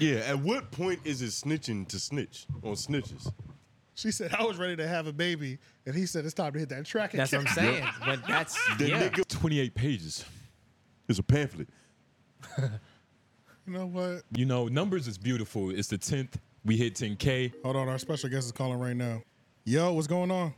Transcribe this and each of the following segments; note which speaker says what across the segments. Speaker 1: Yeah. At what point is it snitching to snitch on snitches?
Speaker 2: She said, I was ready to have a baby. And he said, it's time to hit that track
Speaker 3: That's what
Speaker 2: again.
Speaker 3: I'm saying. But that's
Speaker 1: The
Speaker 3: yeah.
Speaker 1: nigga, 28 pages. It's a pamphlet.
Speaker 2: You know what?
Speaker 4: You know, numbers is beautiful. It's the 10th. We hit 10K.
Speaker 2: Hold on, our special guest is calling right now. Yo, what's going on?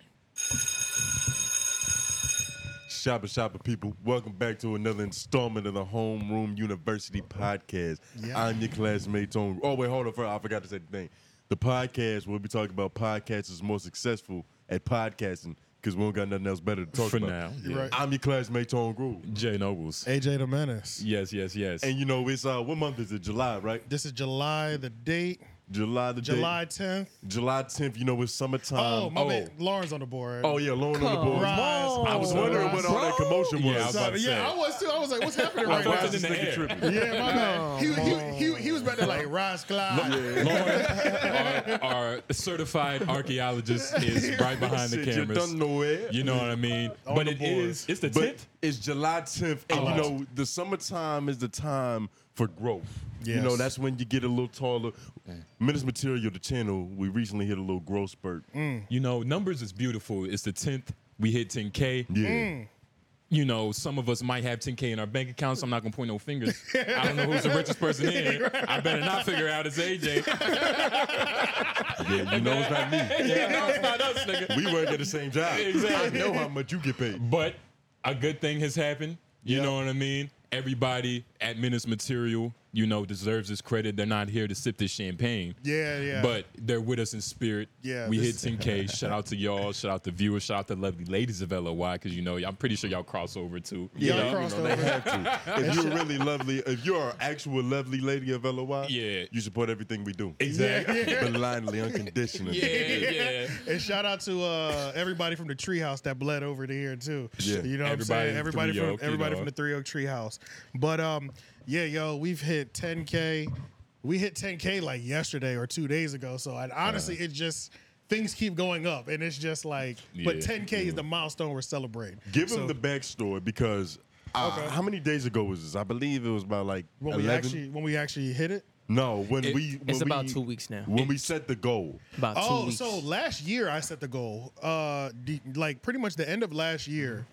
Speaker 1: Shopper, shopper people, welcome back to another installment of the Homeroom University podcast.
Speaker 2: Yeah.
Speaker 1: I'm your classmate, Tony. Oh, wait, hold on. First, I forgot to say the thing. The podcast, we'll be talking about podcasters more successful at podcasting because we don't got nothing else better to talk
Speaker 4: For
Speaker 1: about.
Speaker 4: now,
Speaker 2: You
Speaker 4: yeah.
Speaker 2: right.
Speaker 1: I'm your classmate, Tone Groove.
Speaker 4: Jay Nobles.
Speaker 2: AJ the Menace.
Speaker 4: Yes, yes, yes.
Speaker 1: And you know, it's uh, what month is it? July, right?
Speaker 2: This is July the date,
Speaker 1: July the day-
Speaker 2: July 10th.
Speaker 1: July 10th. You know, it's summertime.
Speaker 2: Oh, my
Speaker 4: oh.
Speaker 2: man, Lauren's on the board.
Speaker 1: Um, Oh, yeah, Lauren on the board.
Speaker 2: Rise.
Speaker 1: I was
Speaker 2: Oh,
Speaker 1: wondering what
Speaker 2: rise.
Speaker 1: all that commotion was.
Speaker 4: Yeah, I was about
Speaker 2: Sorry,
Speaker 4: to say.
Speaker 2: Uh, yeah, I was too. I was like, what's happening
Speaker 4: I
Speaker 2: right
Speaker 4: felt
Speaker 1: Why
Speaker 2: now?
Speaker 4: it
Speaker 1: is
Speaker 4: in
Speaker 1: this
Speaker 4: the
Speaker 1: nigga
Speaker 4: air.
Speaker 1: tripping?
Speaker 2: Yeah, my man. He, he, he, he was about to like rise, Clyde.
Speaker 4: our, our certified archaeologist is right behind the
Speaker 1: Shit, You
Speaker 4: cameras.
Speaker 1: don't know it.
Speaker 4: You know what I mean? But
Speaker 2: the
Speaker 4: it
Speaker 2: board.
Speaker 4: is. It's the
Speaker 1: But
Speaker 4: 10th.
Speaker 1: it's July 10th, and you
Speaker 4: Oh.
Speaker 1: know the summertime is the time for growth. You
Speaker 2: Yes.
Speaker 1: know that's when you get a little taller.
Speaker 4: Mm.
Speaker 1: Menace Material, the channel, we recently hit a little growth spurt.
Speaker 4: You know, numbers is beautiful. It's the 10th. We hit 10K.
Speaker 1: Yeah,
Speaker 4: You know, some of us might have 10K in our bank accounts. I'm not going to point no fingers. I don't know who's the richest person in here. I better not figure out it's AJ.
Speaker 1: yeah, you know it's not me.
Speaker 4: yeah, no, it's not us, nigga.
Speaker 1: We work at the same job.
Speaker 4: Exactly.
Speaker 1: I know how much you get paid.
Speaker 4: But a good thing has happened. You know what I mean? Everybody at Menace Material, you know, deserves this credit. They're not here to sip this champagne.
Speaker 2: Yeah, yeah.
Speaker 4: But they're with us in spirit.
Speaker 2: Yeah,
Speaker 4: We hit
Speaker 2: this-
Speaker 4: 10K. shout out to y'all. Shout out to viewers. Shout out to lovely ladies of LOY because, you know, I'm pretty sure y'all cross over too. you
Speaker 2: Y'all
Speaker 4: know?
Speaker 2: crossed
Speaker 1: you know, they
Speaker 2: over.
Speaker 1: have to. If you're really lovely, if you're an actual lovely lady of LOI,
Speaker 4: Yeah.
Speaker 1: you support everything we do.
Speaker 4: Exactly.
Speaker 1: Blindly, unconditionally.
Speaker 4: Yeah, yeah.
Speaker 2: And shout out to uh, everybody from the Treehouse that bled over to here too.
Speaker 1: Yeah.
Speaker 2: you know what I'm
Speaker 4: Everybody
Speaker 2: saying.
Speaker 4: in
Speaker 2: Everybody
Speaker 4: Three
Speaker 2: from
Speaker 4: Oak, you
Speaker 2: everybody
Speaker 4: know.
Speaker 2: from the Three Oak Treehouse. But um, yeah, yo, we've hit 10k. We hit 10k like yesterday or two days ago. So and honestly,
Speaker 4: Uh-huh.
Speaker 2: it just things keep going up, and it's just like, but
Speaker 4: Yeah.
Speaker 2: 10k is the milestone we're celebrating.
Speaker 1: Give
Speaker 2: So
Speaker 1: him the backstory because uh,
Speaker 2: Okay.
Speaker 1: how many days ago was this? I believe it was about like
Speaker 2: when we
Speaker 1: 11.
Speaker 2: actually when we actually hit it.
Speaker 1: no, when
Speaker 3: It-
Speaker 1: we when
Speaker 3: it's
Speaker 1: we-
Speaker 3: about two weeks now.
Speaker 1: When we set the goal,
Speaker 3: About two
Speaker 2: Oh,
Speaker 3: weeks.
Speaker 2: so last year I set the goal. Uh, the- like pretty much the end of last year,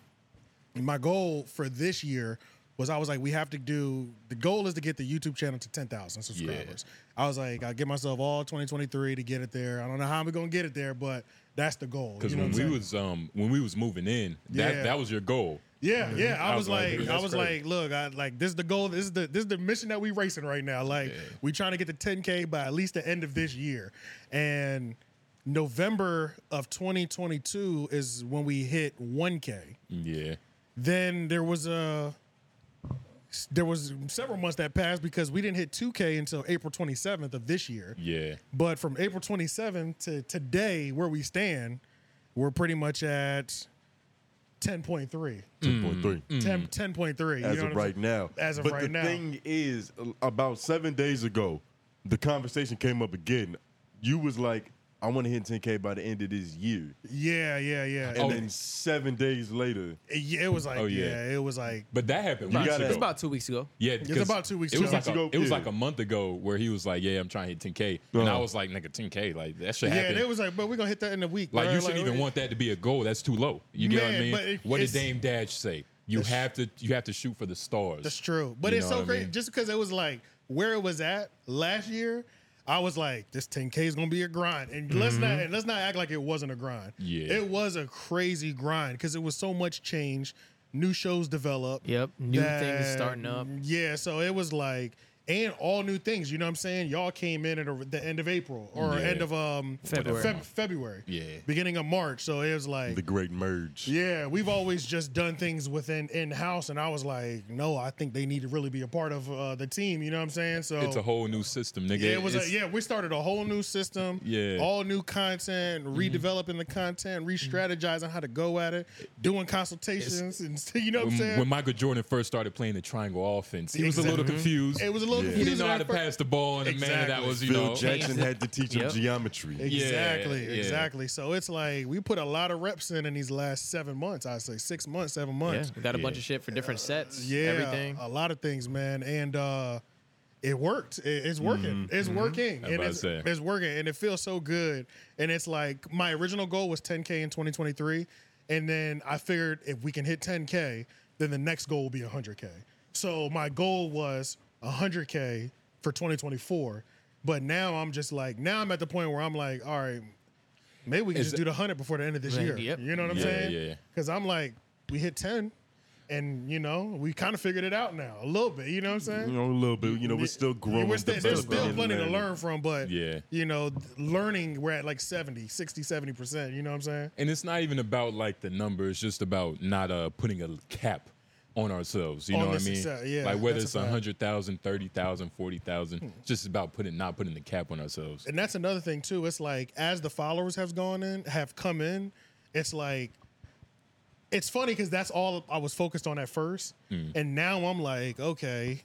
Speaker 2: my goal for this year was I was like, we have to do. The goal is to get the YouTube channel to ten thousand subscribers. I was like, I give myself all 2023 to get it there. I don't know how I'm gonna get it there, but that's the goal.
Speaker 4: Because
Speaker 2: you know
Speaker 4: when
Speaker 2: what
Speaker 4: we
Speaker 2: I'm saying?
Speaker 4: was um when we was moving in, that,
Speaker 2: Yeah.
Speaker 4: that was your goal.
Speaker 2: Yeah, yeah. I,
Speaker 4: I
Speaker 2: was
Speaker 4: was like,
Speaker 2: like,
Speaker 4: dude,
Speaker 2: I
Speaker 4: that's
Speaker 2: was
Speaker 4: crazy.
Speaker 2: like, look, I like this is the goal. This is the this is the mission that we racing right now. Like we trying to get to 10k by at least the end of this year, and November of 2022 is when we hit 1k.
Speaker 4: Yeah.
Speaker 2: Then there was a there was several months that passed because we didn't hit 2k until April 27th of this year.
Speaker 4: Yeah.
Speaker 2: But from April 27th to today, where we stand, we're pretty much at 10.3.
Speaker 1: Mm. 10.3
Speaker 4: Mm.
Speaker 2: 10, 10.3. you
Speaker 1: as
Speaker 2: know
Speaker 1: of
Speaker 2: what I'm
Speaker 1: right
Speaker 2: saying?
Speaker 1: now.
Speaker 2: As of
Speaker 1: but
Speaker 2: right
Speaker 1: the
Speaker 2: now.
Speaker 1: thing is, uh, about seven days ago, the conversation came up again. You was like, "I want to hit 10k by the end of this year,"
Speaker 2: Yeah, yeah, yeah.
Speaker 1: and
Speaker 4: Oh.
Speaker 1: then seven days later,
Speaker 2: it, yeah, it was like,
Speaker 4: Oh,
Speaker 2: yeah.
Speaker 4: yeah.
Speaker 2: it was like,
Speaker 4: But that happened.
Speaker 1: You
Speaker 4: weeks
Speaker 1: gotta-
Speaker 4: ago.
Speaker 3: it's about two weeks ago.
Speaker 4: Yeah, because
Speaker 2: about two weeks
Speaker 4: It was
Speaker 2: ago.
Speaker 4: like a,
Speaker 1: Two weeks
Speaker 4: it was
Speaker 1: ago,
Speaker 4: like
Speaker 1: yeah.
Speaker 4: a month ago where he was like, "Yeah, I'm trying to hit 10k," and I
Speaker 1: Uh-huh.
Speaker 4: was like, "Nigga, 10k, like that should
Speaker 2: yeah,
Speaker 4: happen."
Speaker 2: and it was like, but we're going to hit that in a week.
Speaker 4: like
Speaker 2: bro.
Speaker 4: you shouldn't even
Speaker 2: we-
Speaker 4: want that to be a goal. That's too low. You get what I
Speaker 2: Man,
Speaker 4: mean?
Speaker 2: but it-
Speaker 4: what did
Speaker 2: it's-
Speaker 4: Dame Dash say? You have to you have to shoot for the stars.
Speaker 2: That's true. But
Speaker 4: You
Speaker 2: it's
Speaker 4: know
Speaker 2: so
Speaker 4: what I
Speaker 2: crazy
Speaker 4: mean?
Speaker 2: just because it was like where it was at last year. I was like, this 10K is gonna be a grind, and let's not and let's not act like it wasn't a grind.
Speaker 4: Mm-hmm. Yeah.
Speaker 2: it was a crazy grind because it was so much change, new shows developed.
Speaker 3: Yep, new things starting up.
Speaker 2: Yeah, so it was like and all new things. You know what I'm saying? Y'all came in at a- the end of April or
Speaker 4: Yeah.
Speaker 2: end of um
Speaker 3: February.
Speaker 2: Feb- February.
Speaker 4: Yeah.
Speaker 2: beginning of March. So it was like
Speaker 1: the great merge.
Speaker 2: yeah, we've always just done things within in house, and I was like, no, I think they need to really be a part of uh, the team. You know what I'm saying? So
Speaker 4: It's a whole new system, nigga.
Speaker 2: yeah, it was a,
Speaker 4: It's-
Speaker 2: yeah, we started a whole new system,
Speaker 4: Yeah. Mm-hmm.
Speaker 2: all new content, redeveloping the content, re-strategizing how to go at it, doing consultations, and you know what I'm
Speaker 4: When,
Speaker 2: saying?
Speaker 4: when Michael Jordan first started playing the triangle offense, he was a little
Speaker 2: Exactly.
Speaker 4: confused.
Speaker 2: it was a little
Speaker 1: Yeah.
Speaker 4: he
Speaker 2: confusing.
Speaker 4: didn't know how
Speaker 2: at
Speaker 4: to
Speaker 2: first.
Speaker 4: pass the ball in a manner that
Speaker 2: Exactly.
Speaker 4: was, you
Speaker 1: Phil
Speaker 4: know,
Speaker 1: Jackson had to teach him
Speaker 3: Yep.
Speaker 1: geometry.
Speaker 2: Exactly,
Speaker 4: yeah.
Speaker 2: exactly. So it's like we put a lot of reps in in these last seven months. I'd say six months, seven
Speaker 3: Yeah,
Speaker 2: months. Uh,
Speaker 3: we got a bunch of shit for different sets.
Speaker 2: Yeah,
Speaker 3: everything.
Speaker 2: a lot of things, man. And uh it worked. It- it's working. It's working.
Speaker 4: Mm-hmm. I was
Speaker 2: And
Speaker 4: about
Speaker 2: it's,
Speaker 4: to say.
Speaker 2: it's working. And it feels so good. And it's like my original goal was 10K in 2023. And then I figured if we can hit 10K, then the next goal will be 100K. So my goal was 100K for 2024. But now I'm just like, now I'm at the point where I'm like, all right, maybe we can
Speaker 4: Is
Speaker 2: just
Speaker 4: it-
Speaker 2: do the 100 before the end of this
Speaker 3: Right,
Speaker 2: year.
Speaker 3: yep.
Speaker 2: You know what I'm
Speaker 4: Yeah,
Speaker 2: saying?
Speaker 4: yeah.
Speaker 2: Because I'm like, we hit 10. And you know, we kind of figured it out now a little bit. You know what I'm saying?
Speaker 1: You know, a little bit. You know, we're still growing.
Speaker 2: We're still- there's
Speaker 1: developing,
Speaker 2: still
Speaker 1: and
Speaker 2: plenty to
Speaker 1: learning.
Speaker 2: learn from, but
Speaker 4: Yeah.
Speaker 2: you know, th- learning we're at like 70, 60, 70%, you know what I'm saying?
Speaker 4: And it's not even about like the number. It's just about not uh putting a cap on ourselves. You
Speaker 2: On
Speaker 4: know
Speaker 2: the
Speaker 4: what I mean?
Speaker 2: success, yeah,
Speaker 4: like whether
Speaker 2: that's a
Speaker 4: it's a
Speaker 2: fact. Hmm.
Speaker 4: hundred thousand, thirty thousand, forty thousand, just about putting not putting the cap on ourselves.
Speaker 2: And that's another thing too. It's like as the followers have gone in, have come in, it's like it's funny because that's all I was focused on at first,
Speaker 4: Mm.
Speaker 2: and now I'm like, okay,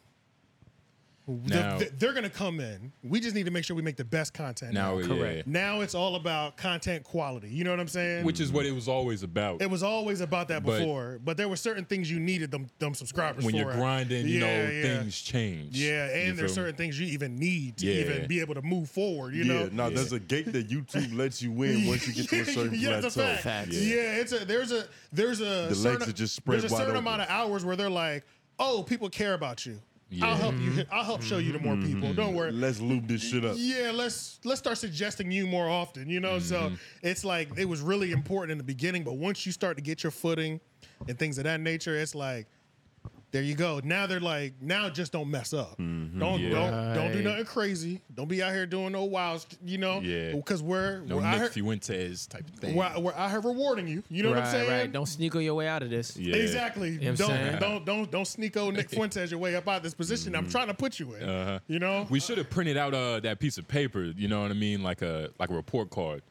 Speaker 2: the-
Speaker 4: Now-
Speaker 2: th- they're gonna come in. We just need to make sure we make the best content.
Speaker 4: Now,
Speaker 2: now,
Speaker 4: yeah,
Speaker 3: correct.
Speaker 4: yeah.
Speaker 2: Now it's all about content quality. You know what I'm saying?
Speaker 4: which is what it was always about.
Speaker 2: It was always about that
Speaker 4: But-
Speaker 2: before, but, there were certain things you needed them them subscribers
Speaker 4: when
Speaker 2: for.
Speaker 4: you're grinding, you know,
Speaker 2: yeah.
Speaker 4: things change.
Speaker 2: Yeah,
Speaker 4: You
Speaker 2: and there's
Speaker 4: feel me?
Speaker 2: certain things you even need to
Speaker 4: Yeah.
Speaker 2: even be able to move forward. You
Speaker 1: yeah,
Speaker 2: know.
Speaker 1: no, there's a gate that YouTube lets you in once you get to a certain
Speaker 2: yeah, that's a
Speaker 1: plateau.
Speaker 2: fact.
Speaker 3: Facts.
Speaker 2: Yeah. it's a there's a there's a
Speaker 1: The
Speaker 2: certain,
Speaker 1: legs are just spread
Speaker 2: there's a
Speaker 1: wide
Speaker 2: certain
Speaker 1: open.
Speaker 2: amount of hours where they're like, oh, people care about you. I'll
Speaker 4: Yeah. Mm-hmm.
Speaker 2: help you. I'll help show you to more people. Don't worry.
Speaker 1: Mm-hmm. Let's lube this shit up.
Speaker 2: Yeah, let's let's start suggesting you more often. You know,
Speaker 4: Mm-hmm.
Speaker 2: so it's like it was really important in the beginning, but once you start to get your footing and things of that nature, it's like there you go. Now they're like, now just don't mess up. Don't
Speaker 4: Mm-hmm. Yeah.
Speaker 2: don't don't do
Speaker 3: Right.
Speaker 2: nothing crazy. Don't be out here doing no wild, st- you know.
Speaker 4: Yeah.
Speaker 2: because Oh, we're
Speaker 4: no
Speaker 2: we're, out
Speaker 4: Nick
Speaker 2: here,
Speaker 4: Fuentes type of thing.
Speaker 2: we're, we're out here rewarding you. You know
Speaker 3: right,
Speaker 2: what I'm saying?
Speaker 3: right. Don't sneak on your way out of this.
Speaker 4: Yeah.
Speaker 2: Exactly.
Speaker 3: know what I'm
Speaker 2: don't
Speaker 3: saying?
Speaker 2: don't don't don't sneak old Nick Fuentes your way up out of this position.
Speaker 4: Mm-hmm.
Speaker 2: I'm trying to put you in.
Speaker 4: Uh-huh.
Speaker 2: You know,
Speaker 4: We should have printed out uh, that piece of paper. You know what I mean, like a like a report card,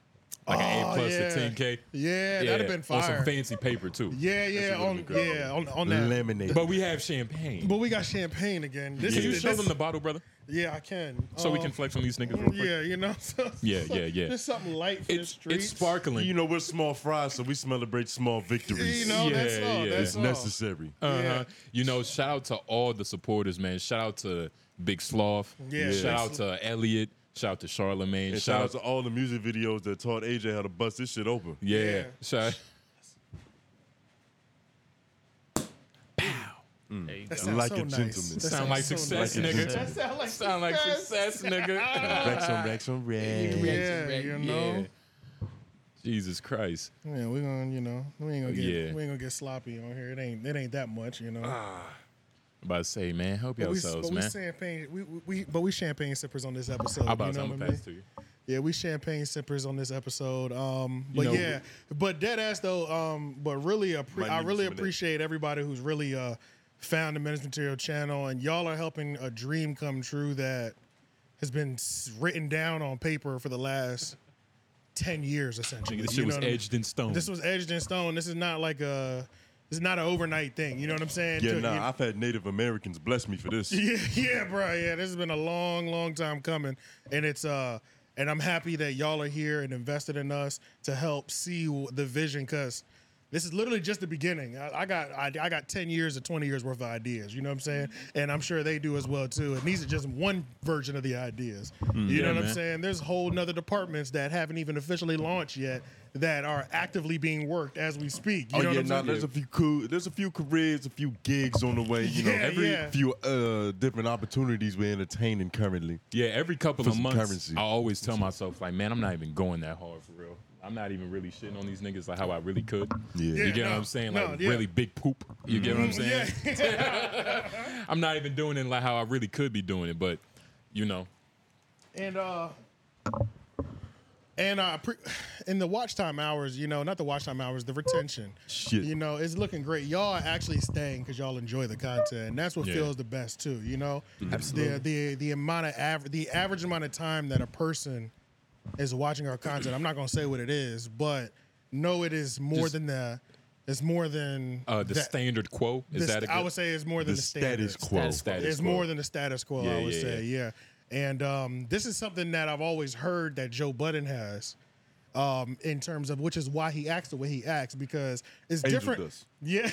Speaker 4: like an
Speaker 2: Oh,
Speaker 4: A plus
Speaker 2: yeah.
Speaker 4: to ten K.
Speaker 2: Yeah, that'd have been
Speaker 4: On
Speaker 2: fire.
Speaker 4: some fancy paper too.
Speaker 2: Yeah, yeah, on yeah, on, on that.
Speaker 1: Lemonade.
Speaker 4: But we have champagne.
Speaker 2: But we got champagne again. This
Speaker 4: Can
Speaker 2: is
Speaker 4: you
Speaker 2: this-
Speaker 4: show them the bottle, brother,
Speaker 2: Yeah, I can.
Speaker 4: so we
Speaker 2: Uh,
Speaker 4: can flex on these niggas real quick?
Speaker 2: Yeah, you know. So,
Speaker 4: Yeah, yeah, yeah.
Speaker 2: Just something light for the
Speaker 4: It's
Speaker 2: streets.
Speaker 4: it's sparkling.
Speaker 1: you know, we're small fries, so we celebrate small victories.
Speaker 2: You know, that's
Speaker 4: Yeah,
Speaker 2: all.
Speaker 4: yeah.
Speaker 2: That's
Speaker 1: it's
Speaker 2: all.
Speaker 1: necessary.
Speaker 4: Uh-huh.
Speaker 2: Yeah.
Speaker 4: You know, shout out to all the supporters, man. Shout out to Big Sloth.
Speaker 2: Yeah.
Speaker 4: Shout out to Elliot. Shout out to Charlemagne.
Speaker 1: And shout out to all the music videos that taught AJ how to bust this shit open.
Speaker 4: yeah.
Speaker 2: Yeah.
Speaker 4: Shout
Speaker 3: There you go.
Speaker 2: That sounds
Speaker 1: Like
Speaker 2: so
Speaker 1: a
Speaker 2: nice.
Speaker 1: gentleman.
Speaker 2: That
Speaker 1: Sound
Speaker 2: sounds
Speaker 4: like
Speaker 2: so
Speaker 4: success,
Speaker 2: nice.
Speaker 4: nigga.
Speaker 2: That sound like
Speaker 4: sound like success, nigga.
Speaker 1: Racks on racks on racks.
Speaker 2: Yeah, you know.
Speaker 4: Jesus Christ.
Speaker 2: Yeah, we're gonna, you know, we ain't gonna get,
Speaker 4: Yeah.
Speaker 2: we ain't gonna get sloppy on here. It ain't, it ain't that much, you know.
Speaker 4: Ah. I'm about to say, man, help
Speaker 2: but we,
Speaker 4: yourselves,
Speaker 2: but we
Speaker 4: man.
Speaker 2: champagne, we, we, we, but we champagne sippers on this episode.
Speaker 4: How about
Speaker 2: you know
Speaker 4: I'm
Speaker 2: what I
Speaker 4: gonna
Speaker 2: mean?
Speaker 4: pass to you?
Speaker 2: Yeah, we champagne sippers on this episode. Um, but
Speaker 4: know,
Speaker 2: yeah, but dead ass though. Um, but really, appre-
Speaker 1: Might
Speaker 2: I
Speaker 1: need
Speaker 2: really
Speaker 1: some of that.
Speaker 2: appreciate everybody who's really uh found the Menace Material channel, and y'all are helping a dream come true that has been s- written down on paper for the last ten years, essentially.
Speaker 4: Nigga, this shit
Speaker 2: You know
Speaker 4: was
Speaker 2: what I mean?
Speaker 4: edged in stone.
Speaker 2: This was edged in stone. This is not like a. This is not an overnight thing. You know what I'm saying?
Speaker 1: Yeah,
Speaker 2: To- you-
Speaker 1: nah, I've had Native Americans bless me for this.
Speaker 2: yeah, yeah, bro. Yeah, this has been a long, long time coming, and it's uh, and I'm happy that y'all are here and invested in us to help see w- the vision, cause this is literally just the beginning. I, I got, I, I got ten years to twenty years worth of ideas. You know what I'm saying? And I'm sure they do as well too. And these are just one version of the ideas.
Speaker 1: Mm,
Speaker 2: you
Speaker 4: yeah,
Speaker 2: know what I'm
Speaker 4: man.
Speaker 2: saying? There's whole nother departments that haven't even officially launched yet that are actively being worked as we speak. You
Speaker 1: Oh
Speaker 2: know
Speaker 1: yeah,
Speaker 2: what I'm
Speaker 1: nah,
Speaker 2: saying?
Speaker 1: there's a few cool, there's a few careers, a few gigs on the way. You know,
Speaker 2: Yeah,
Speaker 1: every
Speaker 2: yeah.
Speaker 1: few uh different opportunities we're entertaining currently.
Speaker 4: Yeah, every couple
Speaker 1: For
Speaker 4: of
Speaker 1: some
Speaker 4: months,
Speaker 1: currency.
Speaker 4: I always tell myself, like, man, I'm not even going that hard for real. I'm not even really shitting on these niggas like how I really could.
Speaker 1: Yeah.
Speaker 4: you
Speaker 1: Yeah,
Speaker 4: get
Speaker 2: no,
Speaker 4: what I'm saying?
Speaker 2: no,
Speaker 4: Like
Speaker 2: yeah. Mm-hmm.
Speaker 4: really big poop. You get what I'm saying?
Speaker 2: yeah.
Speaker 4: I'm not even doing it like how I really could be doing it, but you know,
Speaker 2: And uh and uh pre- in the watch time hours, you know, not the watch time hours, the retention.
Speaker 1: Shit.
Speaker 2: You know, it's looking great. Y'all are actually staying because y'all enjoy the content. And that's what
Speaker 4: Yeah. Mm-hmm.
Speaker 2: feels the best too, you know?
Speaker 3: Absolutely.
Speaker 2: The the the amount of aver- the average amount of time that a person is watching our content. I'm not gonna say what it is, but no, it is more
Speaker 4: Just-
Speaker 2: than the it's more than
Speaker 4: uh, the
Speaker 2: that-
Speaker 4: standard quo is that
Speaker 2: the
Speaker 4: a
Speaker 2: st-
Speaker 4: good,
Speaker 2: I would say it's more than
Speaker 1: The
Speaker 2: the, standard.
Speaker 1: status quo.
Speaker 3: Status
Speaker 4: quo.
Speaker 2: It's
Speaker 4: quo.
Speaker 2: more than the status quo, I
Speaker 4: Yeah,
Speaker 2: would
Speaker 4: yeah,
Speaker 2: say. Yeah. And um, this is something that I've always heard that Joe Budden has um, in terms of which is why he acts the way he acts because it's
Speaker 1: Angel
Speaker 2: different.
Speaker 1: does.
Speaker 2: Yeah.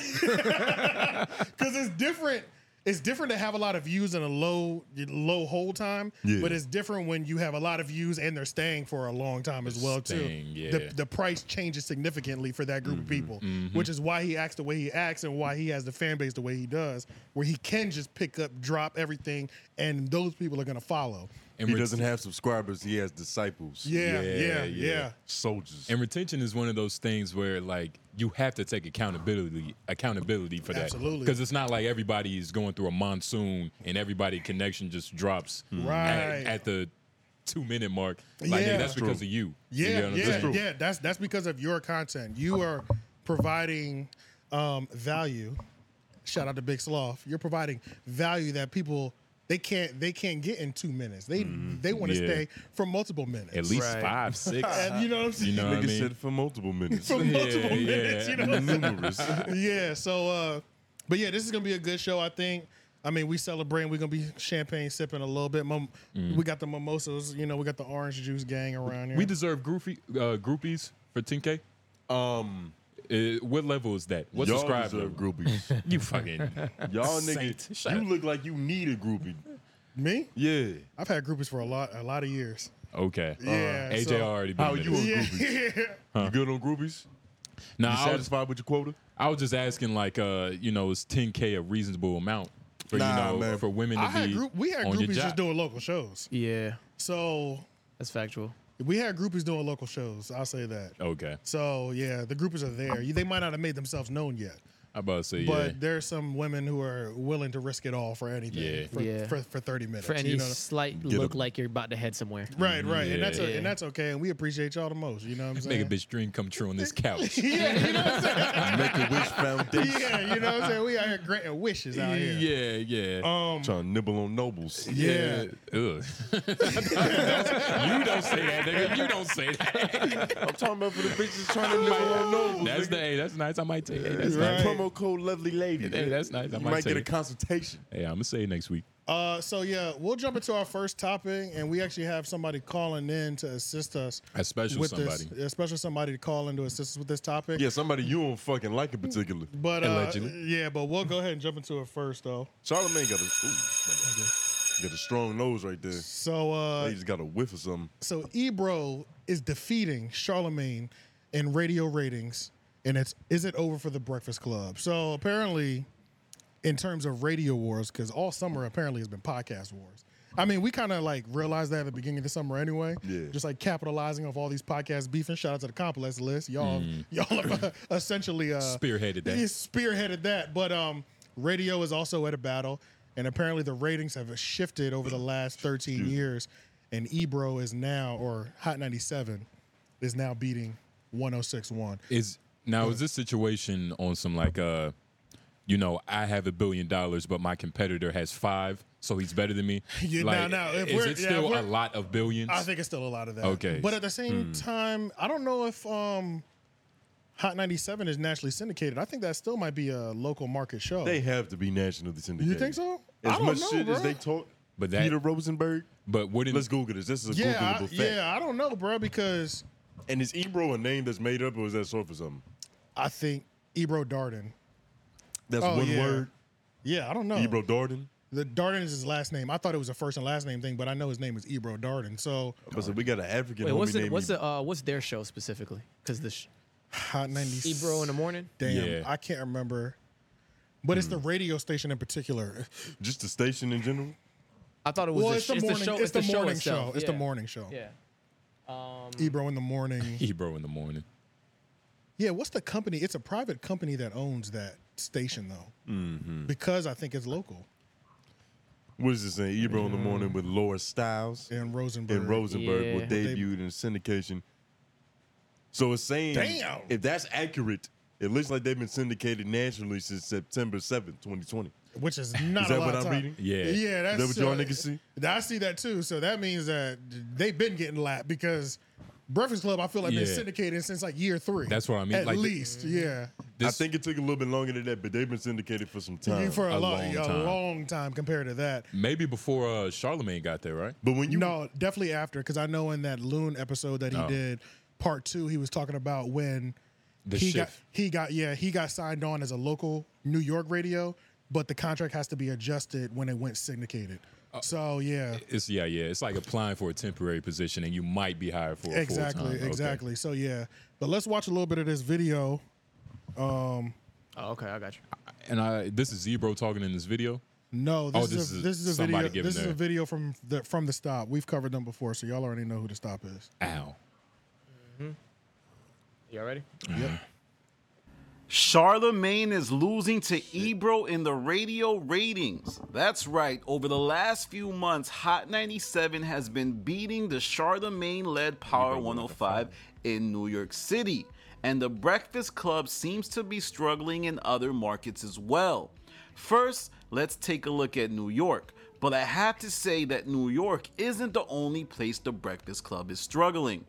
Speaker 2: Because it's different. it's different to have a lot of views and a low low hold time,
Speaker 1: Yeah.
Speaker 2: but it's different when you have a lot of views and they're staying for a long time as well
Speaker 4: staying,
Speaker 2: too.
Speaker 4: yeah.
Speaker 2: The, the price changes significantly for that
Speaker 4: Mm-hmm.
Speaker 2: group of people, which is why he acts the way he acts and why he has the fan base the way he does, where he can just pick up, drop everything, and those people are gonna follow.
Speaker 4: And
Speaker 1: He
Speaker 4: ret-
Speaker 1: doesn't have subscribers. He has disciples.
Speaker 4: Yeah,
Speaker 2: Yeah, yeah, yeah.
Speaker 4: yeah.
Speaker 1: Soldiers.
Speaker 4: And retention is one of those things where like you have to take accountability accountability for that.
Speaker 2: Absolutely.
Speaker 4: Because it's not like everybody is going through a monsoon and everybody connection just drops at-
Speaker 2: Hmm. Right.
Speaker 4: at, the two minute mark. Like hey,
Speaker 2: Yeah.
Speaker 4: that's because of you. You
Speaker 2: Yeah,
Speaker 4: get what I'm
Speaker 2: yeah,
Speaker 4: saying?
Speaker 2: yeah. That's that's because of your content. You are providing um, value. Shout out to Big Sloth. You're providing value that people they can't they can't get in two minutes. They they want to
Speaker 4: Mm-hmm. yeah.
Speaker 2: stay for multiple minutes.
Speaker 4: At least
Speaker 3: Right.
Speaker 4: five, six.
Speaker 2: and you know what I'm saying.
Speaker 4: you know what I
Speaker 1: Nigga
Speaker 4: mean?
Speaker 1: said for multiple minutes.
Speaker 2: for multiple
Speaker 4: yeah.
Speaker 2: minutes, you know. what I'm saying?
Speaker 1: Numerous.
Speaker 2: yeah. So, uh, but yeah, this is gonna be a good show. I think. I mean, we celebrating. We're gonna be champagne sipping a little bit. Mim- We got the mimosas. You know, we got the orange juice gang around here.
Speaker 4: Mm. We deserve groupie, uh, groupies for 10K.
Speaker 1: Um,
Speaker 4: Uh, what level is that? What's the
Speaker 1: y'all
Speaker 4: subscribe
Speaker 1: deserve
Speaker 4: level?
Speaker 1: groupies.
Speaker 4: You fucking
Speaker 1: Y'all
Speaker 4: Saint.
Speaker 1: niggas,
Speaker 4: Shut
Speaker 1: you
Speaker 4: up.
Speaker 1: look like you need a groupie.
Speaker 2: me.
Speaker 1: Yeah.
Speaker 2: I've had groupies for a lot, a lot of years.
Speaker 4: okay.
Speaker 2: Yeah,
Speaker 4: AJ
Speaker 2: so-
Speaker 4: already. Been
Speaker 1: How
Speaker 4: there.
Speaker 1: you a
Speaker 2: Yeah.
Speaker 1: groupie? You good on groupies?
Speaker 4: Nah,
Speaker 1: You
Speaker 4: I was-
Speaker 1: satisfied with your quota?
Speaker 4: I was just asking, like, uh, you know, is 10k a reasonable amount for
Speaker 1: Nah,
Speaker 4: you know
Speaker 1: man.
Speaker 4: for women to
Speaker 2: I had
Speaker 4: be
Speaker 2: group, we had
Speaker 4: on your
Speaker 2: groupies
Speaker 4: job?
Speaker 2: just doing local shows.
Speaker 3: Yeah,
Speaker 2: So
Speaker 3: that's factual.
Speaker 2: we had groupies doing local shows. I'll say that.
Speaker 4: okay,
Speaker 2: So yeah, the groupies are there. You- They might not have made themselves known yet,
Speaker 4: I about to say
Speaker 2: but there's some women who are willing to risk it all for anything.
Speaker 4: Yeah.
Speaker 2: For,
Speaker 3: Yeah.
Speaker 2: For, for 30 minutes.
Speaker 3: For any
Speaker 2: you know?
Speaker 3: slight
Speaker 1: a-
Speaker 3: look like you're about to head somewhere.
Speaker 2: Right, right. And that's a,
Speaker 3: Yeah.
Speaker 2: and that's okay. And we appreciate y'all the most. You know what I'm
Speaker 4: yeah, make
Speaker 2: saying?
Speaker 4: a bitch dream come true on this couch.
Speaker 2: yeah, you know what I'm saying?
Speaker 1: Make a wish foundation.
Speaker 2: Yeah, you know what I'm saying? We out here granting wishes out here.
Speaker 4: yeah, yeah.
Speaker 2: Um
Speaker 1: Trying to nibble on nobles.
Speaker 2: yeah.
Speaker 4: Ugh. you don't say that, nigga. You don't say that.
Speaker 1: I'm talking about for the bitches trying to nibble on nobles.
Speaker 4: That's
Speaker 1: nigga.
Speaker 4: the hey. That's nice. I might take. Hey, that's
Speaker 2: Right.
Speaker 4: nice.
Speaker 1: Promo code lovely lady.
Speaker 4: Hey, that's nice. I
Speaker 1: You
Speaker 4: might
Speaker 1: might
Speaker 4: take
Speaker 1: get a
Speaker 4: it.
Speaker 1: consultation.
Speaker 4: Hey, I'm gonna say it next week.
Speaker 2: Uh, so yeah, we'll jump into our first topic, and we actually have somebody calling in to assist us.
Speaker 4: A special
Speaker 2: with
Speaker 4: somebody.
Speaker 2: This, a special somebody to call in to assist us with this topic.
Speaker 1: Yeah, somebody you don't fucking like in particular.
Speaker 2: But uh,
Speaker 4: Allegedly.
Speaker 2: yeah, but we'll go ahead and jump into it first, though.
Speaker 1: Charlemagne got a ooh, my bad. got a strong nose right there.
Speaker 2: So, uh,
Speaker 1: He just got a whiff of something.
Speaker 2: so Ebro is defeating Charlemagne in radio ratings, and it's is it over for the Breakfast Club? So apparently, in terms of radio wars, because all summer apparently has been podcast wars. I mean, we kind of like realized that at the beginning of the summer anyway.
Speaker 1: Yeah.
Speaker 2: Just like capitalizing off all these podcast beef and shout out to the complex list. Y'all, y'all have, uh, essentially uh,
Speaker 4: Spearheaded that.
Speaker 2: He spearheaded that. But um, radio is also at a battle, and apparently the ratings have shifted over the last 13 years. And Ebro is now, or Hot 97, is now beating 106.1.
Speaker 4: Is now is this situation on some like uh you know, I have a billion dollars, but my competitor has five, so he's better than me.
Speaker 2: Yeah,
Speaker 4: like,
Speaker 2: now- now, if
Speaker 4: is
Speaker 2: we're-
Speaker 4: it
Speaker 2: yeah,
Speaker 4: still
Speaker 2: if we're-
Speaker 4: a lot of billions?
Speaker 2: I think it's still a lot of that.
Speaker 4: Okay.
Speaker 2: But at the
Speaker 1: Hmm.
Speaker 2: same time, I don't know if um, Hot 97 is nationally syndicated. I think that still might be a local market show.
Speaker 1: They have to be nationally syndicated.
Speaker 2: Oh. you think so? I
Speaker 1: As
Speaker 2: don't
Speaker 1: much
Speaker 2: know,
Speaker 1: shit as
Speaker 2: bruh.
Speaker 1: they talk,
Speaker 4: But that-
Speaker 1: Peter Rosenberg.
Speaker 4: but wouldn't
Speaker 1: Let's Google this. This is a
Speaker 2: yeah, I,
Speaker 1: Googleable fact.
Speaker 2: yeah, I don't know, bro, because
Speaker 1: And is Ebro a name that's made up, or is that short for something?
Speaker 2: I think Ebro Darden.
Speaker 1: That's
Speaker 2: Oh,
Speaker 1: one
Speaker 2: yeah.
Speaker 1: word.
Speaker 2: Yeah, I don't know.
Speaker 1: Ebro Darden.
Speaker 2: The Darden is his last name. I thought it was a first and last name thing, but I know his name is Ebro Darden. So
Speaker 1: I said, we got an African
Speaker 3: Wait,
Speaker 1: homie
Speaker 3: what's the
Speaker 1: named
Speaker 3: what's
Speaker 1: Ebro.
Speaker 3: the uh, what's their show specifically? Because the sh-
Speaker 2: Hot 90s.
Speaker 3: Ebro in the morning.
Speaker 2: Damn,
Speaker 4: Yeah.
Speaker 2: I can't remember. But it's the radio station in particular.
Speaker 1: Mm. just the station in general.
Speaker 3: I thought it was.
Speaker 2: Well,
Speaker 3: the
Speaker 2: it's
Speaker 3: sh-
Speaker 2: the morning.
Speaker 3: Show,
Speaker 2: It's the
Speaker 3: show
Speaker 2: morning
Speaker 3: itself.
Speaker 2: show. It's the
Speaker 3: Yeah.
Speaker 2: morning show.
Speaker 3: Yeah. Um,
Speaker 2: Ebro in the morning.
Speaker 4: Ebro in the morning.
Speaker 2: Yeah, what's the company? It's a private company that owns that station though, because I think it's local
Speaker 1: What is this saying? Ebro in the morning with Laura Styles
Speaker 2: in Rosenberg.
Speaker 1: and Rosenberg were
Speaker 3: Yeah.
Speaker 1: debuted in syndication. So it's saying,
Speaker 2: Damn.
Speaker 1: if that's accurate, it looks like they've been syndicated nationally since September seventh, twenty twenty.
Speaker 2: which is not
Speaker 1: Is that
Speaker 2: a lot
Speaker 1: what
Speaker 2: of
Speaker 1: I'm
Speaker 2: time.
Speaker 1: reading?
Speaker 4: Yeah.
Speaker 2: yeah. That's uh,
Speaker 1: Is that what y'all niggas see?
Speaker 2: I see that too. So that means that they've been getting lapped because Breakfast Club, I feel like, been
Speaker 4: Yeah.
Speaker 2: syndicated since like year three.
Speaker 4: That's what I mean.
Speaker 2: At
Speaker 4: Like, the-
Speaker 2: least,
Speaker 1: Mm-hmm.
Speaker 2: yeah,
Speaker 1: I
Speaker 4: This-
Speaker 1: think it took a little bit longer than that, but they've been syndicated for some time.
Speaker 2: for a,
Speaker 4: a
Speaker 2: long,
Speaker 4: long
Speaker 2: a
Speaker 4: time.
Speaker 2: long time compared to that.
Speaker 4: Maybe before uh Charlemagne got there, right?
Speaker 1: but when you
Speaker 2: no, definitely after because I know in that Loon episode that he
Speaker 4: Oh.
Speaker 2: did, part two, he was talking about when
Speaker 4: The
Speaker 2: he got
Speaker 4: shift.
Speaker 2: he got yeah he got signed on as a local New York radio. but the contract has to be adjusted when it went syndicated. so yeah,
Speaker 4: Uh, It's yeah, yeah. It's like applying for a temporary position and you might be hired for a
Speaker 2: exactly,
Speaker 4: full-time. Okay.
Speaker 2: exactly. So yeah, but let's watch a little bit of this video. Um,
Speaker 5: Oh, okay, I got you.
Speaker 4: And I this is Zebro talking in this video.
Speaker 2: No, this,
Speaker 4: Oh,
Speaker 2: is,
Speaker 4: this
Speaker 2: a,
Speaker 4: is
Speaker 2: this is a
Speaker 4: somebody
Speaker 2: video.
Speaker 4: giving
Speaker 2: This is
Speaker 4: their-
Speaker 2: a video from the from the stop. We've covered them before, so y'all already know who the stop is.
Speaker 4: Ow.
Speaker 5: Y'all ready?
Speaker 3: Charlemagne is losing to Ebro in the radio ratings. That's right, over the last few months, Hot 97 has been beating the Charlemagne led Power 105 in New York City, and the Breakfast Club seems to be struggling in other markets as well. First, let's take a look at New York. But I have to say that New York isn't the only place the Breakfast Club is struggling.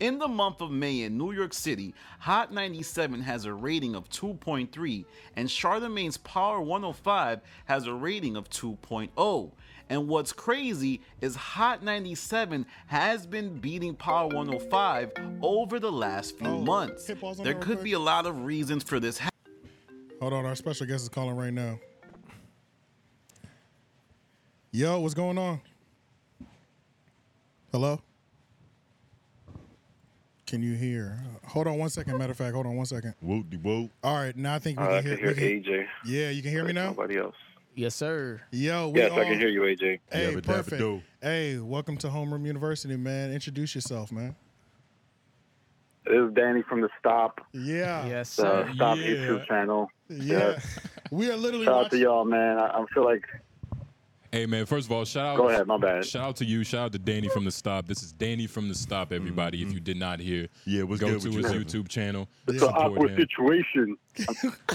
Speaker 3: In the month of May in New York City, Hot 97 has a rating of 2.3 and Charlemagne's Power 105 has a rating of 2.0. And what's crazy is Hot 97 has been beating Power 105 over the last few
Speaker 2: Oh,
Speaker 3: months.
Speaker 2: hit pause on
Speaker 3: There
Speaker 2: that real
Speaker 3: could
Speaker 2: quick.
Speaker 3: be a lot of reasons for this happening.
Speaker 2: Hold on, our special guest is calling right now. Yo, what's going on? Hello? Can you hear? Hold on one second. Matter of fact, hold on one second.
Speaker 1: Whoop de whoop.
Speaker 2: All right, now I think we
Speaker 6: Uh, I
Speaker 2: can
Speaker 6: can
Speaker 2: hear. we
Speaker 6: hear
Speaker 2: can-
Speaker 6: AJ.
Speaker 2: yeah, you can hear me
Speaker 6: like
Speaker 2: now.
Speaker 6: Nobody else.
Speaker 5: Yes, sir.
Speaker 2: Yo, we
Speaker 6: Yes,
Speaker 2: all,
Speaker 6: I can hear you, AJ.
Speaker 2: Hey,
Speaker 1: Yabba dabba
Speaker 2: perfect.
Speaker 1: do.
Speaker 2: Hey, welcome to Homeroom University, man. Introduce yourself, man.
Speaker 6: This is Danny from the Stop,
Speaker 2: Yeah,
Speaker 5: Yes,
Speaker 6: the
Speaker 5: sir.
Speaker 6: Stop
Speaker 4: yeah.
Speaker 6: YouTube channel.
Speaker 2: yeah. we are literally
Speaker 6: Shout out to
Speaker 2: watching.
Speaker 6: y'all, man. I, I feel like.
Speaker 4: Hey man, first of all, shout out
Speaker 2: Oh,
Speaker 6: Go ahead, my bad.
Speaker 4: Shout out to you. Shout out to Danny from the Stop. This is Danny from the Stop, everybody.
Speaker 6: Mm-hmm.
Speaker 4: If you did not hear,
Speaker 1: Yeah, what's
Speaker 4: go
Speaker 1: good
Speaker 4: to
Speaker 1: with you,
Speaker 4: his
Speaker 1: Kevin?
Speaker 4: YouTube channel.
Speaker 6: It's an awkward
Speaker 4: him.
Speaker 6: situation.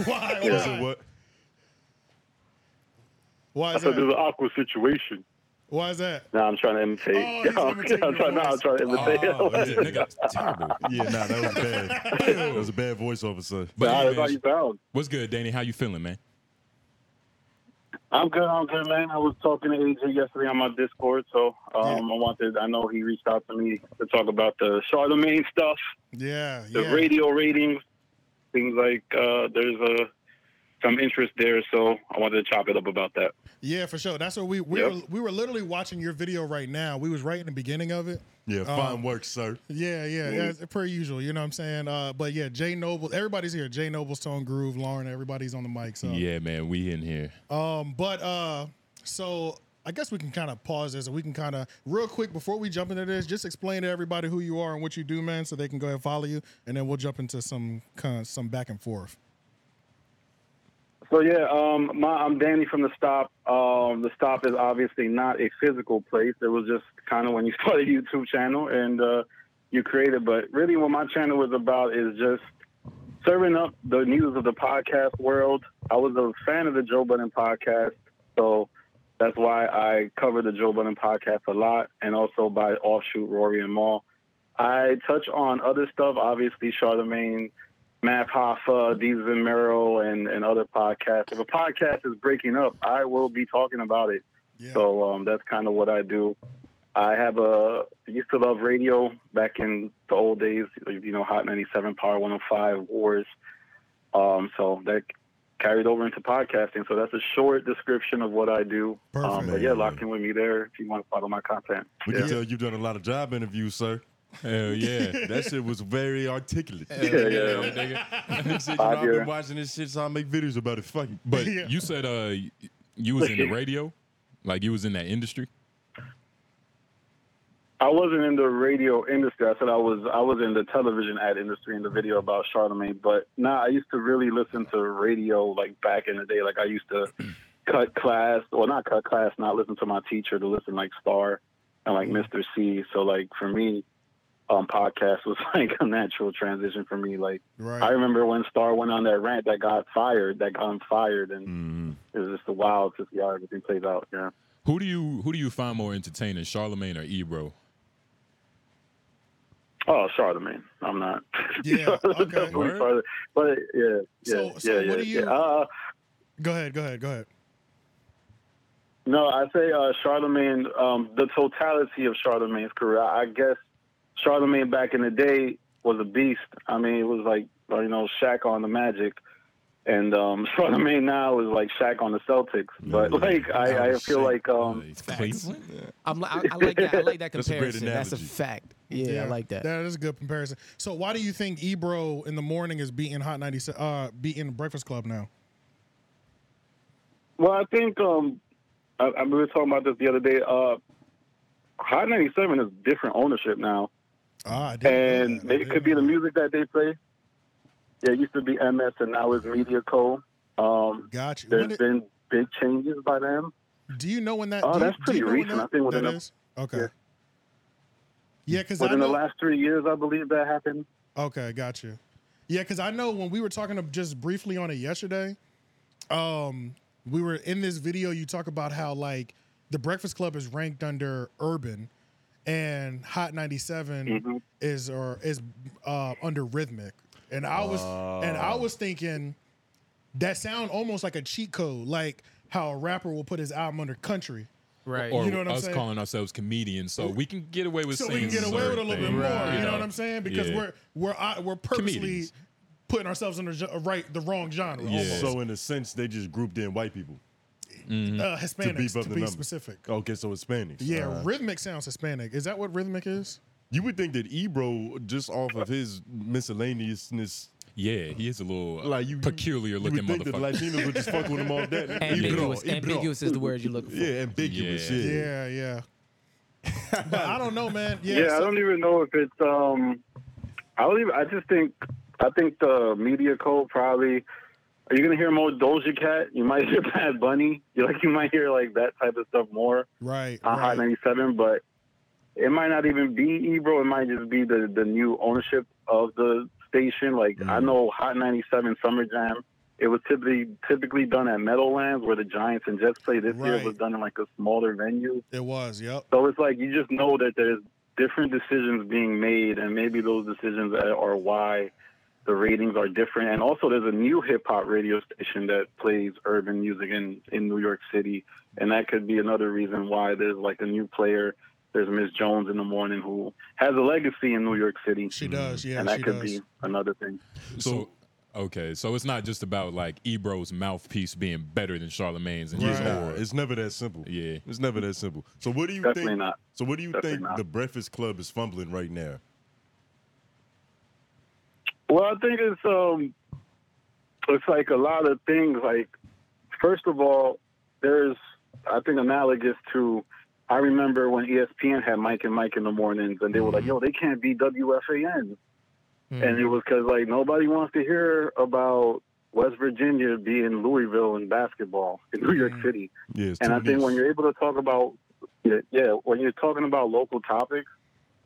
Speaker 2: Why?
Speaker 1: Yeah.
Speaker 2: Why?
Speaker 1: So what?
Speaker 2: Why
Speaker 6: I
Speaker 2: is
Speaker 6: said there's
Speaker 2: that?
Speaker 6: an awkward situation.
Speaker 2: Why is that?
Speaker 6: Now I'm trying to imitate.
Speaker 2: Oh, he's imitating
Speaker 6: I'm,
Speaker 2: your
Speaker 6: trying, nah, I'm
Speaker 2: voice.
Speaker 6: trying to imitate.
Speaker 4: Oh, nigga, that's terrible.
Speaker 1: Yeah, nah, that was bad. that was a bad voice officer.
Speaker 4: But
Speaker 6: Nah,
Speaker 4: anyways,
Speaker 6: that's how you found.
Speaker 4: what's good, Danny? How you feeling, man?
Speaker 6: I'm good. I'm good, man. I was talking to AJ yesterday on my Discord, so um, I wanted. I know he reached out to me to talk about the Charlemagne stuff,
Speaker 2: Yeah,
Speaker 6: the
Speaker 2: yeah.
Speaker 6: radio ratings. Seems like uh, there's a some interest there, so I wanted to chop it up about that.
Speaker 2: Yeah, for sure. That's what we we
Speaker 6: Yep.
Speaker 2: were, we were literally watching your video right now. We was right in the beginning of it.
Speaker 1: Yeah, fine work, sir.
Speaker 2: Yeah, yeah,
Speaker 6: Mm-hmm.
Speaker 2: as per usual. You know what I'm saying? Uh, but yeah, Jay Noble. Everybody's here. Jay Noble's Tone Groove, Lauren. Everybody's on the mic. So
Speaker 4: Yeah, man, we in here.
Speaker 2: Um, but uh, so I guess we can kind of pause this and we can kind of real quick before we jump into this, just explain to everybody who you are and what you do, man, so they can go ahead and follow you, and then we'll jump into some kind of, some back and forth.
Speaker 6: So yeah, um, my, I'm Danny from the Stop. Um, the Stop is obviously not a physical place. It was just kind of when you started a YouTube channel and uh, you created. But really, what my channel was about is just serving up the news of the podcast world. I was a fan of the Joe Budden podcast, so that's why I cover the Joe Budden podcast a lot, and also by offshoot Rory and Maul. I touch on other stuff, obviously Charlemagne, Matt Hoffa, Deez and Merrill, and, and other podcasts. If a podcast is breaking up, I will be talking about it.
Speaker 2: Yeah.
Speaker 6: So um, that's kind of what I do. I have a I used to love radio back in the old days, you know, Hot 97, Power 105, Wars. Um, so that carried over into podcasting. So that's a short description of what I do. Um,
Speaker 2: Perfect.
Speaker 6: but yeah, lock in with me there if you want to follow my content.
Speaker 1: We
Speaker 6: Yeah.
Speaker 1: can tell you've done a lot of job interviews, sir.
Speaker 4: Hell yeah.
Speaker 1: That shit was very articulate.
Speaker 6: Yeah, yeah.
Speaker 1: Nigga said, you know,
Speaker 6: Five
Speaker 1: I've been
Speaker 6: year.
Speaker 1: watching this shit, so I make videos about it. Fuck it.
Speaker 4: But
Speaker 2: Yeah.
Speaker 4: you said uh you was in the radio, like you was in that industry.
Speaker 6: I wasn't in the radio industry. I said I was I was in the television ad industry in the video about Charlemagne, but nah, I used to really listen to radio like back in the day. Like I used to cut class or not cut class, not listen to my teacher to listen like Star and like Mr. C. So like for me, um podcast was like a natural transition for me. Like
Speaker 2: Right.
Speaker 6: I remember when Star went on that rant that got fired, that got him fired and it was just wild to see how everything plays out, yeah.
Speaker 4: Who do you who do you find more entertaining, Charlemagne or Ebro?
Speaker 6: Oh, Charlemagne. I'm not.
Speaker 2: Yeah, okay.
Speaker 6: Definitely
Speaker 4: Word.
Speaker 6: Charlemagne. But yeah, yeah,
Speaker 2: So- so
Speaker 6: yeah,
Speaker 2: what
Speaker 6: yeah,
Speaker 2: do you-
Speaker 6: yeah. Uh,
Speaker 2: Go ahead. Go ahead. Go ahead.
Speaker 6: no, I say uh, Charlemagne. Um, the totality of Charlemagne's career. I I guess Charlemagne uh, back in the day was a beast. I mean, it was like you know Shaq on the Magic. And um, Charlemagne now is like Shaq on the Celtics, but like I,
Speaker 2: Oh,
Speaker 6: I feel like um,
Speaker 4: Mm-hmm. Cleveland?
Speaker 5: I'm, li- I, I like that. I like that
Speaker 1: That's a great
Speaker 5: comparison. That's a,
Speaker 1: analogy.
Speaker 5: fact. Yeah, I like that.
Speaker 2: That is a good comparison. So why do you think Ebro in the morning is beating Hot 97 uh beating Breakfast Club now?
Speaker 6: Well, I think um, I, I we were talking about this the other day. Uh, Hot 97 is different ownership now,
Speaker 2: Ah, I didn't know
Speaker 6: and
Speaker 2: that. I
Speaker 6: it could
Speaker 2: didn't
Speaker 6: be the
Speaker 2: know
Speaker 6: music that they play. Yeah, it used to be MS, and now it's Media Co. Um,
Speaker 2: that. Got you. When
Speaker 6: there's
Speaker 2: did-
Speaker 6: been big changes by them.
Speaker 2: do you know when that?
Speaker 6: Oh,
Speaker 2: do you-
Speaker 6: that's
Speaker 2: do you
Speaker 6: pretty
Speaker 2: know
Speaker 6: recent.
Speaker 2: when that-
Speaker 6: I think within
Speaker 2: that
Speaker 6: the-
Speaker 2: is? Okay. Yeah, because I
Speaker 6: Within
Speaker 2: know,
Speaker 6: the last three years, I believe that happened.
Speaker 2: Okay, got you. Yeah, because I know when we were talking to- just briefly on it yesterday, um, we were in this video. You talk about how like the Breakfast Club is ranked under Urban, and Hot 97 is or is uh, under Rhythmic, and I was and I was thinking that sound almost like a cheat code, like how a rapper will put his album under country.
Speaker 3: Right.
Speaker 4: Or
Speaker 2: You know what I'm
Speaker 4: us
Speaker 2: saying?
Speaker 4: calling ourselves comedians, so we can get away with
Speaker 2: so we
Speaker 4: saying
Speaker 2: can get away
Speaker 4: certain
Speaker 2: with a little bit
Speaker 4: things,
Speaker 2: more.
Speaker 4: you
Speaker 2: You know
Speaker 4: know.
Speaker 2: what I'm saying? Because
Speaker 4: Yeah.
Speaker 2: we're we're out- we're purposely
Speaker 4: Comedians.
Speaker 2: putting ourselves in the gen- right the wrong genre.
Speaker 4: Yeah.
Speaker 2: almost.
Speaker 1: So in a sense, they just grouped in white people.
Speaker 2: Uh, Hispanics
Speaker 1: beef
Speaker 2: to,
Speaker 1: up the
Speaker 2: be
Speaker 1: numbers.
Speaker 2: specific.
Speaker 1: Okay, so Hispanics.
Speaker 2: Yeah,
Speaker 1: Uh,
Speaker 2: rhythmic sounds Hispanic. Is that what rhythmic is?
Speaker 1: you would think that Ebro, just off of his miscellaneousness,
Speaker 4: Yeah, he is a little
Speaker 1: like you
Speaker 4: peculiar
Speaker 1: you
Speaker 4: looking
Speaker 1: would think
Speaker 4: motherfucker.
Speaker 1: that Latinos would just fuck with him all day. Ebro,
Speaker 5: Ambiguous.
Speaker 1: Ebro.
Speaker 5: Ambiguous is the word you're looking for.
Speaker 1: Yeah, ambiguous. Yeah.
Speaker 4: Yeah.
Speaker 2: Yeah, yeah. but I don't know, man. Yeah,
Speaker 6: Yeah, I
Speaker 2: so-
Speaker 6: don't even know if it's. Um, I don't even. I just think. I think the media code probably. Are you gonna hear more Doja Cat? You might hear Bad Bunny. You like you might hear like that type of stuff more
Speaker 2: right,
Speaker 6: on Hot
Speaker 2: right.
Speaker 6: 97, but it might not even be Ebro. It might just be the the new ownership of the station. Like I
Speaker 2: Mm.
Speaker 6: know Hot 97 Summer Jam. It was typically typically done at Meadowlands where the Giants and Jets play. This year
Speaker 2: Right.
Speaker 6: it was done in like a smaller venue.
Speaker 2: It was. Yep.
Speaker 6: So it's like you just know that there's different decisions being made, and maybe those decisions are are why the ratings are different. And also, there's a new hip hop radio station that plays urban music in in New York City, and that could be another reason why there's like a new player. There's Miss Jones in the morning who has a legacy in New York City,
Speaker 2: She does. Yeah,
Speaker 6: and that
Speaker 2: she
Speaker 6: could
Speaker 2: does.
Speaker 6: be another thing.
Speaker 4: So okay, so it's not just about like Ebro's mouthpiece being better than Charlemagne's and
Speaker 1: Yeah,
Speaker 4: his
Speaker 2: Right.
Speaker 1: nah,
Speaker 4: aura.
Speaker 1: it's never that simple.
Speaker 4: Yeah.
Speaker 1: it's never that simple. So what do you
Speaker 6: Definitely
Speaker 1: think?
Speaker 6: not.
Speaker 1: So what do you
Speaker 6: Definitely
Speaker 1: think
Speaker 6: not.
Speaker 1: the Breakfast Club is fumbling right now?
Speaker 6: Well, I think it's um, it's like a lot of things. Like, first of all, there's I think analogous to I remember when E ESPN had Mike and Mike in the mornings, and they were like, "Yo, they can't be WFAN," and
Speaker 1: Mm-hmm.
Speaker 6: it was because like nobody wants to hear about West Virginia being Louisville in basketball in New York City.
Speaker 1: Yeah, it's
Speaker 6: And
Speaker 1: too
Speaker 6: I think when
Speaker 1: niche.
Speaker 6: you're able to talk about, yeah, yeah, when you're talking about local topics,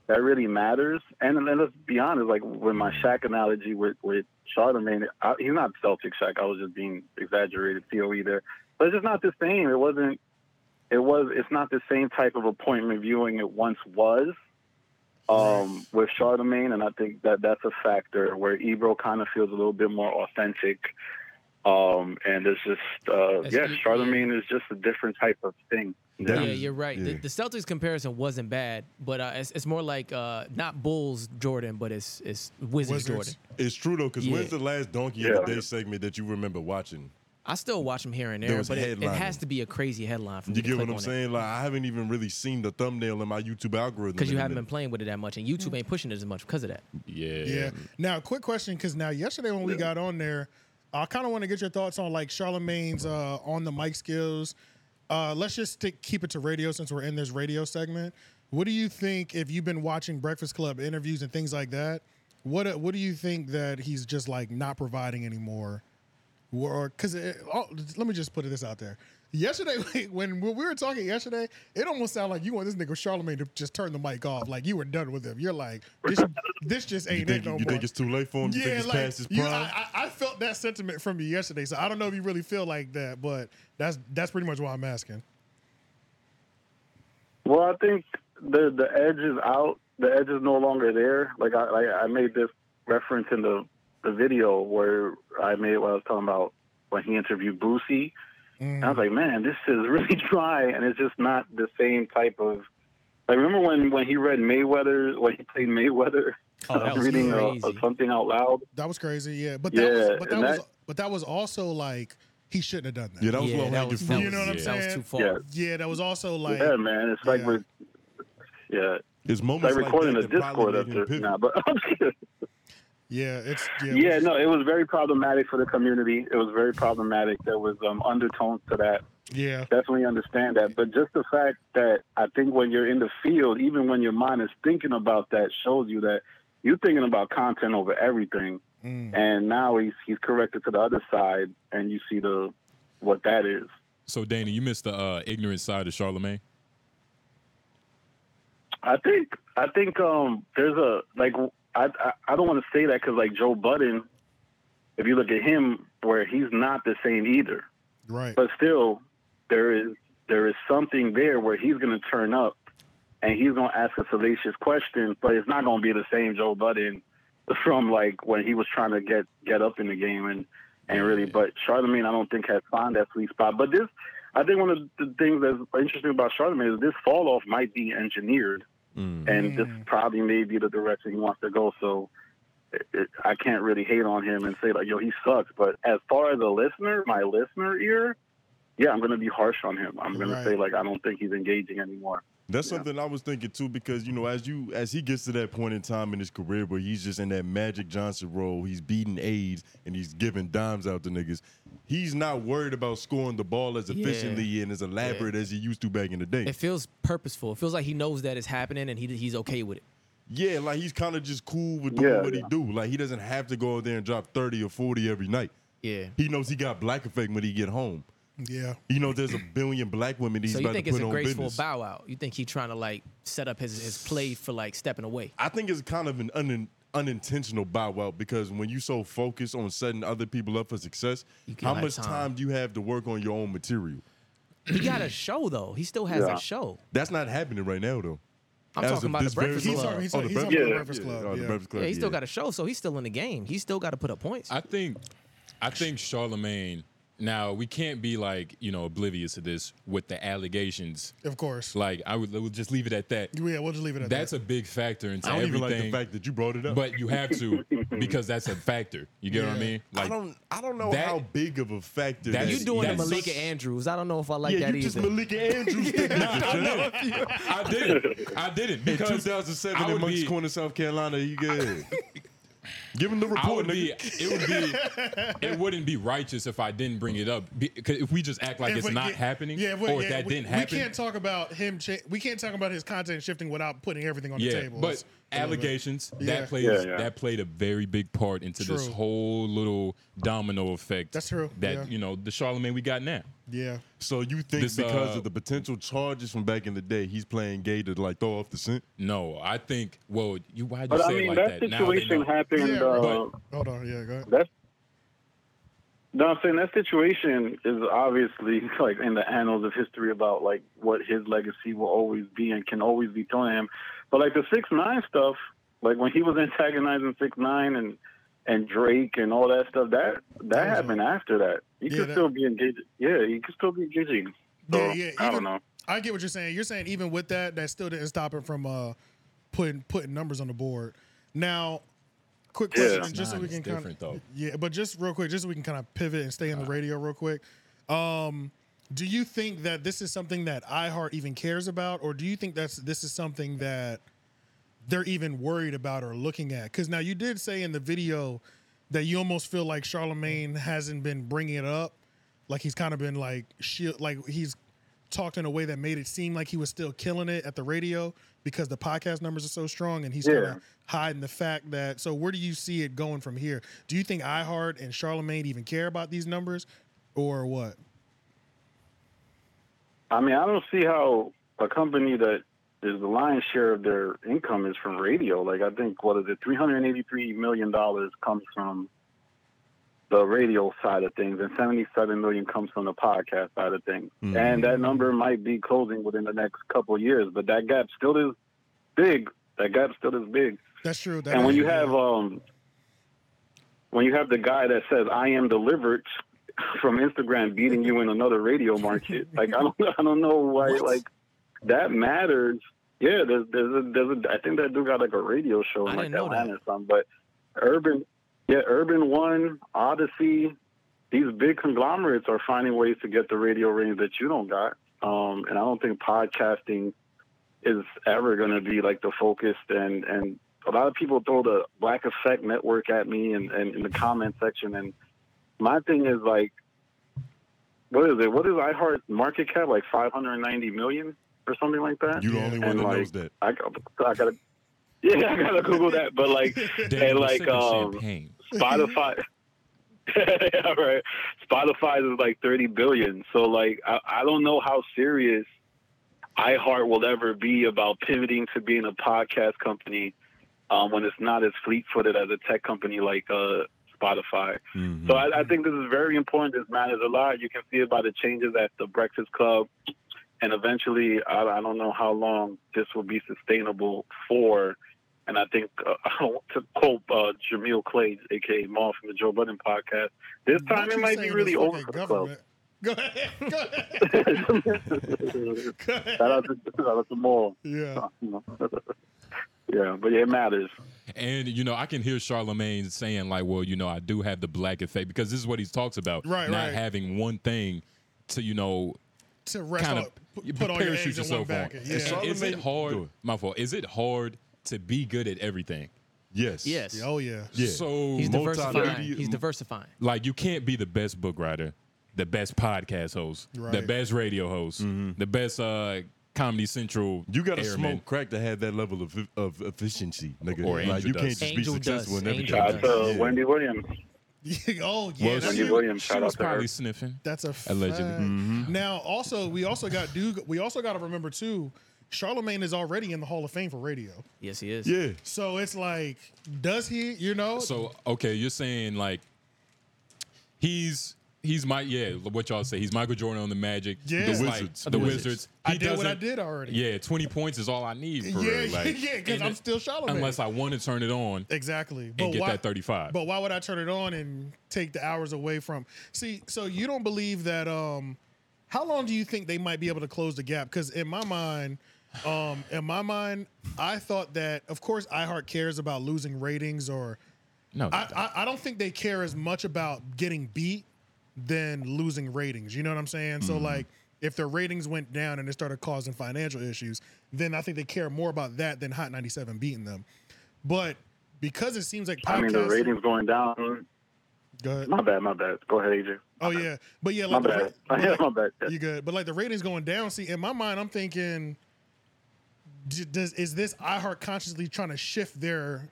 Speaker 6: that really matters. And, and let's be honest, like with my Shaq analogy with with Charlemagne, I, he's not Celtic Shaq. I was just being exaggerated, Theo either. But it's just not the same. It wasn't. It was. It's not the same type of appointment viewing it once was. Um, with Charlemagne, and I think that that's a factor where Ebro kind of feels a little bit more authentic. Um, and it's just, uh,
Speaker 5: That's
Speaker 6: yeah,
Speaker 5: deep, yeah.
Speaker 6: Charlemagne is just a different type of thing.
Speaker 5: Yeah,
Speaker 1: Yeah.
Speaker 5: you're right. The,
Speaker 1: Yeah.
Speaker 5: the Celtics comparison wasn't bad, but uh, it's, it's more like uh, not Bulls Jordan, but it's it's
Speaker 2: Wizards.
Speaker 5: Wizards, Jordan.
Speaker 1: It's true though, because
Speaker 5: Yeah.
Speaker 1: when's the last Donkey
Speaker 6: Yeah.
Speaker 1: of the Day segment that you remember watching?
Speaker 5: I still watch him here and there,
Speaker 1: There was
Speaker 5: but it, it
Speaker 1: headlining.
Speaker 5: has to be a crazy headline for me
Speaker 1: You
Speaker 5: to
Speaker 1: get
Speaker 5: click
Speaker 1: what I'm
Speaker 5: on it.
Speaker 1: saying? Like I haven't even really seen the thumbnail in my YouTube algorithm
Speaker 5: because you
Speaker 1: in a
Speaker 5: haven't been
Speaker 1: minute.
Speaker 5: playing with it that much, and YouTube ain't pushing it as much because of that.
Speaker 4: Yeah.
Speaker 2: Yeah. Now, quick question, because now yesterday when we got on there, I kind of want to get your thoughts on like Charlemagne's uh, on the mic skills. Uh, let's just stick keep it to radio since we're in this radio segment. What do you think if you've been watching Breakfast Club interviews and things like that? What what do you think that he's just like not providing anymore? Or because oh, let me just put this out there. Yesterday, when when we were talking yesterday, it almost sounded like you want this nigga Charlemagne to just turn the mic off, like you were done with him. You're like, this, this just ain't
Speaker 1: You
Speaker 2: it
Speaker 1: think,
Speaker 2: no
Speaker 1: you
Speaker 2: more.
Speaker 1: think it's too late for him? You think it's past his prime?
Speaker 2: you- I, I I felt that sentiment from you yesterday, so I don't know if you really feel like that, but that's that's pretty much why I'm asking.
Speaker 6: Well, I think the the edge is out. The edge is no longer there. Like I, I, I made this reference in the the video where I made what I was talking about when he interviewed Boosie. And I was like, man, this is really dry, and it's just not the same type of. Like remember when when he read Mayweather, when he played Mayweather
Speaker 5: Oh,
Speaker 6: I
Speaker 5: that
Speaker 6: was
Speaker 5: was
Speaker 6: reading uh
Speaker 5: crazy.
Speaker 6: something out loud.
Speaker 2: That was crazy. Yeah, but that was
Speaker 6: Yeah,
Speaker 2: but that,
Speaker 6: and
Speaker 2: was
Speaker 6: that-
Speaker 2: but that was also like he shouldn't have done that.
Speaker 1: Yeah, that was low
Speaker 5: that
Speaker 1: hanging
Speaker 5: was, that
Speaker 1: fruit.
Speaker 2: You
Speaker 5: was-
Speaker 2: know what I'm
Speaker 4: Yeah.
Speaker 5: that was
Speaker 2: saying?
Speaker 5: too far.
Speaker 6: Yeah.
Speaker 2: Yeah, that was also like
Speaker 6: yeah, man. It's like
Speaker 2: yeah.
Speaker 6: we're yeah,
Speaker 1: It's
Speaker 6: like
Speaker 1: moments like
Speaker 6: recording
Speaker 1: that
Speaker 6: a
Speaker 1: that probably
Speaker 6: Discord
Speaker 1: made him
Speaker 6: after.
Speaker 1: pivot.
Speaker 6: Nah, but
Speaker 2: yeah, it's yeah, it
Speaker 6: yeah,
Speaker 2: was-
Speaker 6: no, it was very problematic for the community. It was very problematic. There was um, undertones to that.
Speaker 2: yeah,
Speaker 6: Definitely understand that. But just the fact that I think when you're in the field, even when your mind is thinking about that, shows you that you're thinking about content over everything.
Speaker 2: mm,
Speaker 6: And now he's he's corrected to the other side, and you see the what that is.
Speaker 4: So, Danny, you missed the uh, ignorant side of Charlemagne.
Speaker 6: I think I think um there's a like I I, I don't want to say that because like Joe Budden, if you look at him, where he's not the same either.
Speaker 2: right.
Speaker 6: but still there is there is something there where he's going to turn up and he's going to ask a salacious question but it's not going to be the same joe budden from like when he was trying to get get up in the game and and really but charlemagne i don't think has found that sweet spot but this i think one of the things that's interesting about charlemagne is this fall off might be engineered
Speaker 1: Mm.
Speaker 6: and this probably may be the direction he wants to go so it, it, i can't really hate on him and say like yo he sucks but as far as a listener my listener ear yeah, I'm gonna be harsh on him. I'm gonna
Speaker 2: Right.
Speaker 6: say like I don't think he's engaging anymore.
Speaker 1: That's
Speaker 6: Yeah.
Speaker 1: something I was thinking too, because you know, as you as he gets to that point in time in his career where he's just in that Magic Johnson role, he's beating AIDS and he's giving dimes out to niggas. He's not worried about scoring the ball as efficiently and as elaborate as he used to back in the day.
Speaker 5: It feels purposeful. It feels like he knows that it's happening and he he's okay with it.
Speaker 1: yeah, like he's kind of just cool with doing
Speaker 6: Yeah,
Speaker 1: what
Speaker 6: yeah.
Speaker 1: he do. Like he doesn't have to go out there and drop thirty or forty every night.
Speaker 5: Yeah.
Speaker 1: He knows he got black effect when he get home.
Speaker 2: Yeah.
Speaker 1: You know, there's a billion black women that he's
Speaker 5: so you
Speaker 1: about
Speaker 5: think
Speaker 1: to
Speaker 5: it's
Speaker 1: put
Speaker 5: a
Speaker 1: on
Speaker 5: graceful
Speaker 1: business.
Speaker 5: bow out? You think he's trying to like set up his his play for like stepping away?
Speaker 1: I think it's kind of an un- unintentional bow out because when you so focused on setting other people up for success,
Speaker 5: You can
Speaker 1: how
Speaker 5: have
Speaker 1: much
Speaker 5: time.
Speaker 1: time. do you have to work on your own material?
Speaker 5: He got a show though. He still has
Speaker 6: Yeah.
Speaker 5: a show.
Speaker 1: That's not happening right now, though.
Speaker 5: I'm
Speaker 1: As
Speaker 5: talking
Speaker 1: of
Speaker 5: about the
Speaker 1: this very-
Speaker 5: Breakfast
Speaker 2: He's
Speaker 5: Club.
Speaker 2: on- he's
Speaker 1: Oh,
Speaker 2: on-
Speaker 1: the
Speaker 2: he's on
Speaker 1: Breakfast-
Speaker 2: the
Speaker 6: Yeah.
Speaker 2: Breakfast Club.
Speaker 1: oh, the
Speaker 2: yeah.
Speaker 1: Breakfast Club,
Speaker 5: Yeah, he still
Speaker 1: yeah.
Speaker 5: got a show, so he's still in the game. He's still got to put up points.
Speaker 4: I think, I think Charlemagne. Now we can't be like you know oblivious to this with the allegations.
Speaker 2: Of course.
Speaker 4: Like I would, we'll just leave it at that.
Speaker 2: Yeah, we'll just leave it at
Speaker 4: That's
Speaker 2: that.
Speaker 4: a big factor into
Speaker 1: I don't even
Speaker 4: everything.
Speaker 1: like the fact that you brought it up.
Speaker 4: but you have to because that's a factor. You get what I
Speaker 2: Yeah.
Speaker 4: mean?
Speaker 1: I
Speaker 4: Like
Speaker 1: don't, I don't know
Speaker 4: that-
Speaker 1: how big of a factor
Speaker 4: that-
Speaker 1: that
Speaker 5: you
Speaker 1: is.
Speaker 5: doing the
Speaker 4: that's
Speaker 5: Malika
Speaker 4: such-
Speaker 5: Andrews? I don't know if I like
Speaker 1: yeah,
Speaker 5: that
Speaker 1: you just
Speaker 5: either.
Speaker 1: Malika Andrews did that
Speaker 4: I didn't. I didn't
Speaker 1: in
Speaker 4: because
Speaker 1: 2007
Speaker 4: I
Speaker 1: in
Speaker 4: would
Speaker 1: Monk's
Speaker 4: be-
Speaker 1: Corner, South Carolina. You good? Give him the
Speaker 4: I would
Speaker 1: report,
Speaker 4: be.
Speaker 1: nigga.
Speaker 4: It would be. It wouldn't be righteous if I didn't bring it up. Be- 'cause if we just act like
Speaker 2: If
Speaker 4: it's
Speaker 2: we-
Speaker 4: not
Speaker 2: yeah,
Speaker 4: happening,
Speaker 2: Yeah, if we-
Speaker 4: or
Speaker 2: yeah,
Speaker 4: if that
Speaker 2: we-
Speaker 4: didn't
Speaker 2: We
Speaker 4: happen,
Speaker 2: can't talk about him. Cha- we can't talk about his content shifting without putting everything on the
Speaker 4: yeah.
Speaker 2: table.
Speaker 4: But
Speaker 2: It's a little bit-
Speaker 4: allegations
Speaker 2: Yeah.
Speaker 4: that plays
Speaker 6: Yeah, yeah.
Speaker 4: that played a very big part into this
Speaker 2: True.
Speaker 4: whole little domino effect.
Speaker 2: That's true,
Speaker 4: That
Speaker 2: yeah.
Speaker 4: you know the Charlemagne we got now.
Speaker 2: Yeah,
Speaker 1: So you think
Speaker 4: This,
Speaker 1: because
Speaker 4: uh,
Speaker 1: of the potential charges from back in the day, he's playing gay to like throw off the scent?
Speaker 4: No, I think. Well, you why you
Speaker 6: But I
Speaker 4: say it
Speaker 6: mean,
Speaker 4: like
Speaker 6: that
Speaker 4: that? Now they
Speaker 6: situation
Speaker 4: know.
Speaker 6: happened.
Speaker 2: Yeah,
Speaker 6: uh,
Speaker 4: right.
Speaker 2: hold on. Yeah, go ahead.
Speaker 6: that's no, I'm saying that situation is obviously like in the annals of history about like what his legacy will always be and can always be thrown at him. But like the six nine stuff, like when he was antagonizing six nine and and Drake and all that stuff, that that,
Speaker 2: That was
Speaker 6: happened after that. He
Speaker 2: Yeah,
Speaker 6: could
Speaker 2: that-
Speaker 6: still be engaged. Yeah, he could still be engaging. So,
Speaker 2: Yeah, yeah,
Speaker 6: I
Speaker 2: even-
Speaker 6: don't know.
Speaker 2: I get what you're saying. You're saying even with that, that still didn't stop him from uh, putting putting numbers on the board. Now, quick
Speaker 6: Yeah.
Speaker 2: question, just so
Speaker 4: Nine
Speaker 2: we
Speaker 4: is
Speaker 2: can kind
Speaker 4: different
Speaker 2: of
Speaker 4: though.
Speaker 2: yeah, but just real quick, just so we can kind of pivot and stay on the radio real quick. Um, do you think that this is something that iHeart even cares about, or do you think that's this is something that they're even worried about or looking at? Because now you did say in the video that you almost feel like Charlemagne hasn't been bringing it up, like he's kind of been like shield, like he's talked in a way that made it seem like he was still killing it at the radio because the podcast numbers are so strong and he's
Speaker 6: Yeah.
Speaker 2: kind of hiding the fact that so where do you see it going from here do you think iheart and charlemagne even care about these numbers or what
Speaker 6: I mean, I don't see how a company that is the lion's share of their income is from radio. Like, I think what is it, three hundred eighty-three million dollars comes from the radio side of things, and seventy-seven million comes from the podcast side of things.
Speaker 1: Mhm.
Speaker 6: And that number might be closing within the next couple of years, but that gap still is big. That gap still is big.
Speaker 2: that's true that
Speaker 6: And when
Speaker 2: is-
Speaker 6: you have um, when you have the guy that says "I am delivered" from Instagram beating you in another radio market, like I don't, I don't know why, like that matters Yeah, there's there's a, there's a, I think that dude got like a radio show in
Speaker 5: I
Speaker 6: like
Speaker 5: didn't know that.
Speaker 6: Atlanta or something. But Urban, yeah, Urban One, Odyssey, these big conglomerates are finding ways to get the radio ratings that you don't got. Um, and I don't think podcasting is ever going to be like the focus. And and a lot of people throw the Black Effect Network at me and, and in the comment section. And my thing is like, what is it? What is iHeart market cap? Like 590 million or something like that.
Speaker 1: You the only one
Speaker 6: And,
Speaker 1: that
Speaker 6: like,
Speaker 1: knows that.
Speaker 6: I, got- I gotta, yeah, I gotta Google that. But like, and like, um,
Speaker 4: champagne.
Speaker 6: Spotify. yeah, right. Spotify is like thirty billion. So like, I, I don't know how serious iHeart will ever be about pivoting to being a podcast company um, when it's not as fleet-footed as a tech company like uh, Spotify.
Speaker 1: Mhm.
Speaker 6: So I, I think this is very important. This matters a lot. You can see it by the changes at the Breakfast Club, and eventually, I, I don't know how long this will be sustainable for. And I think, uh, to quote uh, Jameel Clay, aka Maul from the Joe Budden podcast, this time
Speaker 2: What
Speaker 6: it
Speaker 2: you
Speaker 6: might
Speaker 2: saying
Speaker 6: be
Speaker 2: is
Speaker 6: really
Speaker 2: fucking
Speaker 6: over for the club.
Speaker 2: government. Go ahead. Go ahead.
Speaker 6: shout
Speaker 2: Go ahead.
Speaker 6: out to, shout out to Maul. Uh,
Speaker 2: Yeah.
Speaker 6: yeah, but it matters.
Speaker 4: And you know, I can hear Charlemagne saying like, "Well, you know, I do have the black effect because this is what he's talks about,
Speaker 2: Right,
Speaker 4: Not
Speaker 2: right.
Speaker 4: having one thing to you know
Speaker 2: To rest
Speaker 4: kind of
Speaker 2: up. Put, put all your eggs in one basket.
Speaker 4: on.
Speaker 2: Yeah.
Speaker 4: Is, is it
Speaker 1: Charlemagne- Go
Speaker 4: hard?
Speaker 1: ahead.
Speaker 4: My fault. Is it hard to be good at everything?
Speaker 1: Yes.
Speaker 5: Yes.
Speaker 2: Oh yeah.
Speaker 1: Yeah.
Speaker 4: So
Speaker 5: He's
Speaker 1: multi-
Speaker 5: diversifying.
Speaker 1: media-
Speaker 5: He's diversifying.
Speaker 4: like you can't be the best book writer, the best podcast host, the
Speaker 2: Right.
Speaker 4: best radio host, the best uh, Comedy Central.
Speaker 1: Mm-hmm. You gotta
Speaker 4: airman.
Speaker 1: smoke crack to have that level of of efficiency, nigga.
Speaker 4: Or
Speaker 1: like,
Speaker 4: angel
Speaker 1: you can't
Speaker 4: dust.
Speaker 1: just
Speaker 5: Angel
Speaker 1: be successful
Speaker 5: dust,
Speaker 1: in everything.
Speaker 5: angel
Speaker 6: Shout out to
Speaker 1: Yeah.
Speaker 6: Wendy Williams.
Speaker 2: oh yeah.
Speaker 4: Well,
Speaker 2: that's
Speaker 6: Wendy
Speaker 2: it.
Speaker 6: Williams.
Speaker 4: She
Speaker 6: Shout out
Speaker 4: was
Speaker 6: to her.
Speaker 4: probably sniffing.
Speaker 2: That's a
Speaker 4: Allegedly.
Speaker 2: fact.
Speaker 4: Mm-hmm.
Speaker 2: Now, also, we also got do. We also got to remember too. Charlemagne is already in the Hall of Fame for radio,
Speaker 5: Yes, he is.
Speaker 1: Yeah.
Speaker 2: so it's like, does he? You know,
Speaker 4: So okay, you're saying like he's he's my yeah what y'all say he's Michael Jordan on the Magic
Speaker 2: Yeah.
Speaker 4: the
Speaker 2: The
Speaker 4: Wizards
Speaker 1: Wizards.
Speaker 4: the,
Speaker 5: The Wizards.
Speaker 4: Wizards
Speaker 2: I did what I
Speaker 4: doesn't-
Speaker 2: did already.
Speaker 4: yeah 20 points is all I need for
Speaker 2: Yeah,
Speaker 4: real, like,
Speaker 2: yeah, 'cause
Speaker 4: and
Speaker 2: I'm
Speaker 4: it-
Speaker 2: still Charlemagne.
Speaker 4: unless I want to turn it on
Speaker 2: exactly.
Speaker 4: and get that 35
Speaker 2: But why would I turn it on and take the hours away from? See, so you don't believe that? Um, how long do you think they might be able to close the gap? Because in my mind, um, in my mind, I thought that of course iHeart cares about losing ratings or
Speaker 4: no
Speaker 2: I, I, I don't think they care as much about getting beat than losing ratings. You know what I'm saying? So
Speaker 6: Mm-hmm.
Speaker 2: like if their ratings went down and it started causing financial issues, then I think they care more about that than Hot 97 beating them. But because it seems like
Speaker 6: I mean,
Speaker 2: podcasting,
Speaker 6: the ratings going down.
Speaker 2: Go ahead.
Speaker 6: My bad, my bad. Go ahead, AJ.
Speaker 2: oh yeah, but yeah,
Speaker 6: My
Speaker 2: like, the
Speaker 6: bad.
Speaker 2: ra- but,
Speaker 6: my
Speaker 2: like
Speaker 6: bad.
Speaker 2: you good, but like the ratings going down. See, in my mind, I'm thinking, d- does is this iHeart consciously trying to shift their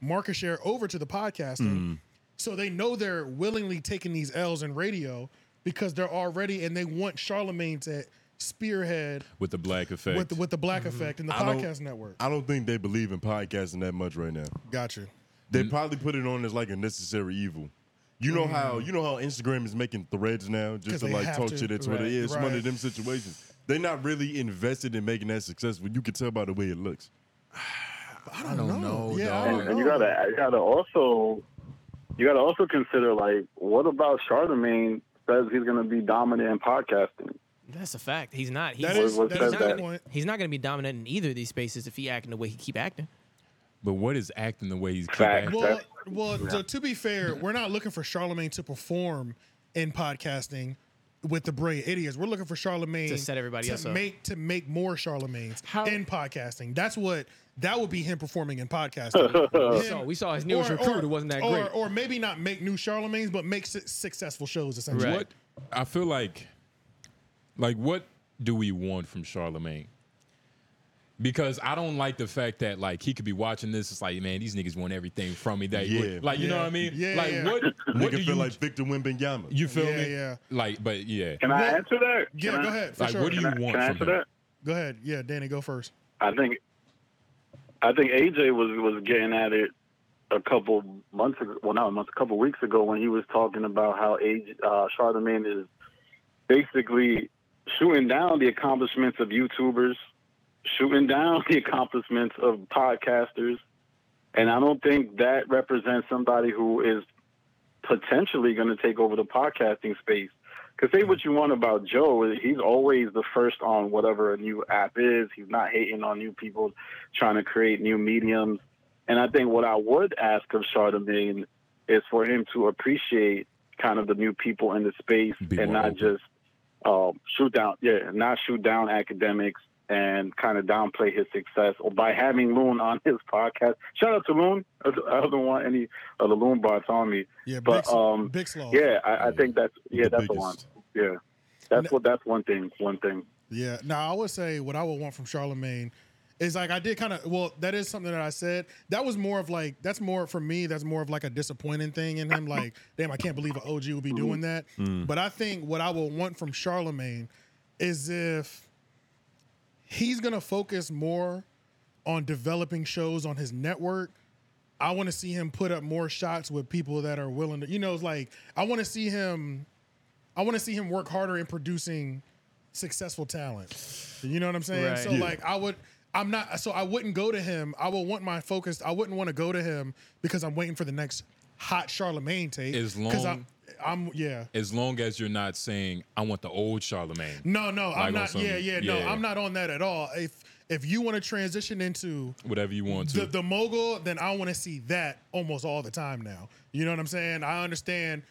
Speaker 2: market share over to the podcasting?
Speaker 5: Mm.
Speaker 2: So they know they're willingly taking these L's in radio because they're already and they want Charlemagne to spearhead
Speaker 4: with the black effect
Speaker 2: with the, with the Black Effect and the
Speaker 1: I don't-
Speaker 2: podcast network.
Speaker 1: I don't think they believe in podcasting that much right now.
Speaker 2: Got you.
Speaker 1: They probably put it on as like a necessary evil. You know how you know how Instagram is making threads now
Speaker 2: Mm. 'Cause
Speaker 1: just to
Speaker 2: they
Speaker 1: like
Speaker 2: have
Speaker 1: talk
Speaker 2: to.
Speaker 1: shit at Twitter.
Speaker 2: Right,
Speaker 1: yeah, it's one
Speaker 2: right.
Speaker 1: of them situations. They're not really invested in making that successful. You can tell by the way it looks.
Speaker 2: I don't, know. yeah, I
Speaker 6: and,
Speaker 2: don't
Speaker 6: and you
Speaker 2: know.
Speaker 6: gotta, you gotta also, you gotta also consider like, what about Charlemagne says he's gonna be dominant in podcasting?
Speaker 5: That's a fact. He's not. He's,
Speaker 2: That is,
Speaker 6: What-
Speaker 2: that
Speaker 5: he's
Speaker 2: is
Speaker 6: what says
Speaker 2: a
Speaker 5: not,
Speaker 2: good
Speaker 6: that?
Speaker 5: gonna,
Speaker 2: point.
Speaker 5: he's not gonna be dominant in either of these spaces if he acting the way he keep acting.
Speaker 4: but what is acting the way he's keep
Speaker 6: Fact.
Speaker 4: acting?
Speaker 2: Well,
Speaker 6: That's-
Speaker 2: well. To, to be fair, we're not looking for Charlemagne to perform in podcasting with the brilliant idiots. We're looking for Charlemagne
Speaker 5: To set everybody
Speaker 2: to
Speaker 5: else up.
Speaker 2: make to make more Charlemagnes
Speaker 5: How-
Speaker 2: in podcasting. That's what that would be him performing in podcasting.
Speaker 5: We
Speaker 2: Him-
Speaker 5: saw, we saw his newest
Speaker 2: or-
Speaker 5: recruit
Speaker 2: or-
Speaker 5: who wasn't that
Speaker 2: or,
Speaker 5: great.
Speaker 2: Or maybe not make new Charlemagnes, but make su- successful shows essentially.
Speaker 5: Right.
Speaker 4: what I feel like like what do we want from Charlemagne? Because I don't like the fact that like he could be watching this. It's like, man, these niggas want everything from me. That
Speaker 1: Yeah.
Speaker 4: like you know
Speaker 2: Yeah.
Speaker 4: what I mean?
Speaker 2: Yeah,
Speaker 4: like
Speaker 2: yeah.
Speaker 4: what
Speaker 1: Nigga
Speaker 4: what do
Speaker 1: feel
Speaker 4: you
Speaker 1: like Victor Wembanyama.
Speaker 4: you feel
Speaker 2: Yeah,
Speaker 4: me?
Speaker 2: yeah.
Speaker 4: Like, but yeah.
Speaker 6: Can I
Speaker 2: Well,
Speaker 6: answer that?
Speaker 2: Yeah,
Speaker 6: Can I-
Speaker 2: go ahead. For
Speaker 4: Like,
Speaker 2: sure.
Speaker 4: what do you
Speaker 6: Can I,
Speaker 4: want
Speaker 6: can I
Speaker 4: from
Speaker 6: answer
Speaker 4: him?
Speaker 6: that?
Speaker 2: go ahead. Yeah, Danny, go first.
Speaker 6: I think, I think AJ was was getting at it a couple months ago. Well, not a month, a couple weeks ago when he was talking about how AJ, uh, Charlemagne is basically shooting down the accomplishments of YouTubers, shooting down the accomplishments of podcasters, and I don't think that represents somebody who is potentially going to take over the podcasting space. Cause say what you want about Joe, he's always the first on whatever a new app is. He's not hating on new people, trying to create new mediums. And I think what I would ask of Charlemagne is for him to appreciate kind of the new people in the space
Speaker 4: Be
Speaker 6: and
Speaker 4: more
Speaker 6: not
Speaker 4: open.
Speaker 6: just um, shoot down, yeah, not shoot down academics and kind of downplay his success or by having Loon on his podcast. Shout out to Loon. uh, I don't want any of the Loon bots on me.
Speaker 2: Yeah,
Speaker 6: But,
Speaker 2: Bix,
Speaker 6: um,
Speaker 2: Bixlaw.
Speaker 6: Yeah, I, I think that's yeah,
Speaker 1: The
Speaker 6: that's the
Speaker 1: biggest.
Speaker 6: one. Yeah, that's what that's one thing. One thing.
Speaker 2: Yeah. Now I would say what I would want from Charlemagne is like I did kind of well. That is something that I said. That was more of like that's more for me. That's more of like a disappointing thing in him. Like, damn, I can't believe an OG would be doing that. But I think what I would want from Charlemagne is if he's gonna focus more on developing shows on his network. I want to see him put up more shots with people that are willing to, you know, it's like I want to see him, I want to see him work harder in producing successful talent. You know what I'm saying?
Speaker 3: Right.
Speaker 2: So
Speaker 3: Yeah.
Speaker 2: like I would, I'm not, so I wouldn't go to him. I would want my focus. I wouldn't want to go to him because I'm waiting for the next hot Charlemagne tape.
Speaker 4: As
Speaker 2: because
Speaker 4: long-
Speaker 2: I'm, I'm yeah.
Speaker 4: As long as you're not saying, I want the old Charlemagne.
Speaker 2: No, no,
Speaker 4: Like
Speaker 2: I'm
Speaker 4: on
Speaker 2: not.
Speaker 4: some-
Speaker 2: Yeah, yeah, no,
Speaker 4: yeah.
Speaker 2: I'm not on that at all. If if you want to transition into
Speaker 4: Whatever you want to.
Speaker 2: the, the mogul, then I want to see that almost all the time now. You know what I'm saying? I understand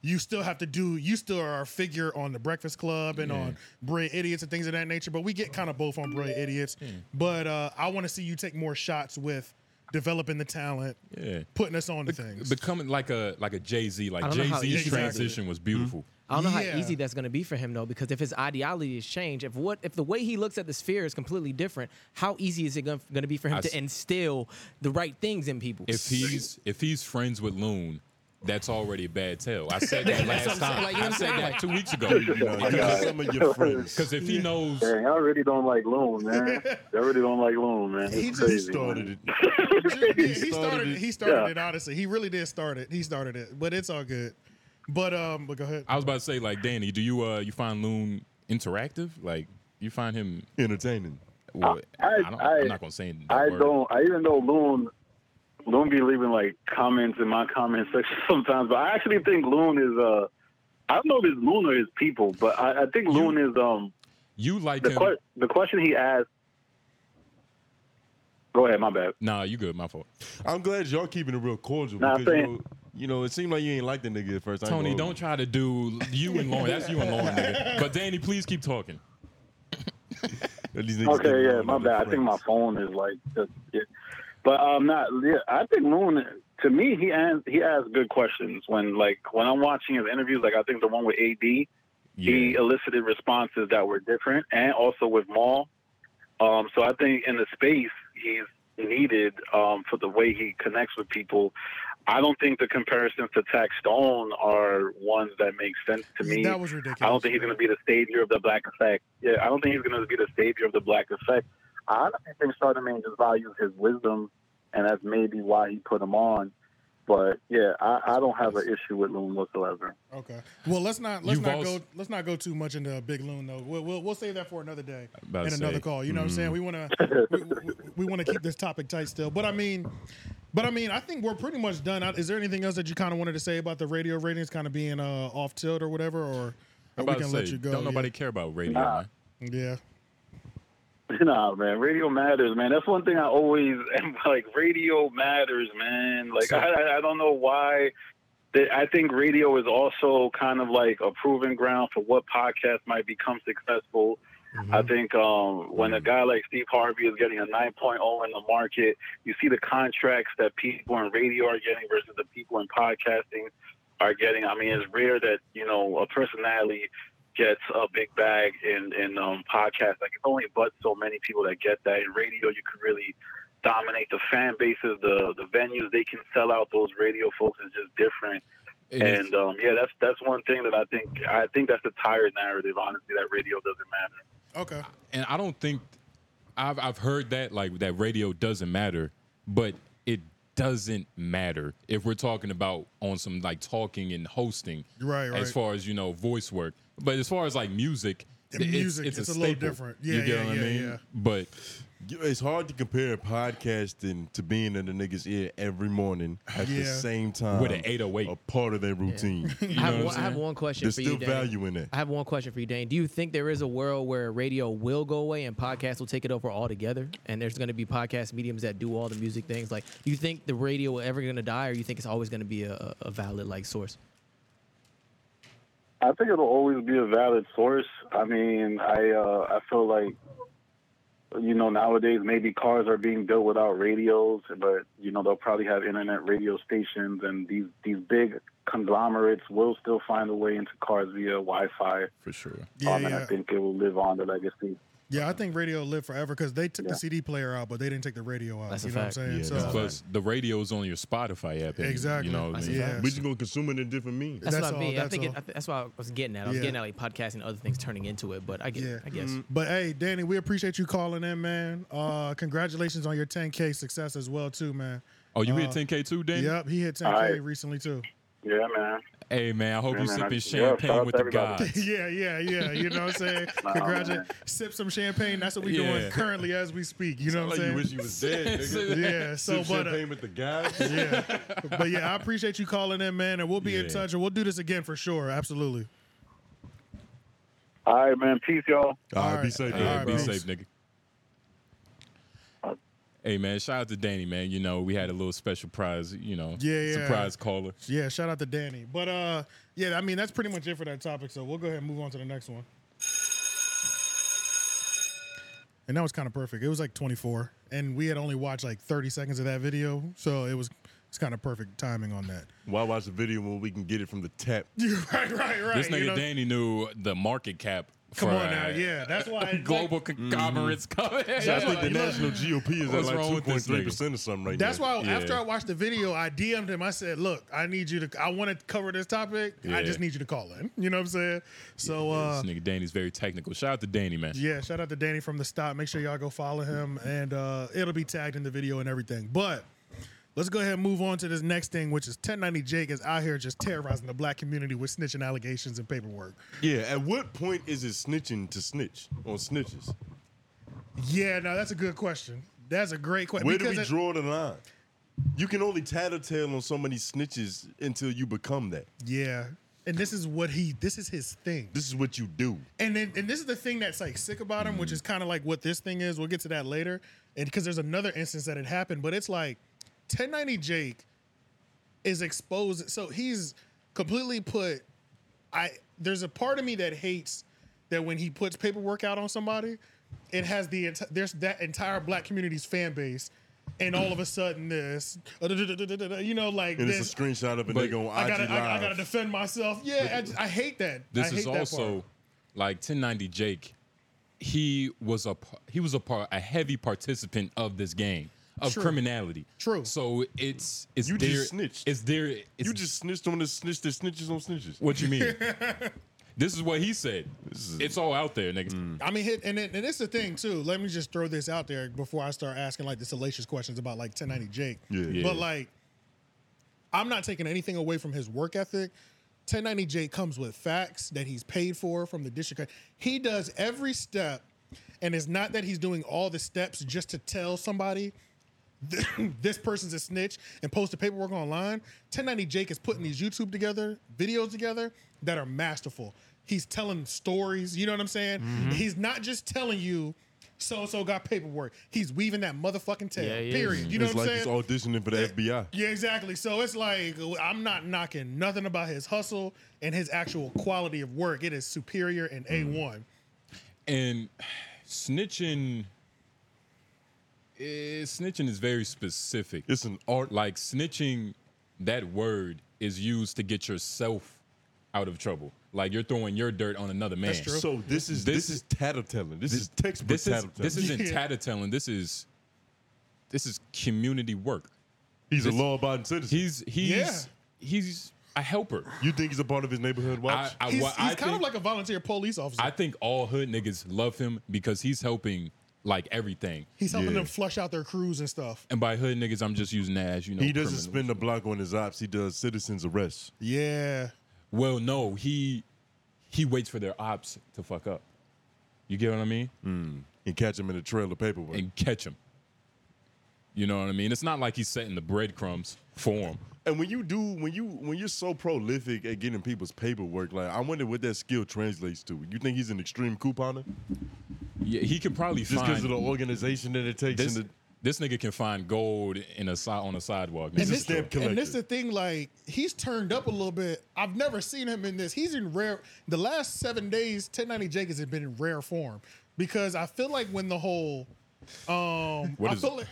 Speaker 2: you still have to do, you still are a figure on the Breakfast Club and on Brilliant Idiots and things of that nature, but we get kind of both on Brilliant Idiots. But uh, I want to see you take more shots with developing the talent,
Speaker 4: yeah.
Speaker 2: putting us on to things.
Speaker 4: Becoming like a like a Jay Z. Like
Speaker 5: don't know
Speaker 4: Jay
Speaker 5: how
Speaker 4: Z's
Speaker 5: easy Hmm?
Speaker 2: that
Speaker 4: transition was beautiful.
Speaker 5: I don't know
Speaker 2: Yeah.
Speaker 5: how easy that's going to be for him though, because if his ideology has changed, if what if the way he looks at the sphere is completely different, how easy is it going to be for him
Speaker 4: I s-
Speaker 5: to instill the right things in people?
Speaker 4: If he's if he's friends with Loon, that's already a bad tell. I said that
Speaker 5: That's
Speaker 4: last
Speaker 5: what I'm saying.
Speaker 4: time.
Speaker 5: Like, you know
Speaker 4: I
Speaker 5: what I'm
Speaker 4: said
Speaker 5: saying?
Speaker 4: that
Speaker 5: Like-
Speaker 4: two weeks ago.
Speaker 1: You know, you got some of your friends.
Speaker 4: Because if he knows
Speaker 6: Dang, I already don't like Loon, man. I really don't like Loon, man.
Speaker 2: He
Speaker 6: It's
Speaker 2: just
Speaker 6: crazy.
Speaker 1: started
Speaker 6: man.
Speaker 1: it.
Speaker 2: Yeah, he started,
Speaker 1: started
Speaker 2: it.
Speaker 1: it.
Speaker 2: He started
Speaker 6: Yeah.
Speaker 2: it, honestly. He really did start it. He started it, but it's all good. But, um, but go ahead.
Speaker 4: I was about to say, like, Danny, do you uh you find Loon interactive? Like you find him
Speaker 1: Entertaining.
Speaker 4: well, I,
Speaker 6: I-
Speaker 4: don't,
Speaker 6: I-
Speaker 4: am not gonna say that
Speaker 6: I
Speaker 4: word.
Speaker 6: don't. I even know Loon. Loon be leaving like comments in my comment section sometimes, but I actually think Loon is uh. I don't know if it's Loon or his people, but I, I think Loon is um
Speaker 4: you like
Speaker 6: the
Speaker 4: him.
Speaker 6: que- the question he asked. Go ahead, my bad.
Speaker 4: Nah, you good, my fault.
Speaker 1: I'm glad y'all keeping it real cordial
Speaker 6: Nah,
Speaker 1: because you
Speaker 6: thanks.
Speaker 1: know, you know, it seemed like you ain't like the nigga at first. I ain't
Speaker 4: Tony,
Speaker 1: gonna-
Speaker 4: don't try to do you and Lauren. That's you and Lauren, nigga. But Danny, please keep talking.
Speaker 1: At least niggas get
Speaker 6: Okay, yeah,
Speaker 1: along
Speaker 6: my
Speaker 1: with their
Speaker 6: bad. I think my
Speaker 1: friends.
Speaker 6: phone is like, just, yeah. but I'm not. Yeah, I think Moon. To me, he asked he asks good questions when like when I'm watching his interviews. Like I think the one with AD, he
Speaker 4: Yeah.
Speaker 6: elicited responses that were different, and also with Maul. Um, so I think in the space he's needed um, for the way he connects with people. I don't think the comparisons to Tax Stone are ones that make sense to me.
Speaker 2: that was ridiculous.
Speaker 6: I don't think he's going to be the savior of the black effect. Yeah, I don't think he's going to be the savior of the black effect. I honestly think Charlemagne just values his wisdom, and that's maybe why he put him on. But yeah, I, I don't have an issue with Loon whatsoever.
Speaker 2: Okay. Well, let's not let's
Speaker 4: You've
Speaker 2: not
Speaker 4: also-
Speaker 2: go let's not go too much into Big Loon though. We'll we'll, we'll save that for another day
Speaker 4: About
Speaker 2: and
Speaker 4: to
Speaker 2: another
Speaker 4: say. Mm-hmm.
Speaker 2: call. You know what I'm saying? We want to we, want to keep this topic tight still. But I mean, but I mean, I think we're pretty much done. Is there anything else that you kind of wanted to say about the radio ratings kind of being uh, off tilt or whatever, or, or
Speaker 4: I'm
Speaker 2: we
Speaker 4: about
Speaker 2: can
Speaker 4: to
Speaker 2: let
Speaker 4: say,
Speaker 2: you go?
Speaker 4: Don't
Speaker 2: yeah.
Speaker 4: nobody care about radio,
Speaker 6: Nah.
Speaker 4: man.
Speaker 2: Yeah.
Speaker 6: nah, man, radio matters, man. That's one thing I always am like. Radio matters, man. Like I, I- I don't know why. that- I think radio is also kind of like a proving ground for what podcast might become successful. I think um, when a guy like Steve Harvey is getting a 9.0 in the market, you see the contracts that people in radio are getting versus the people in podcasting are getting. I mean, it's rare that you know a personality gets a big bag in in um, podcasts. Like it's only but so many people that get that in radio. You can really dominate the fan bases, the the venues they can sell out. Those radio folks is just different.
Speaker 4: It is-
Speaker 6: and um, yeah, that's that's one thing that I think I think that's a tired narrative. Honestly, that radio doesn't matter.
Speaker 2: Okay.
Speaker 4: and I don't think I've I've heard that like that radio doesn't matter, but it doesn't matter if we're talking about on some like talking and hosting,
Speaker 2: Right, right.
Speaker 4: As far as you know, voice work, but as far as like music,
Speaker 2: The
Speaker 4: th-
Speaker 2: music, it's a little
Speaker 4: staple.
Speaker 2: different. Yeah,
Speaker 4: you get
Speaker 2: yeah,
Speaker 4: what
Speaker 2: yeah,
Speaker 4: I mean?
Speaker 2: yeah.
Speaker 4: But
Speaker 1: It's hard to compare podcasting to being in the niggas' ear every morning at the
Speaker 2: Yeah.
Speaker 1: same time
Speaker 4: With an 808.
Speaker 1: a part of their routine.
Speaker 5: I, have
Speaker 4: know what
Speaker 5: one,
Speaker 4: I'm
Speaker 5: I have
Speaker 4: saying?
Speaker 5: one question
Speaker 1: There's
Speaker 5: for
Speaker 1: still
Speaker 5: you, Dane.
Speaker 1: value in that.
Speaker 5: I have one question for you, Dane. Do you think there is a world where radio will go away and podcasts will take it over altogether? And there's going to be podcast mediums that do all the music things. Like, do you think the radio will ever going to die, or you think it's always going to be a- a, a valid like source?
Speaker 6: I think it'll always be a valid source. I mean, I uh, I feel like you know nowadays maybe cars are being built without radios, but you know they'll probably have internet radio stations, and these these big conglomerates will still find a way into cars via Wi-Fi.
Speaker 4: for sure.
Speaker 2: Yeah,
Speaker 6: um, and I
Speaker 2: yeah.
Speaker 6: think it will live on the legacy.
Speaker 2: yeah, I think radio will live forever because they took
Speaker 6: Yeah.
Speaker 2: the CD player out, but they didn't take the radio out.
Speaker 5: That's a
Speaker 2: you know
Speaker 5: fact.
Speaker 2: what I'm
Speaker 1: Yeah,
Speaker 2: saying?
Speaker 1: that's
Speaker 2: so,
Speaker 4: Plus, the radio's on your Spotify app. and,
Speaker 2: Exactly.
Speaker 4: You know, what I
Speaker 5: That's
Speaker 4: mean?
Speaker 2: yeah.
Speaker 1: We just gonna consume it in different means.
Speaker 5: That's,
Speaker 2: That's
Speaker 5: what I
Speaker 2: all,
Speaker 5: mean. I
Speaker 2: that's
Speaker 5: think it,
Speaker 2: all.
Speaker 5: I th- that's what I was getting at. I was
Speaker 2: Yeah.
Speaker 5: getting at like podcasting and other things turning into it, but I get,
Speaker 2: Yeah.
Speaker 5: it, I guess.
Speaker 2: Mm, But hey, Danny, we appreciate you calling in, man. Uh, congratulations on your 10K success as well, too, man.
Speaker 4: Oh, you hit
Speaker 2: Uh,
Speaker 4: 10K too, Danny?
Speaker 2: Yep, he hit 10K
Speaker 6: All right.
Speaker 2: recently too.
Speaker 6: Yeah, man.
Speaker 4: Hey, man, I hope
Speaker 6: Yeah,
Speaker 4: you
Speaker 6: man,
Speaker 4: sipping
Speaker 6: I- yeah,
Speaker 4: champagne
Speaker 6: shout out
Speaker 4: with
Speaker 6: to
Speaker 4: the
Speaker 6: everybody.
Speaker 4: gods.
Speaker 2: yeah, yeah, yeah. You know what I'm saying?
Speaker 6: Nah,
Speaker 2: Congratulations.
Speaker 6: man.
Speaker 2: Sip some champagne. That's what we're
Speaker 4: Yeah.
Speaker 2: doing currently as we speak. You know
Speaker 1: Like
Speaker 2: what
Speaker 1: you
Speaker 2: I'm
Speaker 1: wish
Speaker 2: saying?
Speaker 1: you was dead. nigga.
Speaker 2: Yeah. So,
Speaker 1: Sip
Speaker 2: but uh,
Speaker 1: champagne with the guys.
Speaker 2: yeah, but yeah, I appreciate you calling in, man, and we'll be in
Speaker 4: Yeah.
Speaker 2: touch, and we'll do this again for sure. Absolutely.
Speaker 6: All right, man. Peace, y'all.
Speaker 1: All right, be
Speaker 2: Alright.
Speaker 1: safe.
Speaker 4: Yeah,
Speaker 2: Alright,
Speaker 4: be
Speaker 2: bro.
Speaker 4: safe, nigga. Hey man, shout out to Danny, man. You know, we had a little special prize, you know,
Speaker 2: Yeah, yeah.
Speaker 4: surprise caller.
Speaker 2: Yeah, shout out to Danny. But uh, yeah, I mean that's pretty much it for that topic. So we'll go ahead and move on to the next one. And that was kind of perfect. It was like 24, and we had only watched like 30 seconds of that video, so it was it's kind of perfect timing on that.
Speaker 1: Why watch the video when we can get it from the tap?
Speaker 2: right, right, right.
Speaker 4: This
Speaker 2: you
Speaker 4: nigga
Speaker 2: know?
Speaker 4: Danny knew the market cap.
Speaker 2: Come
Speaker 4: for,
Speaker 2: on now,
Speaker 4: uh,
Speaker 2: yeah, that's why. it's like-
Speaker 4: Global conglomerates
Speaker 1: Mm-hmm.
Speaker 4: coming.
Speaker 1: I think the
Speaker 2: like, look.
Speaker 1: national GOP is at
Speaker 4: What's
Speaker 1: like
Speaker 4: wrong with this
Speaker 1: 2.3 percent or something right
Speaker 2: That's
Speaker 1: now.
Speaker 2: why
Speaker 4: Yeah.
Speaker 2: after I watched the video, I DM'd him. I said, "Look, I need you to. I want to cover this topic.
Speaker 4: Yeah.
Speaker 2: I just need you to call in. You know what I'm saying? So, uh,
Speaker 4: this nigga Danny's very technical. Shout out to Danny, man.
Speaker 2: yeah. Shout out to Danny from the stop. Make sure y'all go follow him, and uh, it'll be tagged in the video and everything. But let's go ahead and move on to this next thing, which is 1090 Jake is out here just terrorizing the black community with snitching allegations and paperwork.
Speaker 1: Yeah. At what point is it snitching to snitch on snitches?
Speaker 2: Yeah, no, that's a good question. That's a great question.
Speaker 1: Where do we draw the line? You can only tattletale on so many snitches until you become that.
Speaker 2: Yeah, and this is what he. This is his thing.
Speaker 1: This is what you do.
Speaker 2: and then and this is the thing that's like sick about him, which is kind of like what this thing is. We'll get to that later, and because there's another instance that it happened, but it's like 1090 Jake is exposed, so he's completely put. I there's a part of me that hates that when he puts paperwork out on somebody, it has the enti- there's that entire black community's fan base, and all of a sudden this, you know, like
Speaker 1: And
Speaker 2: this-
Speaker 1: it's a screenshot of a
Speaker 4: But-
Speaker 1: nigga on IG
Speaker 2: I gotta I, I
Speaker 1: Live.
Speaker 2: gotta defend myself. Yeah, I, just- I hate that. I
Speaker 4: This
Speaker 2: hate
Speaker 4: is
Speaker 2: that
Speaker 4: also
Speaker 2: part.
Speaker 4: like 1090 Jake. He was a par- he was a par- a heavy participant of this game of
Speaker 2: True.
Speaker 4: criminality.
Speaker 2: True.
Speaker 4: So it's it's
Speaker 1: You
Speaker 4: their,
Speaker 1: just snitched.
Speaker 4: It's their it's
Speaker 1: you just snitched on the snitch that snitches on snitches.
Speaker 4: What you mean? this is what he said.
Speaker 1: is- Mm.
Speaker 4: It's all out there, nigga.
Speaker 2: I mean, hit, and it, and it's the thing too. Let me just throw this out there before I start asking like the salacious questions about like 1090 Jake.
Speaker 1: Yeah. Yeah.
Speaker 2: But like, I'm not taking anything away from his work ethic. 1090 Jake comes with facts that he's paid for from the district. He does every step, and it's not that he's doing all the steps just to tell somebody this person's a snitch and post the paperwork online. 1090 Jake is putting these YouTube together, videos together that are masterful. He's telling stories, you know what I'm saying?
Speaker 5: Mm-hmm.
Speaker 2: He's not just telling you so and so got paperwork. He's weaving that motherfucking tail.
Speaker 5: Yeah, he is.
Speaker 2: period. You know
Speaker 1: it's
Speaker 2: what I'm
Speaker 1: like
Speaker 2: saying?
Speaker 1: he's auditioning for the FBI.
Speaker 2: Yeah, exactly. So it's like I'm not knocking nothing about his hustle and his actual quality of work. It is superior and
Speaker 4: Mm-hmm.
Speaker 2: A1.
Speaker 4: And snitching, eh, snitching is very specific.
Speaker 1: It's an art.
Speaker 4: Like snitching, that word is used to get yourself out of trouble. Like you're throwing your dirt on another man.
Speaker 2: true.
Speaker 1: So this is
Speaker 4: This-
Speaker 1: this, is tattletelling. This, is textbook
Speaker 4: This is
Speaker 1: tattletelling.
Speaker 4: this isn't
Speaker 2: Yeah.
Speaker 4: tattletelling. This is this is community work.
Speaker 1: he's
Speaker 4: this-
Speaker 1: a law-abiding citizen.
Speaker 4: He's he's
Speaker 2: Yeah.
Speaker 4: he's a helper.
Speaker 1: you think he's a part of his neighborhood
Speaker 4: I,
Speaker 1: watch?
Speaker 4: I,
Speaker 2: He's,
Speaker 4: what
Speaker 2: he's
Speaker 4: I
Speaker 2: kind of
Speaker 4: think-
Speaker 2: like a volunteer police officer.
Speaker 4: I think all hood niggas love him because he's helping like everything.
Speaker 2: he's helping
Speaker 1: Yeah.
Speaker 2: them flush out their crews and stuff.
Speaker 4: And by hood niggas, I'm just using that as you know.
Speaker 1: he doesn't
Speaker 4: criminals.
Speaker 1: spend a block on his ops. He does citizens arrest.
Speaker 2: Yeah.
Speaker 4: Well, no, he he waits for their ops to fuck up. You get what I mean?
Speaker 1: Hmm. and catch him in a trail of paperwork. And,
Speaker 4: and catch him. You know what I mean? It's not like he's setting the breadcrumbs for him.
Speaker 1: when you do, when you when you're so prolific at getting people's paperwork, like I wonder what that skill translates to. You think he's an extreme couponer
Speaker 4: Yeah, he could probably
Speaker 1: just because
Speaker 4: find
Speaker 1: of the organization that it takes?
Speaker 4: this,
Speaker 1: and
Speaker 4: this nigga can find gold in a si- on a sidewalk.
Speaker 2: And
Speaker 4: nigga.
Speaker 2: this,
Speaker 1: stamp
Speaker 2: and this
Speaker 1: collector.
Speaker 2: the thing, like he's turned up a little bit. I've never seen him in this. He's in rare. The last seven days, 1090 Jake has been in rare form because I feel like when the whole, um,
Speaker 4: What
Speaker 2: I
Speaker 4: is-
Speaker 2: feel like,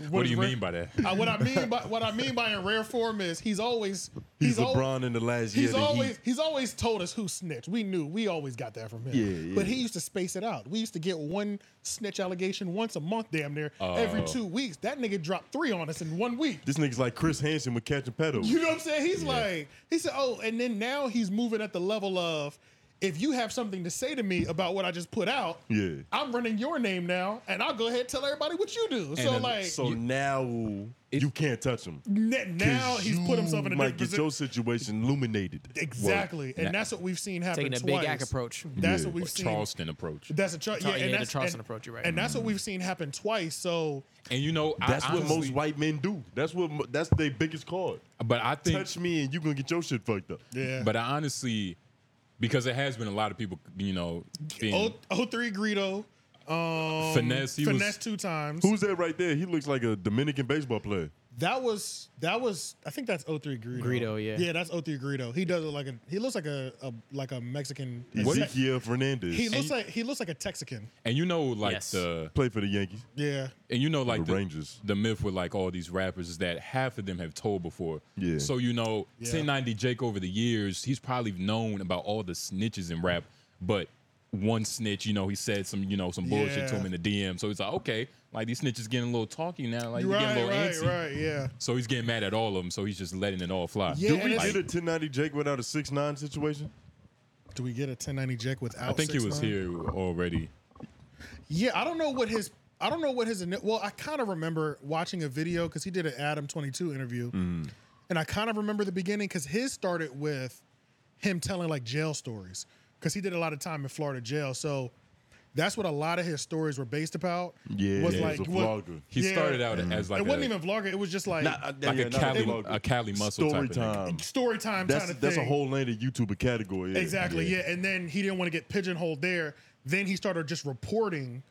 Speaker 4: what do you
Speaker 2: rare-
Speaker 4: mean by that?
Speaker 2: Uh, what I mean by what I mean by in rare form is he's always
Speaker 1: the,
Speaker 2: he's,
Speaker 1: he's
Speaker 2: al-
Speaker 1: LeBron in the last year.
Speaker 2: he's
Speaker 1: that he-
Speaker 2: always he's always told us who snitched. We knew. We always got that from him.
Speaker 1: Yeah,
Speaker 2: But
Speaker 1: yeah.
Speaker 2: he used to space it out. We used to get one snitch allegation once a month, damn near every
Speaker 4: Oh.
Speaker 2: two weeks. That nigga dropped three on us in one week.
Speaker 1: this nigga's like Chris Hansen with catching pedals.
Speaker 2: You know what I'm saying? He's like, he said, oh, and then now he's moving at the level of, if you have something to say to me about what I just put out,
Speaker 1: Yeah.
Speaker 2: I'm running your name now, and I'll go ahead and tell everybody what you do. So
Speaker 4: then-
Speaker 2: like,
Speaker 1: So now you can't touch him.
Speaker 2: n- now
Speaker 1: 'Cause
Speaker 2: he's
Speaker 1: you
Speaker 2: put himself in a
Speaker 1: might
Speaker 2: different
Speaker 1: get
Speaker 2: position.
Speaker 1: your situation illuminated.
Speaker 2: Exactly, and
Speaker 4: nah.
Speaker 2: that's what we've seen happen.
Speaker 5: Taking a
Speaker 2: twice.
Speaker 5: big act approach.
Speaker 2: That's
Speaker 1: Yeah.
Speaker 2: what we've
Speaker 4: What,
Speaker 2: seen.
Speaker 4: Charleston approach.
Speaker 2: That's a Char- yeah,
Speaker 5: yeah, the
Speaker 2: and that's
Speaker 5: Charleston
Speaker 2: and-
Speaker 5: approach, you're right.
Speaker 2: And that's what we've seen happen twice. So
Speaker 4: And you know, I
Speaker 1: That's what
Speaker 4: honestly-
Speaker 1: most white men do. That's what mo- that's their biggest card.
Speaker 4: But I think
Speaker 1: Touch me and you gonna get your shit fucked up.
Speaker 2: yeah,
Speaker 4: But I honestly, because it has been a lot of people, you know, being
Speaker 2: O- 03 oh, Greedo, um,
Speaker 4: Finesse, he was-
Speaker 2: finesse two times.
Speaker 1: Who's that right there? He looks like a Dominican baseball player.
Speaker 2: That was that was I think that's 03 Greedo.
Speaker 5: Greedo, yeah.
Speaker 2: Yeah, that's 03 Greedo. He does it like a he looks like a, a like a Mexican. a Tex-
Speaker 1: Ezekiel Fernandez.
Speaker 2: he
Speaker 1: He
Speaker 2: looks like he looks like a Texican.
Speaker 4: and you know, like
Speaker 5: Yes.
Speaker 4: the
Speaker 1: played for the Yankees.
Speaker 2: Yeah.
Speaker 4: and you know, like
Speaker 1: The
Speaker 4: the,
Speaker 1: Rangers.
Speaker 4: the myth with like all these rappers is that half of them have told before.
Speaker 1: Yeah.
Speaker 4: So you know,
Speaker 2: Yeah.
Speaker 4: 1090 Jake over the years, he's probably known about all the snitches in rap, but one snitch, you know, he said some, you know, some bullshit to
Speaker 2: Yeah.
Speaker 4: him in the DM. So he's like, okay, like these snitches getting a little talky now, like he's
Speaker 2: right,
Speaker 4: getting a little
Speaker 2: right,
Speaker 4: antsy.
Speaker 2: right. Yeah.
Speaker 4: So he's getting mad at all of them. So he's just letting it all fly.
Speaker 2: Yeah.
Speaker 1: Did we
Speaker 2: and
Speaker 1: get
Speaker 2: it's-
Speaker 1: a 1090 Jake without a 6'9 situation?
Speaker 2: Do we get a 1090 Jack without?
Speaker 4: I think he was
Speaker 2: 6ix9ine?
Speaker 4: here already.
Speaker 2: Yeah, I don't know what his I don't know what his ini- well, I kind of remember watching a video because he did an Adam twenty two interview,
Speaker 1: Mm-hmm.
Speaker 2: and I kind of remember the beginning because his started with him telling like jail stories because he did a lot of time in Florida jail, so that's what a lot of his stories were based about.
Speaker 1: Yeah,
Speaker 2: was
Speaker 1: he
Speaker 2: like
Speaker 1: was a
Speaker 2: what-
Speaker 1: vlogger. Mm-hmm.
Speaker 4: He
Speaker 2: Yeah.
Speaker 4: started out as like
Speaker 2: it wasn't
Speaker 4: a-
Speaker 2: even vlogger; it was just like
Speaker 4: like a Cali,
Speaker 1: Cali,
Speaker 4: a Cali muscle
Speaker 1: story
Speaker 4: type of nigga.
Speaker 1: time.
Speaker 2: story time
Speaker 1: That's
Speaker 2: kind of
Speaker 1: that's
Speaker 2: thing.
Speaker 1: a whole nother YouTuber category. yeah.
Speaker 2: Exactly. Yeah. And then he didn't want to get pigeonholed there. Then he started just reporting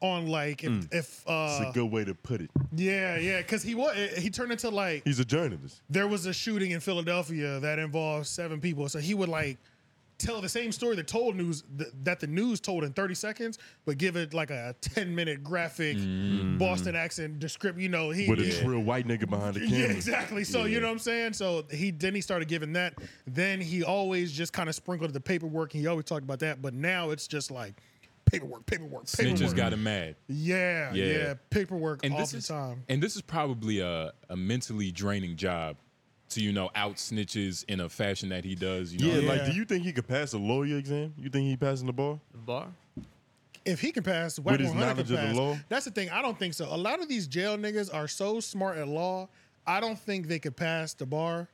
Speaker 2: on like if, if uh
Speaker 1: Mm. It's a good way to put it.
Speaker 2: Yeah, yeah, because he was he turned into like
Speaker 1: He's a journalist.
Speaker 2: there was a shooting in Philadelphia that involved seven people, so he would like tell the same story that told news th- that the news told in thirty seconds, but give it like a ten minute graphic Boston accent descript. You know, he
Speaker 1: Mm. With a real white nigga behind the camera.
Speaker 2: yeah, exactly. So you know what I'm saying. So he then he started giving that. Then he always just kind of sprinkled the paperwork, and he always talked about that. But now it's just like paperwork, paperwork, paperwork.
Speaker 4: Snitches got him mad.
Speaker 2: yeah, yeah,
Speaker 4: Yeah.
Speaker 2: paperwork
Speaker 4: And
Speaker 2: all
Speaker 4: this
Speaker 2: the
Speaker 4: is
Speaker 2: time.
Speaker 4: and this is probably a, a mentally draining job to you know out snitches in a fashion that he does. You know,
Speaker 1: Yeah,
Speaker 4: what I mean?
Speaker 1: like,
Speaker 2: Yeah.
Speaker 1: do you think he could pass a lawyer exam? You think he passing the bar?
Speaker 5: Bar.
Speaker 2: if he can pass, Wack
Speaker 1: his
Speaker 2: 100
Speaker 1: knowledge of
Speaker 2: can
Speaker 1: the
Speaker 2: pass.
Speaker 1: law?
Speaker 2: That's the thing. I don't think so. A lot of these jail niggas are so smart at law. I don't think they could pass the bar.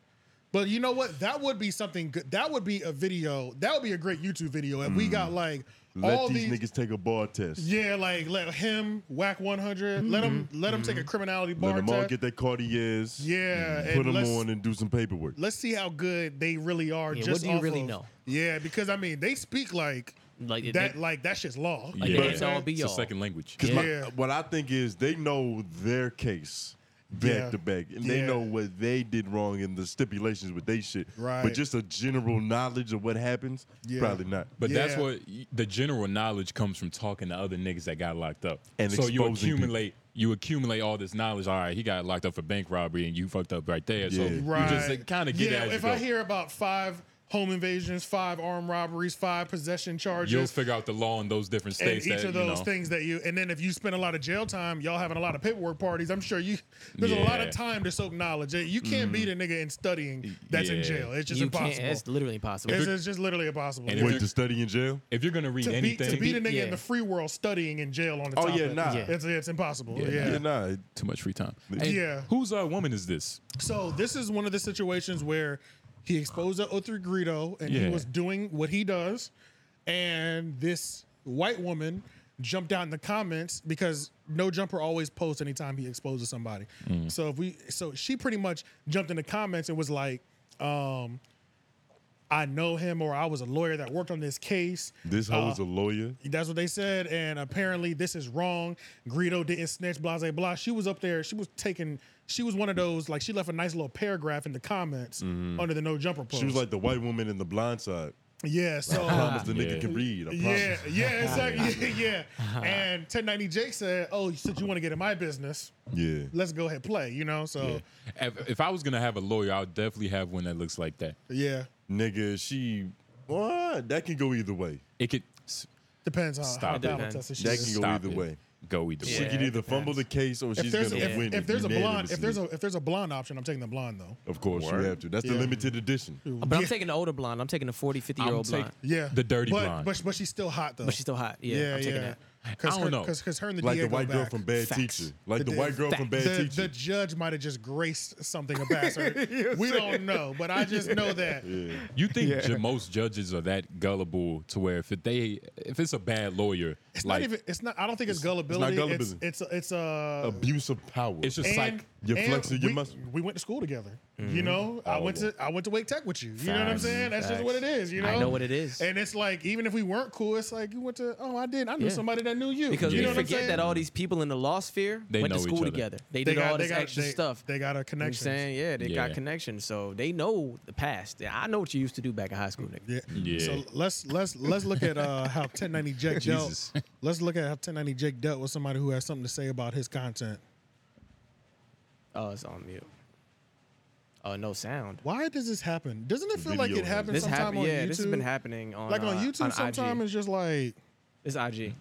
Speaker 2: But you know what? That would be something good. That would be a video. That would be a great YouTube video. If we got like
Speaker 1: Mm. Let
Speaker 2: all
Speaker 1: these,
Speaker 2: these,
Speaker 1: niggas take a bar test.
Speaker 2: yeah, like let him whack 100. Let him let him take a criminality bar
Speaker 1: Mm-hmm. Let them all
Speaker 2: test.
Speaker 1: get their Cartiers.
Speaker 2: yeah,
Speaker 1: Put them
Speaker 2: let's,
Speaker 1: on and do some paperwork.
Speaker 2: Let's see how good they really are.
Speaker 5: Yeah, what
Speaker 2: just
Speaker 5: do you
Speaker 2: off
Speaker 5: really
Speaker 2: of-
Speaker 5: know?
Speaker 2: Yeah, because I mean, they speak like
Speaker 5: Like it-
Speaker 2: that.
Speaker 5: they-
Speaker 2: like that shit's law.
Speaker 4: Like,
Speaker 5: Like
Speaker 4: Yeah.
Speaker 5: yeah. it's all be
Speaker 4: it's a
Speaker 5: all.
Speaker 4: second language.
Speaker 1: Because
Speaker 2: Yeah.
Speaker 1: what I think is they know their case back
Speaker 2: Yeah.
Speaker 1: to back, and they
Speaker 2: Yeah.
Speaker 1: know what they did wrong and the stipulations with they shit.
Speaker 2: Right.
Speaker 1: But just a general knowledge of what happens,
Speaker 2: Yeah.
Speaker 1: probably not.
Speaker 4: But that's
Speaker 2: Yeah.
Speaker 4: what the general knowledge comes from talking to other niggas that got locked up.
Speaker 1: And
Speaker 4: so you
Speaker 1: exposing people.
Speaker 4: accumulate you accumulate all this knowledge. All right, he got locked up for bank robbery and you fucked up right there. So
Speaker 1: Yeah.
Speaker 2: Right.
Speaker 4: you just kind of get
Speaker 2: yeah,
Speaker 4: it as
Speaker 2: if
Speaker 4: you go.
Speaker 2: I hear about five home invasions, five armed robberies, five possession charges,
Speaker 4: You'll figure out the law in those different
Speaker 2: and
Speaker 4: states.
Speaker 2: each
Speaker 4: that,
Speaker 2: of
Speaker 4: you
Speaker 2: those
Speaker 4: know,
Speaker 2: things that you, and then if you spend a lot of jail time, y'all having a lot of paperwork parties, I'm sure you, there's a lot of
Speaker 4: Yeah. Mm-hmm.
Speaker 2: time to soak knowledge. You can't beat a nigga in studying that's in
Speaker 4: Yeah.
Speaker 2: jail. It's just
Speaker 5: You can't.
Speaker 2: impossible.
Speaker 5: It's
Speaker 2: It's,
Speaker 5: literally impossible.
Speaker 2: it's just literally impossible.
Speaker 4: And
Speaker 2: Yeah.
Speaker 4: if
Speaker 1: Wait
Speaker 4: you-
Speaker 1: to study in jail?
Speaker 4: If you're gonna read
Speaker 2: to beat,
Speaker 4: anything,
Speaker 2: to beat a nigga
Speaker 5: Yeah.
Speaker 2: in the free world studying in jail on the
Speaker 1: Oh,
Speaker 2: top
Speaker 1: yeah,
Speaker 2: of it.
Speaker 1: nah.
Speaker 5: Yeah.
Speaker 2: It's, it's impossible.
Speaker 4: Yeah.
Speaker 2: yeah.
Speaker 1: Yeah, nah. it-
Speaker 4: too much free time.
Speaker 2: Yeah.
Speaker 4: Whose uh, woman is this?
Speaker 2: So this is one of the situations where he exposed the O3 Greedo and
Speaker 4: Yeah.
Speaker 2: he was doing what he does. And this white woman jumped out in the comments because no jumper always posts anytime he exposes somebody.
Speaker 1: Mm.
Speaker 2: So if we so she pretty much jumped in the comments and was like, um, I know him or I was a lawyer that worked on this case.
Speaker 1: This hoe
Speaker 2: Uh,
Speaker 1: is a lawyer.
Speaker 2: That's what they said, and apparently this is wrong. Greedo didn't snitch, blah blah blah. She was up there. She was taking. She was one of those like she left a nice little paragraph in the
Speaker 1: Mm.
Speaker 2: comments
Speaker 4: Mm-hmm.
Speaker 2: under the no jumper post.
Speaker 1: She was like the white woman in the blind side.
Speaker 2: yeah, so
Speaker 1: I promise the nigga
Speaker 4: Yeah.
Speaker 1: can read. I promise.
Speaker 2: yeah, yeah, exactly, yeah. And 1090 Jake said, "Oh, you said you want to get in my business.
Speaker 1: Yeah.
Speaker 2: Let's go ahead play." You know, so
Speaker 4: If, if I was gonna have a lawyer, I would definitely have one that looks like that.
Speaker 2: yeah,
Speaker 1: Nigga, she. What? That can go either way.
Speaker 4: It could s-
Speaker 2: depends on
Speaker 4: Stop
Speaker 2: how
Speaker 4: it.
Speaker 2: Donald tests his
Speaker 1: That
Speaker 2: shit.
Speaker 1: can go
Speaker 4: stop
Speaker 1: either
Speaker 4: it.
Speaker 1: way.
Speaker 4: go either
Speaker 1: She
Speaker 4: way.
Speaker 1: can
Speaker 5: Yeah,
Speaker 1: either
Speaker 5: it
Speaker 1: fumble the case or
Speaker 2: If
Speaker 1: she's
Speaker 2: there's,
Speaker 1: gonna
Speaker 2: a, if,
Speaker 1: win.
Speaker 2: if there's a blonde, if there's a
Speaker 1: unanimously.
Speaker 2: if there's a blonde option, I'm taking the blonde though.
Speaker 1: of course you have to. That's the
Speaker 2: Yeah.
Speaker 1: limited edition.
Speaker 5: But I'm
Speaker 2: Yeah.
Speaker 5: taking the older blonde. I'm taking the 40, 50 year
Speaker 4: I'm
Speaker 5: old
Speaker 4: take-
Speaker 5: blonde.
Speaker 2: Yeah,
Speaker 4: The dirty
Speaker 2: but,
Speaker 4: blonde.
Speaker 2: but but she's still hot though.
Speaker 5: But she's still hot. Yeah, I'm taking that.
Speaker 2: Cause
Speaker 4: I don't
Speaker 2: her,
Speaker 4: know.
Speaker 2: because her and the
Speaker 1: Like
Speaker 2: DA
Speaker 1: the
Speaker 2: go
Speaker 1: white girl
Speaker 2: back.
Speaker 1: from Bad
Speaker 5: Facts.
Speaker 1: Teacher. Like the
Speaker 2: The-
Speaker 1: white girl from Bad
Speaker 2: the, the
Speaker 1: Teacher.
Speaker 2: judge might have just graced something about her. we don't know, but I just know that.
Speaker 4: You think ju- most judges are that gullible to where if it, they if it's a bad lawyer,
Speaker 2: It's
Speaker 4: like
Speaker 2: not even. It's not. I don't think it's
Speaker 1: not
Speaker 2: gullibility. It's
Speaker 1: gullibility.
Speaker 2: it's it's, a.
Speaker 1: Abuse of power.
Speaker 4: it's just like
Speaker 1: you're
Speaker 2: and
Speaker 1: flexing your
Speaker 2: we,
Speaker 1: muscle.
Speaker 2: We went to school together. You know, I
Speaker 1: Oh,
Speaker 2: went to I went to Wake Tech with you. You know what I'm
Speaker 5: Facts,
Speaker 2: saying? That's just
Speaker 5: facts.
Speaker 2: what it is. You know.
Speaker 5: I know what it is.
Speaker 2: And it's like even if we weren't cool, it's like you went to oh I did I knew
Speaker 5: Yeah.
Speaker 2: somebody that knew you
Speaker 5: Because
Speaker 2: you
Speaker 5: we
Speaker 2: know what I'm
Speaker 5: forget
Speaker 2: saying?
Speaker 5: that all these people in the law sphere
Speaker 4: They
Speaker 5: went to
Speaker 4: know each
Speaker 5: school
Speaker 4: other.
Speaker 5: together. They, did all this extra
Speaker 2: they,
Speaker 5: stuff.
Speaker 2: They got a
Speaker 5: You know what I'm
Speaker 2: connection.
Speaker 5: saying? Yeah, they got
Speaker 4: Yeah.
Speaker 5: connections. So they know the past. Yeah, I know what you used to do back in high school, nigga.
Speaker 2: Yeah.
Speaker 4: Yeah.
Speaker 2: So let's let's let's look at uh, how 1090 Jake dealt.
Speaker 4: Jesus.
Speaker 2: Let's look at how 1090 Jake dealt with somebody who has something to say about his content.
Speaker 5: Oh, it's on mute. Oh, no sound.
Speaker 2: Why does this happen? Doesn't it feel like
Speaker 1: Video
Speaker 2: it happens
Speaker 5: This
Speaker 2: sometime
Speaker 5: happened.
Speaker 2: on
Speaker 5: Yeah,
Speaker 2: YouTube?
Speaker 5: this has been happening on
Speaker 2: like on
Speaker 5: uh,
Speaker 2: YouTube, sometime
Speaker 5: IG.
Speaker 2: it's just like
Speaker 5: It's IG.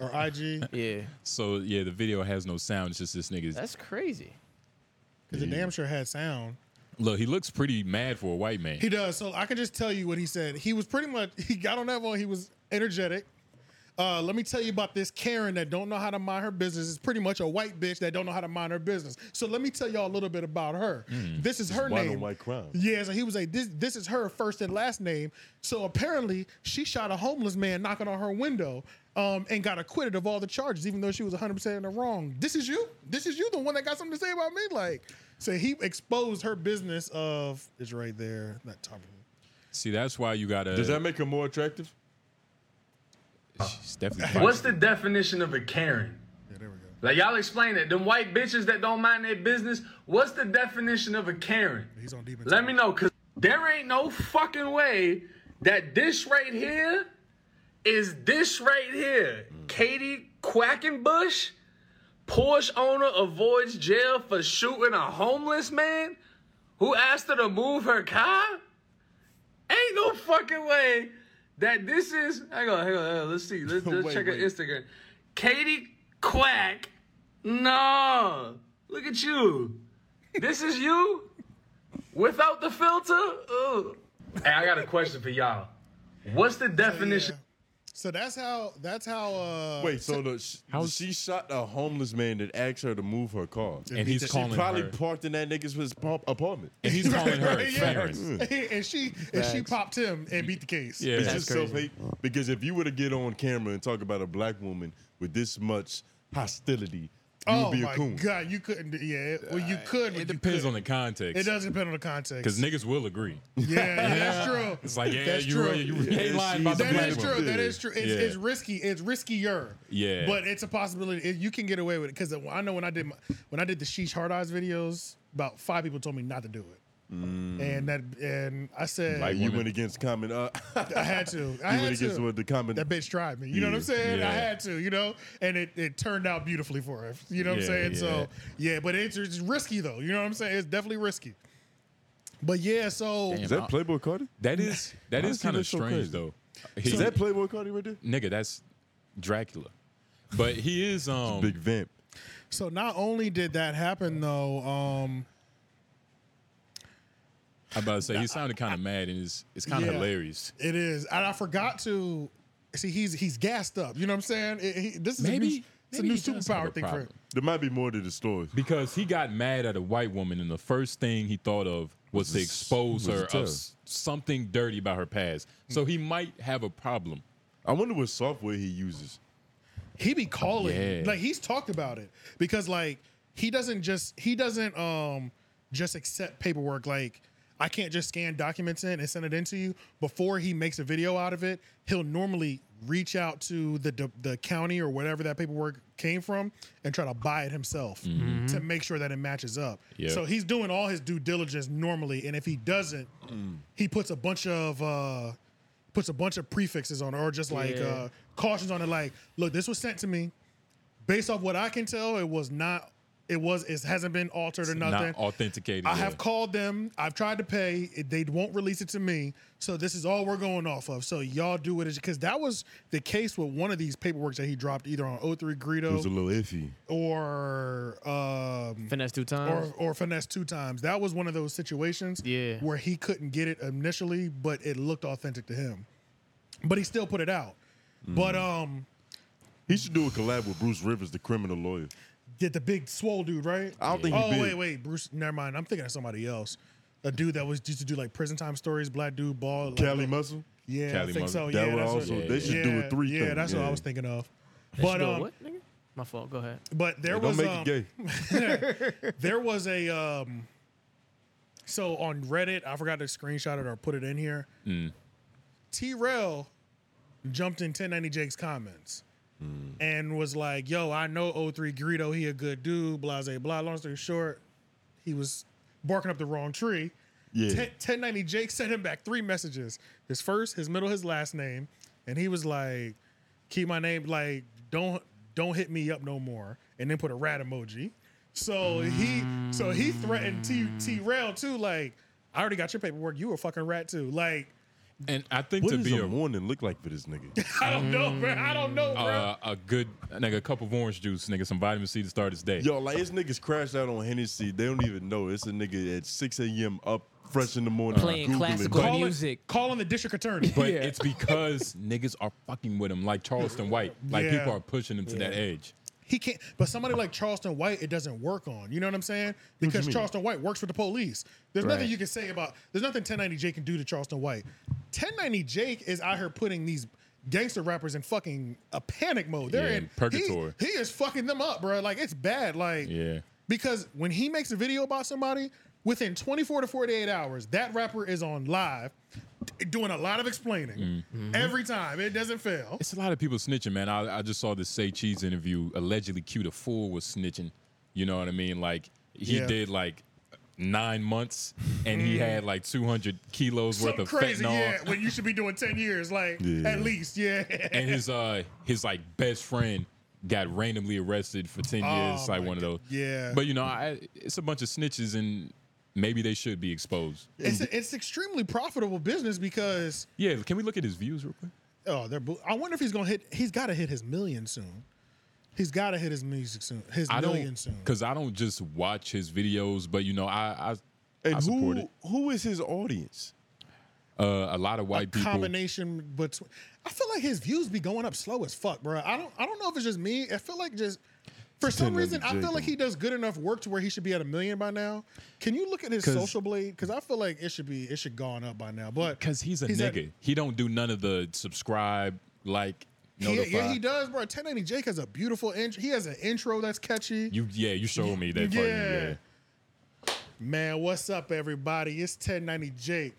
Speaker 2: or IG
Speaker 5: Yeah,
Speaker 4: so yeah, the video has no sound. It's just this nigga's
Speaker 5: that's crazy.
Speaker 2: because it damn sure had sound.
Speaker 4: look. He looks pretty mad for a white man.
Speaker 2: He does. So I can just tell you what he said. He was pretty much he got on that one. He was energetic. Uh, let me tell you about this Karen that don't know how to mind her business. It's pretty much a white bitch that don't know how to mind her business. So let me tell y'all a little bit about her.
Speaker 4: Mm.
Speaker 1: Hmm.
Speaker 2: This is her
Speaker 1: White
Speaker 2: name.
Speaker 1: on white crime.
Speaker 2: Yeah, so he was like, this, this is her first and last name. So apparently, she shot a homeless man knocking on her window um, and got acquitted of all the charges, even though she was 100% in the wrong. This is you? This is you, the one that got something to say about me? Like, so he exposed her business of, it's right there, that top of
Speaker 4: See, that's why you gotta.
Speaker 1: Does that make her more attractive?
Speaker 4: she's definitely
Speaker 7: What's the definition of a Karen?
Speaker 2: Yeah, there we go.
Speaker 7: Like y'all explain it. Them white bitches that don't mind their business. What's the definition of a Karen?
Speaker 2: He's on deep. into
Speaker 7: Let
Speaker 2: it.
Speaker 7: me know, cause there ain't no fucking way that this right here is this right here.
Speaker 1: Mm.
Speaker 7: Katie Quackenbush, Porsche owner avoids jail for shooting a homeless man who asked her to move her car. Ain't no fucking way that this is. Hang on, hang on, hang on. Let's see. Let's, let's
Speaker 1: Wait,
Speaker 7: check
Speaker 1: wait.
Speaker 7: her Instagram. Katie Quack. No, look at you. This is you without the filter. Ugh. Hey, I got a question for y'all. What's
Speaker 1: Oh,
Speaker 7: the definition?
Speaker 2: Yeah. So that's how, that's how, uh,
Speaker 1: Wait, so the, sh-
Speaker 4: How's-
Speaker 1: she shot a homeless man that asked her to move her car.
Speaker 4: and he's
Speaker 2: She
Speaker 4: calling
Speaker 1: Probably
Speaker 4: her.
Speaker 1: parked in that nigga's his pa- apartment.
Speaker 4: and he's calling her
Speaker 2: Yeah.
Speaker 4: Karen.
Speaker 2: and she, and she popped him and beat the case.
Speaker 4: Yeah.
Speaker 1: It's
Speaker 4: That's
Speaker 1: just self hate because if you were to get on camera and talk about a black woman with this much hostility, you
Speaker 2: oh
Speaker 1: would be
Speaker 2: my
Speaker 1: a coon.
Speaker 2: God, you couldn't, do- yeah, well, you could, but you
Speaker 4: It depends
Speaker 2: couldn't.
Speaker 4: on the context.
Speaker 2: It does depend on the context.
Speaker 4: Because niggas will agree.
Speaker 2: Yeah, that's true.
Speaker 4: It's like, yeah,
Speaker 2: That's
Speaker 4: you,
Speaker 2: true.
Speaker 4: right, you, you ain't
Speaker 1: Yeah,
Speaker 4: lying about the
Speaker 1: she's-
Speaker 2: That
Speaker 4: black
Speaker 2: is
Speaker 1: Yeah.
Speaker 2: true.
Speaker 4: woman.
Speaker 2: That is true. It's,
Speaker 4: Yeah.
Speaker 2: it's risky. It's riskier.
Speaker 4: Yeah.
Speaker 2: But it's a possibility. It- you can get away with it because I know when I did my, when I did the Sheesh Hard Eyes videos, about five people told me not to do it, and that and I said
Speaker 4: Like
Speaker 1: Mm. You
Speaker 4: woman.
Speaker 1: went against common. Uh,
Speaker 2: I had to. I
Speaker 1: you went
Speaker 2: had
Speaker 1: against
Speaker 2: to.
Speaker 1: what the common.
Speaker 2: That bitch tried me. You know what I'm
Speaker 1: Yeah,
Speaker 2: saying? I
Speaker 4: yeah.
Speaker 2: had to. You know, and it, it turned out beautifully for her. You know what
Speaker 4: Yeah,
Speaker 2: I'm saying?
Speaker 4: yeah.
Speaker 2: So yeah, but it's, it's risky though. You know what I'm saying? It's definitely risky. But yeah, so
Speaker 1: is that Playboy Cardi?
Speaker 4: that is that
Speaker 1: Why
Speaker 4: is
Speaker 1: is he
Speaker 4: kind of
Speaker 1: look so
Speaker 4: strange
Speaker 1: crazy?
Speaker 4: though. He-
Speaker 1: Is that Playboy Cardi right there?
Speaker 4: nigga, that's Dracula. But he is um
Speaker 1: Big vamp.
Speaker 2: So not only did that happen though, um,
Speaker 4: I'm about to say he sounded kind of mad and it's it's kind of
Speaker 2: Yeah.
Speaker 4: hilarious.
Speaker 2: it is, and I forgot to see he's he's gassed up. You know what I'm saying? It- he- this is
Speaker 4: Maybe-
Speaker 2: a new, it's a
Speaker 4: maybe
Speaker 2: new
Speaker 4: he does have a
Speaker 2: superpower thing for him.
Speaker 4: problem.
Speaker 1: There might be more to the story.
Speaker 4: Because he got mad at a white woman and the first thing he thought of was to
Speaker 1: Was-
Speaker 4: expose
Speaker 1: was
Speaker 4: her
Speaker 1: to
Speaker 4: of s- something dirty about her past. So he might have a problem.
Speaker 1: I wonder what software he uses.
Speaker 2: he be calling.
Speaker 4: Yeah.
Speaker 2: Like he's talked about it because like he doesn't just he doesn't um just accept paperwork. Like I can't just scan documents in and send it in to you. Before he makes a video out of it, he'll normally reach out to the the, the county or whatever that paperwork came from and try to buy it himself to make sure that it matches up.
Speaker 4: Mm-hmm. Yep.
Speaker 2: So he's doing all his due diligence normally, and if he doesn't, he puts a bunch of uh puts a bunch of prefixes on it or just like
Speaker 3: Yeah.
Speaker 2: uh cautions on it like look this was sent to me based off what i can tell it was not it was it hasn't been altered or nothing
Speaker 4: Not authenticated.
Speaker 2: i
Speaker 4: yeah.
Speaker 2: have called them i've tried to pay it- they won't release it to me so this is all we're going off of so y'all do it because that was the case with one of these paperwork that he dropped either on
Speaker 1: It
Speaker 2: 03
Speaker 1: was a
Speaker 2: Greedo
Speaker 1: little iffy.
Speaker 2: or um
Speaker 5: Finesse two times.
Speaker 2: or, or finesse two times. That was one of those situations
Speaker 5: Yeah.
Speaker 2: where he couldn't get it initially, but it looked authentic to him. But he still put it out. But um
Speaker 1: Mm. He should do a collab with Bruce Rivers, the criminal lawyer.
Speaker 2: did the big swole dude, right?
Speaker 1: I don't think he
Speaker 2: oh
Speaker 1: big.
Speaker 2: wait, wait, Bruce, never mind. I'm thinking of somebody else. A dude that was used to do like prison time stories, black dude, ball. like-
Speaker 1: Cali Muscle.
Speaker 2: yeah, I
Speaker 4: Cali
Speaker 2: think
Speaker 4: Muscle.
Speaker 1: That
Speaker 2: so. yeah,
Speaker 1: would
Speaker 2: that's what-
Speaker 1: also
Speaker 4: what-
Speaker 1: they should do
Speaker 2: yeah,
Speaker 1: a three
Speaker 2: yeah,
Speaker 1: thing.
Speaker 2: that's what I was thinking of.
Speaker 5: They
Speaker 2: But
Speaker 5: should do a
Speaker 2: um,
Speaker 5: what, nigga? My fault. Go ahead.
Speaker 2: but there
Speaker 1: Hey,
Speaker 2: was
Speaker 1: don't make
Speaker 2: um,
Speaker 1: it gay.
Speaker 2: there was a um so on Reddit, I forgot to screenshot it or put it in here. T Rel jumped in 1090 Jake's comments Hmm. and was like, yo, I know 03 Greedo, he a good dude, blah blah blah. Long story short, he was barking up the wrong tree.
Speaker 1: Yeah.
Speaker 2: 10- 1090 Jake sent him back three messages. His first, his middle, his last name. And he was like, keep my name, like, don't don't hit me up no more. And then put a rat emoji. So he so he threatened T T Rail too, like, I already got your paperwork. You a fucking rat too. Like,
Speaker 4: and I think
Speaker 1: What
Speaker 4: to
Speaker 1: does
Speaker 4: be
Speaker 1: a
Speaker 4: a
Speaker 1: warning look like for this nigga?
Speaker 2: I don't know, bro. I don't know, bro.
Speaker 4: uh, a good nigga, a cup of orange juice, nigga, some vitamin C to start his day.
Speaker 1: Yo, like this niggas crashed out on Hennessy. They don't even know. It's a nigga at 6 a.m. up fresh in the morning.
Speaker 5: Playing
Speaker 1: Googling.
Speaker 5: classical
Speaker 1: But-
Speaker 5: music.
Speaker 2: Calling the district attorney.
Speaker 4: But it's because niggas are fucking with him, like Charleston White. Like
Speaker 2: Yeah.
Speaker 4: people are pushing him to that edge.
Speaker 2: he can't but somebody like charleston white it doesn't work on you know what i'm saying because charleston white works with the police there's nothing
Speaker 5: Right.
Speaker 2: you can say about there's nothing 1090 jake can do to charleston white 1090 jake is out here putting these gangster rappers in fucking a panic mode they're
Speaker 4: Yeah,
Speaker 2: in
Speaker 4: in purgatory.
Speaker 2: he, he is fucking them up bro like it's bad like
Speaker 4: Yeah.
Speaker 2: because when he makes a video about somebody within 24 to 48 hours that rapper is on live t- doing a lot of explaining
Speaker 4: Mm-hmm.
Speaker 2: every time it doesn't fail
Speaker 4: Mm. It's a lot of people snitching, man. I, I just saw this Say Cheese interview. Allegedly, Q the Fool was snitching. You know what I mean? Like he
Speaker 2: Yeah.
Speaker 4: did like nine months, and he had like two hundred kilos worth
Speaker 2: something
Speaker 4: of
Speaker 2: crazy
Speaker 4: fentanyl.
Speaker 2: yeah when you should be doing 10 years like
Speaker 1: Yeah.
Speaker 2: at least yeah
Speaker 4: and his uh his like best friend got randomly arrested for 10 years
Speaker 2: Oh,
Speaker 4: like
Speaker 2: my
Speaker 4: one of those
Speaker 2: Yeah.
Speaker 4: but you know I, it's a bunch of snitches and maybe they should be exposed
Speaker 2: it's it's extremely profitable business because
Speaker 4: yeah can we look at his views real quick
Speaker 2: oh they're bo- i wonder if he's gonna hit he's gotta hit his million soon he's gotta hit his music soon his
Speaker 4: i
Speaker 2: million
Speaker 4: don't
Speaker 2: soon
Speaker 4: because i don't just watch his videos but you know i i, I
Speaker 1: And
Speaker 4: support
Speaker 1: who, who is his audience?
Speaker 4: it uh, a lot of white people
Speaker 2: combination between i feel like his views be going up slow as fuck bro i don't i don't know if it's just me i feel like just for some
Speaker 1: 10
Speaker 2: reason i
Speaker 1: Jacob.
Speaker 2: feel like he does good enough work to where he should be at a million by now can you look at his
Speaker 4: 'Cause-
Speaker 2: social blade because i feel like it should be it should gone up by now but
Speaker 4: because he's a
Speaker 2: He's at-
Speaker 4: nigga he don't do none of the subscribe like
Speaker 2: Yeah,
Speaker 4: notify.
Speaker 2: yeah, he does, bro. 1080 Jake has a beautiful intro. He has an intro that's catchy.
Speaker 4: you yeah you showed me that fucking,
Speaker 2: Yeah.
Speaker 4: yeah
Speaker 2: Man, what's up, everybody? It's 1090 Jake.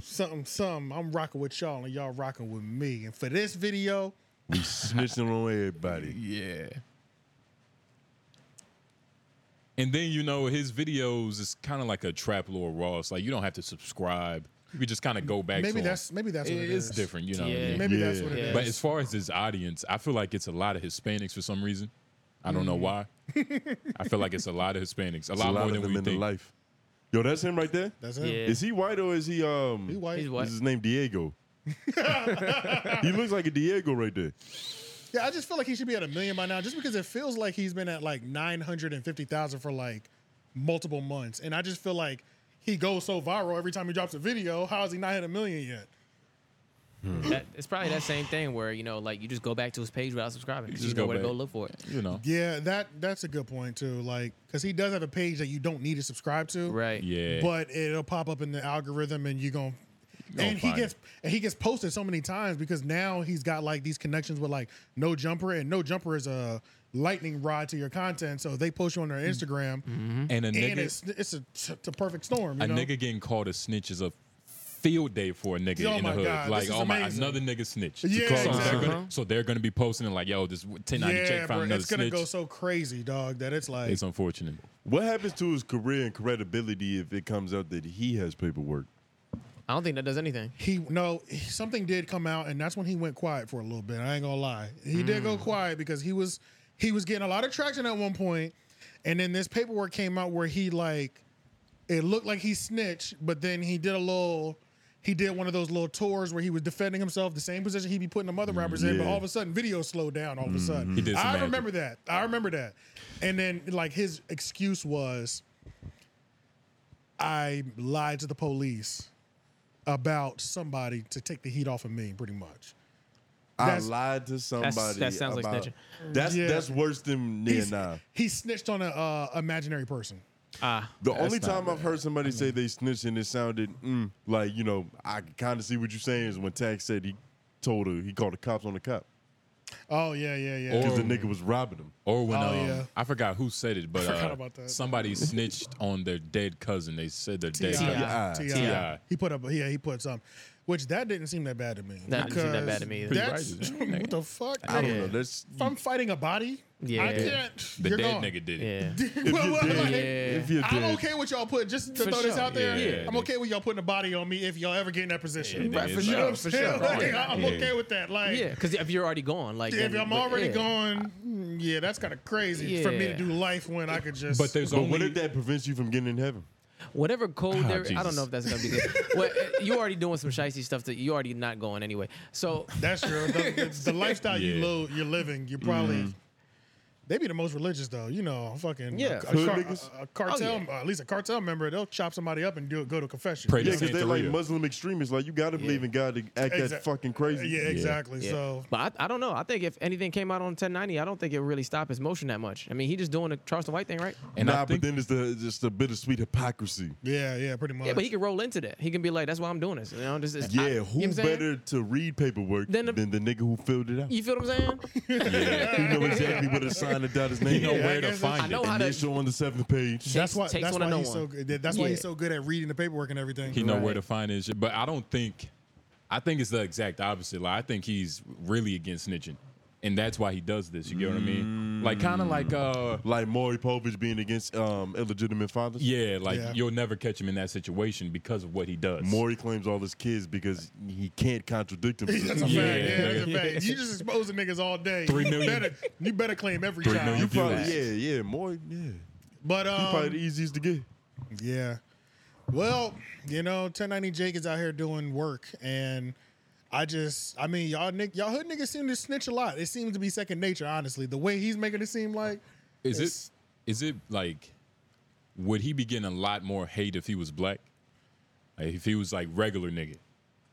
Speaker 2: Something, something. I'm rocking with y'all, and y'all rocking with me. And for this video,
Speaker 1: We snitching on everybody.
Speaker 4: Yeah. And then you know his videos is kind of like a trap lord raw. It's like you don't have to subscribe. You could just kind of go back.
Speaker 2: maybe
Speaker 4: to
Speaker 2: that's maybe that's what it is.
Speaker 4: it's different, you know. What I
Speaker 5: Yeah.
Speaker 4: mean?
Speaker 2: Maybe
Speaker 1: Yeah.
Speaker 2: that's what it is.
Speaker 5: Yeah.
Speaker 4: But as far as his audience, I feel like it's a lot of Hispanics for some reason. I don't know
Speaker 5: Mm-hmm.
Speaker 4: why. I feel like it's a lot of Hispanics, a
Speaker 1: It's
Speaker 4: lot, more
Speaker 1: of
Speaker 4: than
Speaker 1: them
Speaker 4: we
Speaker 1: in the
Speaker 4: think.
Speaker 1: life. Yo, that's him right there.
Speaker 2: that's
Speaker 5: Yeah.
Speaker 2: him.
Speaker 1: Is he white or is he um?
Speaker 2: He white.
Speaker 5: He's white.
Speaker 1: Is his name Diego? he looks like a Diego right there.
Speaker 2: Yeah, I just feel like he should be at a million by now, just because it feels like he's been at like nine hundred and fifty thousand for like multiple months, and I just feel like he goes so viral every time he drops a video. How is he not hit a million yet?
Speaker 5: That- it's probably that same thing where you know, like you just go back to his page without subscribing. You
Speaker 4: just
Speaker 5: know
Speaker 4: go
Speaker 5: where to
Speaker 4: back.
Speaker 5: go look for it.
Speaker 4: You know.
Speaker 2: Yeah, that that's a good point too. Like, because he does have a page that you don't need to subscribe to,
Speaker 5: Right.
Speaker 4: Yeah.
Speaker 2: But it'll pop up in the algorithm, and you gonna
Speaker 4: gonna
Speaker 2: and he
Speaker 4: find
Speaker 2: gets
Speaker 4: it.
Speaker 2: and he gets posted so many times because now he's got like these connections with like no jumper and no jumper is a lightning rod to your content so they post you on their instagram
Speaker 4: Mm-hmm. and a
Speaker 2: and
Speaker 4: nigga,
Speaker 2: it's it's a, it's a perfect storm you
Speaker 4: a
Speaker 2: know?
Speaker 4: nigga getting called a snitch is a field day for a nigga
Speaker 2: Oh
Speaker 4: in the
Speaker 2: my
Speaker 4: hood.
Speaker 2: God,
Speaker 4: like,
Speaker 2: this is
Speaker 4: oh my,
Speaker 2: amazing.
Speaker 4: another nigga snitch.
Speaker 2: Yeah,
Speaker 4: so, they're
Speaker 2: exactly. Uh-huh.
Speaker 4: gonna, so they're gonna be posting it like, yo, this 1090
Speaker 2: yeah
Speaker 4: check found
Speaker 2: bro,
Speaker 4: another
Speaker 2: it's gonna
Speaker 4: snitch.
Speaker 2: go so crazy dog that it's like
Speaker 4: it's unfortunate.
Speaker 1: What happens to his career and credibility if it comes out that he has paperwork?
Speaker 5: I don't think that does anything.
Speaker 2: He no he- something did come out, and that's when he went quiet for a little bit. I ain't gonna lie, he did
Speaker 5: Mm.
Speaker 2: go quiet because he was he was getting a lot of traction at one point, and then this paperwork came out where he like it looked like he snitched, but then he did a little. He did one of those little tours where he was defending himself, the same position he'd be putting the other rappers in, but
Speaker 1: yeah.
Speaker 2: all of a sudden video slowed down. All of a sudden,
Speaker 4: Mm-hmm. He did some
Speaker 2: I
Speaker 4: magic.
Speaker 2: remember that. I remember that. And then like his excuse was, I lied to the police about somebody to take the heat off of me, pretty much.
Speaker 1: I
Speaker 2: That's-
Speaker 1: lied to somebody.
Speaker 5: that sounds like
Speaker 1: about-
Speaker 5: snitching.
Speaker 1: That's
Speaker 2: Yeah.
Speaker 1: that's worse than yeah,
Speaker 2: He's-
Speaker 1: nah.
Speaker 2: He snitched on an uh, imaginary person.
Speaker 5: Ah,
Speaker 1: The only time I've heard somebody say they snitched and it sounded mm, like you know I kind of see what you're saying is when Tax said he told her he called the cops on the cop
Speaker 2: Oh yeah, yeah, yeah.
Speaker 1: because
Speaker 4: Or-
Speaker 1: the nigga was robbing him.
Speaker 4: Or when
Speaker 2: Oh,
Speaker 4: um,
Speaker 2: yeah.
Speaker 4: I forgot who said it, but
Speaker 2: forgot
Speaker 4: uh,
Speaker 2: about that.
Speaker 4: somebody snitched on their dead cousin. They said their dead
Speaker 2: T.I..
Speaker 4: cousin.
Speaker 1: T.I..
Speaker 4: T.I..
Speaker 2: He put up, yeah, he put some, which that didn't seem that bad to me.
Speaker 5: That didn't seem that bad
Speaker 2: because
Speaker 5: to me either.
Speaker 2: That's,
Speaker 4: Pretty righteous,
Speaker 2: what the fuck?
Speaker 1: I don't
Speaker 5: Yeah.
Speaker 1: know. That's
Speaker 2: If I'm fighting a body, I
Speaker 5: Yeah.
Speaker 2: can't.
Speaker 4: The
Speaker 2: you're
Speaker 4: dead
Speaker 2: gone.
Speaker 4: nigga did it.
Speaker 5: yeah.
Speaker 2: Well, well,
Speaker 1: dead.
Speaker 2: like,
Speaker 1: if you're
Speaker 2: I'm
Speaker 1: dead,
Speaker 2: okay with y'all put just to
Speaker 5: For
Speaker 2: throw this
Speaker 5: sure,
Speaker 2: out there.
Speaker 4: yeah.
Speaker 2: I'm okay with y'all putting a body on me if y'all ever get in that position.
Speaker 4: Yeah, Right, for
Speaker 2: you know
Speaker 4: sure,
Speaker 2: what I'm
Speaker 4: for
Speaker 2: saying?
Speaker 4: sure.
Speaker 2: Like,
Speaker 4: Yeah.
Speaker 2: I'm
Speaker 4: Yeah.
Speaker 2: okay with that. Like,
Speaker 5: Yeah, because if you're already gone, like
Speaker 2: if
Speaker 5: then-
Speaker 2: I'm
Speaker 5: but-
Speaker 2: already
Speaker 5: yeah.
Speaker 2: gone, mm, yeah, that's kind of crazy for me to
Speaker 5: Yeah.
Speaker 2: do life when I could just.
Speaker 4: But there's
Speaker 1: But
Speaker 4: only
Speaker 1: what if that prevents you from getting in heaven?
Speaker 5: whatever
Speaker 1: Oh,
Speaker 5: code
Speaker 4: Ah,
Speaker 5: there, I
Speaker 4: Jesus.
Speaker 5: don't know if that's gonna be good. well, uh, you already doing some shicey stuff that you already not going anyway. So
Speaker 2: that's true. The, the- the lifestyle you
Speaker 4: Yeah. Mm-hmm.
Speaker 2: lo- you're living, you probably. They be the most religious though, you know. Fucking
Speaker 5: Yeah.
Speaker 2: a,
Speaker 1: Hood
Speaker 2: car-
Speaker 1: niggas?
Speaker 2: a- a cartel,
Speaker 5: Oh,
Speaker 2: uh, at least a cartel member, they'll chop somebody up and do go to confession.
Speaker 4: Pray
Speaker 1: Yeah,
Speaker 4: Yeah,
Speaker 1: because they
Speaker 4: Santeria.
Speaker 1: like Muslim extremists. Like you got to believe in God to act
Speaker 2: Exact-
Speaker 1: that fucking crazy.
Speaker 2: Yeah, exactly.
Speaker 5: Yeah.
Speaker 2: So
Speaker 5: but I, I don't know. I think if anything came out on 1090, I don't think it really stopped his motion that much. I mean, he just doing the Charleston White thing, right?
Speaker 4: and
Speaker 1: nah,
Speaker 4: I think
Speaker 1: but then it's the just the bittersweet hypocrisy.
Speaker 2: yeah, yeah, pretty much.
Speaker 5: Yeah, but he can roll into that. He can be like, "That's why I'm doing this." You know, this is I-
Speaker 1: Yeah,
Speaker 5: you know
Speaker 1: who
Speaker 5: what I'm saying?
Speaker 1: better to read paperwork
Speaker 5: Than
Speaker 1: than
Speaker 5: the-
Speaker 1: the, nigga who filled it out?
Speaker 5: You feel what I'm saying?
Speaker 1: He know exactly where to sign and dot his name.
Speaker 4: you know
Speaker 2: Yeah, I
Speaker 4: where to
Speaker 2: guess it's-
Speaker 4: find
Speaker 5: I know
Speaker 4: it.
Speaker 5: how to-
Speaker 1: Initial on the seventh page.
Speaker 2: that's why.
Speaker 5: takes
Speaker 2: That's
Speaker 5: one to
Speaker 2: why
Speaker 5: know
Speaker 2: he's so
Speaker 5: one.
Speaker 2: good. That's why he's
Speaker 5: Yeah.
Speaker 2: so good at reading the paperwork and everything.
Speaker 4: He know where
Speaker 5: Right.
Speaker 4: to find his shit. But I don't think I think it's the exact opposite. Like I think he's really against snitching. And that's why he does this. You get what I mean? Like kinda like
Speaker 2: Mm.
Speaker 4: uh
Speaker 1: Like Maury Povich being against um, illegitimate fathers.
Speaker 4: yeah, like
Speaker 2: Yeah.
Speaker 4: you'll never catch him in that situation because of what he does.
Speaker 1: Maury claims all his kids because he can't contradict
Speaker 2: That's a
Speaker 1: himself.
Speaker 4: Yeah,
Speaker 2: fact. Yeah,
Speaker 4: nigga.
Speaker 2: that's a fact. You just exposing niggas all day.
Speaker 4: Three
Speaker 2: You
Speaker 4: million.
Speaker 2: Better, you better claim every
Speaker 4: Three
Speaker 2: child.
Speaker 4: million.
Speaker 1: you
Speaker 4: do
Speaker 1: probably
Speaker 4: that.
Speaker 1: yeah yeah Maury yeah.
Speaker 2: But
Speaker 1: He's probably
Speaker 2: um,
Speaker 1: the easiest to get.
Speaker 2: yeah. Well, you know, 1090 Jake is out here doing work, and I just, I mean, y'all, nick, y'all hood niggas seem to snitch a lot. It seems to be second nature, honestly. The way he's making it seem like,
Speaker 4: Is
Speaker 2: It's-
Speaker 4: it is it like would he be getting a lot more hate if he was black? Like, if he was like regular nigga.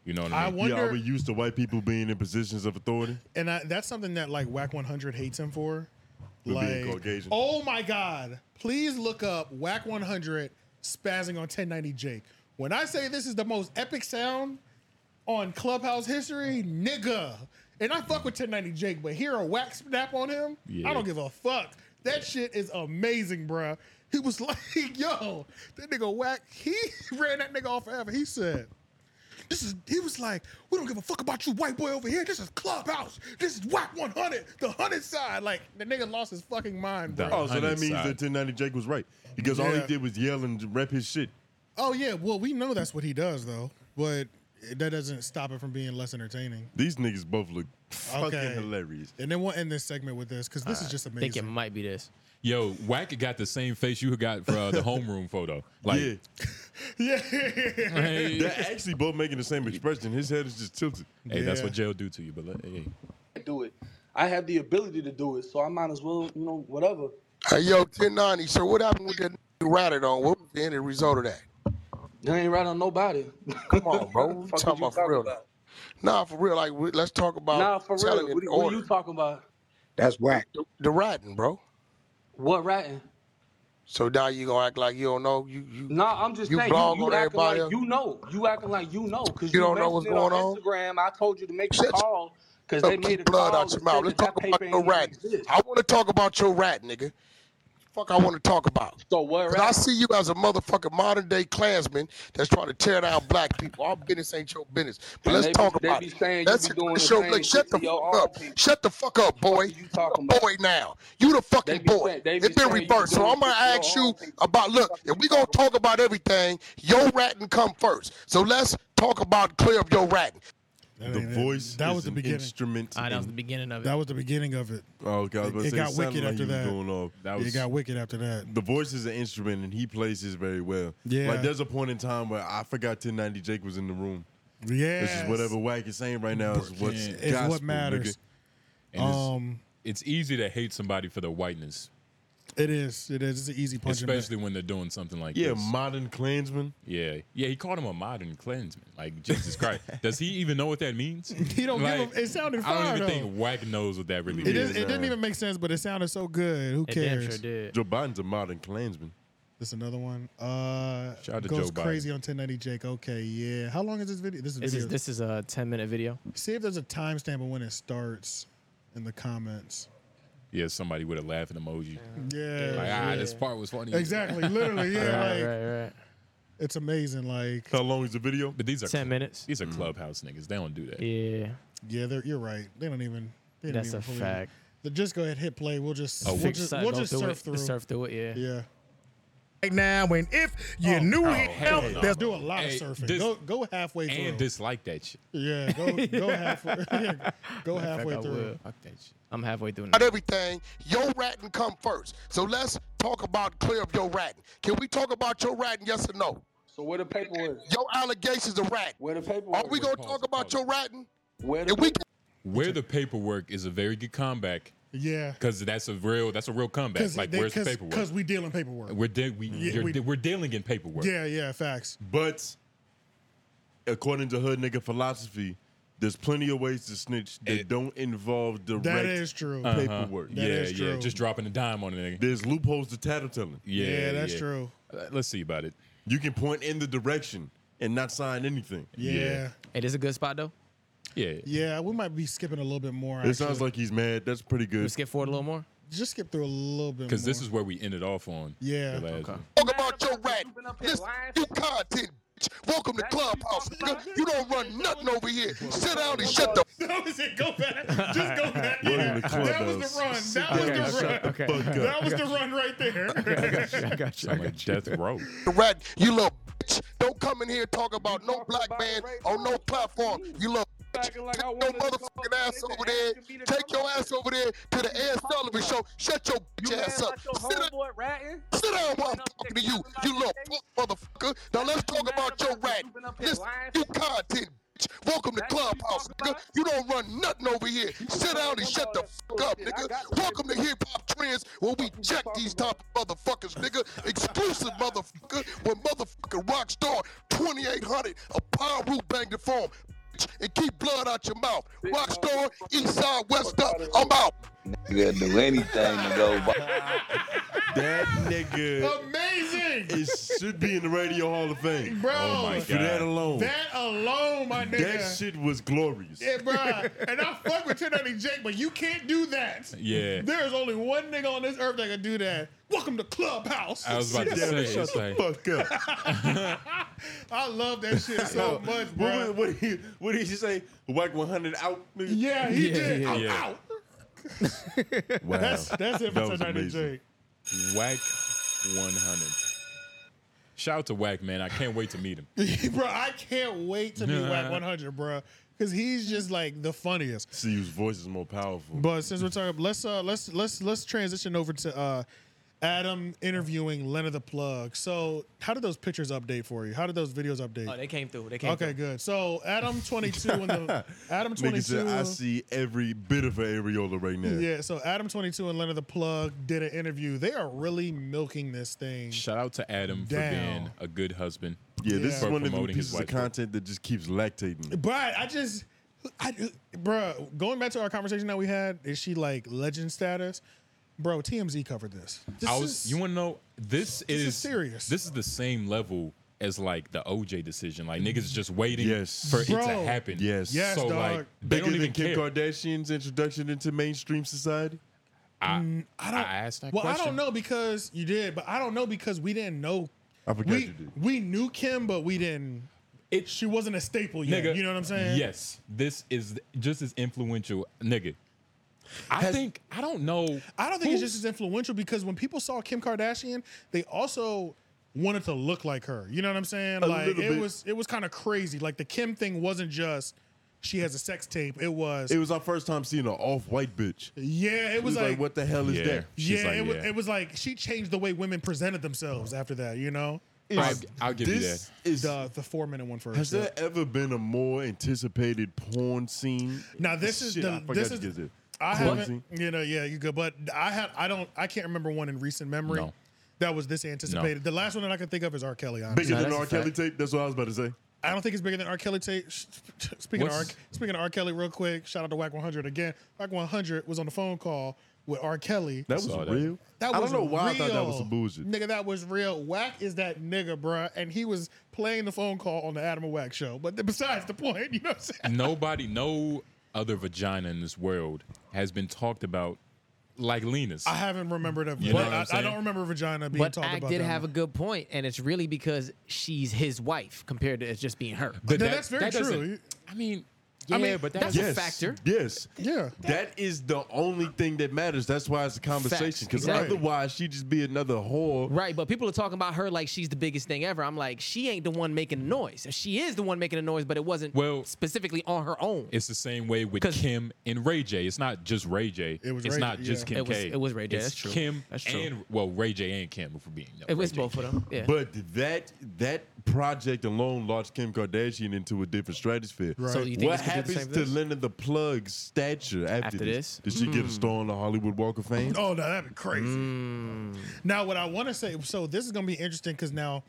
Speaker 4: You know what I
Speaker 2: I
Speaker 4: mean?
Speaker 1: He
Speaker 2: wonder,
Speaker 1: already used to white people being in positions of authority.
Speaker 2: and I, that's something that like Whack 100 hates him for.
Speaker 1: For being
Speaker 2: Like,
Speaker 1: Caucasian.
Speaker 2: oh my God, please look up Whack 100 spazzing on 1090 Jake. When I say this is the most epic sound on Clubhouse history, nigga. And I fuck with 1090 Jake, but hear a whack snap on him,
Speaker 4: Yeah.
Speaker 2: I don't give a fuck. That shit is amazing, bruh. He was like, yo, that nigga whack, he ran that nigga off forever. He said, this is, he was like, we don't give a fuck about you, white boy over here. This is Clubhouse. This is whack 100, the 100 side. Like, the nigga lost his fucking mind,
Speaker 4: The
Speaker 2: bro.
Speaker 1: Oh, so that
Speaker 4: 100
Speaker 1: means
Speaker 4: side.
Speaker 1: that 1090 Jake was right because all he
Speaker 2: Yeah.
Speaker 1: did was yell and rep his shit.
Speaker 2: Oh, yeah, well, we know that's what he does, though, but that doesn't stop it from being less entertaining.
Speaker 1: These niggas both look fucking
Speaker 2: Okay.
Speaker 1: hilarious.
Speaker 2: And then we'll end this segment with this because this is just
Speaker 5: I think it
Speaker 2: amazing.
Speaker 5: might be this.
Speaker 4: Yo, Wack got the same face you got for uh, the homeroom photo. Like
Speaker 1: yeah,
Speaker 4: hey,
Speaker 1: they're actually both making the same expression. His head is just tilted.
Speaker 4: hey, that's
Speaker 2: Yeah.
Speaker 4: what jail do to you, but let- hey.
Speaker 8: do it. I have the ability to do it, so I might as well, you know, whatever.
Speaker 9: Hey, yo, 1090, sir, what happened with that nigga you ratted on? What was the end result of that?
Speaker 8: That ain't right on nobody.
Speaker 9: Come on, bro. We
Speaker 8: Fuck
Speaker 9: talking
Speaker 8: you
Speaker 9: about for real.
Speaker 8: about?
Speaker 9: Nah, for real. Like, we- let's talk about
Speaker 8: Nah, for real.
Speaker 9: telling
Speaker 8: What,
Speaker 9: in
Speaker 8: what
Speaker 9: order.
Speaker 8: you talking about?
Speaker 10: That's whack.
Speaker 9: The ratting, bro.
Speaker 8: What ratting?
Speaker 9: So now you gonna act like you don't know? You you
Speaker 8: Nah, I'm just
Speaker 9: you
Speaker 8: saying
Speaker 9: blog
Speaker 8: you, you
Speaker 9: on
Speaker 8: acting like
Speaker 9: everybody. else?
Speaker 8: you know. You acting like you know because
Speaker 9: You don't know what's going on?
Speaker 8: Instagram, I told you to make the
Speaker 9: Shut your-
Speaker 8: call because
Speaker 9: Yo,
Speaker 8: they made a
Speaker 9: keep blood
Speaker 8: call
Speaker 9: out
Speaker 8: that
Speaker 9: your mouth.
Speaker 8: said
Speaker 9: Let's
Speaker 8: that
Speaker 9: talk
Speaker 8: that
Speaker 9: about
Speaker 8: paper
Speaker 9: your
Speaker 8: ain't even
Speaker 9: rat.
Speaker 8: exist.
Speaker 9: I want to talk about your rat, nigga. Fuck, I want to talk about.
Speaker 8: So what?
Speaker 9: Cause I see you as a motherfucking modern day Klansman that's trying to tear down black people. Our business ain't your business. But
Speaker 8: And
Speaker 9: let's
Speaker 8: they be-
Speaker 9: talk
Speaker 8: they
Speaker 9: about
Speaker 8: be
Speaker 9: it.
Speaker 8: saying you
Speaker 9: Let's
Speaker 8: be doing the
Speaker 9: show.
Speaker 8: same
Speaker 9: Look, shut
Speaker 8: shit
Speaker 9: the
Speaker 8: to your
Speaker 9: fuck
Speaker 8: own
Speaker 9: up.
Speaker 8: people.
Speaker 9: Shut the fuck up, boy.
Speaker 8: you talking
Speaker 9: You're a
Speaker 8: about?
Speaker 9: boy now. You the
Speaker 8: They
Speaker 9: fucking
Speaker 8: be
Speaker 9: boy.
Speaker 8: saying- they be
Speaker 9: It's been
Speaker 8: saying you
Speaker 9: reversed. So
Speaker 8: doing
Speaker 9: I'm gonna
Speaker 8: shit to
Speaker 9: ask
Speaker 8: your own
Speaker 9: you
Speaker 8: people.
Speaker 9: about. Look, if we gonna talk about everything, your ratting come first. So let's talk about clear up your ratting.
Speaker 1: The
Speaker 2: ain't it.
Speaker 1: voice
Speaker 2: That
Speaker 1: is
Speaker 2: was the
Speaker 1: an
Speaker 2: beginning.
Speaker 1: instrument.
Speaker 5: Ah, that was
Speaker 1: in-
Speaker 5: the beginning of it.
Speaker 2: That was the beginning of it.
Speaker 1: oh, okay, I was
Speaker 2: It-
Speaker 1: about to
Speaker 2: it
Speaker 1: say,
Speaker 2: got
Speaker 1: sounded
Speaker 2: wicked
Speaker 1: like
Speaker 2: after
Speaker 1: he was
Speaker 2: that.
Speaker 1: Going off. That
Speaker 2: it
Speaker 1: was
Speaker 2: got wicked after that.
Speaker 1: the voice is an instrument, and he plays his very well.
Speaker 2: Yeah.
Speaker 1: Like there's a point in time where I forgot 1090 Jake was in the room.
Speaker 2: Yeah.
Speaker 1: This is whatever whack is saying right now is what's
Speaker 4: It's
Speaker 2: It's
Speaker 1: gospel,
Speaker 2: what matters.
Speaker 1: nigga.
Speaker 4: And it's-
Speaker 2: Um,
Speaker 4: it's, easy to hate somebody for their whiteness,
Speaker 2: it is. It is. It's an easy punch.
Speaker 4: especially when they're doing something like
Speaker 1: Yeah,
Speaker 4: this.
Speaker 1: modern Klansman.
Speaker 4: yeah, yeah. He called him a modern cleansman. Like Jesus Christ, does he even know what that means?
Speaker 2: He don't give
Speaker 4: Like,
Speaker 2: him- it sounded
Speaker 4: I don't
Speaker 2: fire,
Speaker 4: even
Speaker 2: though.
Speaker 4: think Whack knows what that really
Speaker 2: It,
Speaker 4: means.
Speaker 2: is, it
Speaker 1: uh,
Speaker 2: didn't even make sense, but it sounded so good. Who
Speaker 5: It damn sure
Speaker 2: cares?
Speaker 5: did.
Speaker 1: Joe Biden's a modern Klansman.
Speaker 2: This another one. Uh,
Speaker 4: Shout out to
Speaker 2: goes
Speaker 4: Joe Biden.
Speaker 2: crazy on 1090 Jake. Okay, yeah. How long is this video? This is
Speaker 5: This
Speaker 2: video.
Speaker 5: is this is a ten minute video.
Speaker 2: See if there's a timestamp of when it starts in the comments.
Speaker 4: Yeah, somebody with a laughing emoji.
Speaker 2: Yeah.
Speaker 4: Like
Speaker 2: yeah.
Speaker 4: ah, this part was funny.
Speaker 2: Exactly. Literally. Yeah.
Speaker 5: Right,
Speaker 2: like
Speaker 5: right, right.
Speaker 2: it's amazing. Like
Speaker 1: How long is the video?
Speaker 4: But these are
Speaker 5: Ten minutes.
Speaker 4: these are
Speaker 2: Mm.
Speaker 4: clubhouse niggas. They don't do that.
Speaker 5: Yeah,
Speaker 2: yeah, they're, you're right. They don't even. They don't
Speaker 5: that's
Speaker 2: even
Speaker 5: a
Speaker 2: fully-
Speaker 5: fact.
Speaker 2: Then Just go ahead, hit play. We'll just
Speaker 4: Oh,
Speaker 2: we'll
Speaker 4: fix
Speaker 2: just,
Speaker 5: Side
Speaker 2: we'll
Speaker 5: go
Speaker 2: just
Speaker 5: through
Speaker 2: surf
Speaker 5: it,
Speaker 2: through.
Speaker 5: Surf through it. Yeah.
Speaker 2: Yeah.
Speaker 10: right now. And if you
Speaker 2: Oh,
Speaker 10: knew
Speaker 4: oh,
Speaker 10: it,
Speaker 4: hell
Speaker 10: help,
Speaker 4: no.
Speaker 10: there's
Speaker 2: Do a lot of
Speaker 4: Hey,
Speaker 2: surfing.
Speaker 4: this-
Speaker 2: go go halfway through.
Speaker 4: And dislike that shit.
Speaker 2: yeah. Go go halfway. go halfway
Speaker 5: I
Speaker 2: through.
Speaker 5: will.
Speaker 4: Fuck that shit.
Speaker 5: I'm halfway through. Now.
Speaker 9: about everything, your ratting come first. So let's talk about clear up your ratting. Can we talk about your ratting, yes or no?
Speaker 8: So where the paper is?
Speaker 9: Your allegations of ratting.
Speaker 8: Where the paper?
Speaker 9: Are we
Speaker 8: is?
Speaker 9: gonna talk about your ratting?
Speaker 8: Where the
Speaker 9: If we
Speaker 8: paper-
Speaker 4: Where the paperwork is a very good comeback
Speaker 2: Yeah.
Speaker 4: because that's a real that's a real comeback. Like
Speaker 2: they-
Speaker 4: where's the
Speaker 2: cause,
Speaker 4: paperwork?
Speaker 2: Because we dealing paperwork.
Speaker 4: We're de- we, you're
Speaker 2: we-
Speaker 4: de- we're dealing in paperwork.
Speaker 2: yeah, yeah, facts.
Speaker 1: But according to hood nigga philosophy, there's plenty of ways to snitch that
Speaker 4: It-
Speaker 1: don't involve direct
Speaker 2: That is true.
Speaker 4: Uh-huh.
Speaker 1: paperwork.
Speaker 2: That
Speaker 4: yeah,
Speaker 2: is
Speaker 4: yeah.
Speaker 2: true.
Speaker 4: Just dropping a dime on a nigga.
Speaker 1: There's loopholes to tattletelling.
Speaker 4: Yeah,
Speaker 2: yeah, that's
Speaker 4: yeah.
Speaker 2: true.
Speaker 4: Uh, Let's see about it.
Speaker 1: You can point in the direction and not sign anything.
Speaker 2: Yeah.
Speaker 4: Yeah.
Speaker 2: yeah,
Speaker 5: It is a good spot though.
Speaker 4: Yeah.
Speaker 2: We might be skipping a little bit more.
Speaker 1: It sounds
Speaker 2: actually.
Speaker 1: like he's mad. That's pretty
Speaker 5: We
Speaker 1: good.
Speaker 5: skip forward a little more.
Speaker 2: just skip through a little bit.
Speaker 4: Because this
Speaker 2: more.
Speaker 4: is where we ended off on. The
Speaker 2: Yeah.
Speaker 4: last
Speaker 5: Okay.
Speaker 4: one.
Speaker 9: talk about your
Speaker 7: Matter
Speaker 9: ratting,
Speaker 7: of fact,
Speaker 9: this
Speaker 7: you been up here
Speaker 9: new content. bitch. Welcome to
Speaker 7: That's what you
Speaker 9: Clubhouse,
Speaker 7: talking
Speaker 9: nigga.
Speaker 7: about?
Speaker 9: You don't run nothing over here. Sit down and shut the
Speaker 2: that was it. Go back. Just go back.
Speaker 1: Welcome to
Speaker 2: That was
Speaker 1: Clubhouse.
Speaker 2: the run. That
Speaker 5: Okay,
Speaker 2: was the
Speaker 5: okay,
Speaker 2: run.
Speaker 5: okay.
Speaker 1: Fuck up.
Speaker 2: That was the run right there.
Speaker 5: I got you.
Speaker 4: Sound like death row.
Speaker 9: f- rat, you little bitch. Don't come in here talking about no black man on no platform. You little bitch. Take
Speaker 8: Acting like I
Speaker 9: your
Speaker 8: wanted to
Speaker 9: motherfucking
Speaker 8: call-
Speaker 9: ass
Speaker 8: they been
Speaker 9: over there.
Speaker 8: asking me to
Speaker 9: Take
Speaker 8: come
Speaker 9: your ass over there to the Ed Sullivan show. Shut your bitch
Speaker 7: You mad
Speaker 9: ass up.
Speaker 7: about your
Speaker 9: Sit down.
Speaker 7: homeboy ratting?
Speaker 9: Sit down while I'm
Speaker 7: Up
Speaker 9: talking to
Speaker 7: there
Speaker 9: you,
Speaker 7: clapping
Speaker 9: you
Speaker 7: like
Speaker 9: little
Speaker 7: that.
Speaker 9: punk motherfucker. Now let's talk
Speaker 7: That's what
Speaker 9: about your
Speaker 7: you mad
Speaker 9: rat.
Speaker 7: about, 'cause you been up here
Speaker 9: This
Speaker 7: lying.
Speaker 9: new content, bitch. Welcome to
Speaker 7: That's what you
Speaker 9: Clubhouse,
Speaker 7: talking
Speaker 9: nigga.
Speaker 7: about?
Speaker 9: You don't run nothing over here. Sit down and shut the fuck up,
Speaker 8: bullshit. I
Speaker 9: nigga.
Speaker 8: got the
Speaker 9: Welcome to Hip Hop Trends, where we
Speaker 8: Fuck you
Speaker 9: check
Speaker 8: talking
Speaker 9: these
Speaker 8: about?
Speaker 9: top motherfuckers, nigga. Exclusive motherfucker, where motherfucking rock star 2800, a power root bang to form. bitch, And keep blood out your mouth. Rock star, east side, west up. I'm out.
Speaker 11: Nigga do anything to go by.
Speaker 1: That nigga
Speaker 2: Amazing,
Speaker 1: is, should be in the Radio Hall of Fame.
Speaker 2: bro.
Speaker 4: Oh my
Speaker 1: For that
Speaker 4: God.
Speaker 1: alone. That,
Speaker 2: That alone, my nigga.
Speaker 1: shit was glorious.
Speaker 2: Yeah, bro. And I fuck with 1090 Jake, but you can't do that.
Speaker 4: Yeah.
Speaker 2: There's only one nigga on this earth that can do that. Welcome to Clubhouse.
Speaker 4: I was about to
Speaker 1: Sit down
Speaker 4: say,
Speaker 1: and
Speaker 4: it's
Speaker 1: shut
Speaker 4: like,
Speaker 1: the fuck up.
Speaker 2: I love that shit so much,
Speaker 1: What,
Speaker 2: bro.
Speaker 1: what, what, he, what did he say? Whack 100 out. nigga?
Speaker 2: Yeah, he
Speaker 5: Yeah,
Speaker 2: did.
Speaker 5: yeah,
Speaker 2: I'm
Speaker 4: yeah.
Speaker 2: out.
Speaker 1: Wow.
Speaker 2: That's that's it for
Speaker 1: That was
Speaker 2: 1090
Speaker 1: amazing.
Speaker 2: Jake.
Speaker 4: Whack 100. Shout out to Whack, man. I can't wait to meet him.
Speaker 2: bro, I can't wait to be Wack 100, bro, because he's just like the funniest.
Speaker 1: See, his voice is more powerful.
Speaker 2: But since we're talking, let's uh, let's let's let's transition over to uh, Adam interviewing Lena the Plug. So, how did those pictures update for you? How did those videos update?
Speaker 5: Oh, they came through. They came.
Speaker 2: Okay,
Speaker 5: Through.
Speaker 2: good. So Adam twenty two and the Adam twenty
Speaker 1: Nigga said,
Speaker 2: two.
Speaker 1: I see every bit of an areola right now.
Speaker 2: Yeah, so Adam twenty two and Leonard the Plug did an interview. They are really milking this thing.
Speaker 4: Shout out to Adam for
Speaker 2: Down.
Speaker 4: being a good husband.
Speaker 1: Yeah, this
Speaker 2: Yeah.
Speaker 1: is one of the
Speaker 4: Promoting his
Speaker 1: pieces of
Speaker 4: white folk.
Speaker 1: content that just keeps lactating.
Speaker 2: But I just, I, bruh, going back to our conversation that we had, is she like legend status? Bro, TMZ covered this. This
Speaker 4: I was.
Speaker 2: is-
Speaker 4: you want to know? This, is,
Speaker 2: serious.
Speaker 4: This is the same level as like the OJ decision. Like niggas just waiting for it to
Speaker 2: Bro.
Speaker 4: happen.
Speaker 1: Yes.
Speaker 4: So like they
Speaker 1: bigger
Speaker 4: don't
Speaker 1: than
Speaker 4: even
Speaker 1: Kim
Speaker 4: care.
Speaker 1: Kardashian's introduction into mainstream society. Mm,
Speaker 4: I,
Speaker 2: I don't.
Speaker 4: asked that
Speaker 2: well, I don't know because you did, but I don't know because we didn't know.
Speaker 1: I forgot
Speaker 2: we,
Speaker 1: you did.
Speaker 2: We knew Kim, but we didn't.
Speaker 4: It,
Speaker 2: she wasn't a staple yet.
Speaker 4: Nigga,
Speaker 2: you know what I'm saying?
Speaker 4: Yes. This is just as influential, nigga. I think I don't know.
Speaker 2: I don't think it's just as influential because when people saw Kim Kardashian, they also wanted to look like her. You know what I'm saying?
Speaker 1: A
Speaker 2: like it
Speaker 1: little bit.
Speaker 2: was it was kind of crazy. Like the Kim thing wasn't just she has a sex tape. It was
Speaker 1: It was our first time seeing an off-white bitch.
Speaker 2: yeah, it was like,
Speaker 1: what the hell is
Speaker 4: Yeah.
Speaker 1: that?
Speaker 4: She's
Speaker 2: yeah,
Speaker 4: like,
Speaker 2: it was
Speaker 4: yeah.
Speaker 2: it was like she changed the way women presented themselves after that, you know?
Speaker 4: I'll, I'll give you that.
Speaker 1: this Is
Speaker 2: the the four minute one for
Speaker 1: Has
Speaker 2: herself.
Speaker 1: there ever been a more anticipated porn scene?
Speaker 2: Now this is
Speaker 1: Shit,
Speaker 2: the
Speaker 1: I forgot
Speaker 2: this
Speaker 1: to
Speaker 2: is
Speaker 1: get this.
Speaker 2: I
Speaker 1: Porn
Speaker 2: haven't
Speaker 1: scene.
Speaker 2: you know yeah you good but I had I don't I can't remember one in recent memory
Speaker 4: No.
Speaker 2: that was this anticipated. The last one that I can think of is R Kelly. Honestly.
Speaker 1: Bigger than R. Kelly tape. That's what I was about to say.
Speaker 2: I don't think it's bigger than R. Kelly tape. Sh- Speaking of R.
Speaker 1: What's-
Speaker 2: Speaking of R. Kelly, real quick, shout out to Whack 100 again. Whack 100 was on the phone call with R. Kelly.
Speaker 1: That was Saw that. real?
Speaker 2: That
Speaker 1: I
Speaker 2: was
Speaker 1: don't know why I
Speaker 2: real.
Speaker 1: thought that was some bullshit.
Speaker 2: Nigga, that was real. Whack is that nigga, bruh. And he was playing the phone call on the Adam and Whack show. But th- besides the point, you know what I'm saying?
Speaker 4: Nobody, no other vagina in this world has been talked about like Lena's.
Speaker 2: I haven't remembered of,
Speaker 4: You know
Speaker 2: but
Speaker 4: what I'm
Speaker 2: I, I
Speaker 4: saying?
Speaker 2: don't remember vagina being
Speaker 5: But
Speaker 2: talked
Speaker 5: Ack
Speaker 2: about.
Speaker 5: did
Speaker 2: that
Speaker 5: have a
Speaker 2: much.
Speaker 5: good point, and it's really because she's his wife compared to it's just being her.
Speaker 4: But
Speaker 2: Th- that's very true.
Speaker 4: I mean,
Speaker 5: yeah,
Speaker 4: I mean,
Speaker 5: but
Speaker 4: that's-
Speaker 1: Yes,
Speaker 5: that's a factor.
Speaker 1: Yes.
Speaker 2: Yeah.
Speaker 1: That is the only thing that matters. That's why it's a conversation. Because
Speaker 5: exactly.
Speaker 1: otherwise, she'd just be another whore.
Speaker 5: Right, but people are talking about her like she's the biggest thing ever. I'm like, she ain't the one making the noise. She is the one making the noise, but it wasn't
Speaker 4: Well-
Speaker 5: specifically on her own.
Speaker 4: It's the same way with Kim and Ray J. It's not just Ray J.
Speaker 2: It was
Speaker 4: it's
Speaker 2: Ray-
Speaker 4: not just
Speaker 2: yeah.
Speaker 4: Kim
Speaker 5: It was-
Speaker 4: K.
Speaker 5: it was Ray J.
Speaker 4: It's
Speaker 5: That's true.
Speaker 4: Kim
Speaker 5: That's true.
Speaker 4: and well, Ray J and Kim for being. No,
Speaker 5: it was
Speaker 4: Ray J.
Speaker 5: both of them. Yeah.
Speaker 1: But that that project alone launched Kim Kardashian into a different stratosphere.
Speaker 5: So you think
Speaker 1: what
Speaker 5: it's gonna do the
Speaker 1: happens
Speaker 5: same
Speaker 1: to
Speaker 5: thing?
Speaker 1: Lena the Plug's stature after,
Speaker 5: After
Speaker 1: this?
Speaker 5: this? Hmm.
Speaker 1: Did she get a star on the Hollywood Walk of Fame?
Speaker 2: Oh no, that'd be crazy. Now, what I want to say, so this is gonna be interesting because now,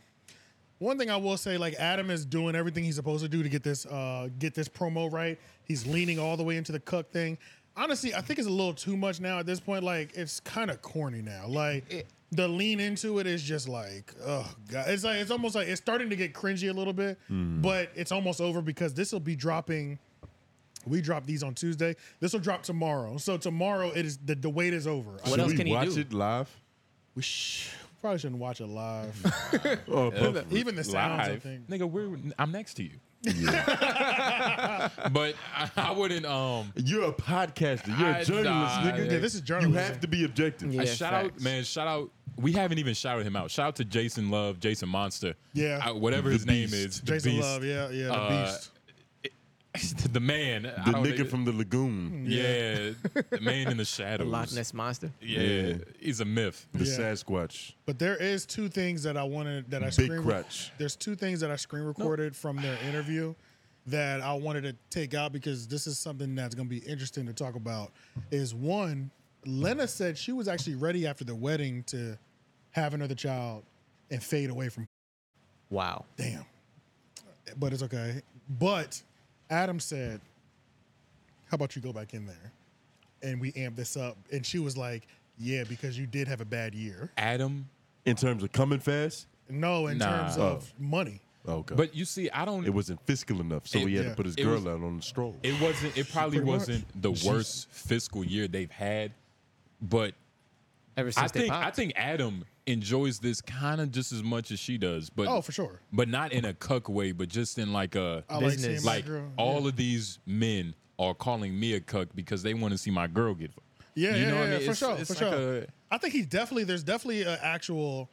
Speaker 2: one thing I will say, like Adam is doing everything he's supposed to do to get this, uh, get this promo right. He's leaning all the way into the cuck thing. Honestly, I think it's a little too much now at this point. Like, it's kind of corny now. Like, the lean into it is just like, oh god, it's like it's almost like it's starting to get cringy a little bit,
Speaker 1: Mm.
Speaker 2: but it's almost over because this will be dropping. We drop these on Tuesday. This will drop tomorrow. So tomorrow it is the, the wait is over.
Speaker 5: What else
Speaker 1: we
Speaker 5: can he
Speaker 1: watch
Speaker 5: do?
Speaker 1: it live?
Speaker 2: We sh- probably shouldn't watch it live.
Speaker 1: Oh,
Speaker 2: even, the, even the sounds, I
Speaker 4: uh, Live.
Speaker 2: think.
Speaker 4: nigga. We're I'm next to you. but I, I wouldn't. Um,
Speaker 1: You're a podcaster. You're a
Speaker 4: I-
Speaker 1: journalist,
Speaker 4: nah,
Speaker 1: nigga.
Speaker 2: Yeah, this is
Speaker 1: You
Speaker 2: journalism.
Speaker 1: have to be objective.
Speaker 5: Yeah,
Speaker 4: shout out,
Speaker 5: facts.
Speaker 4: man. Shout out. We haven't even shouted him out. Shout out to Jason Love, Jason Monster.
Speaker 2: Yeah.
Speaker 4: Uh, whatever
Speaker 1: The
Speaker 4: his name
Speaker 1: Beast.
Speaker 4: is. the
Speaker 2: Jason
Speaker 4: Beast.
Speaker 2: Love, yeah, yeah, the
Speaker 4: Uh,
Speaker 2: beast.
Speaker 4: the man.
Speaker 1: The nigga from the lagoon,
Speaker 4: Yeah, the man in the shadows.
Speaker 5: Loch Ness monster.
Speaker 4: Yeah,
Speaker 1: Yeah.
Speaker 4: he's a myth.
Speaker 1: the
Speaker 2: Yeah.
Speaker 1: Sasquatch,
Speaker 2: But there is two things that I wanted that I
Speaker 1: Big
Speaker 2: screen.
Speaker 1: Crutch.
Speaker 2: There's two things that I screen recorded from their interview that I wanted to take out because this is something that's going to be interesting to talk about. Is one, Lena said she was actually ready after the wedding to have another child and fade away from
Speaker 5: Wow.
Speaker 2: Damn. But it's okay. But Adam said, How about you go back in there? And we amp this up. And she was like, Yeah, because you did have a bad year.
Speaker 4: Adam.
Speaker 1: in terms of coming fast.
Speaker 2: No, in
Speaker 4: Nah.
Speaker 2: terms of
Speaker 1: Oh.
Speaker 2: money.
Speaker 1: Okay,
Speaker 4: But you see, I don't.
Speaker 1: it wasn't fiscal enough, so
Speaker 4: It-
Speaker 1: he had
Speaker 2: yeah.
Speaker 1: to put his
Speaker 4: It
Speaker 1: girl
Speaker 4: was-
Speaker 1: out on the stroll.
Speaker 4: It wasn't. It probably
Speaker 2: Pretty much.
Speaker 4: wasn't the worst fiscal year they've had, but
Speaker 5: Ever
Speaker 4: I
Speaker 5: since they
Speaker 4: think I
Speaker 5: popped.
Speaker 4: think Adam enjoys this kind of just as much as she does. But
Speaker 2: Oh, for sure.
Speaker 4: But not in a cuck way, but just in like a
Speaker 2: I like
Speaker 5: Business.
Speaker 2: seeing my
Speaker 4: like
Speaker 2: girl.
Speaker 4: all of these men are calling me a cuck because they want to see my girl get.
Speaker 2: Yeah,
Speaker 4: you
Speaker 2: yeah,
Speaker 4: know
Speaker 2: yeah,
Speaker 4: what I
Speaker 2: yeah,
Speaker 4: mean?
Speaker 2: for
Speaker 4: It's-
Speaker 2: sure,
Speaker 4: it's
Speaker 2: for
Speaker 4: like
Speaker 2: sure.
Speaker 4: a-
Speaker 2: I think he's definitely there's definitely an actual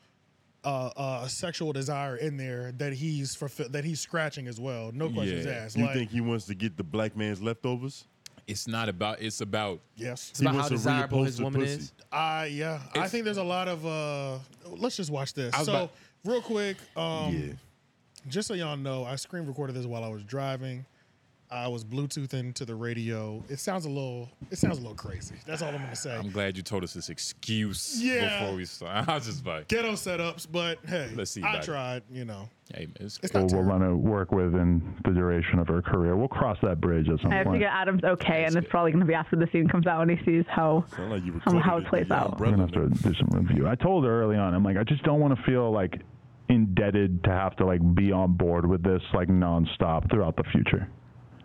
Speaker 2: uh, uh, sexual desire in there that he's fulfill that he's scratching as well. No questions
Speaker 4: Yeah.
Speaker 2: asked.
Speaker 1: you
Speaker 2: Like,
Speaker 1: think he wants to get the black man's leftovers?
Speaker 4: It's not about. It's about.
Speaker 2: yes,
Speaker 5: it's about
Speaker 1: wants
Speaker 5: how
Speaker 1: to
Speaker 5: desirable
Speaker 1: reupholster
Speaker 5: his woman
Speaker 1: pussy.
Speaker 5: is.
Speaker 2: I yeah. I
Speaker 4: It's-
Speaker 2: think there's a lot of uh let's just watch this.
Speaker 4: I
Speaker 2: So
Speaker 4: was about-
Speaker 2: real quick, um
Speaker 1: yeah,
Speaker 2: just so y'all know, I screen recorded this while I was driving. I was Bluetooth into the radio. It sounds a little. It sounds a little crazy. That's all I'm gonna say.
Speaker 4: I'm glad you told us this excuse
Speaker 2: Yeah.
Speaker 4: before we start. I was just like,
Speaker 2: Ghetto setups, but hey,
Speaker 4: Let's see
Speaker 2: I
Speaker 4: about it.
Speaker 2: tried. You know,
Speaker 4: hey, man, it's,
Speaker 2: it's
Speaker 12: Well,
Speaker 2: not
Speaker 12: we'll want to work with in the duration of her career. We'll cross that bridge at some
Speaker 13: I
Speaker 12: point.
Speaker 13: figure Adam's okay, and it's probably going to be after the scene comes out when he sees how how, how it plays out.
Speaker 12: We're gonna have to do some review. I told her early on. I'm like, I just don't want to feel like indebted to have to like be on board with this like nonstop throughout the future.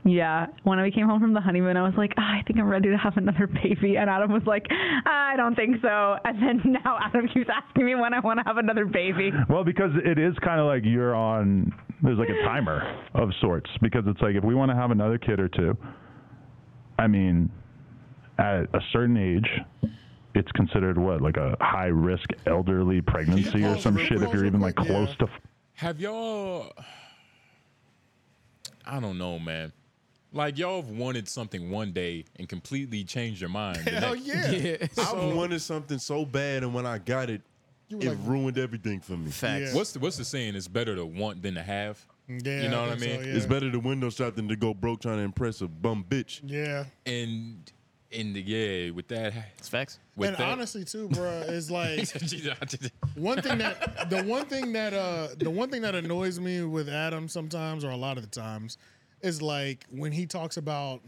Speaker 13: Yeah. When we came home from the honeymoon, I was like, "Ah, I think I'm ready to have another baby, and Adam was like, "Ah, I don't think so. And then now Adam keeps asking me when I want to have another baby.
Speaker 12: Well, because it is kind of like you're on. There's like a timer of sorts because it's like if we want to have another kid or two, I mean, at a certain age, it's considered what like a high risk elderly pregnancy or some shit if you're even like close to.
Speaker 4: have y'all? I don't know, man. Like y'all have wanted something one day and completely changed your mind. the
Speaker 1: Hell
Speaker 4: next-
Speaker 1: yeah. I
Speaker 4: So-
Speaker 1: wanted something so bad, and when I got it,
Speaker 4: You
Speaker 1: it
Speaker 4: were like-
Speaker 1: ruined everything for me.
Speaker 4: Facts. What's the What's the saying? It's better to want than to have.
Speaker 2: Yeah,
Speaker 4: you know
Speaker 2: I
Speaker 4: what I
Speaker 2: think
Speaker 4: mean.
Speaker 2: so,
Speaker 1: It's better to window shop than to go broke trying to impress a bum bitch.
Speaker 2: Yeah.
Speaker 4: And and the, yeah, with that, it's facts. With
Speaker 2: and
Speaker 4: that,
Speaker 2: honestly, too, bro, is like
Speaker 4: Jesus,
Speaker 2: one thing that the one thing that uh the one thing that annoys me with Adam sometimes or a lot of the times is like when he talks about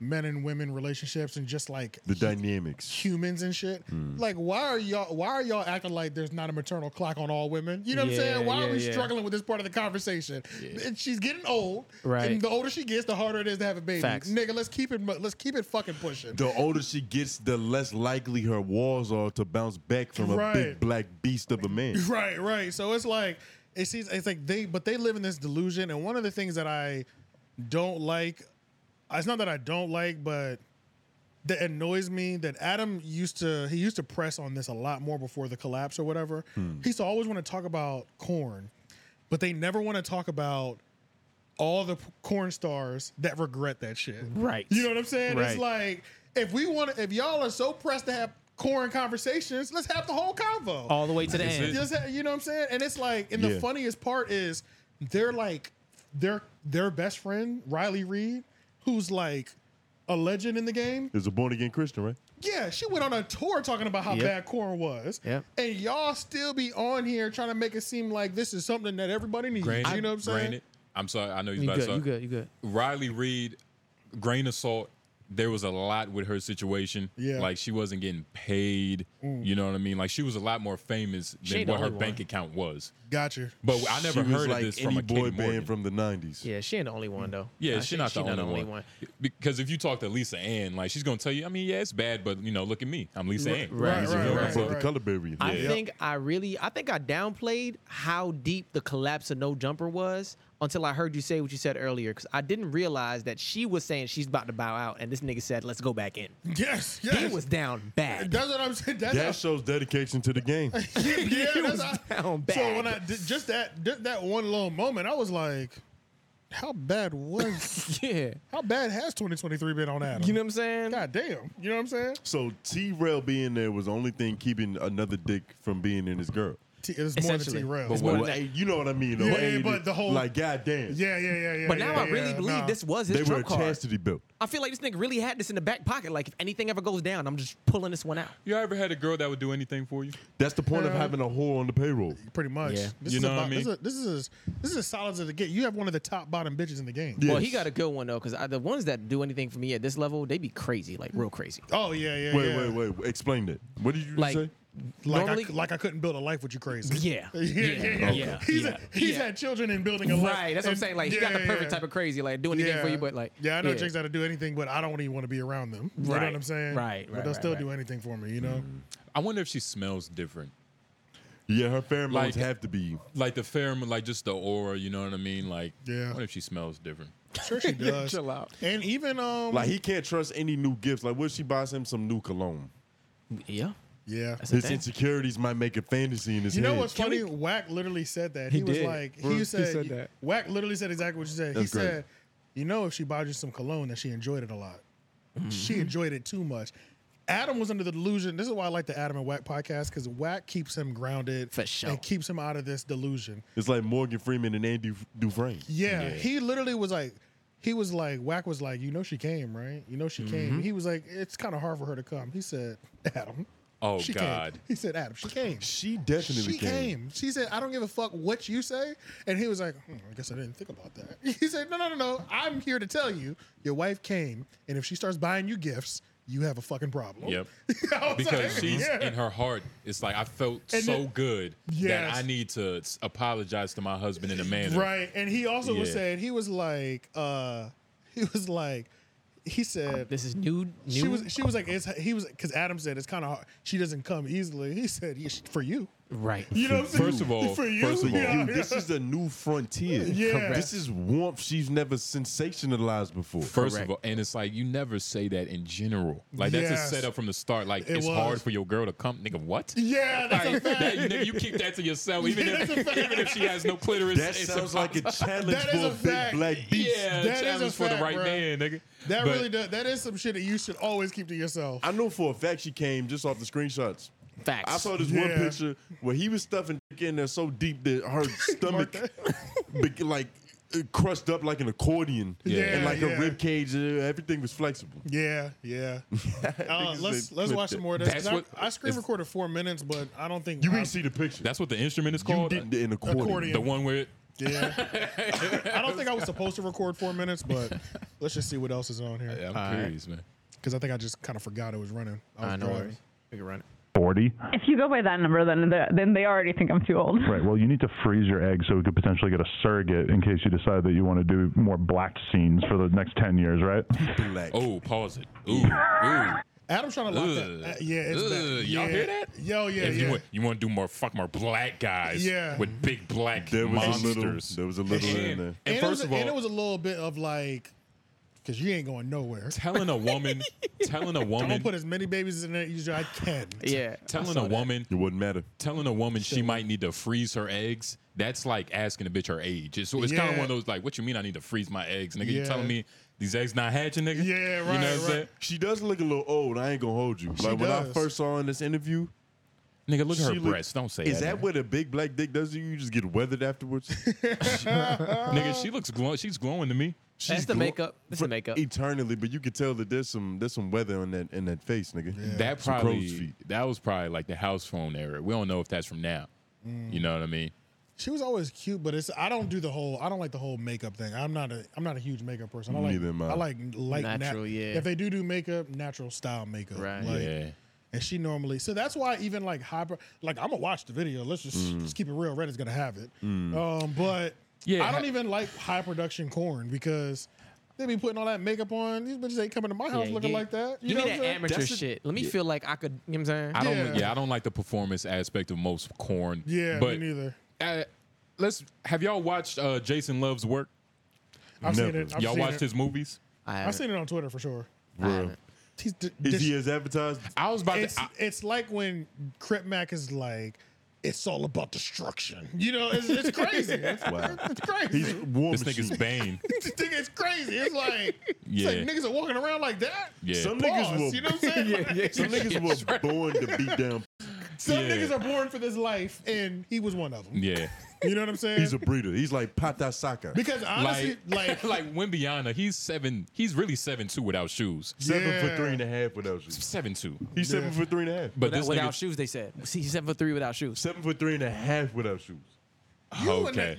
Speaker 2: men and women relationships and just like
Speaker 1: The dynamics.
Speaker 2: humans and shit.
Speaker 1: Hmm.
Speaker 2: Like why are y'all why are y'all acting like there's not a maternal clock on all women? You know what I'm
Speaker 1: Yeah,
Speaker 2: saying? Why are
Speaker 1: yeah,
Speaker 2: we
Speaker 1: yeah.
Speaker 2: struggling with this part of the conversation? And she's getting old.
Speaker 1: Right.
Speaker 2: And the older she gets, the harder it is to have a baby.
Speaker 1: Facts.
Speaker 2: Nigga, let's keep it mu- let's keep it fucking pushing.
Speaker 1: The older she gets, the less likely her walls are to bounce back from a
Speaker 2: Right.
Speaker 1: big black beast of a man.
Speaker 2: Right, right. So it's like it seems it's like they but they live in this delusion and one of the things that I don't like it's not that I don't like but that annoys me that Adam used to he used to press on this a lot more before the collapse or whatever.
Speaker 14: Hmm.
Speaker 2: He used to always want to talk about corn, but they never want to talk about all the p- corn stars that regret that shit.
Speaker 14: Right.
Speaker 2: You know what I'm saying? It's
Speaker 14: Right.
Speaker 2: like if we want if y'all are so pressed to have corn conversations, let's have the whole convo.
Speaker 5: All the way to the
Speaker 2: Just-
Speaker 5: end.
Speaker 2: just- you know what I'm saying? And it's like, and the
Speaker 5: Yeah.
Speaker 2: funniest part is they're like their their best friend, Riley Reed, who's like a legend in the game.
Speaker 1: Is a born again Christian, right?
Speaker 2: Yeah, she went on a tour talking about how
Speaker 1: Yep.
Speaker 2: bad corn was.
Speaker 1: Yep.
Speaker 2: And y'all still be on here trying to make it seem like this is something that everybody needs.
Speaker 4: Granted,
Speaker 2: you know what I'm saying?
Speaker 4: Granted, I'm sorry. I know he's
Speaker 5: You
Speaker 4: about
Speaker 5: good,
Speaker 4: to.
Speaker 5: you good, you good.
Speaker 4: Riley Reed, grain of salt. There was a lot with her situation.
Speaker 5: Yeah.
Speaker 4: Like she wasn't getting paid.
Speaker 2: Mm.
Speaker 4: You know what I mean? Like she was a lot more famous
Speaker 2: She
Speaker 4: than
Speaker 2: ain't the
Speaker 4: what her
Speaker 2: only
Speaker 4: bank account was.
Speaker 2: Gotcha.
Speaker 4: But I
Speaker 1: She
Speaker 4: never
Speaker 1: was
Speaker 4: heard
Speaker 1: like
Speaker 4: of this from
Speaker 1: any
Speaker 4: a
Speaker 1: boy
Speaker 4: Katie Morgan.
Speaker 1: band from the '90s.
Speaker 5: Yeah, she ain't the only one though.
Speaker 4: Yeah,
Speaker 5: Nah,
Speaker 4: she's not,
Speaker 5: she
Speaker 4: the, only one. Because if you talk to Lisa Ann, like she's gonna tell you, I mean, yeah, it's bad, but you know, look at me, I'm Lisa
Speaker 5: Right,
Speaker 4: Ann.
Speaker 5: right,
Speaker 4: You
Speaker 5: right,
Speaker 4: feel me?
Speaker 5: right,
Speaker 1: But the color barrier.
Speaker 5: I think I really, I think I downplayed how deep the collapse of No Jumper was until I heard you say what you said earlier because I didn't realize that she was saying she's about to bow out and this nigga said, let's go back in.
Speaker 2: Yes,
Speaker 5: yes. He was down bad.
Speaker 2: That's what I'm saying. That's
Speaker 1: that shows dedication to the game.
Speaker 2: yeah, that's how-
Speaker 5: down bad.
Speaker 2: So when I did just that did that one little moment, I was like, "How bad was?
Speaker 5: yeah,
Speaker 2: how bad has 2023 been on Adam?
Speaker 5: You know what I'm saying?
Speaker 2: God damn, you know what I'm saying?
Speaker 1: So T Rail being there was the only thing keeping another dick from being in his girl.
Speaker 2: T- it was more than Essentially. T-Rail.
Speaker 1: But
Speaker 2: It's more
Speaker 1: what-
Speaker 2: than that.
Speaker 1: hey, you know what I mean? though.
Speaker 2: Yeah,
Speaker 1: Hey,
Speaker 2: but the whole-
Speaker 1: like goddamn.
Speaker 2: Yeah, yeah, yeah, yeah.
Speaker 5: But now
Speaker 2: yeah,
Speaker 5: I really
Speaker 2: yeah,
Speaker 5: believe
Speaker 2: nah.
Speaker 5: this was his
Speaker 1: they were a
Speaker 5: trump card.
Speaker 1: chastity belt.
Speaker 5: I feel like this nigga really had this in the back pocket. Like if anything ever goes down, I'm just pulling this one out.
Speaker 4: You ever had a girl that would do anything for you?
Speaker 1: That's the point of
Speaker 2: Yeah.
Speaker 1: having a whore on the payroll.
Speaker 2: Pretty much.
Speaker 1: Yeah.
Speaker 2: This
Speaker 1: You
Speaker 2: is
Speaker 1: know what I
Speaker 2: about-
Speaker 1: mean?
Speaker 2: This is, this is this is as solid as it get. You have one of the top bottom bitches in the game.
Speaker 5: Well, he got a good one though, because the ones that do anything for me at this level, they be crazy, like real crazy.
Speaker 2: Oh yeah, yeah.
Speaker 1: wait,
Speaker 2: yeah.
Speaker 1: wait, wait. Explain that. What did you
Speaker 5: Like,
Speaker 1: say?
Speaker 2: Like
Speaker 5: Normally-
Speaker 2: I, like I couldn't build a life with you crazy.
Speaker 5: Yeah.
Speaker 2: yeah, yeah. yeah.
Speaker 5: Yeah.
Speaker 2: He's,
Speaker 5: Yeah.
Speaker 2: he's
Speaker 5: Yeah.
Speaker 2: had children in building a life.
Speaker 5: Right, that's what I'm
Speaker 2: and-
Speaker 5: saying. Like he got the
Speaker 2: yeah,
Speaker 5: perfect
Speaker 2: yeah.
Speaker 5: type of crazy, like do anything for
Speaker 2: Yeah.
Speaker 5: you, but like
Speaker 2: yeah, I know chicks that'll do anything, but I don't even want to be around them. You know
Speaker 4: Right.
Speaker 2: what I'm saying?
Speaker 4: Right,
Speaker 2: But
Speaker 4: right,
Speaker 2: they'll
Speaker 4: right,
Speaker 2: still
Speaker 4: right.
Speaker 2: do anything for me. You know.
Speaker 4: Mm. I wonder if she smells different.
Speaker 1: Yeah, her pheromones
Speaker 4: Like-
Speaker 1: have to be.
Speaker 4: Like the pheromone, like just the aura. You know what I mean? Like,
Speaker 2: Yeah.
Speaker 4: What if she smells different?
Speaker 2: Sure, she does.
Speaker 5: Chill out.
Speaker 2: And even um,
Speaker 1: Like he can't trust any new gifts. Like what if she buys him some new cologne?
Speaker 5: Yeah.
Speaker 2: Yeah.
Speaker 5: That's the
Speaker 1: His
Speaker 5: thing.
Speaker 1: insecurities might make a fantasy in his
Speaker 2: you know
Speaker 1: head.
Speaker 2: what's funny? Whack literally said that.
Speaker 1: He
Speaker 2: He, was
Speaker 1: did.
Speaker 2: like,
Speaker 1: Bro,
Speaker 2: he
Speaker 1: he
Speaker 2: said,
Speaker 1: said that.
Speaker 2: Whack literally said exactly what you said. he
Speaker 1: That's great.
Speaker 2: said, you know, if she bought you some cologne, that she enjoyed it a lot. She enjoyed it too much. Adam was under the delusion. This is why I like the Adam and Whack podcast because Whack keeps him grounded For sure. and keeps him out of this delusion.
Speaker 1: It's like Morgan Freeman and Andy Dufresne.
Speaker 2: Yeah, he literally was like, He was like, Whack was like, you know she came, right? You know she came.
Speaker 1: Mm-hmm.
Speaker 4: Mhm.
Speaker 2: He was like, it's kind of hard for her to come. He said, Adam.
Speaker 4: Oh,
Speaker 2: she
Speaker 4: God.
Speaker 2: Came. He said, Adam, she came.
Speaker 1: She definitely
Speaker 2: she
Speaker 1: came.
Speaker 2: She said, I don't give a fuck what you say. And he was like, hmm, I guess I didn't think about that. He said, no, no, no, no. I'm here to tell you, your wife came. And if she starts buying you gifts, you have a fucking problem.
Speaker 4: Yep.
Speaker 2: Oh. I was
Speaker 4: because
Speaker 2: like,
Speaker 4: she's
Speaker 2: yeah.
Speaker 4: in her heart. It's like I felt
Speaker 2: And
Speaker 4: so
Speaker 2: then-
Speaker 4: good
Speaker 2: Yes.
Speaker 4: that I need to s- apologize to my husband in a manner.
Speaker 2: Right. And he also was
Speaker 4: Yeah.
Speaker 2: saying he was like, uh he was like he said
Speaker 5: This is nude.
Speaker 2: She was
Speaker 5: nude?
Speaker 2: she was like it's he was cause Adam said it's kinda hard. She doesn't come easily. He said yeah, for you.
Speaker 5: Right.
Speaker 2: You know what I'm saying?
Speaker 1: First of all,
Speaker 2: for you.
Speaker 1: first of all,
Speaker 2: Yeah,
Speaker 1: this
Speaker 2: yeah.
Speaker 1: is a new frontier.
Speaker 2: Yeah. Correct.
Speaker 1: This is warmth she's never sensationalized before.
Speaker 4: First of all, and it's like you never say that in general. Like that's
Speaker 1: Yes.
Speaker 4: just set up from the start. Like
Speaker 1: It
Speaker 4: it's
Speaker 1: was.
Speaker 4: hard for your girl to come, nigga. What?
Speaker 2: Yeah, that's
Speaker 4: Like,
Speaker 2: a fact.
Speaker 4: that- you, nigga, you keep that to yourself, even if even if she has no clitoris.
Speaker 1: That
Speaker 4: it's
Speaker 1: sounds like a challenge
Speaker 2: That is
Speaker 1: for
Speaker 2: a
Speaker 1: a big
Speaker 2: fact.
Speaker 1: black beast.
Speaker 4: Yeah,
Speaker 2: That is a
Speaker 4: challenge for
Speaker 2: fact,
Speaker 4: the right
Speaker 2: bruh.
Speaker 4: man, nigga.
Speaker 2: That
Speaker 1: But-
Speaker 2: really does that is some shit that you should always keep to yourself.
Speaker 1: I know for a fact she came just off the screenshots.
Speaker 5: Facts.
Speaker 1: I saw this one
Speaker 2: Yeah.
Speaker 1: picture where he was stuffing dick in there so deep that her stomach, be- like, it crushed up like an accordion.
Speaker 2: Yeah.
Speaker 1: and like
Speaker 2: Yeah.
Speaker 1: her rib cage, uh, everything was flexible.
Speaker 2: Yeah, yeah. Uh,
Speaker 1: Niggas
Speaker 2: let's
Speaker 1: said
Speaker 2: let's
Speaker 1: clip
Speaker 2: watch
Speaker 1: that.
Speaker 2: some more of this. 'cause
Speaker 1: That's
Speaker 2: I-
Speaker 1: what-
Speaker 2: I, screen
Speaker 1: it's-
Speaker 2: recorded four minutes, but I don't think
Speaker 1: You
Speaker 2: I-
Speaker 1: didn't see the picture.
Speaker 4: That's what the instrument is called.
Speaker 1: You did an accordion.
Speaker 2: Accordion.
Speaker 4: The one where it,
Speaker 2: Yeah. I don't think I was supposed to record four minutes, but let's just see what else is on here.
Speaker 4: I'm curious, man.
Speaker 2: Because I think I just kind of forgot it was running. I, was
Speaker 4: I know
Speaker 2: driving.
Speaker 4: it.
Speaker 5: We can run it.
Speaker 12: 40.
Speaker 13: If you go by that number, then the, then they already think I'm too old.
Speaker 12: Right. Well, you need to freeze your eggs so we could potentially get a surrogate in case you decide that you want to do more black scenes for the next 10 years, right?
Speaker 4: Oh, pause it. Ooh, ooh.
Speaker 2: Adam's trying to lock that.
Speaker 4: Ugh.
Speaker 2: uh, yeah, it's
Speaker 4: Ugh,
Speaker 2: bad.
Speaker 4: Y'all
Speaker 2: Yeah.
Speaker 4: hear that?
Speaker 2: Yo, Oh, yeah,
Speaker 4: If
Speaker 2: yeah.
Speaker 4: You want, you want to do more fuck more black guys
Speaker 2: Yeah.
Speaker 4: with big black
Speaker 1: There was a
Speaker 4: monsters.
Speaker 1: little- there was a little
Speaker 4: and,
Speaker 1: in there.
Speaker 4: And,
Speaker 2: and, it was,
Speaker 4: first of
Speaker 2: and it
Speaker 4: all,
Speaker 2: was a little bit of like, because you ain't going nowhere.
Speaker 4: telling a woman, telling a
Speaker 2: I'm going
Speaker 4: woman,
Speaker 2: to put as many babies in there as I can.
Speaker 4: telling a woman,
Speaker 1: it wouldn't matter.
Speaker 4: Telling a woman she might need to freeze her eggs. That's like asking a bitch her age. It's- So it's kind
Speaker 2: Yeah.
Speaker 4: of one of those like, what you mean I need to freeze my eggs, nigga?
Speaker 1: Yeah.
Speaker 4: You telling me these eggs not hatching, nigga?
Speaker 2: Yeah,
Speaker 4: You know what I'm saying?
Speaker 1: She does look a little old. I ain't gonna hold you. like when I
Speaker 4: does.
Speaker 1: first saw her in this interview,
Speaker 4: nigga, look at her
Speaker 1: she look-
Speaker 4: breasts. Don't say
Speaker 1: Is
Speaker 4: that,
Speaker 1: that
Speaker 4: nigga.
Speaker 1: what a big black dick does to you? You just get weathered afterwards.
Speaker 4: nigga, she looks glowing. She's glowing to me.
Speaker 1: She's
Speaker 4: the
Speaker 1: glow-
Speaker 4: makeup. That's the
Speaker 1: for
Speaker 4: makeup.
Speaker 1: Eternally, but you could tell that there's some there's some weather on that in that face, nigga.
Speaker 4: That
Speaker 1: Some crow's feet.
Speaker 4: probably that was probably like the house phone era. We don't know if that's from now.
Speaker 2: Mm.
Speaker 4: You know what I mean?
Speaker 2: She was always cute, but it's I don't do the whole I don't like the whole makeup thing. I'm not a I'm not a huge makeup person. I like
Speaker 1: Neither am I.
Speaker 2: I like light nat-
Speaker 1: Natural, yeah.
Speaker 2: If they do do makeup, natural style makeup, right? Like,
Speaker 4: yeah.
Speaker 2: And she normally so that's why even like hyper like I'm gonna watch the video. Let's just,
Speaker 1: Mm.
Speaker 2: just keep it real. Reddit's gonna have it.
Speaker 1: Mm.
Speaker 2: Um, but
Speaker 1: Yeah,
Speaker 2: I don't
Speaker 1: ha-
Speaker 2: even like high production corn because they be putting all that makeup on. These bitches ain't coming to my house
Speaker 5: Yeah,
Speaker 2: looking
Speaker 5: gi-
Speaker 2: like that. You
Speaker 5: give
Speaker 2: know
Speaker 5: me
Speaker 2: what I'm
Speaker 5: that
Speaker 2: saying?
Speaker 5: amateur shit. Let me
Speaker 4: yeah.
Speaker 5: feel like I could. You know what I'm saying?
Speaker 4: I don't yeah. I don't like the performance aspect of most corn.
Speaker 2: Yeah,
Speaker 4: but
Speaker 2: me neither.
Speaker 4: uh, let's have y'all watched uh, Jason Love's work?
Speaker 2: I've seen Never. it. I've
Speaker 4: y'all
Speaker 2: seen
Speaker 4: watched
Speaker 2: it.
Speaker 4: his movies?
Speaker 2: I've seen it on Twitter for sure. He's d-
Speaker 1: Is
Speaker 2: dis-
Speaker 1: he as advertised?
Speaker 4: I was about
Speaker 2: it's, it's like when Crip Mac is like, it's all about destruction. You know, it's, it's crazy. It's,
Speaker 1: Wow.
Speaker 2: it's crazy.
Speaker 1: He's war
Speaker 4: This nigga's Bane.
Speaker 2: This thing is crazy. It's like, it's like
Speaker 4: Yeah.
Speaker 2: niggas are walking around like that.
Speaker 4: Yeah.
Speaker 1: Some
Speaker 2: Pause,
Speaker 1: niggas were
Speaker 2: you know what I'm saying?
Speaker 1: Yeah, yeah, Some niggas were born to beat down.
Speaker 2: Some niggas are born for this life, and he was one of them.
Speaker 4: Yeah.
Speaker 2: You know what I'm saying?
Speaker 1: He's a breeder. He's like Pata Saka.
Speaker 2: Because honestly,
Speaker 4: like like Wimbiana, he's seven. He's really seven two without shoes.
Speaker 1: Seven foot three and a half without shoes.
Speaker 4: Seven two.
Speaker 1: He's seven
Speaker 4: Yeah.
Speaker 1: foot three and a half.
Speaker 4: But
Speaker 5: without,
Speaker 4: this
Speaker 5: without
Speaker 4: nigga-
Speaker 5: shoes, they said. See, he's seven foot three without shoes.
Speaker 1: Seven foot three and a half without shoes.
Speaker 4: okay.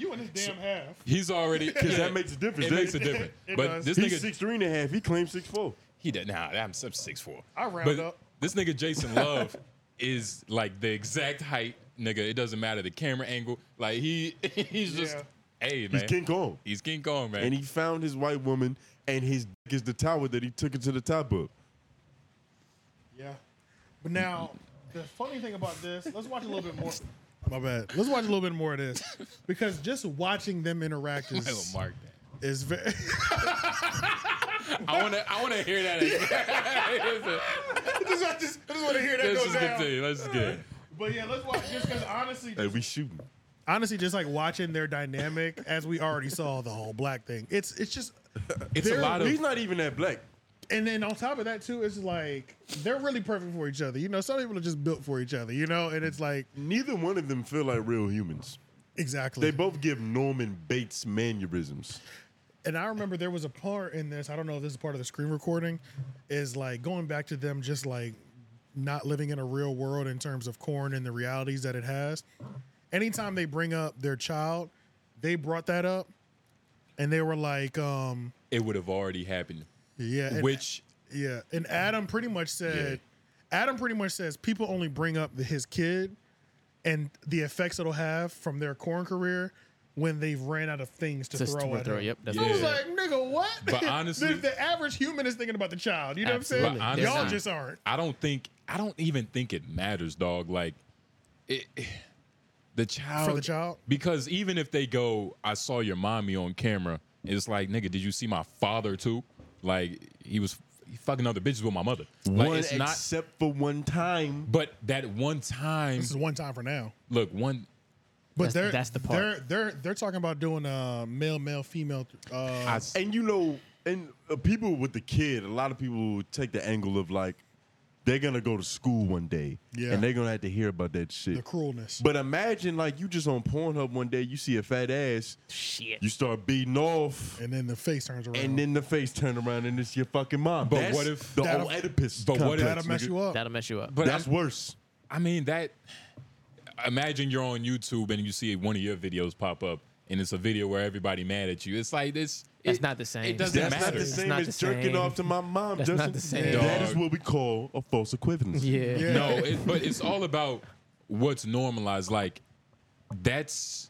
Speaker 4: He's already
Speaker 1: because that makes a difference.
Speaker 4: It makes a difference. but this
Speaker 1: He's
Speaker 4: nigga
Speaker 1: six three and a half. He claims six four.
Speaker 4: He did nah. I'm six four.
Speaker 1: I round
Speaker 4: but
Speaker 1: up.
Speaker 4: This nigga Jason Love is like the exact height, nigga. It doesn't matter the camera angle. Like he, he's just hey man.
Speaker 1: He's King Kong.
Speaker 4: He's King Kong, man.
Speaker 1: And he found his white woman, and his dick is the tower that he took her to the top of.
Speaker 2: yeah. But now, the funny thing about this, let's watch a little bit more. My bad. Let's watch a little bit more of this because just watching them interact
Speaker 4: I will
Speaker 2: is,
Speaker 4: mark
Speaker 2: is very.
Speaker 4: that. I wanna, I wanna hear that. again.
Speaker 2: I just, I just, I just want to hear that
Speaker 4: Let's
Speaker 2: go
Speaker 4: just
Speaker 2: down.
Speaker 4: continue. Let's just get it.
Speaker 2: But yeah, let's watch just because honestly,
Speaker 1: Hey, we shooting.
Speaker 2: honestly, just like watching their dynamic, as we already saw the whole black thing. It's it's just they're-
Speaker 1: He's not even that black.
Speaker 2: And then on top of that too, it's like they're really perfect for each other. You know, some people are just built for each other. You know, and it's like
Speaker 1: neither one of them feel like real humans.
Speaker 2: Exactly.
Speaker 1: They both give Norman Bates mannerisms.
Speaker 2: and I remember there was a part in this. I don't know if this is part of the screen recording. Is like going back to them just like not living in a real world in terms of corn and the realities that it has. Anytime they bring up their child, they brought that up, and they were like, um,
Speaker 4: It would have already happened.
Speaker 2: Yeah, and-
Speaker 4: Which
Speaker 2: yeah, and Adam pretty much said, Adam pretty much says people only bring up the, his kid and the effects it'll have from their corn career when they've ran out of things to
Speaker 5: Just
Speaker 2: throw
Speaker 5: to
Speaker 2: at
Speaker 5: throw-
Speaker 2: him.
Speaker 5: yep, that's
Speaker 2: I
Speaker 5: what
Speaker 2: was
Speaker 5: he
Speaker 2: like,
Speaker 5: said.
Speaker 2: nigga, what?
Speaker 4: But
Speaker 2: The-
Speaker 4: honestly-
Speaker 2: the, average human is thinking about the child. You know
Speaker 4: But
Speaker 2: what I'm saying?
Speaker 4: honestly,
Speaker 2: Y'all just aren't.
Speaker 4: I don't think I don't even think it matters, dog. Like it, the child
Speaker 2: the child?
Speaker 4: Because even if they go, I saw your mommy on camera. It's like, nigga, did you see my father too? Like he was fucking other bitches with my mother. Like
Speaker 1: One
Speaker 4: it's not.
Speaker 1: except for one time.
Speaker 4: But that one time,
Speaker 2: This is one time for now.
Speaker 4: look, one.
Speaker 2: But they're They're they're they're talking about doing uh male male female. Uh,
Speaker 1: Um, and you know, and uh, people with the kid, a lot of people take the angle of like they're gonna go to school one day,
Speaker 2: Yeah.
Speaker 1: and they're gonna have to hear about that shit,
Speaker 2: The cruelness.
Speaker 1: But imagine like you just on Pornhub one day, you see a fat ass,
Speaker 5: shit,
Speaker 1: you start beating off,
Speaker 2: and then the face turns around,
Speaker 1: and then the face turn around, and it's your fucking mom.
Speaker 4: But
Speaker 1: That's
Speaker 4: what if
Speaker 1: the old Oedipus? complex, nigga.
Speaker 5: That'll mess you up.
Speaker 1: that's worse.
Speaker 4: I mean that. Imagine you're on YouTube and you see one of your videos pop up, and it's a video where everybody mad at you. It's like this.
Speaker 5: That's
Speaker 4: it-
Speaker 5: not the same.
Speaker 4: It doesn't
Speaker 1: That's
Speaker 4: matter.
Speaker 1: not the same as jerking off to my mom.
Speaker 4: That's
Speaker 1: Justin.
Speaker 4: not the same.
Speaker 1: That is
Speaker 4: Dog.
Speaker 1: what we call a false equivalence.
Speaker 4: No, it, but it's all about what's normalized. Like that's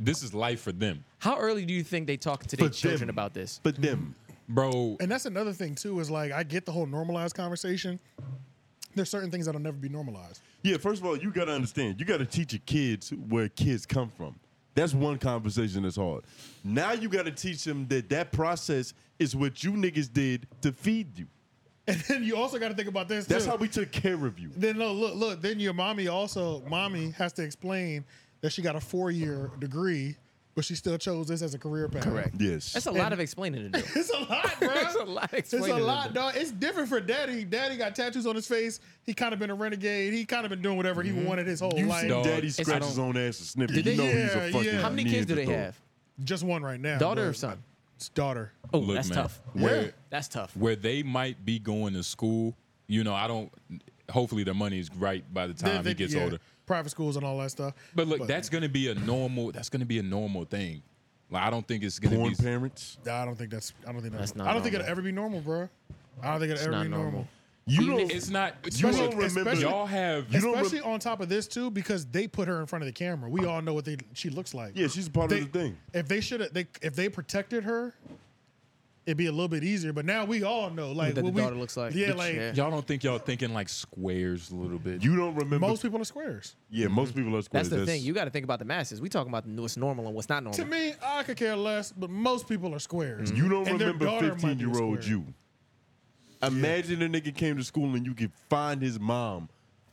Speaker 4: this is life for them.
Speaker 5: How early do you think they talk to their
Speaker 4: For
Speaker 5: children
Speaker 4: them.
Speaker 5: about this?
Speaker 1: But them,
Speaker 4: bro.
Speaker 2: And that's another thing too is like I get the whole normalized conversation. There's certain things that'll never be normalized.
Speaker 1: Yeah, first of all, you got to understand, you got to teach your kids where kids come from. That's one conversation that's hard. Now you got to teach them that that process is what you niggas did to feed you.
Speaker 2: And then you also got to think about this.
Speaker 1: That's
Speaker 2: too.
Speaker 1: how we took care of you.
Speaker 2: Then no, look, look. Then your mommy also, mommy has to explain that she got a four year degree, but she still chose this as a career path.
Speaker 5: Correct.
Speaker 1: Yes.
Speaker 5: That's a lot of explaining to do.
Speaker 2: It's a lot, bro. it's a lot. It's a
Speaker 5: explaining to
Speaker 2: lot,
Speaker 5: do.
Speaker 2: dog. It's different for daddy. Daddy got tattoos on his face. He kind of been a renegade. He kind of been doing whatever he wanted his whole
Speaker 1: You
Speaker 2: life.
Speaker 1: see daddy scratch his own ass and snip it. You know he's a fucking Neanderthal.
Speaker 2: Just one right now.
Speaker 5: Daughter
Speaker 2: but-
Speaker 5: or son?
Speaker 2: It's daughter.
Speaker 5: Oh, that's tough.
Speaker 4: Where,
Speaker 5: That's tough.
Speaker 4: Where they might be going to school, you know, I don't. Hopefully, their money is right by the time
Speaker 2: They-
Speaker 4: he
Speaker 2: they-
Speaker 4: gets
Speaker 2: yeah,
Speaker 4: older.
Speaker 2: Private schools and all that stuff.
Speaker 4: But look, that's gonna be a normal. That's gonna be a normal thing. Like I don't think it's gonna
Speaker 1: Porn
Speaker 4: be
Speaker 1: parents.
Speaker 2: I don't think that's. I don't think that's.
Speaker 4: That's not
Speaker 2: I don't think it'll
Speaker 4: normal.
Speaker 2: ever be normal, bro. I don't think it'll
Speaker 4: It's
Speaker 2: ever
Speaker 4: not
Speaker 2: be normal.
Speaker 4: normal. You Even don't- if- it's not- you don't remember- y'all have- you don't rem-
Speaker 2: especially on top of this too, because they put her in front of the camera. We all know what they she looks like.
Speaker 1: Yeah, she's a part
Speaker 2: They-
Speaker 1: of the thing.
Speaker 2: If they should have, they if they protected her, it'd be a little bit easier. But now we all know, like
Speaker 4: That
Speaker 2: what
Speaker 4: the
Speaker 2: we,
Speaker 4: daughter looks like.
Speaker 2: Yeah, like
Speaker 4: y'all don't think y'all thinking like squares a little bit.
Speaker 1: You don't remember.
Speaker 2: most people are squares.
Speaker 1: yeah, most people are squares.
Speaker 5: That's the thing. You got to think about the masses. We talking about what's normal and what's not normal.
Speaker 2: To me, I could care less, but most people are squares.
Speaker 1: You don't
Speaker 2: And their
Speaker 1: remember
Speaker 2: daughter might be a
Speaker 1: 15 year old
Speaker 2: square.
Speaker 1: you. Imagine a nigga came to school and you could find his mom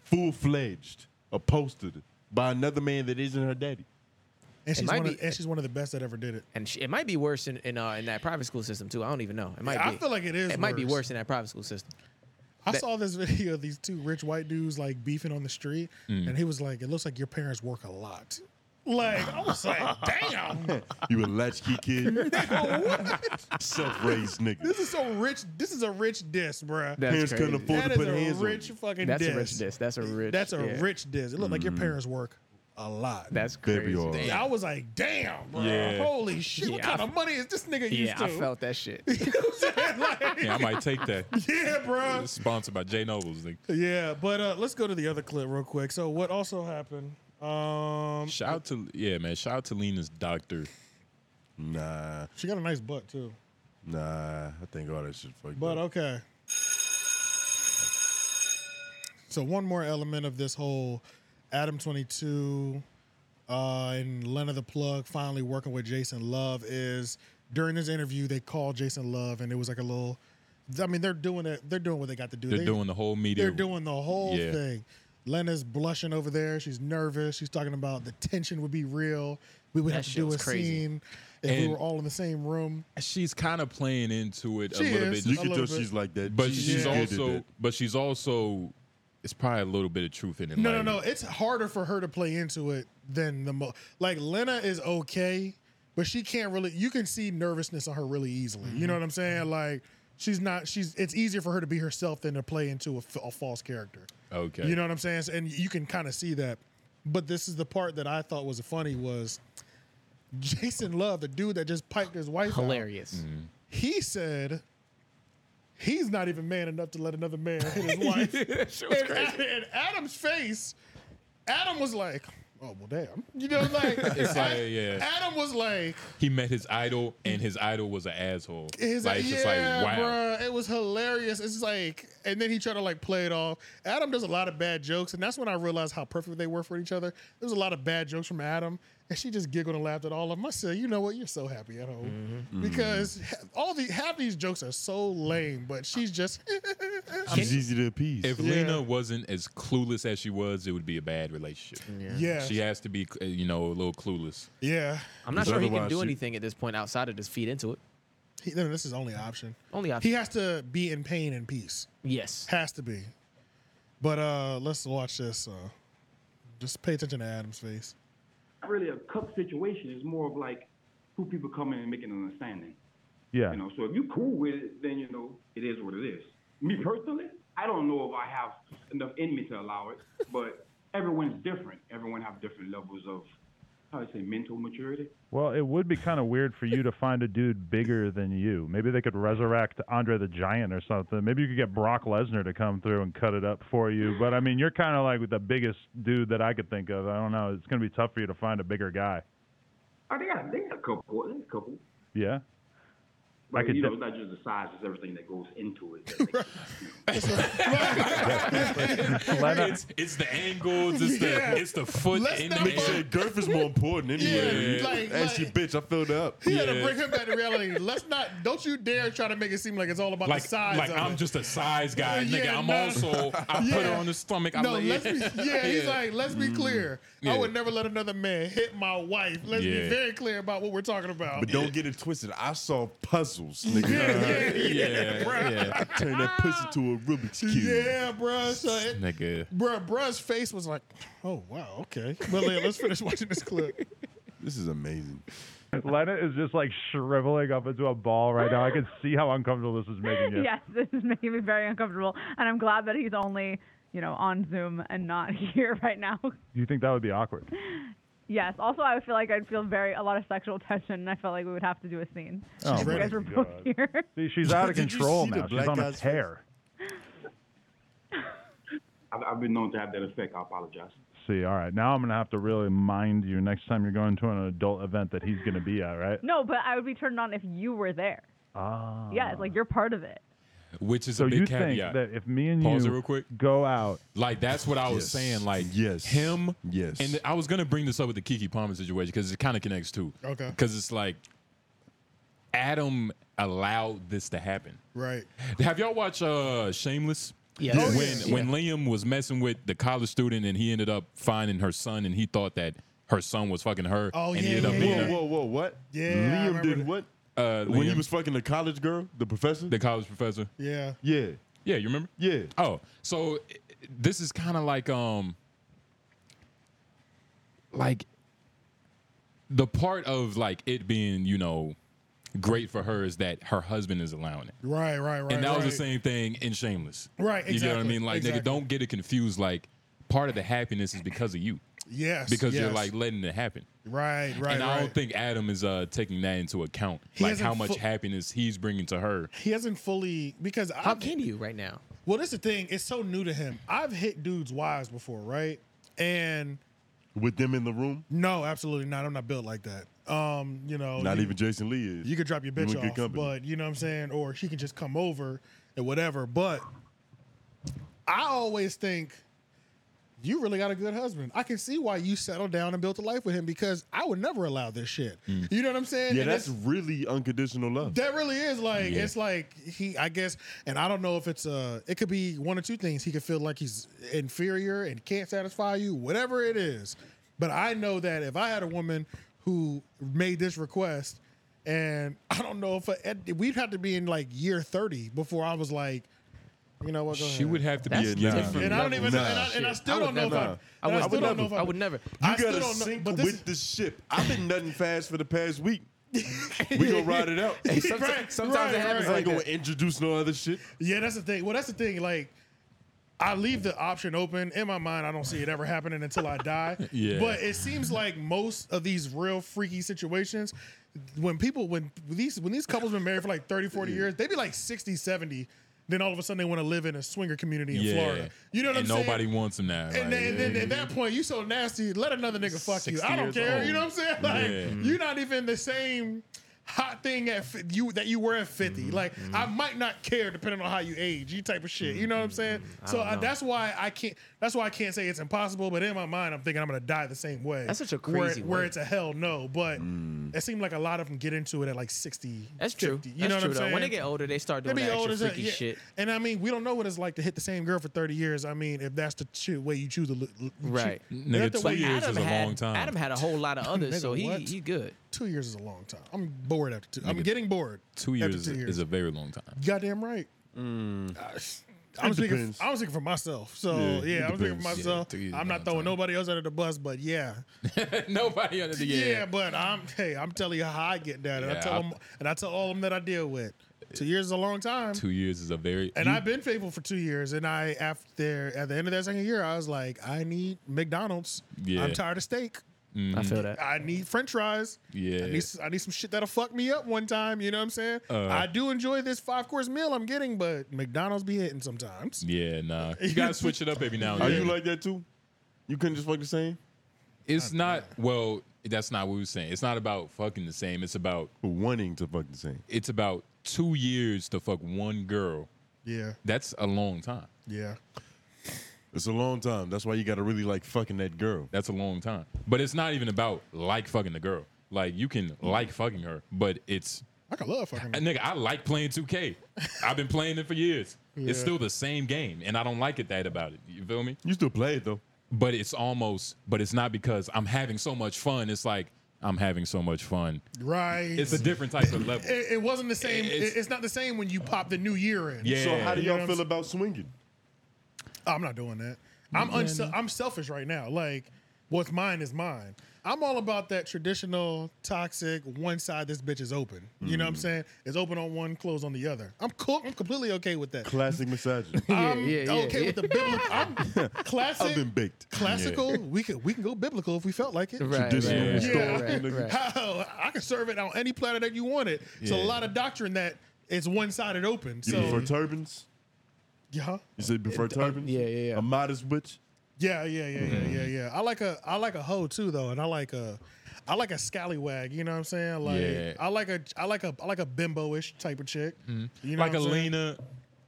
Speaker 1: full fledged, posted by another man that isn't her daddy.
Speaker 2: And
Speaker 5: It
Speaker 2: she's,
Speaker 5: might
Speaker 2: one of,
Speaker 5: be-
Speaker 2: and she's one of the best that ever did it.
Speaker 5: and sh- it might be worse in in, uh, in that private school system too. I don't even know. It might.
Speaker 2: Yeah, I
Speaker 5: be.
Speaker 2: feel like it is
Speaker 5: It might be
Speaker 2: worse.
Speaker 5: worse in that private school system.
Speaker 2: I
Speaker 5: That-
Speaker 2: saw this video of these two rich white dudes like beefing on the street,
Speaker 5: Mm.
Speaker 2: and he was like, "It looks like your parents work a lot." Like I was like, "Damn,
Speaker 1: you a latchkey kid. Self raised nigga.
Speaker 2: this is so rich. This is a rich diss, bruh."
Speaker 1: That's Parents couldn't crazy. afford to
Speaker 2: That is
Speaker 1: put hands on
Speaker 2: a rich
Speaker 1: you.
Speaker 2: fucking
Speaker 5: That's
Speaker 2: diss.
Speaker 5: a rich diss. Mm-hmm. That's a rich.
Speaker 2: That's a
Speaker 5: yeah.
Speaker 2: rich diss. It looked like your parents work a lot.
Speaker 5: That's
Speaker 1: They
Speaker 5: crazy.
Speaker 1: be all
Speaker 2: I was like, "Damn, bruh.
Speaker 4: Yeah.
Speaker 2: holy shit! what
Speaker 5: Yeah,
Speaker 2: kind
Speaker 5: I-
Speaker 2: of money is this nigga used
Speaker 5: Yeah,
Speaker 2: to?"
Speaker 5: I felt that shit.
Speaker 4: yeah, I might take that.
Speaker 2: yeah, bruh.
Speaker 4: It's sponsored by Jay Nobles. Like,
Speaker 2: Yeah, but uh, let's go to the other clip real quick. So what also happened? Um,
Speaker 4: shout out to yeah, man. Shout out to Lena's doctor.
Speaker 1: Nah,
Speaker 2: she got a nice butt too.
Speaker 1: Nah, I think all that shit fucked
Speaker 2: But
Speaker 1: up.
Speaker 2: okay. So one more element of this whole Adam 22 uh, and Lena the Plug finally working with Jason Love is during this interview they called Jason Love and it was like a little. I mean they're doing it. They're doing what they got to do.
Speaker 4: They're
Speaker 2: They-
Speaker 4: doing the whole media-
Speaker 2: They're doing the whole
Speaker 4: Yeah.
Speaker 2: thing. Lena's blushing over there. She's nervous. She's talking about the tension would be real. We would
Speaker 4: That
Speaker 2: have to
Speaker 4: shit
Speaker 2: do
Speaker 4: was
Speaker 2: a
Speaker 4: crazy.
Speaker 2: scene if we
Speaker 4: And-
Speaker 2: were all in the same room.
Speaker 4: She's kind of playing into it
Speaker 2: She
Speaker 4: a little
Speaker 2: is,
Speaker 4: bit.
Speaker 2: You a can little tell bit. she's
Speaker 1: like that.
Speaker 4: But
Speaker 1: She's
Speaker 4: she's
Speaker 1: good at
Speaker 4: also
Speaker 1: that.
Speaker 4: but she's also it's probably a little bit of truth in it.
Speaker 2: No,
Speaker 4: like,
Speaker 2: no, no. It's harder for her to play into it than the mo- like. Lena is okay, but she can't really. You can see nervousness on her really easily. You know what I'm saying? Like she's not. She's. It's easier for her to be herself than to play into a, f- a false character.
Speaker 4: Okay.
Speaker 2: You know what I'm saying? So- And you can kind of see that. But this is the part that I thought was funny was Jason Love, the dude that just piped his wife. out,
Speaker 5: Hilarious.
Speaker 1: Mm.
Speaker 2: he said he's not even man enough to let another man hit his wife.
Speaker 14: was
Speaker 2: and,
Speaker 14: crazy.
Speaker 2: and Adam's face, Adam was like, "Oh well, damn." You know, like,
Speaker 4: It's like,
Speaker 2: Ad-
Speaker 4: yeah.
Speaker 2: Adam was like,
Speaker 4: He met his idol, and his idol was an asshole.
Speaker 2: his,
Speaker 4: like, it's
Speaker 2: yeah,
Speaker 4: just like, wow.
Speaker 2: bruh, it was hilarious. It's like, and then he tried to like play it off. Adam does a lot of bad jokes, and that's when I realized how perfect they were for each other. There was a lot of bad jokes from Adam, and she just giggled and laughed at all of them. I said, you know what? You're so happy at home
Speaker 4: Mm-hmm.
Speaker 1: Mhm.
Speaker 2: because ha- all the half these jokes are so lame, but she's just
Speaker 1: She's easy to appease.
Speaker 4: If Lena wasn't as clueless as she was, it would be a bad relationship.
Speaker 2: Yeah.
Speaker 4: She has to be, uh, you know, a little clueless.
Speaker 2: yeah.
Speaker 5: I'm not sure he can
Speaker 4: Otherwise,
Speaker 5: do
Speaker 4: you-
Speaker 5: anything at this point outside of just feed into it.
Speaker 2: He, no, this is only option.
Speaker 5: Only option.
Speaker 2: He has to be in pain and peace.
Speaker 5: Yes.
Speaker 2: Has to be. But uh let's watch this. Uh just pay attention to Adam's face.
Speaker 15: not really a cup situation. It's more of like two people coming and making an understanding.
Speaker 12: Yeah.
Speaker 15: You know, so if you cool with it, then you know it is what it is. Me personally, I don't know if I have enough in me to allow it, but everyone's different. Everyone have different levels of how do I say mental maturity.
Speaker 12: Well, it would be kind of weird for you to find a dude bigger than you. Maybe they could resurrect Andre the Giant or something. Maybe you could get Brock Lesnar to come through and cut it up for you. But I mean, you're kind of like the biggest dude that I could think of. I don't know. It's going to be tough for you to find a bigger guy.
Speaker 15: I think I think a couple, there's a couple,
Speaker 12: Yeah. I
Speaker 15: but
Speaker 12: could
Speaker 15: you know,
Speaker 12: de-
Speaker 15: it's not just the size, it's everything that goes into it.
Speaker 4: it's, it's the angles, it's
Speaker 1: Yeah.
Speaker 4: the it's the foot.
Speaker 1: Let's
Speaker 4: in
Speaker 1: not
Speaker 4: the
Speaker 1: make it girth is more important anyway.
Speaker 2: Yeah, like-
Speaker 1: As she bitch, I filled up.
Speaker 2: He had to bring him back to reality. Let's not don't you dare try to make it seem like it's all about
Speaker 4: Like,
Speaker 2: the size.
Speaker 4: like
Speaker 2: of
Speaker 4: I'm
Speaker 2: it.
Speaker 4: just a size guy,
Speaker 2: Yeah,
Speaker 4: nigga.
Speaker 2: yeah,
Speaker 4: I'm
Speaker 2: no.
Speaker 4: also I put her
Speaker 2: Yeah.
Speaker 4: on the stomach. I
Speaker 2: No,
Speaker 4: lay-
Speaker 2: let's be, yeah, he's
Speaker 4: Yeah. Mm-hmm.
Speaker 2: like, let's be clear.
Speaker 4: Yeah.
Speaker 2: I would never let another man hit my wife. Let's
Speaker 1: Yeah.
Speaker 2: be very clear about what we're talking about.
Speaker 1: But don't get it twisted. I saw puzzles, nigga.
Speaker 2: Yeah, yeah, yeah, bruh.
Speaker 1: I turned that pussy to a Rubik's cube.
Speaker 2: Yeah, bruh. So it,
Speaker 4: Nigga.
Speaker 2: bruh, bruh's face was like, oh wow, okay. But yeah, let's finish watching this clip.
Speaker 1: This is amazing.
Speaker 12: Lena is just like shriveling up into a ball right now. I can see how uncomfortable this is making you.
Speaker 13: Yes, this is making me very uncomfortable, and I'm glad that he's only, you know, on Zoom and not here right now.
Speaker 12: Do you think that would be awkward?
Speaker 13: Yes. Also, I feel like I'd feel very a lot of sexual tension, and I felt like we would have to do a scene.
Speaker 12: Oh
Speaker 13: If you
Speaker 12: my
Speaker 13: guys were both
Speaker 12: God.
Speaker 13: here.
Speaker 12: See, she's out of
Speaker 13: Did you
Speaker 12: control
Speaker 13: see the
Speaker 12: now. She's
Speaker 13: black
Speaker 12: on a
Speaker 13: guy's face?
Speaker 12: tear.
Speaker 15: I've, I've been known to have that effect. I apologize.
Speaker 12: See, all right. Now I'm going to have to really mind you next time you're going to an adult event that he's going to be at, right?
Speaker 13: No, but I would be turned on if you were there.
Speaker 12: Ah.
Speaker 13: Yeah, it's like you're part of it.
Speaker 4: which is
Speaker 12: so
Speaker 4: a big
Speaker 12: you
Speaker 4: caveat.
Speaker 12: think that if me and
Speaker 4: Pause
Speaker 12: you
Speaker 4: it real quick.
Speaker 12: go out,
Speaker 4: Like that's what I was
Speaker 12: Yes.
Speaker 4: saying. Like yes, him.
Speaker 1: Yes,
Speaker 4: and I was gonna bring this up with the Kiki Palmer situation because it kind of connects too.
Speaker 2: Okay.
Speaker 4: because it's like Adam allowed this to happen.
Speaker 2: Right.
Speaker 4: Have y'all watched uh, Shameless?
Speaker 2: Yes. Oh,
Speaker 4: When
Speaker 2: yes.
Speaker 4: when Liam was messing with the college student and he ended up finding her son and he thought that her son was fucking her.
Speaker 1: Oh,
Speaker 4: and
Speaker 1: yeah,
Speaker 4: He ended
Speaker 1: yeah,
Speaker 4: up being
Speaker 1: yeah.
Speaker 4: her.
Speaker 1: Whoa, whoa, what?
Speaker 2: Yeah, I
Speaker 1: Liam did what?
Speaker 4: Uh,
Speaker 1: when he
Speaker 4: Liam.
Speaker 1: was fucking the college girl, the professor,
Speaker 4: the college professor.
Speaker 2: Yeah.
Speaker 1: Yeah.
Speaker 4: Yeah, you remember?
Speaker 1: Yeah.
Speaker 4: Oh, so i- i- this is kind of like um like the part of like it being, you know, great for her is that her husband is allowing it.
Speaker 2: Right, right, right.
Speaker 4: and that was
Speaker 2: right.
Speaker 4: the same thing in Shameless.
Speaker 2: Right,
Speaker 4: You know what I
Speaker 2: exactly,
Speaker 4: mean? Like
Speaker 2: exactly.
Speaker 4: nigga, don't get it confused like part of the happiness is because of you.
Speaker 2: Yes,
Speaker 4: Because you're
Speaker 2: yes.
Speaker 4: like letting it happen.
Speaker 2: Right, right,
Speaker 4: and I
Speaker 2: right.
Speaker 4: don't think Adam is uh taking that into account.
Speaker 2: He
Speaker 4: like how
Speaker 2: hasn't
Speaker 4: much
Speaker 2: fu-
Speaker 4: happiness he's bringing to her.
Speaker 2: he hasn't fully because how
Speaker 5: can you right now?
Speaker 2: Well, that's the thing. It's so new to him. I've hit dudes' wives before, right? And
Speaker 1: with them in the room.
Speaker 2: No, absolutely not. I'm not built like that. Um, you know,
Speaker 1: Not
Speaker 2: you-
Speaker 1: even Jason Lee is.
Speaker 2: You could drop your
Speaker 1: You in
Speaker 2: bitch
Speaker 1: good
Speaker 2: off,
Speaker 1: company.
Speaker 2: but you know what I'm saying, or she can just come over and whatever. But I always think you really got a good husband. I can see why you settled down and built a life with him because I would never allow this shit.
Speaker 1: Mm.
Speaker 2: You know what I'm saying?
Speaker 1: yeah,
Speaker 2: And
Speaker 1: that's
Speaker 2: it's-
Speaker 1: really unconditional love.
Speaker 2: that really is like
Speaker 1: Yeah.
Speaker 2: it's like he I guess and I don't know if it's uh it could be one or two things. He could feel like he's inferior and can't satisfy you, whatever it is. But I know that if I had a woman who made this request uh, and I don't know if I, we'd have to be in like year 30 before I was like You know what? Go
Speaker 4: She
Speaker 2: ahead.
Speaker 4: would have to be a
Speaker 2: That's
Speaker 4: nine.
Speaker 2: different And I don't even- level and I- and I shit. still
Speaker 1: I
Speaker 2: don't
Speaker 1: would
Speaker 2: know if
Speaker 1: never.
Speaker 2: I- and I still don't know if I- I would never.
Speaker 1: You
Speaker 2: I still
Speaker 1: gotta
Speaker 2: don't know-
Speaker 1: sink
Speaker 2: but this
Speaker 1: with the ship. I've been nothing fast for the past week. we gonna ride it out.
Speaker 2: Hey, somet- Right, sometimes right, it happens
Speaker 1: I
Speaker 2: like
Speaker 1: ain't gonna
Speaker 2: that.
Speaker 1: introduce no other shit.
Speaker 2: Yeah, that's the thing. Well, that's the thing. Like, I leave the option open in my mind. I don't see it ever happening until I die.
Speaker 1: Yeah.
Speaker 2: But it seems like most of these real freaky situations, when people when these when these couples been married for like 30, 40 years, they be like 60, 70. Then all of a sudden they want to live in a swinger community in
Speaker 4: yeah.
Speaker 2: Florida. You know what
Speaker 4: and
Speaker 2: I'm saying?
Speaker 4: Nobody wants them now.
Speaker 2: And then, and then at that point, you so nasty. Let another nigga fuck you.
Speaker 4: 60
Speaker 2: I don't
Speaker 4: years
Speaker 2: care.
Speaker 4: old.
Speaker 2: You know what I'm saying? Like
Speaker 4: Yeah.
Speaker 2: you're not even the same hot thing at fi- you that you were at 50. Like I might not care depending on how you age. You type of shit. You know what I'm saying?
Speaker 5: I
Speaker 2: so
Speaker 5: don't
Speaker 2: I,
Speaker 5: know.
Speaker 2: that's why I can't. That's why I can't say it's impossible. But in my mind, I'm thinking I'm gonna die the same way.
Speaker 5: That's such a
Speaker 2: Where-
Speaker 5: crazy
Speaker 2: Where,
Speaker 5: way.
Speaker 2: it's a hell no. But it seemed like a lot of them get into it at like 60.
Speaker 5: That's true.
Speaker 2: 50. you
Speaker 5: That's
Speaker 2: know what
Speaker 5: true,
Speaker 2: I'm
Speaker 5: though.
Speaker 2: saying?
Speaker 5: When they get older, they start doing
Speaker 2: They be
Speaker 5: that extra
Speaker 2: as hell,
Speaker 5: freaky shit.
Speaker 2: And I mean, we don't know what it's like to hit the same girl for 30 years. I mean, if that's the shit way you choose to look.
Speaker 5: Right.
Speaker 4: Nigga, two
Speaker 5: But
Speaker 4: years
Speaker 5: Adam
Speaker 4: is a
Speaker 5: had-
Speaker 4: long time.
Speaker 5: Adam had a whole lot of others, so he- he good.
Speaker 2: Two years is a long time. I'm bored after two. I'm
Speaker 4: Nigga,
Speaker 2: getting bored.
Speaker 4: Two
Speaker 2: after
Speaker 4: years, is a very long time.
Speaker 2: Goddamn right. I'm
Speaker 4: It
Speaker 2: speaking,
Speaker 4: depends.
Speaker 2: I'm speaking for myself. So,
Speaker 4: Yeah,
Speaker 2: yeah,
Speaker 4: it
Speaker 2: I'm speaking for
Speaker 4: depends. Yeah,
Speaker 2: myself.
Speaker 4: two years is
Speaker 2: I'm
Speaker 4: a
Speaker 2: not
Speaker 4: long
Speaker 2: throwing nobody else under the bus, but yeah.
Speaker 4: Nobody under the
Speaker 2: yeah.
Speaker 4: yeah.
Speaker 2: but I'm, hey, I'm telling you how I get down. And, I
Speaker 4: Yeah,
Speaker 2: tell
Speaker 4: I-
Speaker 2: them, and I tell all of them that I deal with. Two years is a long time.
Speaker 4: Two years is a very.
Speaker 2: And
Speaker 4: you-
Speaker 2: I've been faithful for two years. And I after at the end of that second year, I was like, I need McDonald's.
Speaker 4: Yeah.
Speaker 2: I'm tired of steak.
Speaker 4: Mhm. I feel that.
Speaker 2: I need French fries.
Speaker 4: Yeah.
Speaker 2: I need, s- I need some shit that'll fuck me up one time. You know what I'm saying?
Speaker 4: Uh.
Speaker 2: I do enjoy this five course meal I'm getting, but McDonald's be hitting sometimes.
Speaker 4: Yeah, nah. You gotta switch it up every
Speaker 2: Oh,
Speaker 4: now and
Speaker 1: Are
Speaker 4: then.
Speaker 1: you like that too? You couldn't just fuck the same?
Speaker 4: It's not. Well, that's not what we were saying. It's not about fucking the same. It's about
Speaker 1: wanting to fuck the same.
Speaker 4: It's about two years to fuck one girl.
Speaker 2: Yeah.
Speaker 4: That's a long time.
Speaker 2: Yeah.
Speaker 1: It's a long time. That's why you gotta really like fucking that girl.
Speaker 4: That's a long time. But it's not even about like fucking the girl. Like you can like fucking her, but it's
Speaker 2: I can love fucking.
Speaker 4: And nigga, I like playing 2K. I've been playing it for years. It's
Speaker 1: Yeah.
Speaker 4: still the same game, and I don't like it that about it. You feel me?
Speaker 1: You still play it though.
Speaker 4: But it's almost, but it's not because I'm having so much fun. It's like I'm having so much fun.
Speaker 2: Right.
Speaker 4: It's a different type of level.
Speaker 2: It, it wasn't the same. it- It's, not the same when you pop the new year in.
Speaker 4: Yeah. So how do
Speaker 2: You know
Speaker 4: y'all
Speaker 2: what I'm
Speaker 1: feel about swinging?
Speaker 2: I'm not doing that. I'm
Speaker 1: Yeah,
Speaker 2: unse- I'm selfish right now. Like what's mine is mine. I'm all about that traditional toxic one side this bitch is open. You know what I'm
Speaker 1: Mm-hmm.
Speaker 2: saying? It's open on one, closed on the other. I'm cool. I'm completely okay with that.
Speaker 1: Classic misogyny.
Speaker 2: I'm Um, okay with the biblical. I'm classic.
Speaker 1: I've been baked.
Speaker 2: Classical, we could we can go biblical if we felt like it.
Speaker 1: Right, Traditional right,
Speaker 2: yeah.
Speaker 1: right,
Speaker 2: I-
Speaker 1: right, right.
Speaker 2: Hell, I can serve it on any platter that you want it. It's
Speaker 1: Yeah.
Speaker 2: a lot of doctrine that it's one sided open.
Speaker 1: You
Speaker 2: So
Speaker 1: prefer turbans?
Speaker 2: yeah,
Speaker 1: You said
Speaker 2: Uh,
Speaker 1: you prefer turbans? Yeah, yeah, yeah. A modest witch?
Speaker 2: Yeah, yeah, yeah, yeah, yeah,
Speaker 4: Mm.
Speaker 2: yeah. I like a I like a hoe too though, and I like a I like a scallywag. You know what I'm saying? Like
Speaker 4: Yeah.
Speaker 2: I like a I like a I like a bimbo-ish type of chick.
Speaker 4: Mhm.
Speaker 2: You know
Speaker 4: like
Speaker 2: what
Speaker 4: a
Speaker 2: I'm saying?
Speaker 4: Lena,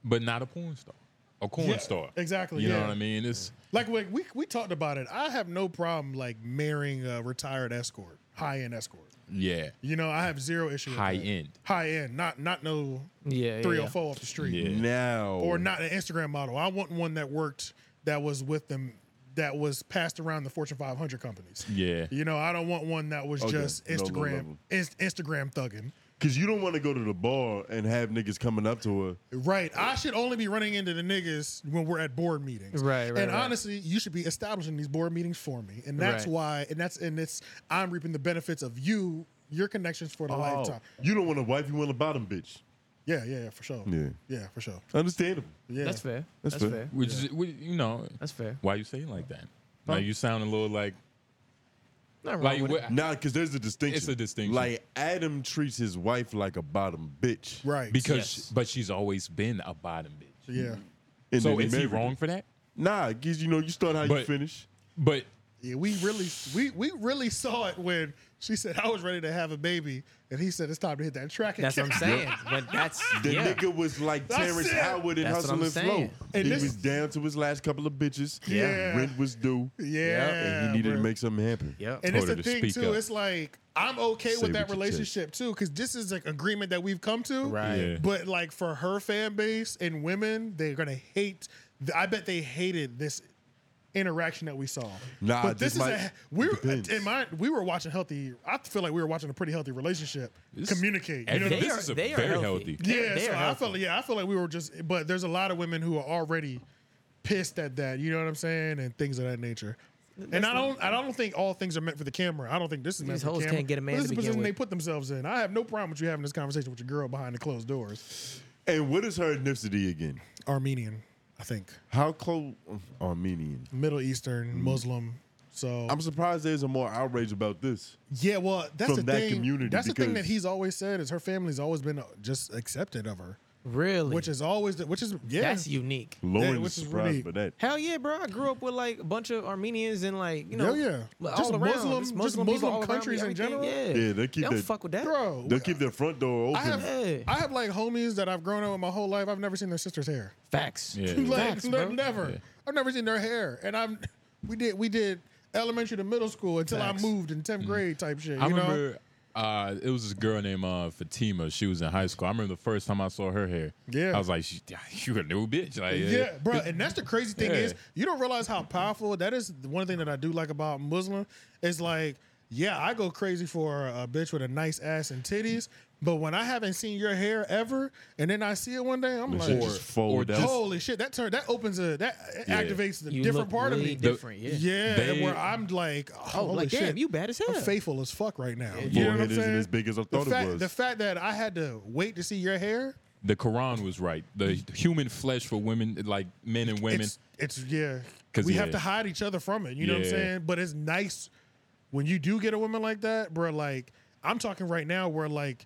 Speaker 4: but not a porn star. A corn
Speaker 2: Yeah,
Speaker 4: star.
Speaker 2: exactly,
Speaker 4: You know
Speaker 2: yeah.
Speaker 4: what I mean? It's
Speaker 2: Like we, we we talked about it. I have no problem like marrying a retired escort, high end escort.
Speaker 4: yeah.
Speaker 2: You know, I have zero issue. with
Speaker 4: High
Speaker 2: that.
Speaker 4: end.
Speaker 2: High end, not not no
Speaker 4: Yeah,
Speaker 2: three
Speaker 4: yeah.
Speaker 2: or four off the street.
Speaker 4: Yeah.
Speaker 1: Now
Speaker 2: Or not an Instagram model. I want one that worked that was with them that was passed around the Fortune 500 companies.
Speaker 4: Yeah.
Speaker 2: You know, I don't want one that was
Speaker 1: Okay,
Speaker 2: just
Speaker 1: no low
Speaker 2: Instagram
Speaker 1: level.
Speaker 2: inst- Instagram thugging.
Speaker 1: Cause you don't want to go to the bar and have niggas coming up to her.
Speaker 2: Right. I should only be running into the niggas when we're at board meetings.
Speaker 1: Right, right,
Speaker 2: And
Speaker 1: right.
Speaker 2: honestly, you should be establishing these board meetings for me. And that's
Speaker 1: Right.
Speaker 2: why and that's and it's I'm reaping the benefits of you, your connections
Speaker 1: Oh.
Speaker 4: Oh.
Speaker 2: for the lifetime.
Speaker 1: You don't want a wife, you want a bottom bitch.
Speaker 2: Yeah, yeah, yeah, for sure.
Speaker 1: Yeah.
Speaker 2: Yeah, for sure.
Speaker 1: Understandable.
Speaker 2: Yeah. That's fair.
Speaker 1: That's, fair.
Speaker 4: Which is, which, you know,
Speaker 5: that's fair.
Speaker 4: Why you saying like that?
Speaker 1: Huh?
Speaker 4: Like you sound a little like
Speaker 5: Not
Speaker 4: Like, with it. what-
Speaker 1: Nah, because there's a distinction.
Speaker 4: It's a distinction.
Speaker 1: Like Adam treats his wife like a bottom bitch.
Speaker 2: Right.
Speaker 4: because, but she's always been a bottom bitch.
Speaker 2: Yeah.
Speaker 1: And
Speaker 4: so
Speaker 1: then
Speaker 4: is he
Speaker 1: married her.
Speaker 4: wrong for that?
Speaker 1: Nah, cause you know you start how you
Speaker 4: But-
Speaker 1: finish.
Speaker 4: But
Speaker 2: Yeah, we really we we really saw it when she said I was ready to have a baby, and he said it's time to hit that track.
Speaker 1: That's what I'm saying.
Speaker 5: But that's
Speaker 1: the nigga was like
Speaker 2: That's
Speaker 1: Terrence
Speaker 2: it.
Speaker 1: Howard in
Speaker 2: That's what
Speaker 1: Hustle
Speaker 2: I'm
Speaker 1: and Flow.
Speaker 2: saying. And
Speaker 1: he
Speaker 2: this-
Speaker 1: was down to his last couple of bitches.
Speaker 2: Yeah.
Speaker 1: rent was due.
Speaker 2: Yeah,
Speaker 1: and he needed
Speaker 2: bro.
Speaker 1: to make something happen.
Speaker 5: Yeah,
Speaker 2: And it's the thing too. It's like I'm okay
Speaker 1: Say
Speaker 2: with
Speaker 1: what
Speaker 2: that
Speaker 1: you take.
Speaker 2: relationship too, because this is an agreement that we've come to.
Speaker 1: Right. Yeah.
Speaker 2: But like for her fan base and women, they're gonna hate. I bet they hated this interaction that we saw.
Speaker 1: Nah,
Speaker 2: but this
Speaker 1: this might-
Speaker 2: is a we're
Speaker 1: depends.
Speaker 2: in my we were watching healthy. I feel like we were watching a pretty healthy relationship communicate. You
Speaker 4: and
Speaker 2: know what I
Speaker 4: this
Speaker 2: mean?
Speaker 4: is a They are- they are very healthy. healthy. They-
Speaker 2: Yeah,
Speaker 4: they
Speaker 2: so
Speaker 4: are
Speaker 2: I feel yeah I feel like we were just but there's a lot of women who are already pissed at that. You know what I'm saying and things of that nature. and
Speaker 5: That's
Speaker 2: I
Speaker 5: not-
Speaker 2: don't, I don't think all things are meant for the camera. I don't think this is meant
Speaker 5: These
Speaker 2: for the
Speaker 5: hoes
Speaker 2: camera.
Speaker 5: can't get a man
Speaker 2: But this is
Speaker 5: to
Speaker 2: the
Speaker 5: begin
Speaker 2: position
Speaker 5: with.
Speaker 2: they put themselves in. I have no problem with you having this conversation with your girl behind the closed doors.
Speaker 1: And what is her ethnicity again?
Speaker 2: Armenian, I think.
Speaker 1: How close? oh, Armenian.
Speaker 2: Middle Eastern,
Speaker 1: Mm-hmm.
Speaker 2: Muslim. So
Speaker 1: I'm surprised there's a more outrage about this.
Speaker 2: Yeah, well, that's
Speaker 1: from
Speaker 2: the
Speaker 1: that
Speaker 2: thing.
Speaker 1: community.
Speaker 2: that's the thing that
Speaker 1: because-
Speaker 2: he's always said is her family's always been uh, just accepted of her.
Speaker 5: Really,
Speaker 2: which is always the, which is yeah,
Speaker 5: That's unique.
Speaker 1: Lauren
Speaker 2: Yeah,
Speaker 1: is
Speaker 2: which is
Speaker 1: surprised
Speaker 2: really-
Speaker 1: by that.
Speaker 5: Hell yeah, bro! I grew up with like a bunch of Armenians and like you know,
Speaker 2: Hell yeah.
Speaker 5: all
Speaker 2: Just
Speaker 5: around
Speaker 2: Muslim-
Speaker 5: Just
Speaker 2: just
Speaker 5: Muslim, people
Speaker 2: Muslim
Speaker 5: all around me,
Speaker 2: countries in
Speaker 5: everything.
Speaker 2: general?
Speaker 5: Yeah,
Speaker 1: Yeah, they keep
Speaker 5: don't
Speaker 1: that-
Speaker 5: fuck with that,
Speaker 2: bro.
Speaker 1: They'll keep their front door open.
Speaker 2: I have I have like homies that I've grown up with my whole life. I've never seen their sister's hair.
Speaker 5: Facts.
Speaker 4: Yeah.
Speaker 2: like
Speaker 4: Facts,
Speaker 2: ne-
Speaker 4: bro.
Speaker 2: never.
Speaker 4: Yeah.
Speaker 2: I've never seen their hair, and I'm we did we did elementary to middle school until
Speaker 4: Facts. Mm.
Speaker 2: I moved in tenth grade type shit. You
Speaker 4: I
Speaker 2: know,
Speaker 4: remember uh, it was this girl named uh, Fatima. She was in high school. I remember the first time I saw her hair.
Speaker 2: Yeah.
Speaker 4: I was like, she, you a new bitch. Like,
Speaker 2: yeah, bro. And that's the crazy thing
Speaker 4: Yeah.
Speaker 2: is you don't realize how powerful that is. The One thing that I do like about Muslim is like, yeah, I go crazy for a bitch with a nice ass and titties. But when I haven't seen your hair ever, and then I see it one day, I'm
Speaker 1: That
Speaker 2: like,
Speaker 1: shit just fold out.
Speaker 2: holy shit! That turn that opens a that
Speaker 1: Yeah.
Speaker 2: activates a
Speaker 1: You
Speaker 2: different
Speaker 1: look
Speaker 2: part of
Speaker 1: way
Speaker 2: me.
Speaker 1: different, yeah.
Speaker 2: yeah.
Speaker 1: They-
Speaker 2: where I'm like, oh, holy
Speaker 5: like,
Speaker 2: shit,
Speaker 5: damn, you bad as hell.
Speaker 2: I'm faithful as fuck right now.
Speaker 1: Yeah.
Speaker 2: You know what I'm
Speaker 1: Forehead isn't
Speaker 2: saying?
Speaker 1: as big as I
Speaker 2: The
Speaker 1: thought it
Speaker 2: fact-
Speaker 1: was.
Speaker 2: The fact that I had to wait to see your hair,
Speaker 4: the Quran was right. The human flesh for women, like men and women.
Speaker 2: It's, it's yeah.
Speaker 4: 'Cause,
Speaker 2: We
Speaker 4: yeah.
Speaker 2: have to hide each other from it. You know what I'm
Speaker 4: Yeah.
Speaker 2: saying? But it's nice when you do get a woman like that, bro. Like I'm talking right now, where like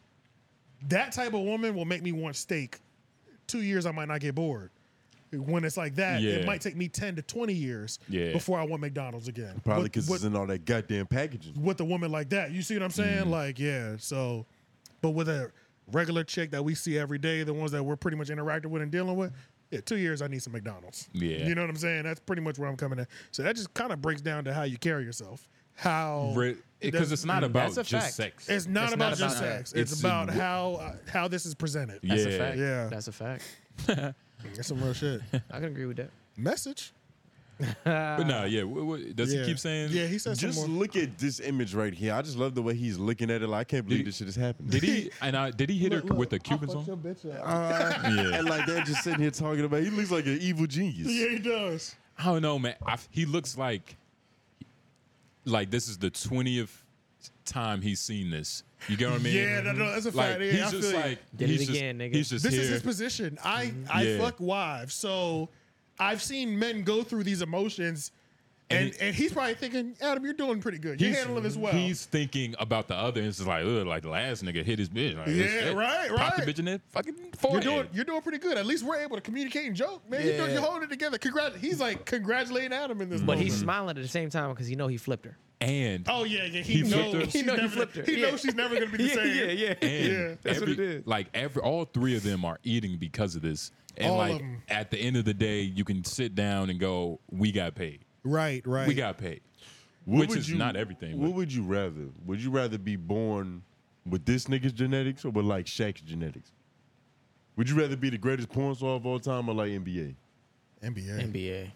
Speaker 2: that type of woman will make me want steak. Two years, I might not get bored. When it's like that, it
Speaker 1: Yeah.
Speaker 2: might take me ten to twenty years
Speaker 1: Yeah.
Speaker 2: before I want McDonald's again.
Speaker 1: Probably
Speaker 2: With-
Speaker 1: because
Speaker 2: with-
Speaker 1: it's in all that goddamn packaging.
Speaker 2: with a woman like that. You see what I'm saying?
Speaker 4: Mm-hmm.
Speaker 2: Like, yeah. So, but with a regular chick that we see every day, the ones that we're pretty much interacting with and dealing with, yeah, two years I need some McDonald's.
Speaker 4: Yeah.
Speaker 2: You know what I'm saying? That's pretty much where I'm coming at. So that just kind of breaks down to how you carry yourself. How
Speaker 4: Re- 'cause it's not about That's a just fact. sex.
Speaker 2: It's not
Speaker 4: It's
Speaker 2: about
Speaker 4: not
Speaker 2: just
Speaker 4: about-
Speaker 2: sex. It's,
Speaker 4: It's-
Speaker 2: about how uh, how this is presented.
Speaker 4: That's a Yeah. fact.
Speaker 2: Yeah.
Speaker 5: That's a fact.
Speaker 2: That's some real shit.
Speaker 5: I can agree with that.
Speaker 2: Message.
Speaker 4: but no, yeah. What, what, does
Speaker 1: Yeah.
Speaker 4: he keep saying?
Speaker 2: Uh, Yeah, he said some
Speaker 1: Just
Speaker 2: more.
Speaker 1: look at this image right here. I just love the way he's looking at it. Like, I can't believe this shit is happening.
Speaker 4: Did he? And I, did he hit her with a Cuban song?
Speaker 1: Uh,
Speaker 4: Yeah.
Speaker 1: And like they're just sitting here talking about. He looks like an evil genius.
Speaker 2: Yeah, he does.
Speaker 4: I don't know, man. I, he looks like like this is the twentieth time he's seen this. You get what I mean?
Speaker 2: Yeah, no, no, that's a
Speaker 4: Like,
Speaker 2: fact. Yeah,
Speaker 4: he's
Speaker 2: I
Speaker 4: just
Speaker 2: feel you.
Speaker 4: like he's just, He's just
Speaker 2: this
Speaker 4: here.
Speaker 2: is his position. I I
Speaker 4: Yeah.
Speaker 2: fuck wives, so I've seen men go through these emotions, and and, he's probably thinking, Adam, you're doing pretty good. You're
Speaker 4: He's-
Speaker 2: handling this well.
Speaker 4: He's thinking about the other, and it's just like, ugh, like the last nigga hit his bitch. Like,
Speaker 2: Yeah,
Speaker 4: it's-
Speaker 2: right,
Speaker 4: Pop the
Speaker 2: right.
Speaker 4: bitch in there, fucking
Speaker 2: you're
Speaker 4: forehead.
Speaker 2: doing you're doing pretty good. At least we're able to communicate and joke, man. You're, doing,
Speaker 5: Yeah.
Speaker 2: you're holding it together. Congrat. He's like congratulating Adam in this.
Speaker 5: But he's
Speaker 2: moment.
Speaker 5: smiling at the same time because he know he flipped her.
Speaker 4: And
Speaker 2: Oh yeah, yeah. He, knows.
Speaker 4: flipped her.
Speaker 2: she's never- He knows she's never gonna be the same.
Speaker 4: And
Speaker 2: That's
Speaker 4: every,
Speaker 2: what it is.
Speaker 4: Like every, all three of them are eating because of this. And
Speaker 2: All of
Speaker 4: like
Speaker 2: them.
Speaker 4: at the end of the day, you can sit down and go, "We got paid.
Speaker 2: Right, right.
Speaker 4: We got paid." Which
Speaker 1: would
Speaker 4: is not everything.
Speaker 1: What
Speaker 4: but-
Speaker 1: would you rather? Would you rather be born with this nigga's genetics or with like Shaq's genetics? Would you rather be the greatest porn star of all time or like NBA?
Speaker 2: NBA.
Speaker 5: NBA.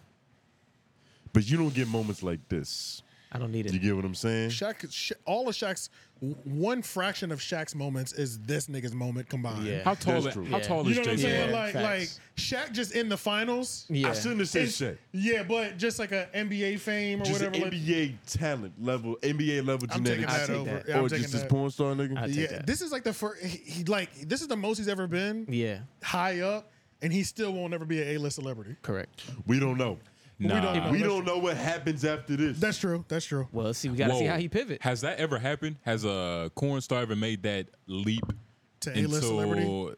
Speaker 1: But you don't get moments like this.
Speaker 5: I don't need it.
Speaker 1: You get what I'm saying?
Speaker 2: Shaq, Sha- all of Shaq's w- one fraction of Shaq's moments is this nigga's moment combined.
Speaker 1: Yeah. How tall
Speaker 2: That's
Speaker 1: is-
Speaker 2: true.
Speaker 1: how tall
Speaker 2: you
Speaker 1: is
Speaker 2: know what I'm
Speaker 1: Jason
Speaker 2: saying?
Speaker 1: Kidd?
Speaker 2: Like, like
Speaker 1: Facts.
Speaker 2: Shaq just in the finals.
Speaker 1: Yeah. I shouldn't have said
Speaker 2: It's-
Speaker 1: Shaq.
Speaker 2: Yeah, but just like a NBA fame or
Speaker 1: Just
Speaker 2: whatever.
Speaker 1: an
Speaker 2: like-
Speaker 1: NBA talent level, NBA level
Speaker 2: I'm taking
Speaker 1: genetics,
Speaker 2: that over. Yeah, I'm
Speaker 1: or
Speaker 2: taking
Speaker 1: just this
Speaker 2: that.
Speaker 1: porn star nigga.
Speaker 2: yeah, this is like the first. He, he- like this is the most he's ever been.
Speaker 5: Yeah.
Speaker 2: high up, and he still won't ever be an A-list celebrity.
Speaker 5: Correct.
Speaker 1: We don't know.
Speaker 4: Nah.
Speaker 1: We don't know. We
Speaker 4: That's
Speaker 1: don't know what happens after this.
Speaker 2: That's true. That's true.
Speaker 5: Well, let's see. We
Speaker 4: Whoa. Has that ever happened? Has a corn star ever made that leap
Speaker 2: To A-list celebrity?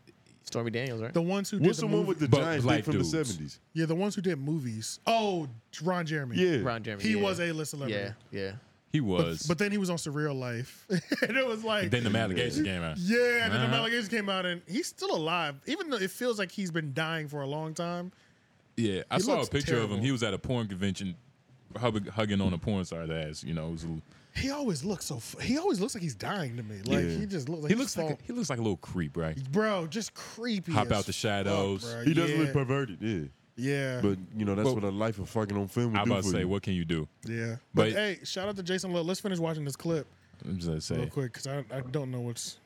Speaker 5: Stormy Daniels, right?
Speaker 2: The ones who did the movie-
Speaker 4: But
Speaker 1: black
Speaker 4: dudes.
Speaker 1: dudes. 70s?
Speaker 2: Yeah, the ones who did movies. Oh, Ron Jeremy.
Speaker 1: Yeah.
Speaker 5: Ron Jeremy,
Speaker 2: He
Speaker 5: yeah.
Speaker 2: was A-list celebrity.
Speaker 5: Yeah, yeah.
Speaker 4: He was.
Speaker 2: But then he was on Surreal Life. and it was like
Speaker 4: then the allegation came out.
Speaker 2: Yeah, and then
Speaker 4: Uh-huh.
Speaker 2: the allegations came out, and he's still alive, even though it feels like he's been dying for a long time.
Speaker 4: Yeah, I
Speaker 2: He
Speaker 4: saw a
Speaker 2: looks
Speaker 4: picture of him.
Speaker 2: terrible.
Speaker 4: He was at a porn convention, hug, hugging on a porn star's ass. You know, it was a, little-
Speaker 2: He always looks so. f- He always looks like he's dying to me. Like
Speaker 4: Yeah.
Speaker 2: he just looks. Like
Speaker 4: he
Speaker 2: he's
Speaker 4: looks like a,
Speaker 2: fall-
Speaker 4: he looks like a little creep, right?
Speaker 2: bro, just creepy.
Speaker 4: Hop
Speaker 2: as
Speaker 4: out the shadows.
Speaker 2: bro. He does look Yeah.
Speaker 1: perverted. Yeah,
Speaker 2: Yeah.
Speaker 1: But you know that's what a life of fucking on film would
Speaker 4: I'm
Speaker 1: do
Speaker 4: about to
Speaker 1: for
Speaker 4: say,
Speaker 1: you.
Speaker 4: what can you do?
Speaker 2: Yeah.
Speaker 4: But,
Speaker 2: But, hey, shout out to Jason Love. Let's finish watching this clip
Speaker 4: I'm just gonna
Speaker 2: real
Speaker 4: say,
Speaker 2: quick because I, I don't know what's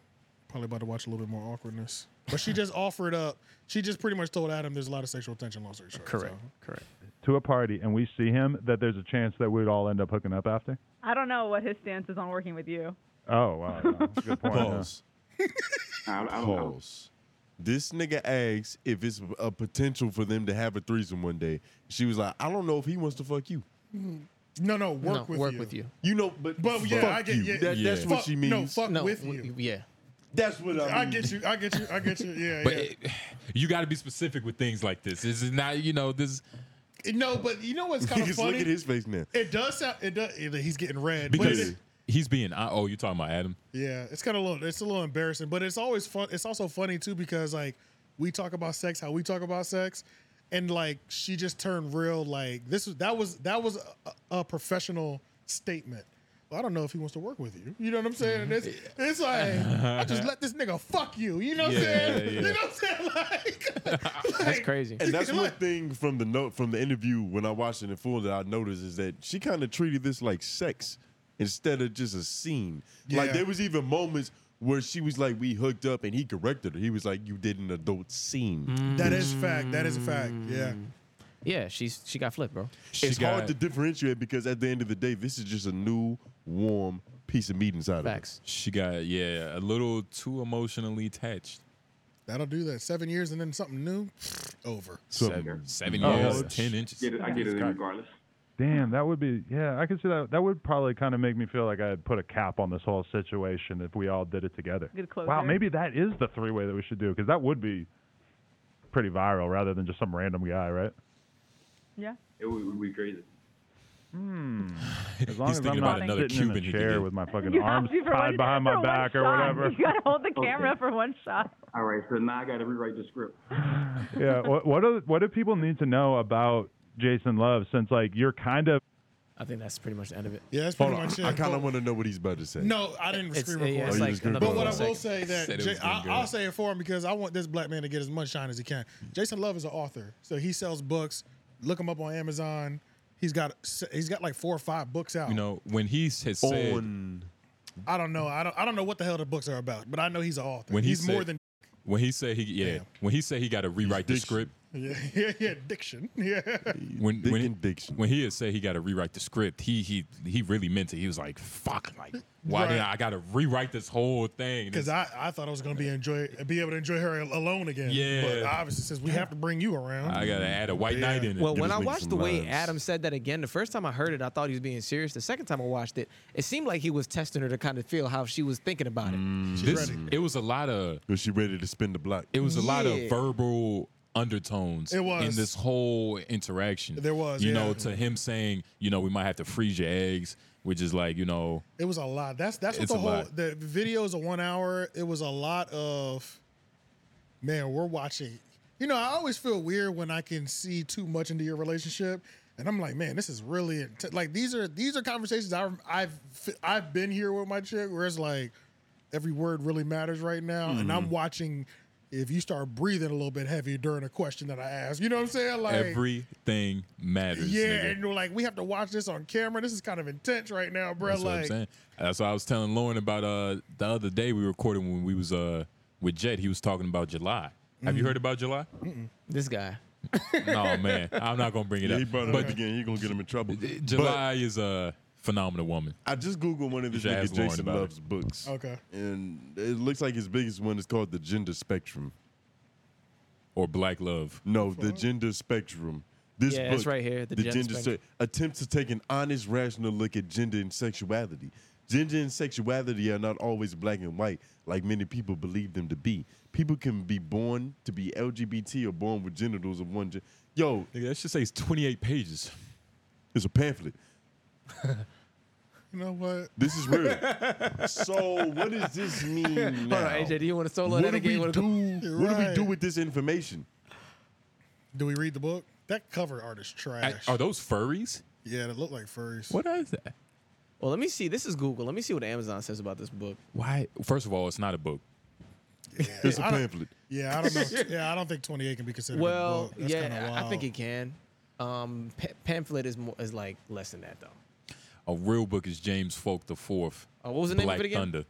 Speaker 2: probably about to watch a little bit more awkwardness. But she just offered up. She just pretty much told Adam there's a lot of sexual tension lost her. Correct.
Speaker 3: Correct.
Speaker 12: to a party and we see him, that there's a chance that we'd all end up hooking up after?
Speaker 13: I don't know what his stance is on working with you.
Speaker 12: Oh, wow. yeah, that's a good point. yeah.
Speaker 1: Pause. Pause. This nigga asks if it's a potential for them to have a threesome one day. She was like, I don't know if he wants to fuck you.
Speaker 2: No, no, work
Speaker 1: Mm-hmm. No,
Speaker 2: with
Speaker 1: work
Speaker 2: you.
Speaker 1: with you. You know, but
Speaker 2: but yeah,
Speaker 1: fuck
Speaker 2: I get
Speaker 1: you.
Speaker 2: yeah,
Speaker 1: That- that's what
Speaker 2: fuck-
Speaker 1: she
Speaker 2: No,
Speaker 1: means.
Speaker 2: fuck
Speaker 1: No,
Speaker 2: with
Speaker 1: w-
Speaker 2: you.
Speaker 5: Yeah.
Speaker 1: That's what
Speaker 2: I get you. I get you. I get you. Yeah,
Speaker 4: but
Speaker 2: yeah.
Speaker 4: it- you got to be specific with things like this. This is not, you know, this.
Speaker 2: no, but you know what's kind of
Speaker 4: Niggas,
Speaker 2: funny?
Speaker 4: look at his face now.
Speaker 2: It does sound. It does. it- He's getting red but
Speaker 4: because
Speaker 2: it-
Speaker 4: he's being. Oh, you talking about Adam?
Speaker 2: yeah, it's kind of a little. It's a little embarrassing, but it's always fun. It's also funny too because like we talk about sex, how we talk about sex, and like she just turned real. Like this was that was that was a, a professional statement. Well, I don't know if he wants to work with you. You know what I'm saying?
Speaker 1: Mm-hmm.
Speaker 2: And it's, it's like I just let this nigga fuck you. You know what
Speaker 1: Yeah,
Speaker 2: I'm saying?
Speaker 1: yeah.
Speaker 2: You know what I'm saying?
Speaker 5: That's crazy.
Speaker 1: And that's one thing from the note from the interview when I watched it in full that I noticed is that she kind of treated this like sex instead of just a scene. Like
Speaker 2: Yeah.
Speaker 1: there was even moments where she was like, "We hooked up," and he corrected her. He was like, "You did an adult scene."
Speaker 4: Mm.
Speaker 2: That is fact. That is a fact. Yeah.
Speaker 5: Mm. Yeah, she's she got flipped, bro.
Speaker 1: it's hard to differentiate because at the end of the day, this is just a new warm piece of meat inside
Speaker 5: Facts.
Speaker 4: She got yeah, a little too emotionally attached.
Speaker 2: That'll do that. Seven years and then something new, over.
Speaker 4: Seven, seven
Speaker 12: Oh,
Speaker 4: years,
Speaker 12: that's-
Speaker 4: ten inches.
Speaker 15: Get it, I get it in regardless.
Speaker 12: Damn, that would be yeah. I could see that. That would probably kind of make me feel like I had put a cap on this whole situation if we all did it together.
Speaker 13: Good closure.
Speaker 12: Wow, maybe that is the three way that we should do because that would be pretty viral rather than just some random guy, right?
Speaker 13: Yeah.
Speaker 15: It would, would be crazy.
Speaker 12: Hmm. As long
Speaker 4: He's
Speaker 12: as
Speaker 4: thinking
Speaker 12: I'm
Speaker 4: about
Speaker 12: not
Speaker 4: another
Speaker 12: sitting
Speaker 4: Cuban he
Speaker 12: in
Speaker 4: could
Speaker 12: a chair
Speaker 4: get.
Speaker 12: with my fucking
Speaker 13: You have
Speaker 12: arms
Speaker 13: to for one-
Speaker 12: tied behind my
Speaker 13: for one
Speaker 12: back or
Speaker 13: shot.
Speaker 12: whatever.
Speaker 13: You gotta hold the camera for one shot.
Speaker 15: All right, so now I got to rewrite the script.
Speaker 12: yeah. What what do, what do people need to know about Jason Love since like you're kind of
Speaker 5: I think that's pretty much the end of it.
Speaker 2: Yeah, that's
Speaker 12: pretty
Speaker 2: much it.
Speaker 1: I kind of want to know what he's about to say.
Speaker 2: No, I didn't
Speaker 5: It's-
Speaker 2: scream
Speaker 5: yeah,
Speaker 2: record.
Speaker 5: it's Oh, you like just screamed another
Speaker 2: but what I
Speaker 5: record.
Speaker 2: will say that
Speaker 5: Said it was
Speaker 2: Jay- I,
Speaker 5: gonna go.
Speaker 2: I'll say it for him because I want this black man to get as much shine as he can. Jason Love is an author, so he sells books. Look him up on Amazon. He's got he's got like four or five books out.
Speaker 4: You know, when he s- has said
Speaker 1: on,
Speaker 2: I don't know. I don't I don't know what the hell the books are about, but I know he's an author.
Speaker 4: when he
Speaker 2: he's
Speaker 4: said,
Speaker 2: more than
Speaker 4: when he said he yeah when he said he got to rewrite the script
Speaker 2: yeah yeah yeah diction yeah.
Speaker 4: when when, when he had said he got to rewrite the script he he he really meant it he was like fuck like why did
Speaker 2: Right.
Speaker 4: I got to rewrite this whole thing
Speaker 2: Because I, I thought I was gonna be enjoy be able to enjoy her alone again.
Speaker 4: Yeah.
Speaker 2: But obviously, since we have to bring you around,
Speaker 4: I gotta add a white knight in it
Speaker 5: Well, when I watched the way Adam said that again, the first time I heard it, I thought he was being serious. The second time I watched it, it seemed like he was testing her to kind of feel how she was thinking about it.
Speaker 4: Mm. this, it was a lot of
Speaker 1: was she ready to spin the block
Speaker 4: it was a lot
Speaker 5: Yeah.
Speaker 4: of verbal undertones
Speaker 2: It was.
Speaker 4: in this whole interaction
Speaker 2: There was,
Speaker 4: you know
Speaker 2: yeah.
Speaker 4: to him saying you know we might have to freeze your eggs which is like you know
Speaker 2: It was a lot. That's that's what
Speaker 4: It's
Speaker 2: the
Speaker 4: a
Speaker 2: whole
Speaker 4: lot.
Speaker 2: the video is a one hour. It was a lot of man. We're watching. You know, I always feel weird when I can see too much into your relationship, and I'm like, man, this is really int- like these are these are conversations I, I've I've been here with my chick where it's like every word really matters right now, and I'm
Speaker 4: Mhm.
Speaker 2: watching if you start breathing a little bit heavy during a question that I ask. You know what I'm saying? Like
Speaker 4: everything matters
Speaker 2: yeah,
Speaker 4: nigga.
Speaker 2: and we're like we have to watch this on camera. This is kind of intense right now, bro.
Speaker 4: That's
Speaker 2: like.
Speaker 4: what I'm saying. That's what I was telling Lauren about uh the other day we recorded when we was uh with Jet. He was talking about July. Have you
Speaker 2: Mm-hmm.
Speaker 1: Mhm.
Speaker 4: heard about July?
Speaker 5: Mm-mm. This guy.
Speaker 4: no man, I'm not gonna bring it
Speaker 1: Yeah,
Speaker 4: up.
Speaker 1: he brought it
Speaker 4: but
Speaker 1: up again. You're gonna get him in trouble.
Speaker 4: July is a phenomenal woman.
Speaker 1: I just googled one of
Speaker 4: You
Speaker 1: this
Speaker 4: should
Speaker 1: nigga
Speaker 4: ask Lauren
Speaker 1: Jason
Speaker 4: about it.
Speaker 1: Love's books.
Speaker 2: Okay.
Speaker 1: And it looks like his biggest one is called The Gender Spectrum.
Speaker 4: Or Black Love.
Speaker 1: No, The Gender Spectrum. This
Speaker 5: Yeah,
Speaker 1: book,
Speaker 5: it's right here, The Gender Spectrum.
Speaker 1: Spe- attempts to take an honest, rational look at gender and sexuality. Gender and sexuality are not always black and white, like many people believe them to be. People can be born to be LGBT or born with genitals of one gender. Yo,
Speaker 4: nigga, that should say it's 28 pages.
Speaker 1: It's a pamphlet.
Speaker 2: You know what?
Speaker 1: This is real. so what does this mean?
Speaker 5: Hold on,
Speaker 1: now?
Speaker 5: AJ, do you want to solo
Speaker 1: what
Speaker 5: that
Speaker 1: do
Speaker 5: again? You
Speaker 1: We
Speaker 5: wanna-
Speaker 1: do, What do we
Speaker 2: Right.
Speaker 1: do with this information?
Speaker 2: Do we read the book? That cover art is trash.
Speaker 1: oh,
Speaker 4: Are those furries?
Speaker 2: yeah, that look like furries.
Speaker 4: What is that?
Speaker 5: Well, let me see. This is Google. Let me see what Amazon says about this book.
Speaker 4: Why? First of all, it's not a book.
Speaker 1: It's a
Speaker 2: I don't-
Speaker 1: pamphlet.
Speaker 2: Yeah, I don't know. Yeah, I don't think 28 can be considered. a
Speaker 5: Well,
Speaker 2: book. That's kinda
Speaker 5: yeah, I- I think
Speaker 2: wild.
Speaker 5: it can. Um, pa- pamphlet is more is like less than that though.
Speaker 4: A real book is James Folk the Fourth.
Speaker 5: Oh, what was the name of
Speaker 4: Black
Speaker 5: it again?
Speaker 4: Thunder.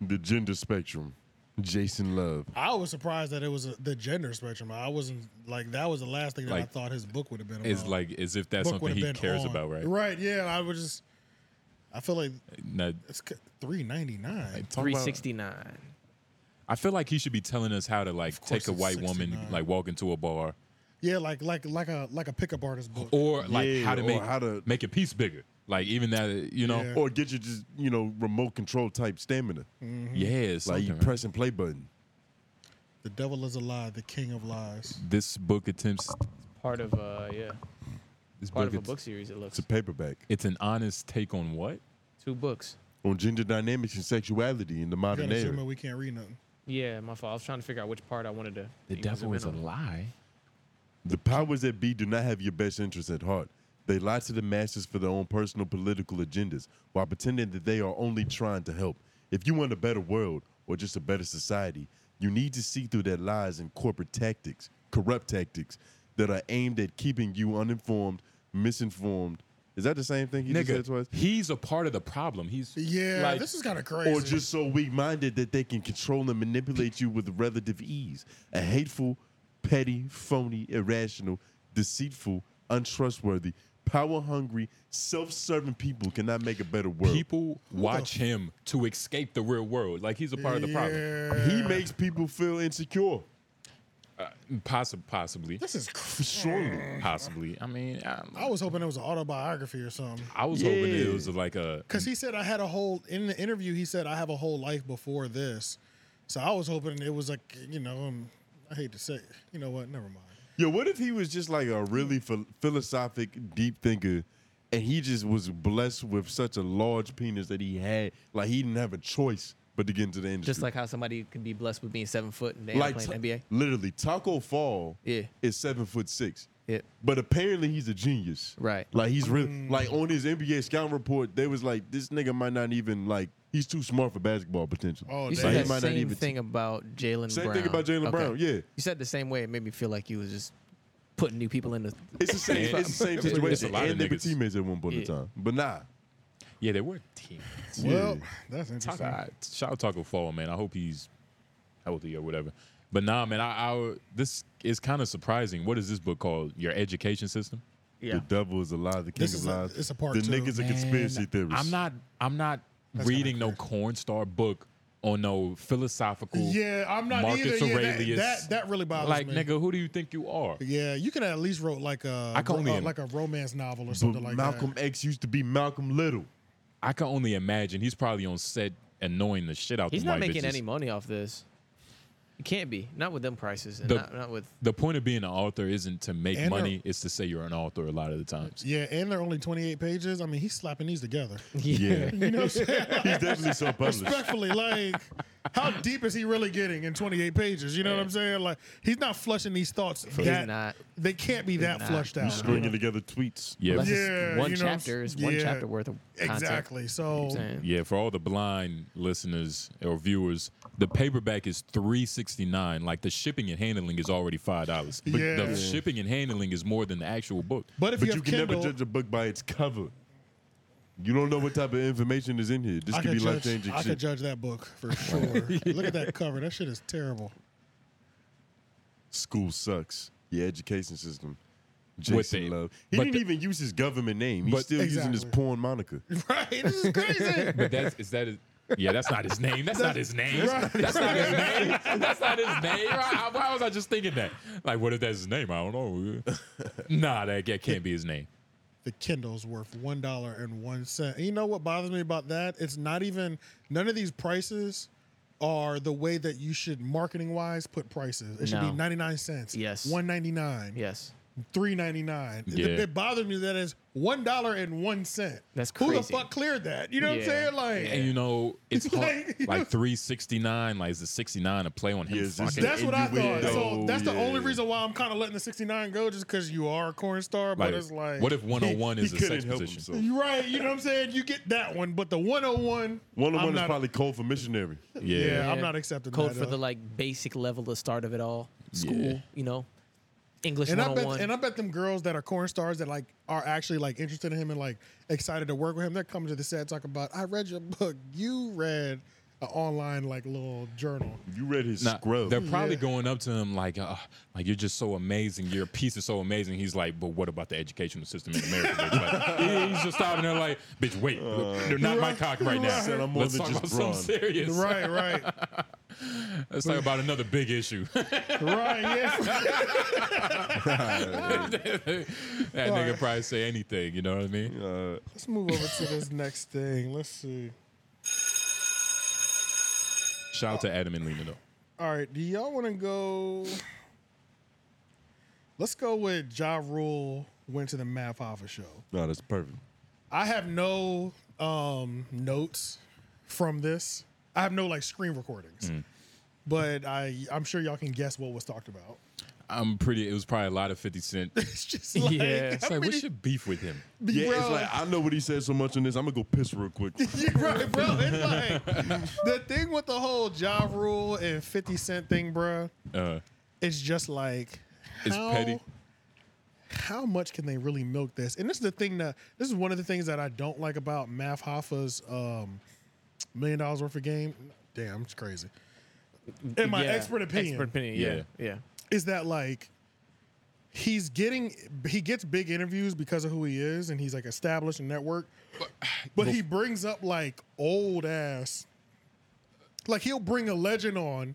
Speaker 1: The gender spectrum. Jason Love.
Speaker 2: I was surprised that it was a, the gender spectrum. I wasn't like that was the last thing that I
Speaker 4: Like,
Speaker 2: thought his book would have been. About.
Speaker 4: It's like as if that's
Speaker 2: Book
Speaker 4: something
Speaker 2: would've
Speaker 4: he
Speaker 2: been
Speaker 4: cares
Speaker 2: on.
Speaker 4: about, right?
Speaker 2: Right. Yeah. I would just. I feel like
Speaker 4: Now,
Speaker 2: it's three ninety nine.
Speaker 4: talk about-
Speaker 5: 369.
Speaker 4: I feel like he should be telling us how to like take a
Speaker 2: it's
Speaker 4: white woman,
Speaker 2: 69.
Speaker 4: like walk into a bar,
Speaker 2: Yeah, like like like a like a pickup artist book.
Speaker 4: or like how to
Speaker 1: or
Speaker 4: make
Speaker 1: how to
Speaker 4: make a piece bigger. Like even that, you know.
Speaker 1: or get you just you know remote control type stamina.
Speaker 4: Mhm. Yeah,
Speaker 1: like you
Speaker 4: something, right?
Speaker 1: press and play button.
Speaker 2: The devil is a lie, the king of lies.
Speaker 4: This book attempts.
Speaker 5: Part of uh yeah.
Speaker 4: This
Speaker 5: part
Speaker 4: book
Speaker 5: of a
Speaker 4: is-
Speaker 5: book series it looks.
Speaker 1: It's a paperback
Speaker 4: It's an honest take on what
Speaker 5: two books.
Speaker 1: on gender dynamics and sexuality in the
Speaker 2: You
Speaker 1: modern
Speaker 2: gotta assume
Speaker 1: era.
Speaker 2: that we can't read nothing.
Speaker 5: Yeah, my fault. I was trying to figure out which part I wanted to.
Speaker 4: The
Speaker 5: even zoom
Speaker 4: devil
Speaker 5: in
Speaker 4: is a
Speaker 5: on.
Speaker 4: lie.
Speaker 1: The powers that be do not have your best interests at heart. They lie to the masses for their own personal political agendas while pretending that they are only trying to help. If you want a better world or just a better society, you need to see through their lies and corporate tactics, corrupt tactics that are aimed at keeping you uninformed, misinformed. Is that the same thing he just said twice?
Speaker 4: Nigga, he's a part of the problem. He's
Speaker 2: Yeah,
Speaker 4: Like-
Speaker 2: this is kind of crazy.
Speaker 1: Or just so weak minded that they can control and manipulate you with relative ease. A hateful, petty, phony, irrational, deceitful, untrustworthy, power hungry, self serving people cannot make a better world.
Speaker 4: people watch him to escape the real world. Like he's a part of the problem.
Speaker 1: He makes people feel insecure.
Speaker 4: Uh, possi- possibly.
Speaker 2: This is cr-
Speaker 1: Surely.
Speaker 4: Possibly. I mean, um,
Speaker 2: I was hoping it was an autobiography or something.
Speaker 4: I was hoping it was like a.
Speaker 2: Because he said I had a whole in the interview. He said I have a whole life before this, so I was hoping it was like you know. Um, I hate to say, you know what? Never mind.
Speaker 1: Yo, what if he was just like a really phil- philosophic, deep thinker, and he just was blessed with such a large penis that he had, like he didn't have a choice but to get into the industry.
Speaker 5: Just like how somebody could be blessed with being seven foot and they
Speaker 1: like
Speaker 5: playing
Speaker 1: ta-
Speaker 5: NBA.
Speaker 1: literally Taco Fall
Speaker 5: Yeah.
Speaker 1: is seven foot six.
Speaker 5: Yeah.
Speaker 1: But apparently he's a genius.
Speaker 5: Right.
Speaker 1: Like he's really
Speaker 2: Mm.
Speaker 1: like on his NBA scout report, they was like, this nigga might not even like he's too smart for basketball potential.
Speaker 5: Oh, you
Speaker 1: Like,
Speaker 5: said
Speaker 1: he
Speaker 5: that
Speaker 1: might not
Speaker 5: same
Speaker 1: even-
Speaker 5: thing about Jalen.
Speaker 1: Same
Speaker 5: Brown.
Speaker 1: thing about Jalen
Speaker 5: Okay.
Speaker 1: Brown, yeah.
Speaker 5: you said the same way. It made me feel like you was just putting new people in the.
Speaker 1: It's the same it's the same
Speaker 4: It's a
Speaker 1: situation.
Speaker 4: lot of
Speaker 1: and they were
Speaker 4: niggas.
Speaker 1: teammates at one point in
Speaker 4: Yeah.
Speaker 1: time. But nah.
Speaker 4: Yeah, they were teammates.
Speaker 2: Well, that's
Speaker 4: Taco,
Speaker 2: interesting.
Speaker 4: I- shout out Taco Fall, man. I hope he's healthy or whatever. But nah, man, I, I this is kind of surprising. What is this book called? Your education system?
Speaker 1: The devil is a lie, the king
Speaker 2: This
Speaker 1: of
Speaker 2: is a-
Speaker 1: lies.
Speaker 2: it's a part
Speaker 1: The
Speaker 2: two.
Speaker 1: nigga's a
Speaker 2: Man,
Speaker 1: conspiracy theorist.
Speaker 4: I'm not I'm not
Speaker 2: That's
Speaker 4: reading no corn star book on no philosophical
Speaker 2: Yeah, I'm not
Speaker 4: Marcus
Speaker 2: either. Yeah, that-
Speaker 4: Aurelius.
Speaker 2: that- that really bothers
Speaker 4: like,
Speaker 2: me.
Speaker 4: Like nigga, who do you think you are?
Speaker 2: Yeah, you could at least wrote like a
Speaker 4: I can only-
Speaker 2: uh, like a romance novel or
Speaker 1: but
Speaker 2: something like
Speaker 1: Malcolm
Speaker 2: that.
Speaker 1: X used to be Malcolm Little.
Speaker 4: I can only imagine he's probably on set annoying the shit out
Speaker 5: He's
Speaker 4: them
Speaker 5: not
Speaker 4: white
Speaker 5: making
Speaker 4: bitches.
Speaker 5: any money off this. He can't be. Not with them prices. And
Speaker 4: The-
Speaker 5: not, not with.
Speaker 4: The point of being an author isn't to make
Speaker 2: And uh,
Speaker 4: money, it's to say you're an author a lot of the times.
Speaker 2: Yeah, and they're only 28 pages. I mean, he's slapping these together. you know what I'm saying?
Speaker 4: He's definitely self-published.
Speaker 2: Respectfully, like, how deep is he really getting in 28 pages? You know what I'm saying? Like, he's not flushing these thoughts.
Speaker 1: He's
Speaker 2: that,
Speaker 5: not.
Speaker 2: They can't be that flushed out.
Speaker 1: You stringing together tweets.
Speaker 4: Yeah.
Speaker 5: Unless it's
Speaker 2: Yeah,
Speaker 5: one
Speaker 2: you know what I'm
Speaker 5: chapter is
Speaker 2: s-
Speaker 5: one
Speaker 2: yeah,
Speaker 5: chapter worth of content.
Speaker 2: Exactly.
Speaker 5: You know
Speaker 2: So
Speaker 5: what I'm saying?
Speaker 4: Yeah, for all the blind listeners or viewers, the paperback is three sixty nine. Like the shipping and handling is already five dollars. But
Speaker 2: Yeah.
Speaker 4: the shipping and handling is more than the actual book.
Speaker 2: But if
Speaker 1: But
Speaker 2: you
Speaker 1: you
Speaker 2: have
Speaker 1: can
Speaker 2: Kindle,
Speaker 1: never judge a book by its cover. You don't know what type of information is in here. This could be life
Speaker 2: judge,
Speaker 1: changing
Speaker 2: I could
Speaker 1: shit.
Speaker 2: judge that book for sure. Look at that cover. That shit is terrible.
Speaker 1: School sucks. The education system.
Speaker 4: What
Speaker 1: Jason
Speaker 4: they-
Speaker 1: Love. He
Speaker 4: but
Speaker 1: didn't
Speaker 4: the-
Speaker 1: even use his government name. He's
Speaker 4: But-
Speaker 1: still using his
Speaker 2: Exactly.
Speaker 1: porn moniker.
Speaker 2: Right? This is crazy.
Speaker 4: But that's is that his, yeah, that's not his name. That's, not his name. That's not his name. That's not his name. Why, why was I just thinking that? Like, what if that's his name? I don't know. nah, that, that can't be his name.
Speaker 2: the Kindle's worth one dollar and one cent. And you know what bothers me about that? It's not even none of these prices are the way that you should marketing wise put prices. It should
Speaker 5: No.
Speaker 2: be ninety nine cents.
Speaker 5: Yes.
Speaker 2: One ninety nine.
Speaker 5: Yes.
Speaker 2: three ninety nine.
Speaker 4: Yeah.
Speaker 2: It, it bothered me that it's one dollar and one cent.
Speaker 4: That's
Speaker 2: Who the
Speaker 4: crazy.
Speaker 2: fuck cleared that? You know
Speaker 4: Yeah.
Speaker 2: what I'm
Speaker 4: and
Speaker 2: saying?
Speaker 4: you know it's
Speaker 2: Like-
Speaker 4: hard, like three sixty nine. Like is the sixty nine a play on him?
Speaker 2: Like,
Speaker 4: fucking
Speaker 2: that's what I thought. So
Speaker 4: innuendo?
Speaker 2: that's the only reason why I'm kind of letting the sixty nine go, just because you are a corn star. But
Speaker 4: Like,
Speaker 2: it's like,
Speaker 4: what if one hundred one
Speaker 1: he
Speaker 4: is a
Speaker 1: couldn't
Speaker 4: sex
Speaker 1: help
Speaker 4: position?
Speaker 2: You're right. You know what I'm saying? You get that one, but the 101.
Speaker 1: One on
Speaker 2: I'm
Speaker 1: one is
Speaker 2: not-
Speaker 1: probably code for missionary.
Speaker 2: I'm not accepting
Speaker 5: Code
Speaker 2: that,
Speaker 5: for
Speaker 2: uh,
Speaker 5: the like basic level, the start of it all. School,
Speaker 2: Yeah.
Speaker 5: you know, English
Speaker 2: and
Speaker 5: one
Speaker 2: I
Speaker 5: on
Speaker 2: bet
Speaker 5: one.
Speaker 2: and I bet them girls that are corn stars that like are actually like interested in him and like excited to work with him. They're coming to the set talking about I read your book. You read an online like little journal.
Speaker 1: You read his
Speaker 4: Nah,
Speaker 1: scrub.
Speaker 4: They're probably
Speaker 2: Yeah.
Speaker 4: going up to him like, uh, like you're just so amazing. Your piece is so amazing. He's like, but what about the educational system in America? bitch?" Like, he- he's just stopping there like, bitch, wait, they're not my cock right, now.
Speaker 1: Uh, Said I'm more
Speaker 4: Let's
Speaker 1: than
Speaker 4: talk
Speaker 1: just
Speaker 4: about something
Speaker 1: brawn.
Speaker 4: serious.
Speaker 2: Right, right,
Speaker 4: Let's talk about another big issue.
Speaker 2: right. Yeah.
Speaker 4: that nigga probably say anything. You know what I mean?
Speaker 2: Let's move over to this next thing. Let's see.
Speaker 4: shout out to Adam and Lena though.
Speaker 2: All right, do y'all want to go? Let's go with Ja Rule went to the Math Hoffa show.
Speaker 1: No, that's perfect.
Speaker 2: I have no um, notes from this. I have no like screen recordings,
Speaker 4: Mm.
Speaker 2: but I I'm sure y'all can guess what was talked about.
Speaker 4: I'm pretty. It was probably a lot of Fifty Cent.
Speaker 2: it's just like,
Speaker 4: yeah. It's
Speaker 2: I
Speaker 4: like
Speaker 2: mean-
Speaker 4: what's your beef with him?
Speaker 1: Yeah, it's
Speaker 2: Bro.
Speaker 1: like I know what he said so much in this. I'm gonna go piss real quick.
Speaker 2: You're right, bro. It's like the thing with the whole Ja Rule and 50 Cent thing, bro.
Speaker 4: Uh,
Speaker 2: It's just like
Speaker 4: It's
Speaker 2: how,
Speaker 4: petty.
Speaker 2: How much can they really milk this? And this is the thing that this is one of the things that I don't like about Math Hoffa's um, million dollars worth of game. Damn, it's crazy. In my
Speaker 5: Yeah,
Speaker 2: expert opinion,
Speaker 5: expert opinion, yeah, Yeah. yeah.
Speaker 2: is that like he's getting he gets big interviews because of who he is and he's like established a network, but he brings up like old ass, like he'll bring a legend on.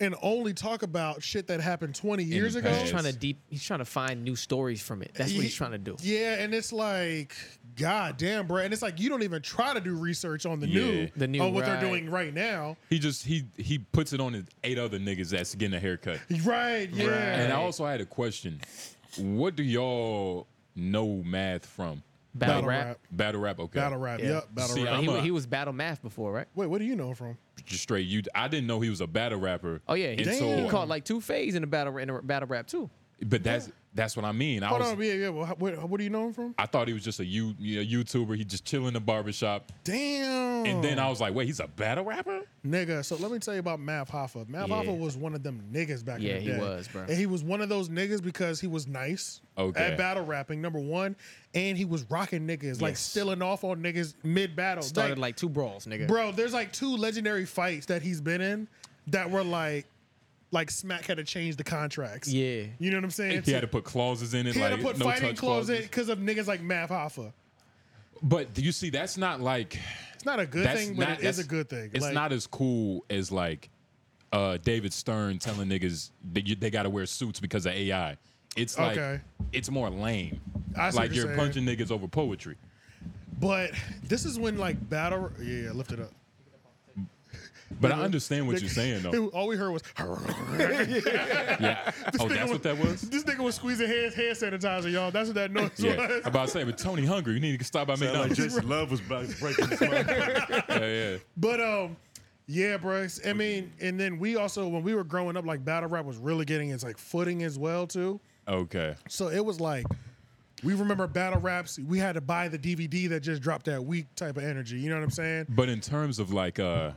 Speaker 2: And only talk about shit that happened 20 years ago.
Speaker 5: he's trying to deep. He's trying to find new stories from it. That's what he's
Speaker 2: Ye-
Speaker 5: trying to do.
Speaker 2: Yeah, and it's like, god damn, bro. And it's like you don't even try to do research on the
Speaker 4: Yeah.
Speaker 2: new,
Speaker 4: The new,
Speaker 2: on what
Speaker 4: right.
Speaker 2: they're doing right now.
Speaker 4: He just he he puts it on his eight other niggas that's getting a haircut.
Speaker 2: Right, yeah.
Speaker 4: And I also had a question. What do y'all know math from?
Speaker 5: Battle Battle rap. rap.
Speaker 4: Battle rap, okay.
Speaker 2: Battle rap, Yeah. yep, battle
Speaker 4: See,
Speaker 2: rap.
Speaker 4: I'm
Speaker 5: He,
Speaker 4: a-
Speaker 5: he was battle math before, right?
Speaker 2: Wait, what do you know him from?
Speaker 4: just straight you I didn't know he was a battle rapper.
Speaker 5: Oh yeah, he,
Speaker 4: And
Speaker 5: he
Speaker 4: so,
Speaker 5: caught like two phase in the battle in the battle rap too.
Speaker 4: but that's that's what I mean. I
Speaker 2: Hold
Speaker 4: was
Speaker 2: on, yeah, yeah. Well, how- what, Uh, what do you know him from?
Speaker 4: I thought he was just a you, you know, YouTuber. He just chilling in the barbershop.
Speaker 2: Damn.
Speaker 4: And then I was like, wait, he's a battle rapper?
Speaker 2: Nigga, so let me tell you about Mav Hoffa. Mav
Speaker 4: Yeah.
Speaker 2: Hoffa was one of them niggas back
Speaker 4: Yeah,
Speaker 2: in
Speaker 4: he
Speaker 2: the day.
Speaker 4: was, bro.
Speaker 2: And he was one of those niggas because he was nice
Speaker 4: Okay.
Speaker 2: at battle rapping, number one. And he was rocking niggas, like
Speaker 5: Yes.
Speaker 2: stealing off on niggas mid battle.
Speaker 5: Started like two brawls, nigga.
Speaker 2: Bro, there's like two legendary fights that he's been in that were like, like Smack had to change the contracts.
Speaker 4: Yeah.
Speaker 2: You know what I'm saying?
Speaker 4: He had to put clauses in it.
Speaker 2: He
Speaker 4: like,
Speaker 2: had to put
Speaker 4: no
Speaker 2: fighting
Speaker 4: touch
Speaker 2: clothes in because of niggas like Mav Hoffa.
Speaker 4: But do you see, that's not like
Speaker 2: It's not a good
Speaker 4: that's
Speaker 2: thing, but
Speaker 4: not-
Speaker 2: it is a
Speaker 4: that's-
Speaker 2: good thing.
Speaker 4: It's
Speaker 2: Like-
Speaker 4: not as cool as like uh, David Stern telling niggas they, they got to wear suits because of AI. It's like
Speaker 2: Okay.
Speaker 4: it's more lame.
Speaker 2: I see
Speaker 4: like
Speaker 2: what you're
Speaker 4: you're
Speaker 2: saying.
Speaker 4: punching niggas over poetry.
Speaker 2: But this is when like battle. Yeah, yeah, lift it up.
Speaker 4: But I understand what you're saying though.
Speaker 2: All we heard was.
Speaker 4: Yeah. Oh, that's what that was.
Speaker 2: This nigga was squeezing hand, hand sanitizer, y'all. That's what that noise
Speaker 4: Yeah.
Speaker 2: was.
Speaker 4: About to say, but Tony hungry. You need to stop by
Speaker 1: Sound like
Speaker 4: McDonald's.
Speaker 1: Jason Love was about breaking his mouth.
Speaker 4: yeah, yeah.
Speaker 2: But um, yeah, bro. I mean, and then we also when we were growing up, like battle rap was really getting its like footing as well too.
Speaker 4: Okay.
Speaker 2: So it was like we remember battle raps. We had to buy the DVD that just dropped that week type of energy. You know what I'm saying?
Speaker 4: But in terms of like uh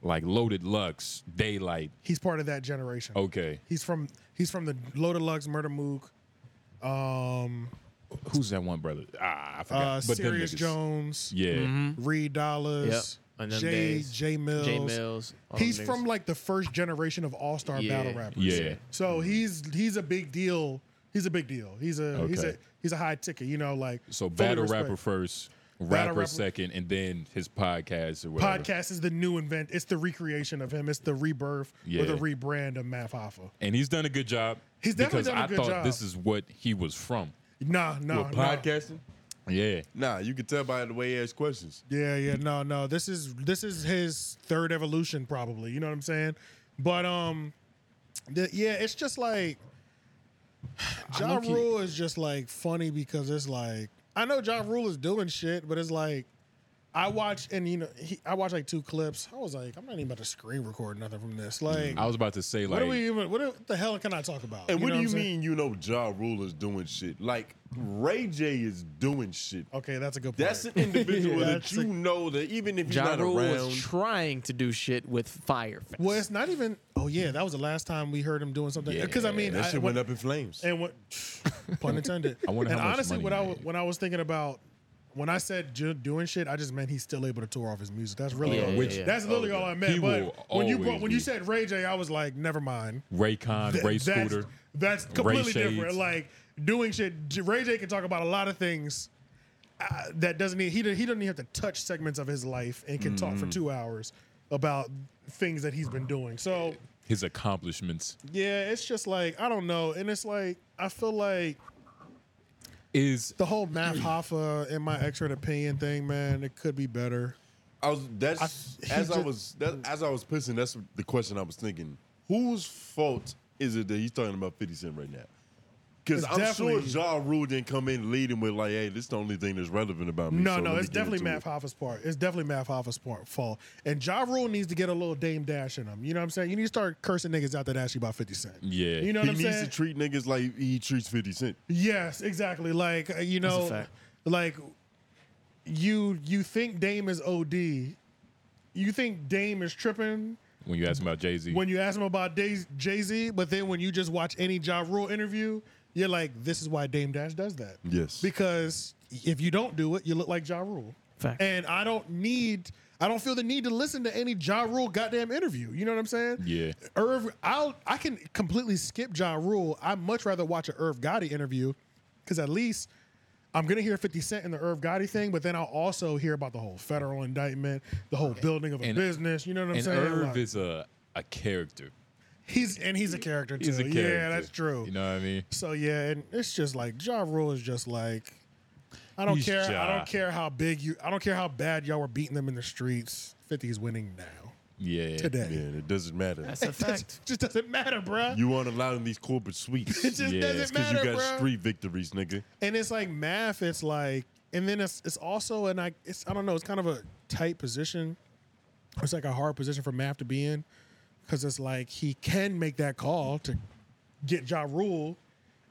Speaker 4: like loaded lux, daylight.
Speaker 2: He's part of that generation.
Speaker 4: Okay.
Speaker 2: He's from he's from the Low Deluxe Murder Mook. Um,
Speaker 4: Who's that one brother? Ah, I forgot.
Speaker 2: uh,
Speaker 4: but them
Speaker 2: Sirius
Speaker 4: niggas.
Speaker 2: Jones,
Speaker 4: Yeah.
Speaker 2: Reed Dollars,
Speaker 4: Mm-hmm. Yep. And them
Speaker 2: Jay
Speaker 4: days.
Speaker 2: Jay Mills,
Speaker 4: Jay Mills, all them
Speaker 2: He's
Speaker 4: niggas.
Speaker 2: from like the first generation of all star
Speaker 4: Yeah. Mm-hmm.
Speaker 2: battle rappers.
Speaker 4: Yeah.
Speaker 2: so he's he's a big deal. He's a big deal. He's a he's a
Speaker 4: Okay.
Speaker 2: he's a high ticket. You know, like
Speaker 4: So
Speaker 2: fully
Speaker 4: battle
Speaker 2: respect.
Speaker 4: rapper first,
Speaker 2: Battle
Speaker 4: rapper,
Speaker 2: rapper-
Speaker 4: second, and then his podcast or whatever.
Speaker 2: Podcast is the new invent. It's the recreation of him. It's the rebirth or the
Speaker 4: Yeah.
Speaker 2: rebrand of Math Hoffa.
Speaker 4: And he's done a good job.
Speaker 2: He's definitely
Speaker 4: because
Speaker 2: done a
Speaker 4: I
Speaker 2: good
Speaker 4: thought
Speaker 2: job.
Speaker 4: this is what he was from.
Speaker 2: Nah, no,
Speaker 1: What,
Speaker 2: no.
Speaker 1: podcasting?
Speaker 4: Yeah.
Speaker 1: Nah, you can tell by the way he asks questions.
Speaker 2: Yeah, yeah, no, no. This is this is his third evolution, probably. You know what I'm saying? But um, the, yeah, it's just like Ja
Speaker 10: low-key-
Speaker 2: Rule is just like funny because it's like I know Ja Rule is doing shit, but it's like I watch and you know he, I watched like two clips. I was like, I'm not even about to screen record nothing from this. Like,
Speaker 4: I was about to say
Speaker 2: what
Speaker 4: like
Speaker 2: do we even? What the hell can I talk about?
Speaker 1: And what
Speaker 2: know
Speaker 1: do
Speaker 2: I'm
Speaker 1: you
Speaker 2: saying?
Speaker 1: mean you know Ja Rule is doing shit? Like Ray J is doing shit.
Speaker 2: Okay, that's a good.
Speaker 1: That's an individual that you know that even if you're
Speaker 5: Ja
Speaker 1: not
Speaker 5: Rule
Speaker 1: around,
Speaker 5: was trying to do shit with fire.
Speaker 2: Well, it's not even. Oh yeah, that was the last time we heard him doing something. Because I mean,
Speaker 1: that
Speaker 2: I-
Speaker 1: shit
Speaker 2: when-
Speaker 1: went up in flames.
Speaker 2: And what? Pun intended.
Speaker 1: I wonder
Speaker 2: and
Speaker 1: how much
Speaker 2: honestly,
Speaker 1: money
Speaker 2: when I
Speaker 1: he
Speaker 2: wa- when I was thinking about when I said ju- doing shit, I just meant he's still able to tour off his music. That's really
Speaker 4: Yeah,
Speaker 2: all.
Speaker 4: yeah, Which- yeah.
Speaker 2: that's literally
Speaker 4: Oh,
Speaker 2: all I
Speaker 4: yeah.
Speaker 2: meant.
Speaker 4: He
Speaker 2: but
Speaker 4: will
Speaker 2: when you brought,
Speaker 4: always
Speaker 2: when you
Speaker 4: be.
Speaker 2: said Ray J, I was like, never mind.
Speaker 4: Raycon,
Speaker 2: Th-
Speaker 4: Ray
Speaker 2: that's-
Speaker 4: Scooter.
Speaker 2: That's
Speaker 4: Ray
Speaker 2: completely
Speaker 4: Shades.
Speaker 2: different. Like doing shit. J- Ray J can talk about a lot of things uh, that doesn't need. He do- he doesn't even have to touch segments of his life and can talk for
Speaker 4: Mhm.
Speaker 2: two hours about things that he's been doing. So.
Speaker 4: his accomplishments
Speaker 2: Yeah, it's just like I don't know, and it's like I feel like
Speaker 4: is
Speaker 2: the whole Matt Hoffa in my expert opinion thing, man. It could be better.
Speaker 1: I was that's
Speaker 2: I-
Speaker 1: as
Speaker 2: he
Speaker 1: I
Speaker 2: ju-
Speaker 1: was that, as I was pissing. That's the question I was thinking. Whose fault is it that he's talking about Fifty Cent right now? Because
Speaker 2: It's
Speaker 1: I'm sure
Speaker 2: definitely-
Speaker 1: Ja Rule didn't come in leading with like, "Hey, this is the only thing that's relevant about me."
Speaker 2: No,
Speaker 1: so
Speaker 2: no,
Speaker 1: let me
Speaker 2: it's
Speaker 1: get
Speaker 2: definitely
Speaker 1: into
Speaker 2: Matt
Speaker 1: it."
Speaker 2: Hoffa's part. It's definitely Matt Hoffa's part fault. And Ja Rule needs to get a little Dame Dash in him. You know what I'm saying? You need to start cursing niggas out that ask you about 50 Cent.
Speaker 1: Yeah,
Speaker 2: You know
Speaker 1: he
Speaker 2: what I'm
Speaker 1: needs
Speaker 2: saying?
Speaker 1: to treat niggas like he treats Fifty Cent.
Speaker 2: Yes, exactly. Like uh, you
Speaker 1: That's a
Speaker 2: know,
Speaker 1: fact.
Speaker 2: like you you think Dame is OD. You think Dame is tripping
Speaker 4: when you ask him about Jay Z.
Speaker 2: when you ask him about Jay Z, but then when you just watch any Ja Rule interview, you're like, this is why Dame Dash does that.
Speaker 1: Yes.
Speaker 2: Because if you don't do it, you look like Ja Rule.
Speaker 5: Fact.
Speaker 2: And I don't need, I don't feel the need to listen to any Ja Rule goddamn interview. You know what I'm saying?
Speaker 4: Yeah.
Speaker 2: Irv, I'll, I can completely skip Ja Rule. I'd much rather watch an Irv Gotti interview because at least I'm going to hear 50 Cent in the Irv Gotti thing, but then I'll also hear about the whole federal indictment, the whole building of a
Speaker 4: And-
Speaker 2: business. You know what I'm
Speaker 4: and
Speaker 2: saying?
Speaker 4: Irv
Speaker 2: Like-
Speaker 4: is a a character.
Speaker 2: He's and he's a character too.
Speaker 4: He's a character.
Speaker 2: Yeah, that's true.
Speaker 4: You know what I mean?
Speaker 2: So yeah, and it's just like Ja Rule is just like I don't
Speaker 4: He's
Speaker 2: care. I
Speaker 4: Ja.
Speaker 2: don't care how big you I don't care how bad y'all were beating them in the streets. 50 is winning now.
Speaker 4: Yeah,
Speaker 2: Today.
Speaker 1: Yeah, it doesn't matter.
Speaker 2: It Just, just doesn't matter, bruh.
Speaker 1: You aren't allowed in these corporate suites.
Speaker 2: It just Yeah. doesn't
Speaker 1: because you
Speaker 2: matter,
Speaker 1: got
Speaker 2: bro.
Speaker 1: street victories, nigga.
Speaker 2: and it's like math, it's like and then it's it's also and I it's I don't know, it's kind of a tight position. It's like a hard position for math to be in. Cause it's like he can make that call to get Ja Rule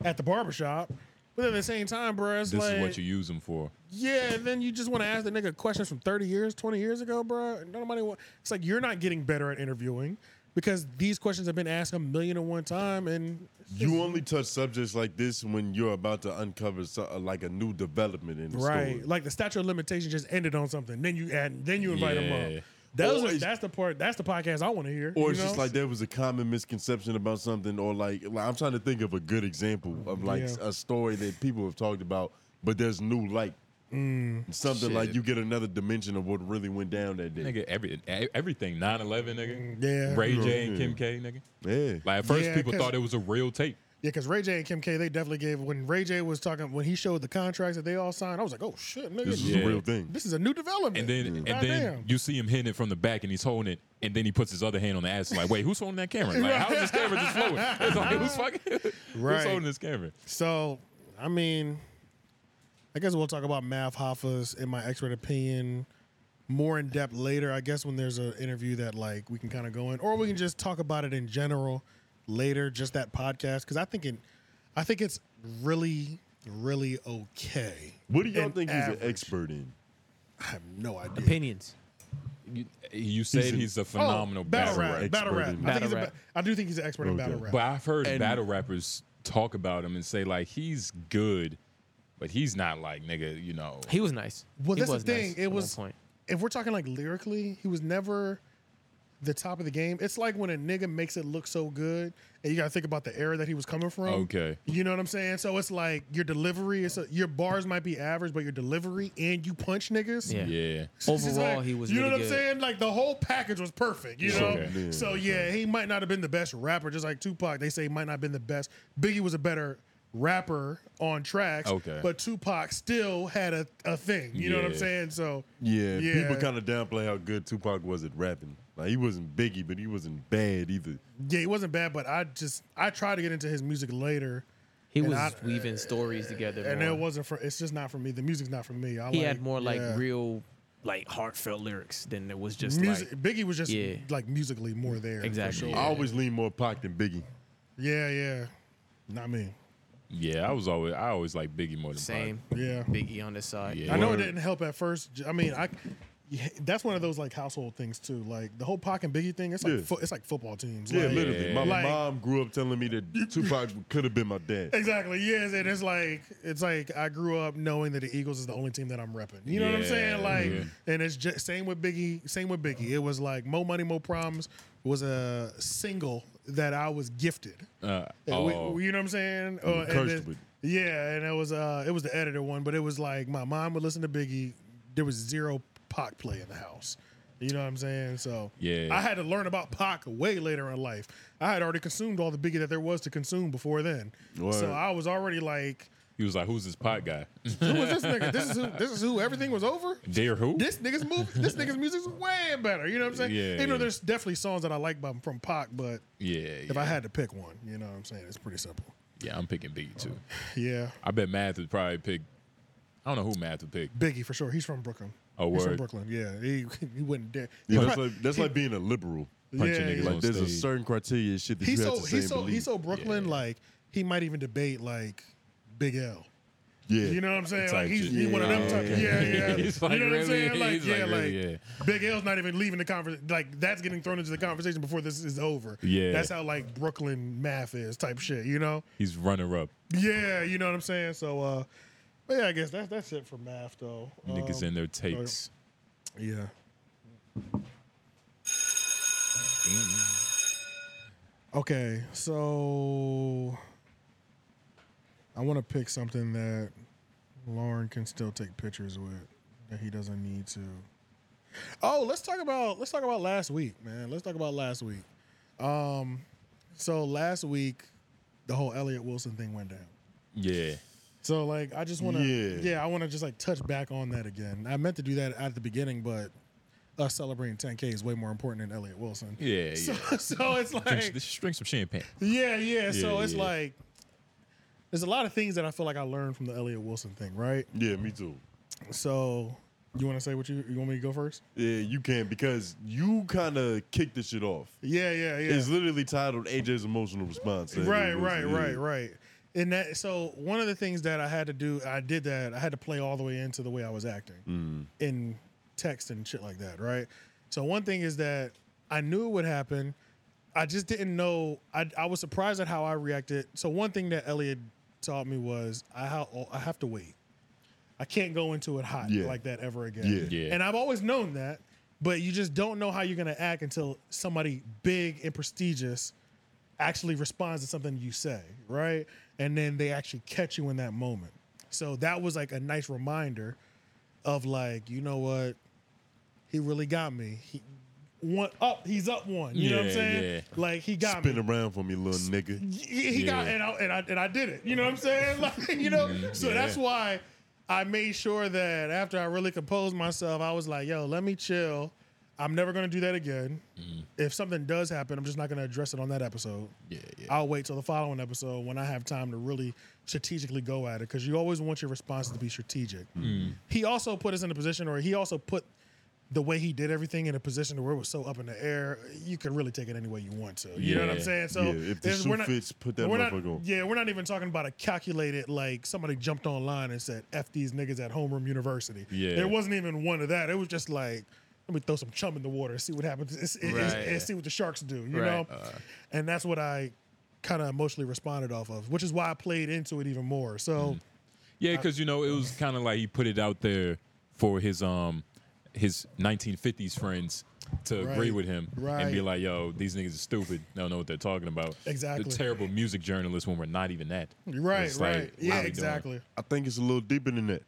Speaker 2: at the barbershop. But at the same time, bro, it's
Speaker 4: this
Speaker 2: like
Speaker 4: is what you use him for.
Speaker 2: Yeah, and then you just want to ask the nigga questions from 30 years, 20 years ago, bro. Nobody want. It's like you're not getting better at interviewing because these questions have been asked a million and one time, and
Speaker 1: You only touch subjects like this when you're about to uncover so, uh, like a new development in the
Speaker 2: right,
Speaker 1: story.
Speaker 2: like the statute of limitation just ended on something. Then you add, then you invite them
Speaker 1: Yeah.
Speaker 2: up. Those
Speaker 1: Or
Speaker 2: are,
Speaker 1: it's-
Speaker 2: that's the part. That's the podcast I want to hear.
Speaker 1: Or
Speaker 2: you
Speaker 1: it's just
Speaker 2: know?
Speaker 1: like there was a common misconception about something, or like, like I'm trying to think of a good example of like
Speaker 2: Yeah.
Speaker 1: a story that people have talked about, but there's new light.
Speaker 2: Mm.
Speaker 1: Something like
Speaker 4: Shit.
Speaker 1: you get another dimension of what really went down that day.
Speaker 4: Nigga, every e- everything 9/11, nigga.
Speaker 2: Mm, Yeah.
Speaker 4: Ray J
Speaker 1: Yeah.
Speaker 4: and Kim K, nigga.
Speaker 1: Yeah.
Speaker 4: Like at first,
Speaker 2: Yeah,
Speaker 4: people
Speaker 2: 'cause-
Speaker 4: thought it was a real tape.
Speaker 2: Yeah, because Ray J and Kim K, they definitely gave when Ray J was talking when he showed the contracts that they all signed. I was like, oh shit, nigga,
Speaker 4: This is a real
Speaker 1: thing.
Speaker 2: This is a new development.
Speaker 4: And then, and
Speaker 2: Goddamn.
Speaker 4: then you see him hitting it from the back, and he's holding it, and then he puts his other hand on the ass. Like, wait, who's holding that camera? Like, how is this camera just flowing? It's like, who's fucking?
Speaker 2: Right.
Speaker 4: Who's holding this camera?
Speaker 2: So, I mean, I guess we'll talk about Math Hoffa's in my expert opinion more in depth later. I guess when there's an interview that like we can kind of go in, or we can just talk about it in general later. Just that podcast because I think it, I think it's really, really okay.
Speaker 1: What do y'all
Speaker 2: And
Speaker 1: think he's
Speaker 2: average.
Speaker 1: an expert in?
Speaker 2: I have no idea.
Speaker 5: Opinions.
Speaker 4: You, you said he's,
Speaker 1: an-
Speaker 4: a phenomenal
Speaker 2: oh, battle
Speaker 4: battle
Speaker 2: rap.
Speaker 4: rapper.
Speaker 2: Battle rap. I, think he's a,
Speaker 4: Battle
Speaker 2: ba- I do think he's an expert in battle rap.
Speaker 4: But I've heard
Speaker 2: And-
Speaker 4: battle rappers talk about him and say like he's good, but he's not like nigga. You know,
Speaker 5: he was nice.
Speaker 2: Well, that's the thing. it was if we're talking like lyrically, he was never the top of the game. It's like when a nigga makes it look so good, and you gotta think about the era that he was coming from.
Speaker 4: Okay.
Speaker 2: you know what I'm saying. So it's like your delivery, it's a, your bars might be average, but your delivery and you punch niggas.
Speaker 4: Yeah. Yeah.
Speaker 2: It's just
Speaker 5: Overall,
Speaker 2: like-
Speaker 5: he was
Speaker 2: You know what
Speaker 5: really
Speaker 2: I'm
Speaker 5: good.
Speaker 2: saying? Like the whole package was perfect. You
Speaker 5: Yeah.
Speaker 2: know.
Speaker 5: Okay. Yeah,
Speaker 2: So yeah, he might not have been the best rapper, just like Tupac. They say he might not have been the best. Biggie was a better rapper on tracks.
Speaker 1: Okay.
Speaker 2: But Tupac still had a, a thing. You know what I'm
Speaker 1: Yeah.
Speaker 2: saying? So
Speaker 1: Yeah,
Speaker 2: Yeah.
Speaker 1: people kind of downplay how good Tupac was at rapping. Like he wasn't Biggie, but he wasn't bad either.
Speaker 2: Yeah, he wasn't bad, but I just I tried to get into his music later,
Speaker 5: He
Speaker 2: And
Speaker 5: was
Speaker 2: I-
Speaker 5: weaving stories together.
Speaker 2: and
Speaker 5: more.
Speaker 2: it wasn't for. It's just not for me. The music's not for me. I
Speaker 5: he
Speaker 2: like,
Speaker 5: had more like
Speaker 2: yeah.
Speaker 5: real, like heartfelt lyrics than it was just
Speaker 2: music.
Speaker 5: like
Speaker 2: Biggie was just
Speaker 5: yeah.
Speaker 2: like musically more there. for
Speaker 5: Exactly,
Speaker 2: sure.
Speaker 1: I always lean more Pac than Biggie.
Speaker 2: Yeah, yeah. Not me.
Speaker 4: Yeah, I was always I always like Biggie more than
Speaker 5: Same.
Speaker 2: Yeah.
Speaker 5: Biggie on this side.
Speaker 4: Yeah.
Speaker 2: I know it
Speaker 4: Word.
Speaker 2: didn't help at first. J- I mean, I yeah, that's one of those like household things too. Like the whole Pac and Biggie thing. It's like
Speaker 1: Yeah.
Speaker 2: fo- it's like football teams.
Speaker 1: Yeah,
Speaker 2: Like-
Speaker 1: literally. My
Speaker 2: like-
Speaker 1: mom grew up telling me that Tupac could have been my dad.
Speaker 2: Exactly. Yes, and it's like it's like I grew up knowing that the Eagles is the only team that I'm repping. You know what I'm
Speaker 1: Yeah,
Speaker 2: saying? Like,
Speaker 1: yeah.
Speaker 2: and it's just same with Biggie. Same with Biggie. It was like "Mo Money, Mo Problems" was a single that I was gifted.
Speaker 4: Uh,
Speaker 2: And we-
Speaker 4: oh.
Speaker 2: we- you know what I'm saying?
Speaker 4: You
Speaker 2: Uh, and
Speaker 4: cursed
Speaker 2: then-
Speaker 4: with-
Speaker 2: yeah, and it was uh, it was the editor one, but it was like my mom would listen to Biggie. There was zero Pac play in the house. You know what I'm saying? So
Speaker 4: Yeah.
Speaker 2: I had to learn about Pac way later in life. I had already consumed all the Biggie that there was to consume before then.
Speaker 4: Word.
Speaker 2: So I was already like,
Speaker 4: He was like, "Who's this pot guy?"
Speaker 2: who is this nigga? This is who. This is who. Everything was over.
Speaker 4: Dare who?
Speaker 2: This nigga's move. This nigga's music's way better. You know what I'm saying?
Speaker 4: Yeah,
Speaker 2: Even
Speaker 4: yeah.
Speaker 2: though there's definitely songs that I like by, from Pac, but
Speaker 4: Yeah,
Speaker 2: if I
Speaker 4: yeah.
Speaker 2: had to pick one, you know what I'm saying? It's pretty simple.
Speaker 4: Yeah, I'm picking Biggie too.
Speaker 2: Yeah.
Speaker 4: I bet Math would probably pick. I don't know who Math would pick.
Speaker 2: Biggie for sure. He's from Brooklyn.
Speaker 4: Oh,
Speaker 2: He's
Speaker 4: word.
Speaker 2: from Brooklyn. Yeah, he, he wouldn't dare.
Speaker 1: Yeah,
Speaker 2: He
Speaker 1: that's
Speaker 2: prob-
Speaker 1: like that's
Speaker 2: he-
Speaker 1: like being a liberal.
Speaker 2: Punching Yeah, niggas yeah.
Speaker 1: Like
Speaker 2: on
Speaker 1: there's a
Speaker 2: stage.
Speaker 1: certain criteria and shit that
Speaker 2: He's
Speaker 1: you have
Speaker 2: so
Speaker 1: to say
Speaker 2: he's
Speaker 1: and
Speaker 2: so
Speaker 1: believe.
Speaker 2: he's so Brooklyn. Like he might even debate like Big L.
Speaker 1: Yeah.
Speaker 2: you know what I'm saying.
Speaker 1: Type
Speaker 2: Like he's,
Speaker 1: shit.
Speaker 2: he's one of them.
Speaker 1: Yeah,
Speaker 2: Type,
Speaker 1: yeah,
Speaker 2: yeah,
Speaker 1: yeah.
Speaker 2: yeah.
Speaker 1: He's
Speaker 2: you
Speaker 1: like,
Speaker 2: know what I'm saying?
Speaker 1: really?
Speaker 2: Like
Speaker 1: He's
Speaker 2: yeah,
Speaker 1: like,
Speaker 2: like,
Speaker 1: really,
Speaker 2: Big L's not even leaving the conversation. Like that's getting thrown into the conversation before this is over.
Speaker 4: Yeah.
Speaker 2: that's how like Brooklyn math is type shit. You know.
Speaker 4: He's runner up.
Speaker 2: Yeah, you know what I'm saying. So, uh, but yeah, I guess that's that's it for math though.
Speaker 4: Niggas
Speaker 2: Um,
Speaker 4: in their takes.
Speaker 2: Yeah. Okay, so I want to pick something that Lauren can still take pictures with that he doesn't need to. Oh, let's talk about let's talk about last week, man. Let's talk about last week. Um, so last week, the whole Elliot Wilson thing went down.
Speaker 4: Yeah.
Speaker 2: So like I just want to
Speaker 4: Yeah.
Speaker 2: yeah. I want to just like touch back on that again. I meant to do that at the beginning, but us celebrating 10K is way more important than Elliot Wilson.
Speaker 4: Yeah,
Speaker 2: So,
Speaker 4: yeah.
Speaker 2: so it's
Speaker 4: Drink-
Speaker 2: like
Speaker 4: let's drink some champagne.
Speaker 2: yeah, yeah. So
Speaker 4: Yeah,
Speaker 2: it's
Speaker 4: yeah.
Speaker 2: like there's a lot of things that I feel like I learned from the Elliot Wilson thing, right?
Speaker 1: Yeah, me too.
Speaker 2: So you want to say what you you want me to go first?
Speaker 1: Yeah, you can because you kind of kicked the shit off.
Speaker 2: Yeah, yeah, yeah.
Speaker 1: It's literally titled AJ's emotional response. and
Speaker 2: Right,
Speaker 1: it was-
Speaker 2: right,
Speaker 1: yeah.
Speaker 2: right, right. And that so one of the things that I had to do, I did that. I had to play all the way into the way I was acting
Speaker 1: Mm.
Speaker 2: in text and shit like that, right? So one thing is that I knew it would happen. I just didn't know. I I was surprised at how I reacted. So one thing that Elliot taught me was I how I have to wait. I can't go into it hot
Speaker 1: Yeah.
Speaker 2: like that ever again.
Speaker 1: Yeah. Yeah.
Speaker 2: And I've always known that, but you just don't know how you're gonna act until somebody big and prestigious actually responds to something you say, right? And then they actually catch you in that moment. So that was like a nice reminder of like, you know what? He really got me. He one up, he's up one. You know what I'm
Speaker 1: Yeah,
Speaker 2: saying?
Speaker 1: yeah.
Speaker 2: Like he got me.
Speaker 1: Spin around for me, little nigga.
Speaker 2: He, he got and I, and I and I did it. You know what I'm saying? Like you know, so
Speaker 1: yeah.
Speaker 2: that's why I made sure that after I really composed myself, I was like, "Yo, let me chill. I'm never gonna do that again. If something does happen, I'm just not gonna address it on that episode.
Speaker 4: Yeah, yeah.
Speaker 2: I'll wait till the following episode when I have time to really strategically go at it because you always want your responses to be strategic.
Speaker 4: Mm.
Speaker 2: He also put us in a position, or he also put the way he did everything in a position where it was so up in the air, you could really take it any way you want to. You know what I'm
Speaker 1: Yeah.
Speaker 2: saying? So
Speaker 1: Yeah, if the
Speaker 2: there's-
Speaker 1: shoe fits, put that
Speaker 2: we're not-
Speaker 1: motherfucker on.
Speaker 2: Yeah, we're not even talking about a calculated like somebody jumped online and said "f these niggas at Homeroom University."
Speaker 4: Yeah.
Speaker 2: there wasn't even one of that. It was just like let me throw some chum in the water and see what happens It's- it- it's-
Speaker 4: Right.
Speaker 2: and see what the sharks do. You
Speaker 4: Right.
Speaker 2: know,
Speaker 4: Uh.
Speaker 2: and that's what I kind of emotionally responded off of, which is why I played into it even more.
Speaker 1: Mm-hmm.
Speaker 2: So.
Speaker 4: Yeah, because you know it was kind of like he put it out there for his um his 1950s friends to agree
Speaker 2: Right,
Speaker 4: with him and be
Speaker 2: right.
Speaker 4: like, "Yo, these niggas are stupid. They don't know what they're talking about.
Speaker 2: Exactly.
Speaker 4: They're terrible music journalists when we're not even that.
Speaker 2: Right,
Speaker 4: It's like,
Speaker 2: right.
Speaker 4: what
Speaker 2: Yeah,
Speaker 4: we doing?
Speaker 2: exactly.
Speaker 1: I think it's a little deeper than that.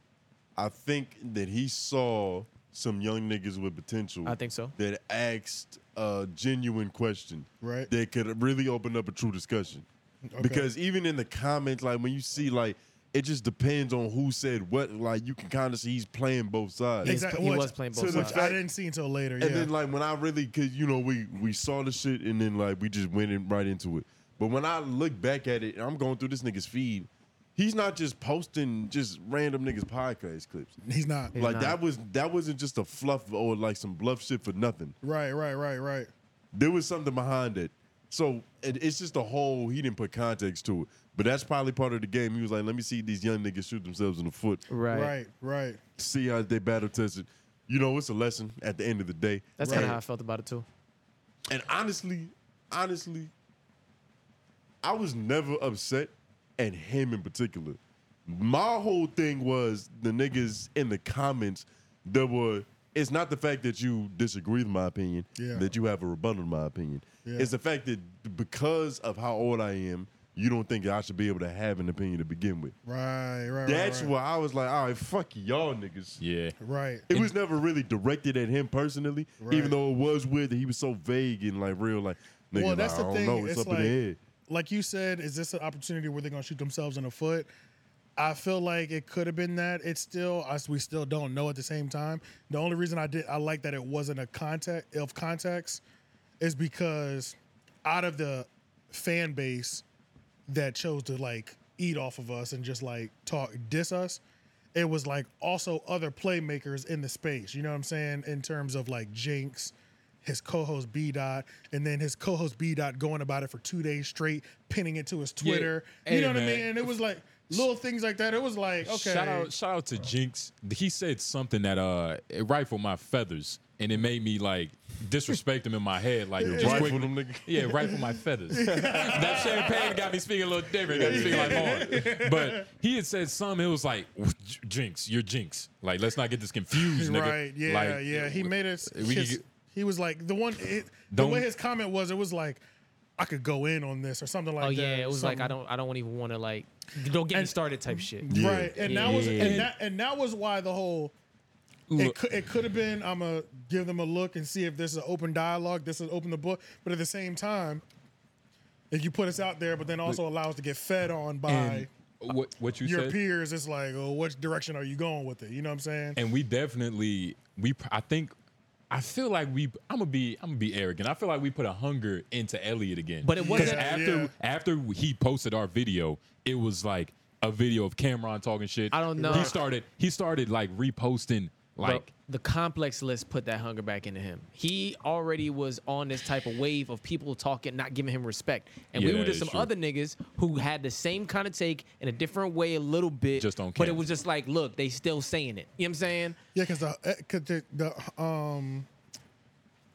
Speaker 1: I think that he saw some young niggas with potential.
Speaker 5: I think so.
Speaker 1: That asked a genuine question.
Speaker 2: Right.
Speaker 1: That could really open up a true discussion.
Speaker 2: Okay.
Speaker 1: Because even in the comments, like when you see, like, it just depends on who said what. Like, you can kind of see he's playing both sides.
Speaker 2: Exactly. Which-
Speaker 1: To the
Speaker 2: Which I
Speaker 1: fact-
Speaker 2: didn't see until later.
Speaker 1: And
Speaker 2: yeah.
Speaker 1: then like when I really, cause you know we we saw the shit and then like we just went in right into it. But when I look back at it, and I'm going through this nigga's feed. He's not just posting just random niggas podcast clips.
Speaker 2: He's not. He's
Speaker 1: like
Speaker 2: not.
Speaker 1: that was that wasn't just a fluff or like some bluff shit for nothing.
Speaker 2: Right, right, right, right.
Speaker 1: There was something behind it. So it, it's just a whole. He didn't put context to it, but that's probably part of the game. He was like, "Let me see these young niggas shoot themselves in the foot."
Speaker 2: Right, right.
Speaker 1: See how they battle tested. You know, it's a lesson at the end of the day.
Speaker 5: That's kind of how I felt about it too.
Speaker 1: And honestly, honestly, I was never upset at him in particular. My whole thing was the niggas in the comments that were. It's not the fact that you disagree with my opinion,
Speaker 2: Yeah.
Speaker 1: that you have a rebuttal to my opinion.
Speaker 2: Yeah.
Speaker 1: It's the fact that because of how old I am, you don't think I should be able to have an opinion to begin with.
Speaker 2: Right, right,
Speaker 1: That's
Speaker 2: right.
Speaker 1: why I was like, all right, fuck y'all niggas.
Speaker 4: Yeah.
Speaker 2: Right.
Speaker 1: It was never really directed at him personally,
Speaker 2: Right.
Speaker 1: even though it was weird that he was so vague and like real, like, nigga,
Speaker 2: well, that's
Speaker 1: like,
Speaker 2: the
Speaker 1: I don't
Speaker 2: thing.
Speaker 1: know, it's,
Speaker 2: it's
Speaker 1: up
Speaker 2: like,
Speaker 1: in the air.
Speaker 2: like you said, is this an opportunity where they're gonna shoot themselves in the foot? I feel like it could have been that. It's still us. We still don't know at the same time. The only reason I did I like that it wasn't a contact of context is because out of the fan base that chose to like eat off of us and just like talk diss us, it was like also other playmakers in the space. You know what I'm saying? In terms of like Jinx, his co-host B dot, and then his co-host B dot going about it for two days straight, pinning it to his
Speaker 4: Yeah.
Speaker 2: Twitter.
Speaker 4: Hey,
Speaker 2: you know what I
Speaker 4: man.
Speaker 2: mean? And it was like little things like that. It was like okay,
Speaker 4: Shout out, shout out to Jinx. He said something that uh it rifled my feathers, and it made me like disrespect him in my head. Like
Speaker 1: Yeah,
Speaker 4: just
Speaker 1: rifled
Speaker 4: quickly-
Speaker 1: him, nigga.
Speaker 4: Yeah, rifle my feathers. that champagne got me speaking a little different. Got me speaking like hard. But he had said something. It was like Jinx, you're Jinx. Like let's not get this confused, nigga.
Speaker 2: right? Yeah,
Speaker 4: Like,
Speaker 2: yeah. He made us.
Speaker 4: we could
Speaker 2: his-
Speaker 4: get-
Speaker 2: he was like the one. It, the
Speaker 4: Don't-
Speaker 2: way his comment was, it was like. I could go in on this or something like
Speaker 5: oh
Speaker 2: that.
Speaker 5: yeah, it was like I
Speaker 2: something.
Speaker 5: don't, I don't even want to like, don't get me started type shit.
Speaker 2: Right, and that was and that and that was why the whole. It
Speaker 5: Look.
Speaker 2: could, it could have been I'm gonna give them a look and see if this is an open dialogue. This is open the book, but at the same time, if you put us out there, but then also allow us to get fed on by
Speaker 4: And what what you
Speaker 2: your
Speaker 4: said?
Speaker 2: peers, it's like, oh, which direction are you going with it? You know what I'm saying?
Speaker 4: and we definitely we pr- i think i feel like we i'm gonna be i'm gonna be arrogant i feel like we put a hunger into elliot again
Speaker 5: But it
Speaker 4: 'Cause
Speaker 5: wasn't-
Speaker 4: after
Speaker 5: Yeah.
Speaker 4: after he posted our video it was like a video of cameron talking shit i
Speaker 5: don't know.
Speaker 4: he started he started like reposting like
Speaker 5: the complex list put that hunger back into him. He already was on this type of wave of people talking, not giving him respect. And we
Speaker 4: Yeah,
Speaker 5: were just
Speaker 4: it's
Speaker 5: some
Speaker 4: true.
Speaker 5: other niggas who had the same kind of take in a different way, a little bit. Just
Speaker 4: on
Speaker 5: But it
Speaker 4: camera.
Speaker 5: was just like, look, they still saying it. You know what I'm saying?
Speaker 2: Yeah, because the, eh, 'cause the the um,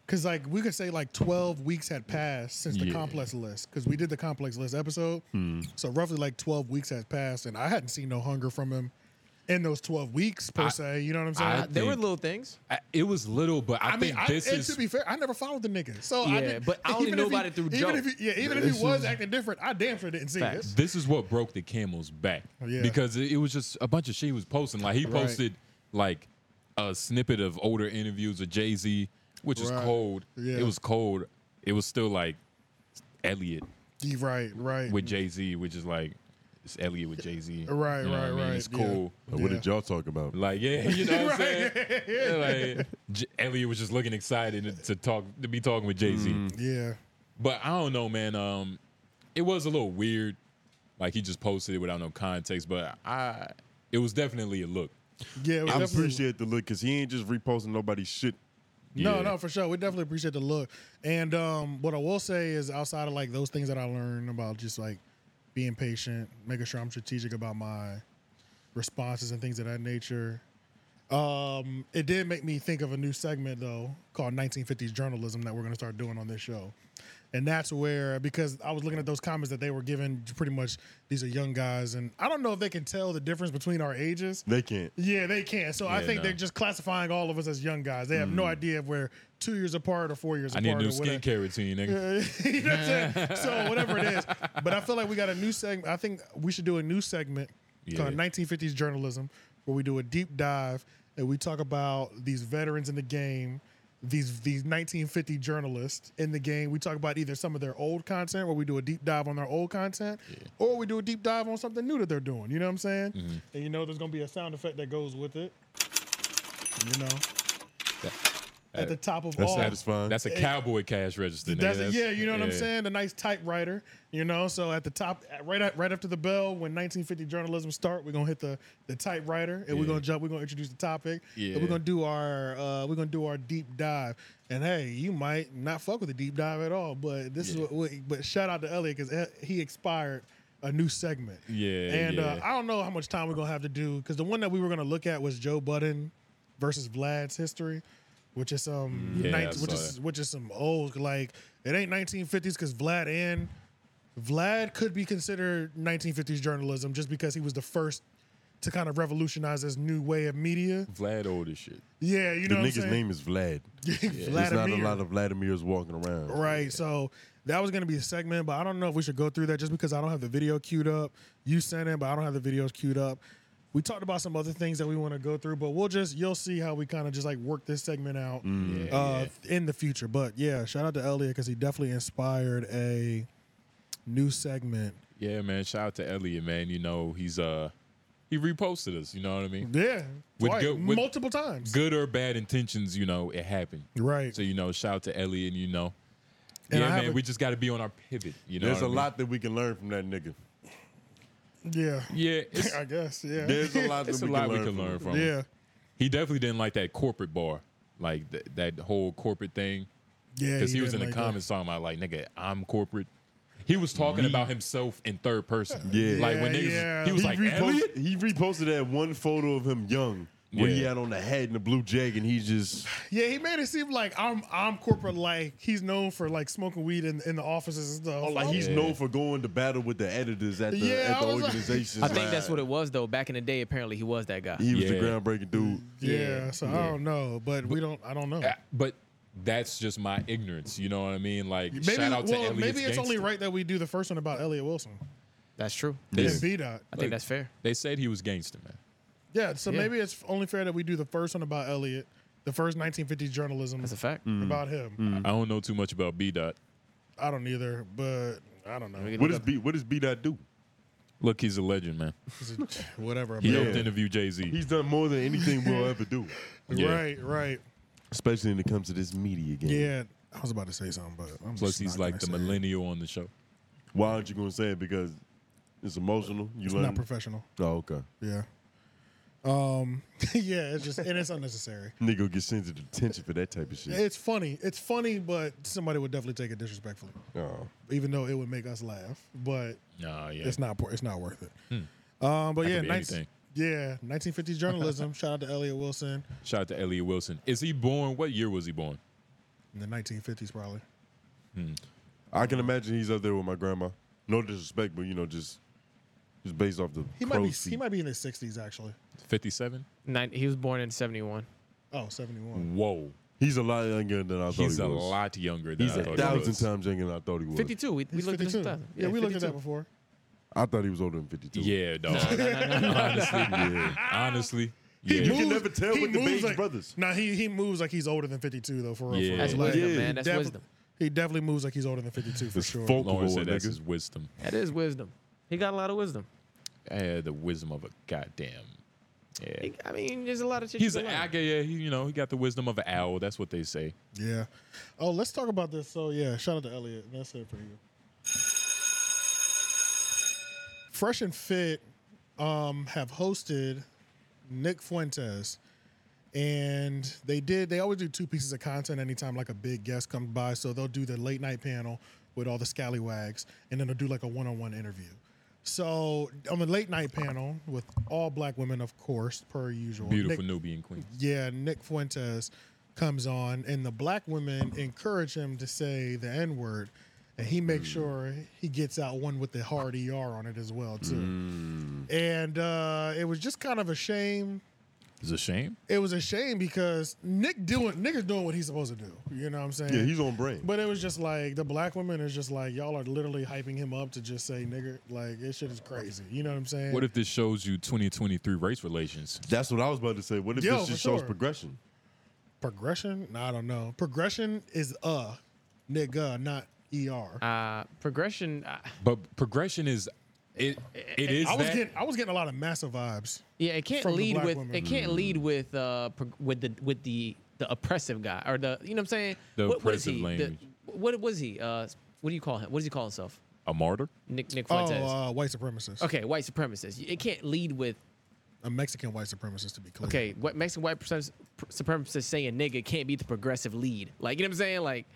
Speaker 2: because like we could say like twelve weeks had passed since the
Speaker 4: Yeah.
Speaker 2: complex list because we did the complex list episode,
Speaker 4: Hmm.
Speaker 2: so roughly like twelve weeks has passed, and I hadn't seen no hunger from him in those twelve weeks per
Speaker 4: I-
Speaker 2: se. You know what I'm saying?
Speaker 4: I There were think-
Speaker 5: little things.
Speaker 4: I- it was little but i,
Speaker 2: I mean,
Speaker 4: think
Speaker 2: I,
Speaker 4: this
Speaker 2: and
Speaker 4: is
Speaker 2: to be fair, I never followed the nigga, so I
Speaker 4: Yeah,
Speaker 2: didn't,
Speaker 4: but I only
Speaker 2: even
Speaker 4: know
Speaker 2: if he-
Speaker 4: about it through
Speaker 2: even
Speaker 4: Joe.
Speaker 2: If he, yeah, even if
Speaker 4: This
Speaker 2: he was
Speaker 4: is-
Speaker 2: acting different, I damn sure didn't see this.
Speaker 4: This is what broke the camel's back.
Speaker 2: Oh, Yeah.
Speaker 4: Because it, it was just a bunch of shit he was posting. Like he
Speaker 2: Right.
Speaker 4: posted like a snippet of older interviews of Jay Z, which is
Speaker 2: Right.
Speaker 4: cold.
Speaker 2: Yeah.
Speaker 4: It was cold. It was still like Elliot
Speaker 2: You Right, right.
Speaker 4: with Jay Z, which is like it's Elliot with Jay Z.
Speaker 2: Right,
Speaker 4: you know what
Speaker 2: right,
Speaker 4: I mean?
Speaker 2: right,
Speaker 4: It's
Speaker 2: yeah.
Speaker 4: cool.
Speaker 1: But what did y'all talk about?
Speaker 4: Like, yeah, you know what I'm
Speaker 2: Right,
Speaker 4: saying?
Speaker 2: yeah, yeah.
Speaker 4: Like, J- Elliot was just looking excited to- to talk to be talking with Jay Z.
Speaker 1: Mm.
Speaker 2: yeah.
Speaker 4: But I don't know, man. Um, it was a little weird. Like he just posted it without no context, but I it was definitely a look.
Speaker 2: Yeah, it was
Speaker 1: I
Speaker 2: definitely-
Speaker 1: appreciate the look because he ain't just reposting nobody's shit.
Speaker 2: No, no, for sure. We definitely appreciate the look. And um, what I will say is, outside of like those things that I learned about just like being patient, making sure I'm strategic about my responses and things of that nature, um, it did make me think of a new segment though called 1950s journalism that we're going to start doing on this show. And that's where, because I was looking at those comments that they were giving, pretty much these are young guys. And I don't know if they can tell the difference between our ages.
Speaker 1: They can't.
Speaker 2: Yeah, they can. So I
Speaker 1: Yeah,
Speaker 2: think
Speaker 1: no.
Speaker 2: they're just classifying all of us as young guys. They have no idea if we're two years apart or four years
Speaker 4: Mm-hmm. I need a
Speaker 2: apart.
Speaker 4: new
Speaker 2: or whatever.
Speaker 4: skincare routine, nigga.
Speaker 2: Yeah, you know what I'm saying? so whatever it is. But I feel like we got a new segment. I think we should do a new segment called 1950s journalism, where we do a deep dive and we talk about these veterans in the game. These these 1950 journalists in the game. We talk about either some of their old content, where we do a deep dive on their old content, or we do a deep dive on something new that they're doing. You know what I'm saying? And you know, there's gonna be a sound effect that goes with it. You know.
Speaker 4: That,
Speaker 2: at the top of
Speaker 4: that's
Speaker 2: all.
Speaker 4: satisfying. That's a
Speaker 2: It-
Speaker 4: cowboy cash register. nigga.
Speaker 2: That's,
Speaker 4: That's-
Speaker 2: yeah, you know what I'm
Speaker 4: yeah.
Speaker 2: saying. A nice typewriter, you know. So at the top, at- right at, right after the bell, when 1950 journalism start, we're gonna hit the the typewriter, and we're
Speaker 4: Yeah.
Speaker 2: gonna jump. We're gonna introduce the topic. and
Speaker 4: Yeah.
Speaker 2: we're gonna do our uh, we're gonna do our deep dive. And hey, you might not fuck with the deep dive at all, but this is what. We, but shout out to Elliot because he expired a new segment.
Speaker 4: Yeah,
Speaker 2: and Uh,
Speaker 4: yeah.
Speaker 2: I don't know how much time we're gonna have to do because the one that we were gonna look at was Joe Budden versus Vlad's history, which is um
Speaker 4: Mm, Yeah,
Speaker 2: night-
Speaker 4: I
Speaker 2: which
Speaker 4: saw
Speaker 2: is
Speaker 4: that.
Speaker 2: which is some old like it ain't 1950s because Vlad and Vlad could be considered 1950s journalism just because he was the first to kind of revolutionize this new way of media.
Speaker 4: Vlad old as shit.
Speaker 2: Yeah, you
Speaker 1: the
Speaker 2: know what I'm
Speaker 1: nigga's
Speaker 2: saying?
Speaker 1: name is Vlad. There's not a
Speaker 2: Vladimir.
Speaker 1: lot of Vladimirs walking around.
Speaker 2: Right. So that was going to be a segment, but I don't know if we should go through that just because I don't have the video queued up. You sent in, but I don't have the videos queued up. We talked about some other things that we want to go through, but we'll just you'll see how we kind of just like work this segment out
Speaker 4: Mm. Yeah,
Speaker 2: uh, in the future. But yeah, shout out to Elliot because he definitely inspired a new segment.
Speaker 4: Yeah, man. Shout out to Elliot, man. You know he's uh he reposted us. You know what I mean?
Speaker 2: Yeah,
Speaker 4: With
Speaker 2: twice-
Speaker 4: good- with-
Speaker 2: multiple times.
Speaker 4: Good or bad intentions, you know, it happened.
Speaker 2: Right.
Speaker 4: So you know, shout out to Elliot. You know,
Speaker 2: And I
Speaker 4: yeah,
Speaker 2: have
Speaker 4: man.
Speaker 2: a-
Speaker 4: we just got to be on our pivot. You know,
Speaker 1: There's
Speaker 4: what
Speaker 1: a
Speaker 4: I mean?
Speaker 1: lot that we can learn from that nigga.
Speaker 2: Yeah.
Speaker 4: Yeah,
Speaker 2: I guess. Yeah.
Speaker 1: There's a lot
Speaker 4: It's a
Speaker 1: that we
Speaker 4: lot
Speaker 1: can
Speaker 4: we
Speaker 1: learn
Speaker 4: can
Speaker 1: from
Speaker 4: learn
Speaker 1: it.
Speaker 4: from. him.
Speaker 2: Yeah.
Speaker 4: He definitely didn't like that corporate bar, like th- that whole corporate thing.
Speaker 2: Yeah,
Speaker 4: because
Speaker 2: he
Speaker 4: he, was in the
Speaker 2: didn't like that.
Speaker 4: comments talking about like, nigga, I'm corporate. He was talking about himself in third person.
Speaker 1: Yeah,
Speaker 4: like when niggas, he was like,
Speaker 1: repost-
Speaker 4: Elliot?
Speaker 1: he reposted that one photo of him young where he
Speaker 4: Yeah.
Speaker 1: had on the hat and the blue jacket, and he just
Speaker 2: Yeah, he made it seem like I'm I'm corporate like he's known for like smoking weed in, in the offices and stuff.
Speaker 1: oh, like he's
Speaker 2: I'm-
Speaker 1: known for going to battle with the editors at the
Speaker 2: Yeah,
Speaker 1: at the
Speaker 2: I was like-
Speaker 1: organization.
Speaker 5: I think that's what it was though. Back in the day, apparently he was that guy.
Speaker 1: he was the groundbreaking dude.
Speaker 2: Yeah, so I don't know, but we don't. I don't know.
Speaker 4: but that's just my ignorance. You know what I mean? Like,
Speaker 2: Maybe
Speaker 4: shout out to
Speaker 2: well,
Speaker 4: Elliot.
Speaker 2: maybe it's only right that we do the first one about Elliot Wilson.
Speaker 5: That's true.
Speaker 2: Yeah. And B dot.
Speaker 5: I think that's fair.
Speaker 4: They said he was gangster, man.
Speaker 2: Yeah, so
Speaker 4: Yeah.
Speaker 2: maybe it's only fair that we do the first one about Elliot, the first 1950s journalism. That's a
Speaker 5: fact
Speaker 4: Mm.
Speaker 2: about him.
Speaker 4: I don't know too much about B dot.
Speaker 2: I don't either, but I don't know.
Speaker 4: What is
Speaker 1: B? What does B dot do?
Speaker 4: Look, he's a legend, man.
Speaker 2: Whatever.
Speaker 4: He
Speaker 1: Yeah.
Speaker 4: helped interview Jay Z.
Speaker 1: He's done more than anything we'll ever do,
Speaker 4: Yeah.
Speaker 2: Right, right.
Speaker 1: especially when it comes to this media game.
Speaker 2: Yeah, I was about to say something, but I'm
Speaker 4: Plus,
Speaker 2: just
Speaker 4: he's
Speaker 2: not
Speaker 4: like
Speaker 2: gonna
Speaker 4: the
Speaker 2: say it.
Speaker 4: millennial on the show.
Speaker 1: Why aren't you going to say it? Because it's emotional. You
Speaker 2: It's
Speaker 1: learn.
Speaker 2: not professional.
Speaker 1: Oh, okay.
Speaker 2: Yeah. Um. yeah, it's just and it's unnecessary.
Speaker 1: Nigga get sent to detention for that type of shit.
Speaker 2: It's funny. It's funny, but somebody would definitely take it disrespectfully,
Speaker 1: Oh.
Speaker 2: even though it would make us laugh. But
Speaker 4: Nah, yeah.
Speaker 2: it's not. por- It's not worth it.
Speaker 4: Hmm.
Speaker 2: Um. But
Speaker 4: That
Speaker 2: yeah,
Speaker 4: could be
Speaker 2: 19,
Speaker 4: anything.
Speaker 2: yeah, 1950s journalism. Shout out to Elliot Wilson
Speaker 4: Shout out to Elliot Wilson. Is he born? What year was he born?
Speaker 2: in the 1950s, probably.
Speaker 1: I can imagine he's up there with my grandma. No disrespect, but you know, just just based off the
Speaker 2: He might be.
Speaker 1: proceeds.
Speaker 2: He might be in his 60s actually.
Speaker 4: 57?
Speaker 5: Nine, he was born in 71.
Speaker 2: Oh, 71.
Speaker 4: Whoa.
Speaker 1: He's a lot younger than I thought
Speaker 4: He's
Speaker 1: he
Speaker 4: a
Speaker 1: was.
Speaker 4: lot younger than
Speaker 1: He's
Speaker 4: I
Speaker 1: a
Speaker 4: thought he
Speaker 1: thousand
Speaker 4: was.
Speaker 1: times younger than I thought he was.
Speaker 5: 52. We, we
Speaker 2: He's
Speaker 5: looked at this
Speaker 2: 52.
Speaker 5: up.
Speaker 2: Yeah, we looked at that
Speaker 5: 52.
Speaker 2: before.
Speaker 1: I thought he was older than fifty-two.
Speaker 4: Yeah, dog. honestly, honestly,
Speaker 1: He
Speaker 4: yeah.
Speaker 1: You can never tell
Speaker 2: he
Speaker 1: with the
Speaker 2: moves
Speaker 1: Bates
Speaker 2: like,
Speaker 1: brothers.
Speaker 2: Nah, he he moves like he's older than 52 though. For real, for
Speaker 4: Yeah.
Speaker 2: real.
Speaker 4: That's
Speaker 2: Like,
Speaker 4: wisdom,
Speaker 2: he
Speaker 4: man. That's
Speaker 2: defi-
Speaker 4: wisdom.
Speaker 2: He definitely moves like he's older than 52 for
Speaker 1: It's
Speaker 2: sure.
Speaker 4: Lauren said that's his wisdom.
Speaker 5: That is wisdom. He got a lot of wisdom.
Speaker 4: I had the wisdom of a goddamn. Yeah.
Speaker 5: I mean, there's a lot of shit.
Speaker 4: He's
Speaker 5: you
Speaker 4: an
Speaker 5: can
Speaker 4: I
Speaker 5: learn.
Speaker 4: gu- yeah, he, you know, he got the wisdom of an owl. That's what they say.
Speaker 2: Yeah. Oh, let's talk about this. So yeah, shout out to Elliot. That's it for you. Fresh and Fit um, have hosted Nick Fuentes, and they did. They always do two pieces of content anytime like a big guest comes by. So they'll do the late night panel with all the scallywags, and then they'll do like a one on one interview. So on the late night panel with all black women, of course, per usual.
Speaker 4: Beautiful
Speaker 2: Nick-
Speaker 4: Nubian queen.
Speaker 2: yeah, Nick Fuentes comes on, and the black women encourage him to say the N word, and he
Speaker 1: Mm.
Speaker 2: makes sure he gets out one with the hard ER on it as well too.
Speaker 1: Mm.
Speaker 2: And uh, it was just kind of a shame.
Speaker 4: It's a shame.
Speaker 2: It was a shame because Nick doing Nick is doing what he's supposed to do. You know what I'm saying?
Speaker 1: Yeah, he's on brain.
Speaker 2: But it was just like the black women is just like y'all are literally hyping him up to just say nigger. Like this shit is crazy. You know what I'm saying?
Speaker 4: What if this shows you 2023 race relations?
Speaker 1: That's what I was about to say. What if
Speaker 2: Yo,
Speaker 1: this just
Speaker 2: for
Speaker 1: shows
Speaker 2: sure.
Speaker 1: progression?
Speaker 2: progression? Nah, I don't know. Progression is uh nigga, not er.
Speaker 5: Uh, progression. Uh,
Speaker 4: But progression is it. It is
Speaker 2: I was
Speaker 4: that.
Speaker 2: getting I was getting a lot of massive vibes.
Speaker 5: yeah, it can't
Speaker 2: from the
Speaker 5: lead
Speaker 2: black
Speaker 5: with
Speaker 2: women. Mm-hmm.
Speaker 5: it can't lead with uh prog- with the with the the oppressive guy or the you know what I'm saying?
Speaker 4: The
Speaker 5: what, what is
Speaker 4: oppressive
Speaker 5: he? The-
Speaker 4: language.
Speaker 5: what was he? Uh, what do you call him? What does he call himself?
Speaker 4: A martyr?
Speaker 5: Nick Nick
Speaker 2: Oh,
Speaker 5: Fuentes.
Speaker 2: uh, white supremacist.
Speaker 5: okay, white supremacist. It can't lead with
Speaker 2: A Mexican white supremacist, to be clear.
Speaker 5: okay, what Mexican white supremacist, supremacist saying nigga can't be the progressive lead. Like you know what I'm saying? Like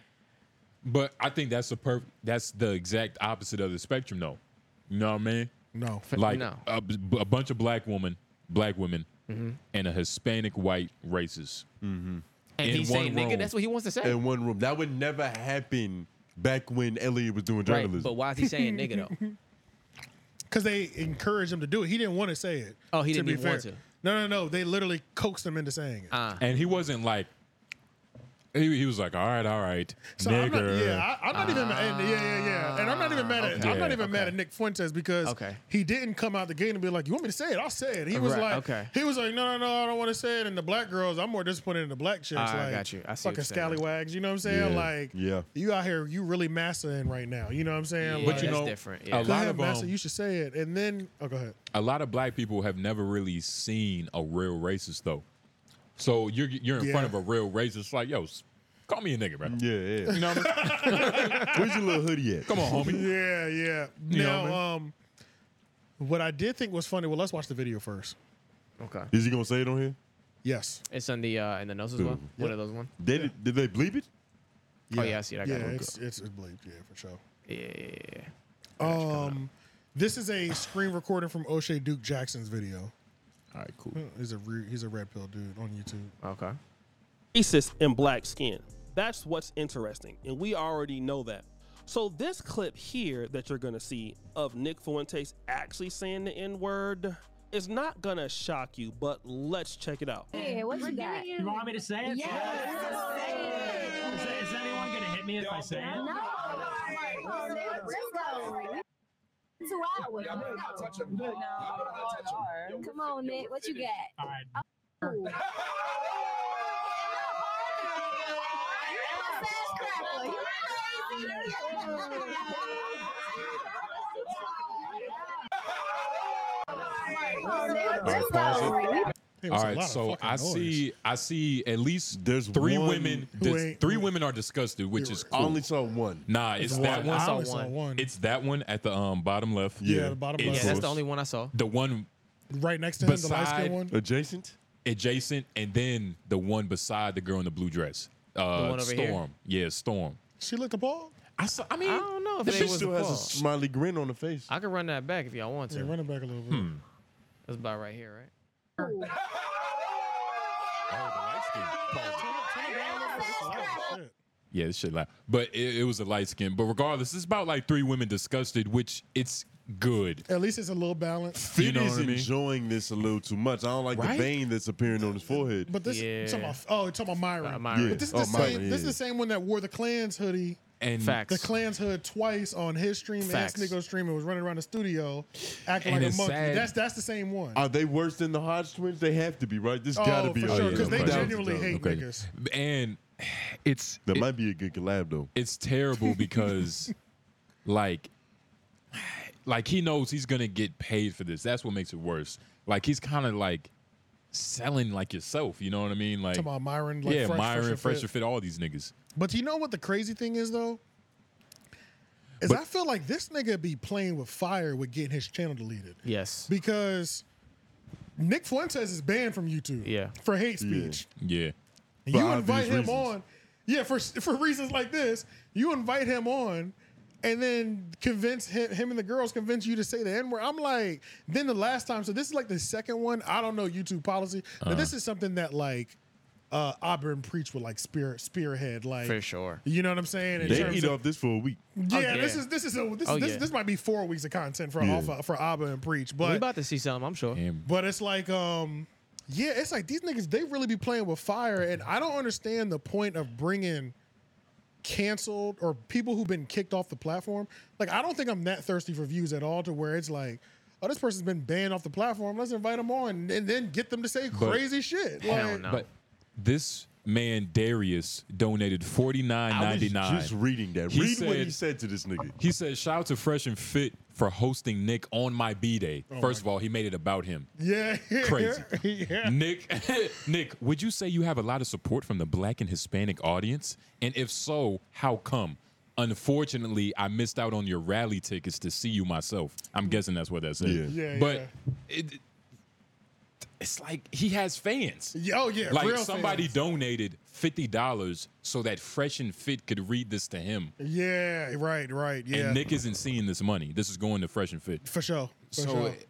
Speaker 4: But I think that's the perf- that's the exact opposite of the spectrum, though. You know what I mean?
Speaker 2: No.
Speaker 4: Like
Speaker 5: No.
Speaker 4: A, b- a bunch of black women, black women,
Speaker 5: Mhm.
Speaker 4: and a Hispanic white racist. Mm-hmm.
Speaker 5: And he's saying nigga, that's what he wants to say.
Speaker 1: In one room. That would never happen back when Elliot was doing journalism.
Speaker 5: Right, but why is he saying nigga though?
Speaker 2: Because they encouraged him to do it. He didn't want to say it.
Speaker 5: Oh, he
Speaker 2: to
Speaker 5: didn't
Speaker 2: be
Speaker 5: even
Speaker 2: fair.
Speaker 5: want to.
Speaker 2: No, no, no. They literally coaxed him into saying it.
Speaker 5: uh,
Speaker 4: And he wasn't like. He, he was like, all right, all right,
Speaker 2: So
Speaker 4: nigga.
Speaker 2: I'm not, yeah, I, I'm not
Speaker 5: Uh,
Speaker 2: even mad. and- Yeah, yeah, yeah. And I'm not even mad at
Speaker 5: Ah,
Speaker 4: okay.
Speaker 2: I'm not even
Speaker 4: Okay.
Speaker 2: mad at Nick Fuentes because
Speaker 4: Okay.
Speaker 2: he didn't come out the gate and be like, "You want me to say it? I'll say it." He was
Speaker 5: Right,
Speaker 2: like,
Speaker 5: okay.
Speaker 2: he was like, "No, no, no, I don't want to say it." And the black girls, I'm more disappointed in the black chicks.
Speaker 5: Ah, I
Speaker 2: like,
Speaker 5: got you. I see
Speaker 2: fucking
Speaker 5: what you're saying.
Speaker 2: scallywags. You know what I'm saying?
Speaker 4: Yeah,
Speaker 2: Like,
Speaker 1: yeah.
Speaker 2: you out here, you really massaing right now. You know what I'm saying?
Speaker 4: Yeah, But
Speaker 2: Like,
Speaker 4: you know, that's different, yeah. a
Speaker 2: go
Speaker 4: lot
Speaker 2: ahead,
Speaker 4: of,
Speaker 2: massa,
Speaker 4: um,
Speaker 2: you should say it, and then oh, go ahead.
Speaker 4: a lot of black people have never really seen a real racist though. So you're you're in
Speaker 2: Yeah.
Speaker 4: front of a real racist, like yo, s- call me a nigga, bro.
Speaker 1: Yeah, yeah.
Speaker 4: You know what I
Speaker 1: Where's your little hoodie at?
Speaker 4: Come on, homie.
Speaker 2: Yeah, yeah.
Speaker 4: You know
Speaker 2: Now,
Speaker 4: what
Speaker 2: um, what I did think was funny. Well, let's watch the video first.
Speaker 5: Okay.
Speaker 1: Is he gonna say it on here?
Speaker 2: Yes.
Speaker 5: It's on the uh in the nose as
Speaker 1: Dude.
Speaker 5: well. One
Speaker 1: Yep.
Speaker 5: of those one.
Speaker 1: Did it- did they bleep it?
Speaker 5: Oh yeah, I see it. I got
Speaker 2: yeah,
Speaker 5: it.
Speaker 2: it's, it's it's bleeped, yeah, for sure. Oh,
Speaker 5: Yeah.
Speaker 2: Um, this is a screen recording from O'Shea Duke Jackson's video. Hmm,
Speaker 4: All right, cool.
Speaker 2: He's a re- he's a red pill dude on YouTube.
Speaker 5: Okay.
Speaker 14: racist in black skin. That's what's interesting, and we already know that. So this clip here that you're gonna see of Nick Fuentes actually saying the N-word is not gonna shock you, but let's check it out.
Speaker 16: Hey, what you got? You want me to say it? Yes. Is, is anyone gonna hit me if I say it? No.
Speaker 17: Two hours.
Speaker 16: Y'all better not touch him. Y'all better not touch him.
Speaker 17: Come on, Nick. What you got?
Speaker 16: All right.
Speaker 4: mean? All right, so I see I see at least there's three
Speaker 1: one
Speaker 4: women.
Speaker 1: who
Speaker 4: There's
Speaker 1: ain't-
Speaker 4: three women are disgusted, which is cool.
Speaker 1: I only saw one.
Speaker 4: Nah, it's
Speaker 1: It's
Speaker 4: that
Speaker 1: one.
Speaker 4: one.
Speaker 1: I only saw one.
Speaker 4: It's that one at the um bottom left.
Speaker 1: Yeah, Yeah, the bottom
Speaker 4: It's
Speaker 1: left. Yeah, that's the only
Speaker 5: one I saw.
Speaker 4: The one
Speaker 2: Right next to him, the light
Speaker 4: beside
Speaker 2: skin one.
Speaker 1: adjacent,
Speaker 4: adjacent, and then the one beside the girl in the blue dress. Uh,
Speaker 2: The one over here?
Speaker 4: Storm. Yeah, Storm.
Speaker 2: She looked the ball.
Speaker 4: I saw. I mean,
Speaker 5: I don't know if
Speaker 1: She
Speaker 5: it was
Speaker 1: still
Speaker 5: the
Speaker 1: has a
Speaker 5: ball.
Speaker 1: smiley grin on her face.
Speaker 5: I could run that back if y'all want to.
Speaker 2: Yeah, run it back a little bit.
Speaker 4: Hmm.
Speaker 5: That's about right here, right?
Speaker 4: Yeah, this shit loud. But it, it was a light skin. But regardless, it's about like three women disgusted, which it's good.
Speaker 2: At least it's a little balance.
Speaker 1: Fit
Speaker 4: know
Speaker 1: is
Speaker 4: what I mean?
Speaker 1: enjoying this a little too much. I don't like
Speaker 4: Right?
Speaker 1: the vein that's appearing on his forehead.
Speaker 2: But this, yeah. talking about, oh, you're talking about Myron.
Speaker 1: Uh, Myron.
Speaker 2: But this is
Speaker 1: Yeah.
Speaker 2: the
Speaker 1: Oh,
Speaker 2: same.
Speaker 1: Myron,
Speaker 2: This is
Speaker 1: yeah.
Speaker 2: the same one that wore the Klan's hoodie.
Speaker 4: And
Speaker 2: The Klan's hood twice on his stream
Speaker 1: Facts.
Speaker 2: and Snicko's stream and was running around the studio acting
Speaker 1: And
Speaker 2: like a
Speaker 1: it's
Speaker 2: monkey.
Speaker 1: sad.
Speaker 2: That's that's the same one.
Speaker 1: Are they worse than the Hodge twins? They have to be, right? This
Speaker 2: Oh,
Speaker 1: gotta be
Speaker 2: for
Speaker 1: up
Speaker 2: sure,
Speaker 1: there.
Speaker 2: 'cause they
Speaker 1: Thousands of
Speaker 2: genuinely
Speaker 1: dollars.
Speaker 2: hate Okay. niggas.
Speaker 4: And it's
Speaker 1: that
Speaker 4: it-
Speaker 1: might be a good collab though.
Speaker 4: it's terrible because like like he knows he's gonna get paid for this. That's what makes it worse. Like he's kind of like selling like yourself. You know what I mean? Like
Speaker 2: Talking about Myron, like,
Speaker 4: yeah,
Speaker 2: Fresh,
Speaker 4: Myron,
Speaker 2: Fresher
Speaker 4: Fresher
Speaker 2: Fit.
Speaker 4: Fit, all these niggas.
Speaker 2: But you know what the crazy thing is though? Is I feel like this nigga be playing with fire with getting his channel deleted.
Speaker 5: Yes.
Speaker 2: Because Nick Fuentes is banned from YouTube.
Speaker 5: Yeah.
Speaker 2: For hate speech.
Speaker 4: Yeah.
Speaker 2: And you invite him on. Yeah, for for reasons like this, you invite him on and then convince him, him and the girls convince you to say the N word. I'm like, then the last time, so this is like the second one. I don't know YouTube policy. But this
Speaker 4: Uh-huh.
Speaker 2: is something that like uh Auburn preach with like spear spearhead. Like
Speaker 5: For sure.
Speaker 2: You know what I'm saying? In
Speaker 1: They
Speaker 2: terms
Speaker 1: eat
Speaker 2: of-
Speaker 1: off this for a week.
Speaker 2: Yeah, this is this is a this,
Speaker 5: Oh,
Speaker 2: is this,
Speaker 5: yeah.
Speaker 2: this might be four weeks of content for
Speaker 5: Yeah.
Speaker 2: Alpha for Abba and Preach,
Speaker 5: we
Speaker 2: but
Speaker 5: about to see something, I'm sure.
Speaker 2: but it's like um yeah, it's like these niggas they really be playing with fire, and I don't understand the point of bringing canceled or people who've been kicked off the platform. Like I don't think I'm that thirsty for views at all to where it's like. Oh, this person's been banned off the platform. Let's invite them on and then get them to say
Speaker 4: But-
Speaker 2: crazy shit. Like,
Speaker 4: But this man Darius donated forty nine
Speaker 1: I
Speaker 4: ninety
Speaker 1: was
Speaker 4: nine.
Speaker 1: just reading that. Read what he said to this nigga.
Speaker 4: He said, "Shout out to Fresh and Fit for hosting Nick on my b day."
Speaker 2: Oh
Speaker 4: First of all, he made it about him.
Speaker 2: Yeah.
Speaker 4: Crazy.
Speaker 2: yeah.
Speaker 4: Nick, Nick, would you say you have a lot of support from the Black and Hispanic audience? And if so, how come? Unfortunately, I missed out on your rally tickets to see you myself. I'm guessing that's what that said.
Speaker 2: Yeah. Yeah,
Speaker 4: but It, it's like he has fans.
Speaker 2: Oh yeah,
Speaker 4: like
Speaker 2: real
Speaker 4: somebody
Speaker 2: fans.
Speaker 4: donated fifty dollars so that Fresh and Fit could read this to him.
Speaker 2: Yeah, right, right. Yeah.
Speaker 4: And Nick isn't seeing this money. This is going to Fresh and Fit.
Speaker 2: For sure. For
Speaker 4: so
Speaker 2: sure.
Speaker 4: it-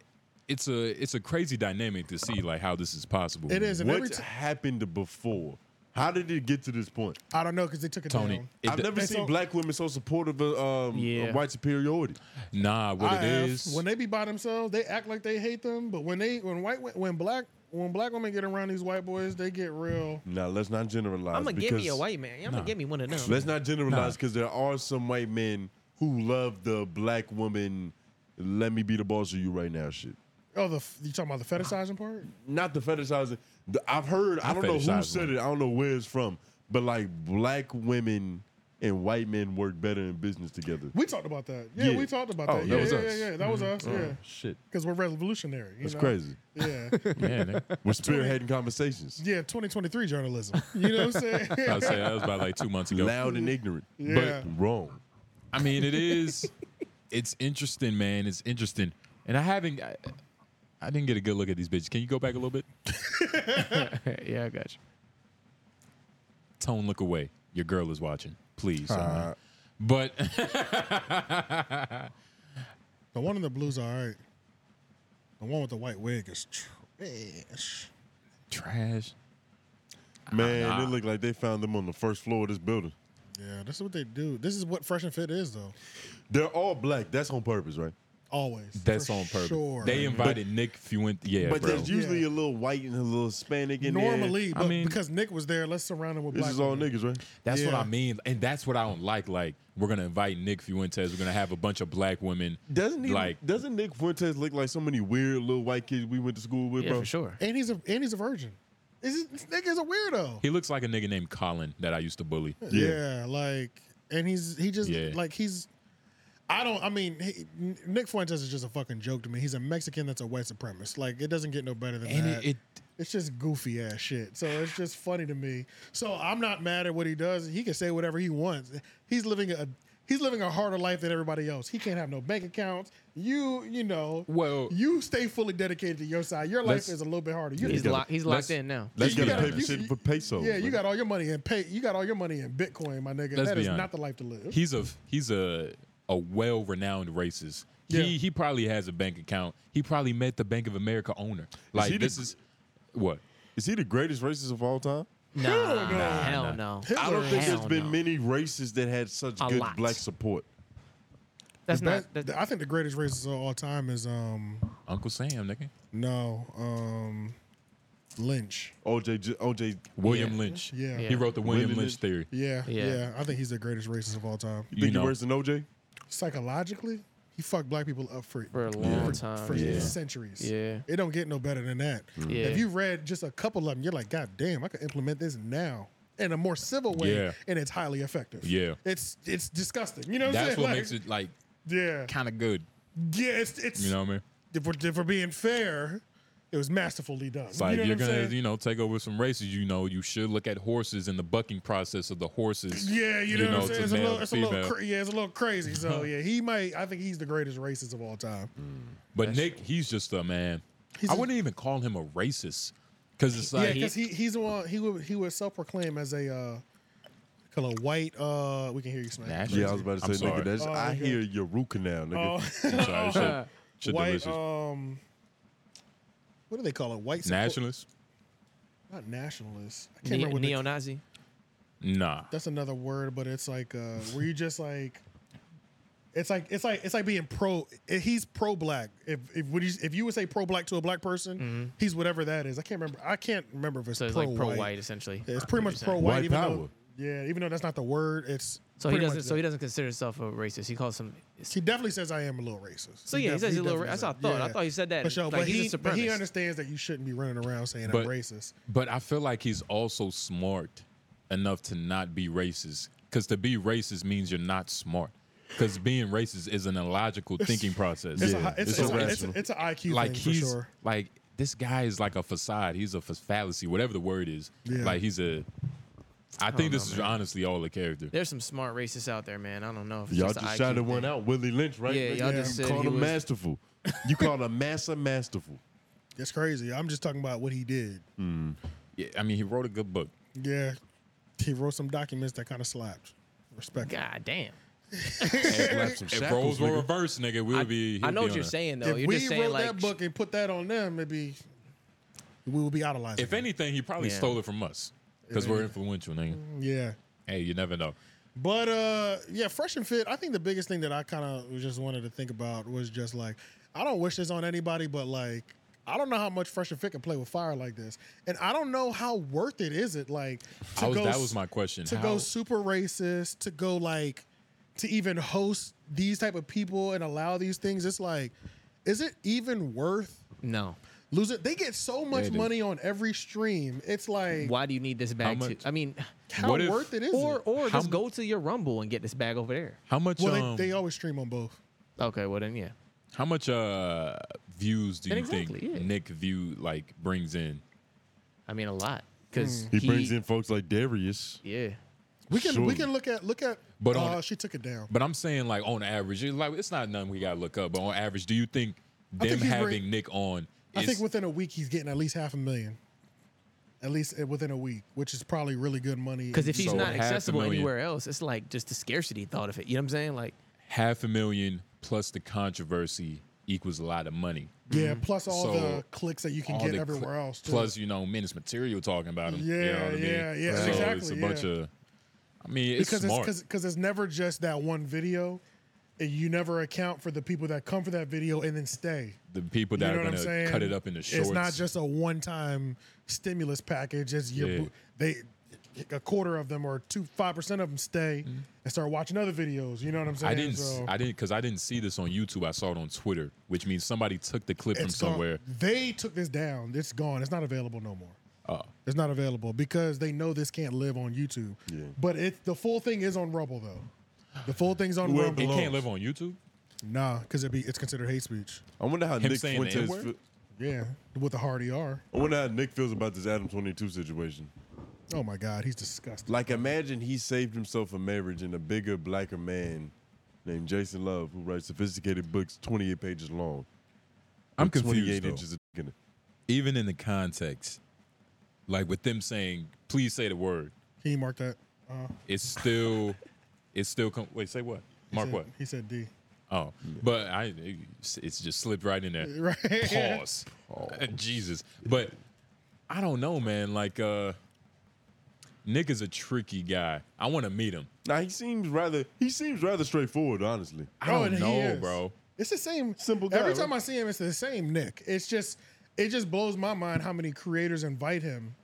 Speaker 4: it's a it's a crazy dynamic to see like how this is possible.
Speaker 2: It is, and every
Speaker 4: What
Speaker 2: ti-
Speaker 4: happened before? How did it get to this point?
Speaker 2: I don't know because they took it
Speaker 4: Tony,
Speaker 2: down.
Speaker 4: it
Speaker 1: I've
Speaker 4: d-
Speaker 1: never
Speaker 4: They
Speaker 1: seen
Speaker 4: so-
Speaker 1: black women so supportive of, um,
Speaker 4: Yeah.
Speaker 1: of white superiority.
Speaker 4: Nah, what
Speaker 2: I
Speaker 4: it
Speaker 2: have.
Speaker 4: is?
Speaker 2: when they be by themselves, they act like they hate them. But when they when white when black when black women get around these white boys, they get real.
Speaker 1: Now let's not generalize.
Speaker 2: I'ma give
Speaker 1: because,
Speaker 2: me a white man. I'ma Nah. give me one of them.
Speaker 1: Let's not generalize
Speaker 2: Nah.
Speaker 1: because there are some white men who love the black woman. Let me be the boss of you right now, shit.
Speaker 2: Oh, the f- you talking about the fetishizing part?
Speaker 1: Not the fetishizing. The- I've heard. I
Speaker 4: I
Speaker 1: don't know who
Speaker 4: fetishize
Speaker 1: said it. I don't know where it's from. But like black women and white men work better in business together.
Speaker 2: We talked about that. Yeah,
Speaker 1: Yeah.
Speaker 2: we talked about
Speaker 1: Oh,
Speaker 2: that.
Speaker 1: that
Speaker 2: Yeah,
Speaker 1: was
Speaker 2: yeah,
Speaker 1: us.
Speaker 2: yeah, yeah. That was
Speaker 1: Mhm.
Speaker 2: us. Mm-hmm.
Speaker 1: Oh,
Speaker 2: Yeah.
Speaker 1: shit.
Speaker 2: Because we're revolutionary. you
Speaker 1: That's
Speaker 2: know?
Speaker 1: crazy.
Speaker 2: Yeah.
Speaker 1: We're spearheading conversations.
Speaker 2: Yeah, 2023 journalism. You know what I'm saying?
Speaker 4: I was saying that was about like two months ago.
Speaker 1: Loud and ignorant,
Speaker 2: Yeah.
Speaker 1: but wrong.
Speaker 4: I mean, it is. it's interesting, man. It's interesting, and I haven't. I, I didn't get a good look at these bitches. Can you go back a little bit? yeah, I got you. Tone, look away. Your girl is watching. Please.
Speaker 2: Uh.
Speaker 4: but
Speaker 2: The one in the blue's all right. The one with the white wig is trash.
Speaker 4: Trash.
Speaker 1: Man,
Speaker 2: Nah.
Speaker 1: it looked like they found them on the first floor of this building.
Speaker 2: Yeah, this is what they do. This is what Fresh and Fit is, though.
Speaker 1: They're all black. That's on purpose, right?
Speaker 2: Always.
Speaker 4: that's
Speaker 2: For
Speaker 4: on purpose.
Speaker 2: sure.
Speaker 4: They invited Nick Fuente. Yeah,
Speaker 1: but
Speaker 4: bro.
Speaker 1: there's usually a little white and a little Hispanic in there.
Speaker 2: Normally, but because Nick was there, let's surround him with
Speaker 1: This
Speaker 2: black.
Speaker 1: is all
Speaker 2: women.
Speaker 1: niggas, right?
Speaker 4: That's what
Speaker 2: Yeah.
Speaker 4: I mean, and that's what I don't like. Like, we're gonna invite Nick Fuentes. We're gonna have a bunch of black women.
Speaker 1: Doesn't he,
Speaker 4: like
Speaker 1: doesn't Nick Fuentes look like so many weird little white kids we went to school with,
Speaker 4: Yeah,
Speaker 1: bro?
Speaker 4: for sure.
Speaker 2: And he's a and he's a virgin. Is it, this nigga's a weirdo.
Speaker 4: he looks like a nigga named Colin that I used to bully.
Speaker 2: Yeah. like, and he's he just
Speaker 4: Yeah.
Speaker 2: like he's. I don't. I mean, he, N- Nick Fuentes is just a fucking joke to me. He's a Mexican that's a white supremacist. Like, it doesn't get no better than
Speaker 4: And
Speaker 2: that.
Speaker 4: it- it-
Speaker 2: it's just goofy ass shit. So it's just funny to me. So I'm not mad at what he does. He can say whatever he wants. He's living a he's living a harder life than everybody else. He can't have no bank accounts. You you know.
Speaker 4: Well,
Speaker 2: you stay fully dedicated to your side. Your life
Speaker 4: Let's-
Speaker 2: is a little bit harder. You-
Speaker 5: He's,
Speaker 4: gotta-
Speaker 5: locked. He's
Speaker 4: let's-
Speaker 5: locked in now.
Speaker 1: Let's
Speaker 2: You
Speaker 1: get a
Speaker 2: gotta-
Speaker 1: paper
Speaker 2: you-
Speaker 1: shit for pesos.
Speaker 2: yeah, you
Speaker 1: bro.
Speaker 2: got all your money in pay. You got all your money in Bitcoin, my nigga.
Speaker 4: Let's
Speaker 2: that
Speaker 4: be
Speaker 2: is
Speaker 4: honest.
Speaker 2: not the life to live.
Speaker 4: He's a he's a a well renowned racist. He he probably has a bank account. He probably met the Bank of America owner. Like
Speaker 1: he the-
Speaker 4: this is what
Speaker 1: Is he the greatest racist of all time?
Speaker 5: Nah, Hell no. nah, hell no.
Speaker 1: I don't think there's
Speaker 5: Hell
Speaker 1: been
Speaker 5: no.
Speaker 1: many racists that had such
Speaker 5: A
Speaker 1: good
Speaker 5: lot.
Speaker 1: black support.
Speaker 5: That's
Speaker 2: The
Speaker 5: not.
Speaker 2: best- I think the greatest racist of all time is um
Speaker 4: Uncle Sam, nigga.
Speaker 2: no um Lynch.
Speaker 1: OJ J- OJ
Speaker 4: William Lynch.
Speaker 2: Yeah.
Speaker 4: He wrote the William, Lynch, theory.
Speaker 2: Yeah, yeah, I think he's the greatest racist of all time.
Speaker 1: You think he worse than OJ?
Speaker 2: Psychologically, he fucked black people up for
Speaker 5: For a long time,
Speaker 2: for
Speaker 5: yeah.
Speaker 2: centuries.
Speaker 5: Yeah.
Speaker 2: it don't get no better than that.
Speaker 4: Mm.
Speaker 5: Mhm. Yeah.
Speaker 2: If you read just a couple of them, you're like, God damn, I could implement this now in a more civil way,
Speaker 4: Yeah.
Speaker 2: and it's highly effective.
Speaker 4: Yeah.
Speaker 2: it's it's disgusting. You know, what I'm
Speaker 4: That's
Speaker 2: saying?
Speaker 4: what
Speaker 2: Like,
Speaker 4: makes it like
Speaker 2: yeah
Speaker 4: kind of good.
Speaker 2: yeah. It's it's
Speaker 4: You know what I mean?
Speaker 2: if we're, if we're being fair, it was masterfully done.
Speaker 4: It's like
Speaker 2: you know
Speaker 4: you are
Speaker 2: what I'm
Speaker 4: gonna,
Speaker 2: saying?
Speaker 4: you know, take over some races. You know, you should look at horses and the bucking process of the horses.
Speaker 2: Yeah, you know, what
Speaker 4: to
Speaker 2: I'm saying. It's a
Speaker 4: male
Speaker 2: little,
Speaker 4: to
Speaker 2: it's a little,
Speaker 4: female.
Speaker 2: cra- yeah, it's a little crazy. So yeah, he might. I think he's the greatest racist of all time.
Speaker 4: But Nick, he's just a man. I wouldn't even call him a racist because it's
Speaker 2: Yeah,
Speaker 4: like
Speaker 2: because he, he's the one he would he would self proclaim as a uh, color white. Uh, we can hear you smack.
Speaker 1: Yeah, I was about to
Speaker 4: I'm
Speaker 1: say, nigga,
Speaker 4: sorry.
Speaker 1: that's,
Speaker 2: Oh,
Speaker 1: I
Speaker 2: okay.
Speaker 1: hear your root canal, nigga.
Speaker 2: Oh.
Speaker 4: I'm sorry, shit- shit
Speaker 2: white.
Speaker 4: delicious.
Speaker 2: Um, what do they call it? White support-
Speaker 4: nationalist.
Speaker 2: Not nationalist. I can't
Speaker 5: Ne-
Speaker 2: remember what they-
Speaker 5: neo-Nazi.
Speaker 4: Nah,
Speaker 2: That's another word, but it's like uh, where you just like. It's like it's like it's like being pro. eh, He's pro black. If if would you, if you would say pro black to a black person, he's whatever that is. I can't remember. I can't remember if it's
Speaker 5: Mm-hmm. So it's
Speaker 2: pro
Speaker 5: like pro-white, essentially.
Speaker 2: Yeah, it's pretty
Speaker 5: What
Speaker 2: much
Speaker 5: you're
Speaker 2: pro
Speaker 5: saying.
Speaker 2: white.
Speaker 5: White
Speaker 2: even
Speaker 5: power.
Speaker 2: Though, yeah, even though that's not the word. It's
Speaker 5: So he
Speaker 2: pretty
Speaker 5: doesn't.
Speaker 2: much
Speaker 5: So
Speaker 2: that.
Speaker 5: he doesn't consider himself a racist. He calls him.
Speaker 2: He definitely says I am a little racist.
Speaker 5: So, yeah, he
Speaker 2: def-
Speaker 5: says he's a little
Speaker 2: definitely
Speaker 5: ra- that's what I
Speaker 2: says-
Speaker 5: thought. I thought he said that,
Speaker 2: For sure,
Speaker 5: like,
Speaker 2: but,
Speaker 5: he's
Speaker 2: he,
Speaker 5: a
Speaker 2: but he
Speaker 5: supremacist.
Speaker 2: understands that you shouldn't be running around saying I'm racist.
Speaker 4: But I feel like he's also smart enough to not be racist. Because to be racist means you're not smart. Because being racist is an illogical thinking process.
Speaker 2: it's a hi- it's a- it's a-
Speaker 4: irrational.
Speaker 2: it's a IQ
Speaker 4: Like
Speaker 2: thing for
Speaker 4: he's
Speaker 2: sure.
Speaker 4: like this guy is like a facade. He's a fa- fallacy, whatever the word is.
Speaker 5: Yeah.
Speaker 4: Like he's a. I
Speaker 5: I
Speaker 4: think
Speaker 5: don't
Speaker 4: this
Speaker 5: know,
Speaker 4: is
Speaker 5: man.
Speaker 4: honestly all the character.
Speaker 5: There's some smart racists out there, man. I don't know. If it's
Speaker 4: Y'all
Speaker 5: a
Speaker 4: just
Speaker 5: IQ
Speaker 4: shouted
Speaker 5: thing.
Speaker 4: one
Speaker 1: out, Willie Lynch, right?
Speaker 5: Yeah,
Speaker 1: Like,
Speaker 5: y'all
Speaker 1: you
Speaker 5: just said
Speaker 1: called
Speaker 5: he
Speaker 1: him
Speaker 5: was-
Speaker 1: masterful. You called him massa masterful.
Speaker 2: That's crazy. I'm just talking about what he did.
Speaker 4: Mm. Yeah, I mean, he wrote a good book.
Speaker 2: Yeah, he wrote some documents that kind of slapped. Respect.
Speaker 5: God damn.
Speaker 4: if roles were reversed, nigga, we would be. he'd be on a-
Speaker 2: If we wrote that book and put that on them, maybe we will be idolizing.
Speaker 4: If anything, he probably
Speaker 2: Yeah.
Speaker 4: stole it from us because
Speaker 2: Yeah.
Speaker 4: we're influential, nigga.
Speaker 2: Mm, Yeah.
Speaker 4: Hey, you never know.
Speaker 2: But uh, yeah, fresh and fit. I think the biggest thing that I kind of just wanted to think about was just like, I don't wish this on anybody, but like, I don't know how much fresh and fit can play with fire like this, and I don't know how worth it is it like
Speaker 4: I was- that
Speaker 2: s-
Speaker 4: was my question.
Speaker 2: to
Speaker 4: How-
Speaker 2: go super racist, to go like, to even host these type of people and allow these things. It's like, is it even worth
Speaker 5: No.
Speaker 2: losing? They get so much
Speaker 5: it is.
Speaker 2: money on every stream. It's like,
Speaker 5: Why do you need this bag? To,
Speaker 2: much-
Speaker 5: I mean,
Speaker 2: How What if- worth it is
Speaker 5: Or
Speaker 2: it?
Speaker 5: or
Speaker 2: How
Speaker 5: just
Speaker 2: mu-
Speaker 5: go to your Rumble and get this bag over there.
Speaker 4: How much?
Speaker 2: well,
Speaker 4: um,
Speaker 2: they, they always stream on both.
Speaker 5: okay, well then, yeah.
Speaker 4: How much uh views do you
Speaker 5: And exactly,
Speaker 4: think
Speaker 5: yeah.
Speaker 4: Nick View like brings in?
Speaker 5: I mean, a lot
Speaker 2: Hmm.
Speaker 5: because
Speaker 1: he, brings in folks like Darius.
Speaker 5: Yeah,
Speaker 2: We can
Speaker 4: Surely.
Speaker 2: we can look at look at.
Speaker 4: But
Speaker 2: But
Speaker 4: on-
Speaker 2: uh, she took it down.
Speaker 4: But I'm saying like on average, it's like it's not nothing we gotta look up. But on average, do you think
Speaker 2: I
Speaker 4: them
Speaker 2: think he's
Speaker 4: having
Speaker 2: bring-
Speaker 4: Nick on?
Speaker 2: I
Speaker 4: is-
Speaker 2: think within a week he's getting at least half a million. At least uh, within a week, which is probably really good money.
Speaker 5: Because if he's
Speaker 4: So
Speaker 5: not
Speaker 4: half a
Speaker 5: accessible
Speaker 4: million.
Speaker 5: anywhere else, it's like just the scarcity thought of it. You know what I'm saying? Like,
Speaker 4: half a million plus the controversy equals a lot of money.
Speaker 2: Yeah, plus all
Speaker 4: So,
Speaker 2: the clicks that you can
Speaker 4: all
Speaker 2: get
Speaker 4: the
Speaker 2: everywhere
Speaker 4: cli-
Speaker 2: else. Too.
Speaker 4: Plus, you know, menace material talking about him. you know
Speaker 2: Yeah,
Speaker 4: what I mean?
Speaker 2: yeah, yeah,
Speaker 4: So it's a
Speaker 2: exactly,
Speaker 4: bunch
Speaker 2: yeah.
Speaker 4: of. I mean, it's
Speaker 2: because
Speaker 4: smart.
Speaker 2: it's because it's never just that one video. And you never account for the people that come for that video and then stay.
Speaker 4: the people
Speaker 2: you
Speaker 4: that
Speaker 2: know
Speaker 4: are
Speaker 2: what I'm
Speaker 4: going
Speaker 2: saying?
Speaker 4: to cut it up into shorts.
Speaker 2: It's not just a one-time stimulus package. It's your
Speaker 4: Yeah.
Speaker 2: bo- they a quarter of them or two five percent of them stay and start watching other videos. You know what I'm
Speaker 4: Mm-hmm.
Speaker 2: saying?
Speaker 4: I didn't. s
Speaker 2: So-
Speaker 4: I didn't because I didn't see this on YouTube. I saw it on Twitter, which means somebody took the clip from
Speaker 2: It's gone.
Speaker 4: somewhere.
Speaker 2: They took this down. It's gone. It's not available no more.
Speaker 4: Oh.
Speaker 2: It's not available because they know this can't live on YouTube.
Speaker 4: Yeah.
Speaker 2: But it the full thing is on Rumble though. The full thing's on
Speaker 4: It
Speaker 2: Rumble.
Speaker 4: can't live on YouTube.
Speaker 2: Nah, because it be it's considered hate speech.
Speaker 1: I wonder how
Speaker 4: Him
Speaker 1: Nick
Speaker 4: saying the
Speaker 1: Fuentes.
Speaker 4: N-word?
Speaker 1: fe-
Speaker 2: Yeah, with a hard ER.
Speaker 1: I wonder how Nick feels about this Adam Twenty Two situation.
Speaker 2: Oh my God, he's disgusting.
Speaker 1: Like, imagine he saved himself a marriage and a bigger, blacker man named Jason Love, who writes sophisticated books, 28 pages long.
Speaker 4: I'm
Speaker 1: with
Speaker 4: confused.
Speaker 1: 28
Speaker 4: though.
Speaker 1: inches of dick in it.
Speaker 4: Even in the context, like with them saying, "Please say the word,"
Speaker 2: Can you mark that? Uh,
Speaker 4: it's still, it's still. Com- Wait, say what?
Speaker 2: he
Speaker 4: Mark
Speaker 2: said-
Speaker 4: what?
Speaker 2: He said D.
Speaker 4: Oh, but I, it's- it's just slipped right in there.
Speaker 2: Right.
Speaker 4: Pause. Jesus, but I don't know, man. Like, uh Nick is a tricky guy. I want to meet him.
Speaker 1: Now he seems rather he seems rather straightforward, honestly.
Speaker 4: I
Speaker 2: Oh,
Speaker 4: don't
Speaker 2: and he
Speaker 4: know,
Speaker 2: is.
Speaker 4: bro.
Speaker 2: It's the same simple
Speaker 1: guy,
Speaker 2: Every
Speaker 1: right?
Speaker 2: time I see him, it's the same Nick. It's just it just blows my mind how many creators invite him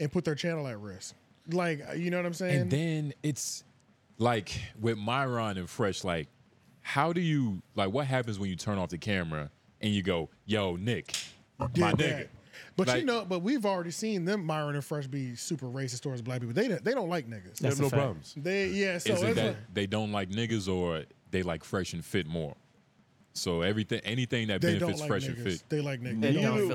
Speaker 2: and put their channel at risk. Like you know what I'm saying?
Speaker 4: And then it's like with Myron and Fresh, like, how do you like what happens when you turn off the camera and you go, yo, Nick,
Speaker 2: did
Speaker 4: my nigga.
Speaker 2: that. But
Speaker 4: Like,
Speaker 2: you know, but we've already seen them Myron and Fresh be super racist towards black people. They don't- they don't like niggas.
Speaker 4: They have That's a no fact. problems.
Speaker 2: They yeah. So
Speaker 4: is it
Speaker 2: it's
Speaker 4: that
Speaker 2: like,
Speaker 4: they don't like niggas or they like fresh and fit more? So everything anything that
Speaker 2: they don't
Speaker 4: benefits
Speaker 2: like
Speaker 4: fresh
Speaker 2: niggas.
Speaker 4: and fit.
Speaker 2: They like niggas. They don't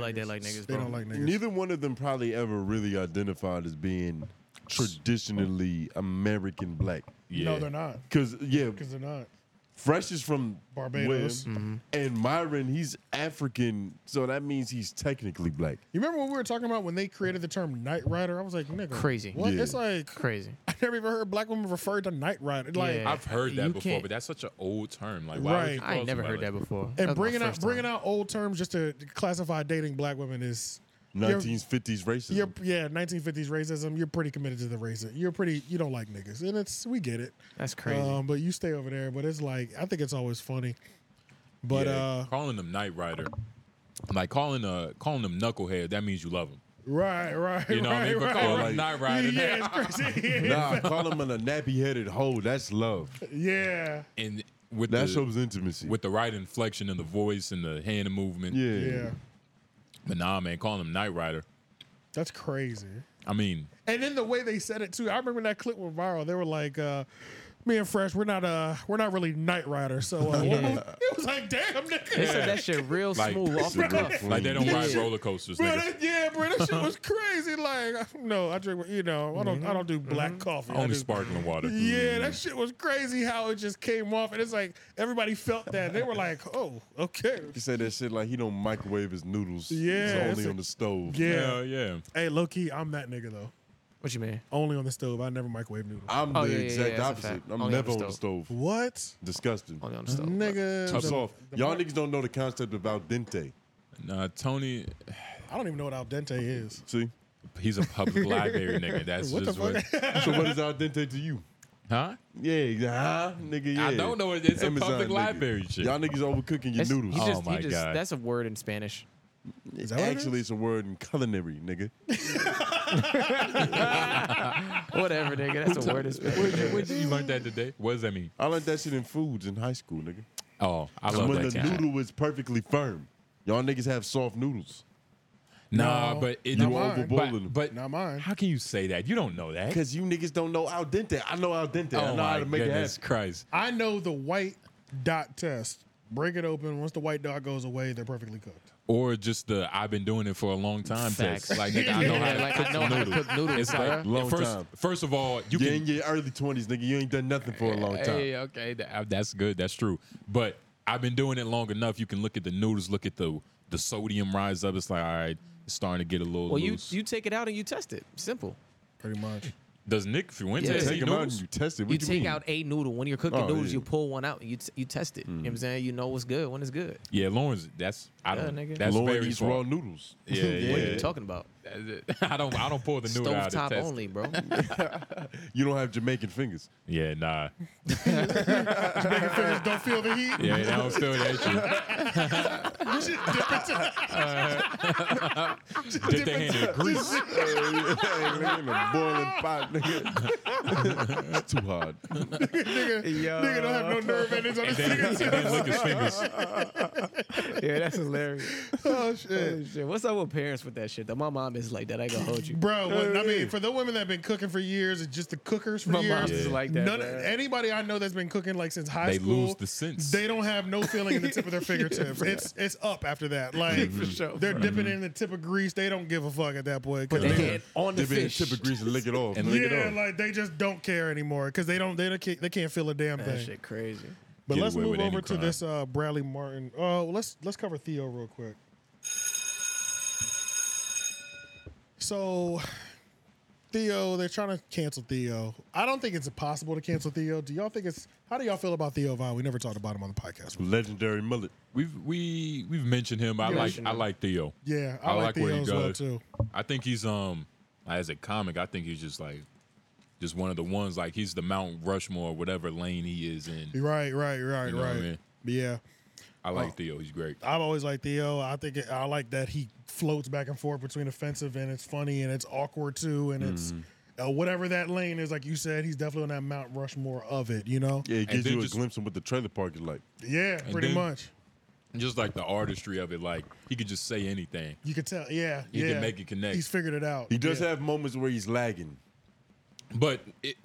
Speaker 2: like niggas.
Speaker 1: Neither one of them probably ever really identified as being traditionally American black.
Speaker 2: No, they're not.
Speaker 1: Because yeah,
Speaker 2: Because they're not.
Speaker 1: Fresh is from
Speaker 2: Barbados.
Speaker 1: where? and Myron he's African, so that means he's technically black.
Speaker 2: You remember when we were talking about when they created the term Night Rider? I was like, nigga,
Speaker 1: Crazy.
Speaker 2: What?
Speaker 1: Yeah.
Speaker 2: It's like
Speaker 5: crazy.
Speaker 2: I never even heard black women referred to Night Rider. Like
Speaker 4: I've heard that
Speaker 2: you
Speaker 4: before,
Speaker 2: can't-
Speaker 4: but that's such an old term. Like, why would
Speaker 2: Right.
Speaker 4: you
Speaker 2: I
Speaker 4: call
Speaker 2: ain't never
Speaker 4: somebody like-
Speaker 5: heard that before.
Speaker 2: and bringing out bringing out old terms just to classify dating black women is you're-
Speaker 1: 1950s racism.
Speaker 2: You're, yeah, 1950s racism. You're pretty committed to the racism. You're pretty. You don't like niggas, and it's we get it.
Speaker 5: That's crazy.
Speaker 2: Um, but you stay over there. But it's like I think it's always funny. But
Speaker 4: Yeah,
Speaker 2: uh,
Speaker 4: calling them Knight Rider, like calling uh calling them knucklehead, that means you love them.
Speaker 2: right, right,
Speaker 4: You know what I
Speaker 2: right,
Speaker 4: mean? But
Speaker 2: right,
Speaker 4: call
Speaker 2: right.
Speaker 4: him Knight Rider.
Speaker 2: Yeah, it's crazy.
Speaker 1: nah, call him a nappy headed hoe. That's love.
Speaker 2: yeah.
Speaker 4: And with
Speaker 1: That
Speaker 4: the,
Speaker 1: shows intimacy
Speaker 4: with the right inflection and the voice and the hand movement.
Speaker 1: Yeah. Yeah.
Speaker 4: But nah, man, calling him Knight Rider.
Speaker 2: That's crazy.
Speaker 4: I mean,
Speaker 2: And then the way they said it too, I remember that clip went viral. They were like, uh, "Me and Fresh, we're not uh, we're not really Night Riders." So uh,
Speaker 4: Yeah.
Speaker 2: it was like, "Damn, nigga!"
Speaker 4: They said that shit real Like, smooth off the real cuff. clean. Like, they don't ride
Speaker 2: Yeah.
Speaker 4: roller coasters,
Speaker 2: Bro,
Speaker 4: nigga.
Speaker 2: that- yeah, bro, that shit was crazy. Like, no, I drink, you know, I don't, I don't do black coffee. I
Speaker 4: Mm-hmm. only
Speaker 2: do-
Speaker 4: sparkling water.
Speaker 2: Yeah, that shit was crazy how it just came off, and it's like everybody felt that. They were like, "Oh, okay."
Speaker 1: He said that shit like he don't microwave his noodles.
Speaker 2: Yeah,
Speaker 1: it's
Speaker 2: it's
Speaker 1: only
Speaker 2: a-
Speaker 1: on the stove.
Speaker 2: Yeah.
Speaker 4: yeah.
Speaker 2: Hey, low key, I'm that nigga though.
Speaker 5: What you mean? Oh,
Speaker 2: Only on the stove. I never microwave noodles.
Speaker 1: I'm the exact opposite. I'm never on the stove.
Speaker 2: What?
Speaker 1: Disgusting.
Speaker 4: Oh,
Speaker 1: Only
Speaker 5: on
Speaker 2: the stove. Nigga,
Speaker 1: Tough
Speaker 2: the-
Speaker 1: off.
Speaker 2: the
Speaker 1: Y'all
Speaker 2: part-
Speaker 1: niggas don't know the concept of al dente.
Speaker 4: Nah, Tony,
Speaker 2: I don't even know what al dente is.
Speaker 1: See,
Speaker 4: he's a public library nigga. That's
Speaker 1: What the
Speaker 4: just what.
Speaker 1: fuck? So what is al dente to you?
Speaker 4: Huh?
Speaker 1: Yeah, exa- huh? Nigga, yeah.
Speaker 4: I don't know. It's a
Speaker 1: Amazon
Speaker 4: public
Speaker 1: nigga.
Speaker 4: library shit.
Speaker 1: Y'all niggas overcooking your
Speaker 4: It's-
Speaker 1: noodles.
Speaker 4: he just- Oh, he my just- God.
Speaker 5: That's a word in Spanish.
Speaker 2: that what it
Speaker 1: Actually, it's a word in culinary, nigga.
Speaker 5: Whatever, nigga. That's a word in Spanish.
Speaker 4: Where'd you, where'd you learn that today? What does that mean?
Speaker 1: I learned that shit in foods in high school, nigga.
Speaker 4: Oh, I
Speaker 1: It's
Speaker 4: love
Speaker 1: when
Speaker 4: that
Speaker 1: the
Speaker 4: kind.
Speaker 1: noodle is perfectly firm. Y'all niggas have soft noodles.
Speaker 4: Nah, but it,
Speaker 1: you were overboiling
Speaker 4: but,
Speaker 1: them.
Speaker 4: but
Speaker 2: not mine.
Speaker 4: How can you say that? You don't know that.
Speaker 1: Because you niggas don't know al dente. I know al dente. I
Speaker 4: Oh
Speaker 1: know
Speaker 4: my
Speaker 1: how to make
Speaker 4: goodness
Speaker 1: it happen.
Speaker 4: Christ!
Speaker 2: I know the white dot test. Break it open. Once the white dot goes away, they're perfectly cooked.
Speaker 4: Or just the I've been doing it for a long time
Speaker 1: Facts.
Speaker 4: test. Like nigga, I know how to,
Speaker 1: Like,
Speaker 4: cook,
Speaker 1: I know how to
Speaker 4: noodles.
Speaker 1: cook noodles,
Speaker 4: It's like
Speaker 1: bruh. Long
Speaker 4: first,
Speaker 1: time.
Speaker 4: first of all, you
Speaker 1: You're
Speaker 4: can
Speaker 1: in your early 20s, nigga. You ain't done nothing for a long time.
Speaker 4: Hey, okay, that- that's good. That's true. But I've been doing it long enough. You can look at the noodles, look at the the sodium rise up. It's like all right, it's starting to get a little
Speaker 5: Well, you
Speaker 4: loose.
Speaker 5: you take it out and you test it. Simple.
Speaker 2: Pretty much.
Speaker 4: Does Nick Fuentes
Speaker 5: Yeah.
Speaker 4: eat
Speaker 5: Take 'em out
Speaker 4: noodles?
Speaker 1: and you test it.
Speaker 5: you take out a noodle when you're cooking
Speaker 4: Oh,
Speaker 5: noodles.
Speaker 4: yeah.
Speaker 5: You pull one out. and You t- you test it. You know what I'm saying you know what's good when it's good.
Speaker 4: Yeah, Lawrence. That's I
Speaker 5: Yeah,
Speaker 4: don't.
Speaker 5: nigga.
Speaker 4: That's
Speaker 5: Lauren
Speaker 4: very
Speaker 5: eats
Speaker 4: smart.
Speaker 5: raw noodles.
Speaker 4: Yeah,
Speaker 5: What
Speaker 4: yeah.
Speaker 5: are you talking about?
Speaker 4: I don't. I don't pull the noodle out.
Speaker 5: Stovetop
Speaker 4: and test
Speaker 5: only,
Speaker 4: it.
Speaker 5: bro.
Speaker 1: You don't have Jamaican fingers.
Speaker 4: Yeah, nah.
Speaker 2: Fingers don't feel the heat.
Speaker 4: Yeah, I don't feel that shit.
Speaker 2: Just dip it to-
Speaker 1: Uh,
Speaker 4: Dip their hand in the grease.
Speaker 1: hey, nigga, in a boiling pot, nigga. it's too hard.
Speaker 2: nigga, nigga don't have no nerve endings on
Speaker 4: And
Speaker 2: his
Speaker 4: then, and then lick
Speaker 2: fingertips.
Speaker 4: his fingers.
Speaker 5: yeah, that's hilarious.
Speaker 2: oh shit.
Speaker 5: Oh, shit. What's up with parents with that shit? Though my mom is like that. I gonna hold you,
Speaker 2: Bro, when, I mean, for the women that have been cooking for years, and just the cookers for
Speaker 5: My
Speaker 2: years,
Speaker 5: mom's is like that,
Speaker 2: None,
Speaker 5: bro.
Speaker 2: anybody I know that's been cooking like since high
Speaker 4: They
Speaker 2: school,
Speaker 4: lose the sense.
Speaker 2: They don't have no feeling in the tip of their fingertips.
Speaker 4: bro.
Speaker 2: it's it's up after that. Like
Speaker 4: For sure,
Speaker 2: they're
Speaker 4: bro.
Speaker 2: dipping it in the tip of grease. They don't give a fuck at that point. 'cause
Speaker 1: Dip
Speaker 2: they-
Speaker 1: it in tip of grease and lick it off.
Speaker 4: And lick it
Speaker 2: yeah,
Speaker 4: off.
Speaker 2: like they just don't care anymore because they don't they don't ca- they can't feel a damn
Speaker 5: That
Speaker 2: thing.
Speaker 5: shit crazy.
Speaker 2: But
Speaker 4: Get
Speaker 2: let's
Speaker 4: away
Speaker 2: move
Speaker 4: with any
Speaker 2: over to
Speaker 4: crime.
Speaker 2: this uh, Bradley Martin. Oh, let's let's cover Theo real quick. So, Theo, they're trying to cancel Theo. I don't think it's impossible to cancel Theo. Do y'all think it's? How do y'all feel about Theo Vaughn? We never talked about him on the podcast.
Speaker 1: Legendary mullet.
Speaker 4: We've we we've mentioned him. I
Speaker 2: Yeah.
Speaker 4: like I like Theo.
Speaker 2: Yeah, I like Theo as well, too.
Speaker 4: I think he's um as a comic. I think he's just like just one of the ones. Like he's the Mount Rushmore, whatever lane he is in.
Speaker 2: Right, right, right,
Speaker 4: You know what
Speaker 2: right.
Speaker 4: I mean?
Speaker 2: Yeah,
Speaker 4: I like
Speaker 2: Oh.
Speaker 4: Theo. He's great.
Speaker 2: I've always liked Theo. I think it, I like that he floats back and forth between offensive and it's funny and it's awkward too and it's.
Speaker 1: Mhm.
Speaker 2: Uh, whatever that lane is, like you said, he's definitely on that Mount Rushmore of it, you know?
Speaker 1: Yeah, it gives
Speaker 4: then
Speaker 1: you a
Speaker 4: just-
Speaker 1: glimpse of what the trailer park is like.
Speaker 2: Yeah,
Speaker 4: And
Speaker 2: pretty
Speaker 4: then-
Speaker 2: much.
Speaker 4: Just like the artistry of it. Like he could just say anything.
Speaker 2: You could tell. Yeah,
Speaker 4: He
Speaker 2: yeah.
Speaker 4: can make it connect.
Speaker 2: He's figured it out.
Speaker 1: He does
Speaker 2: yeah.
Speaker 1: have moments where he's lagging.
Speaker 4: But it,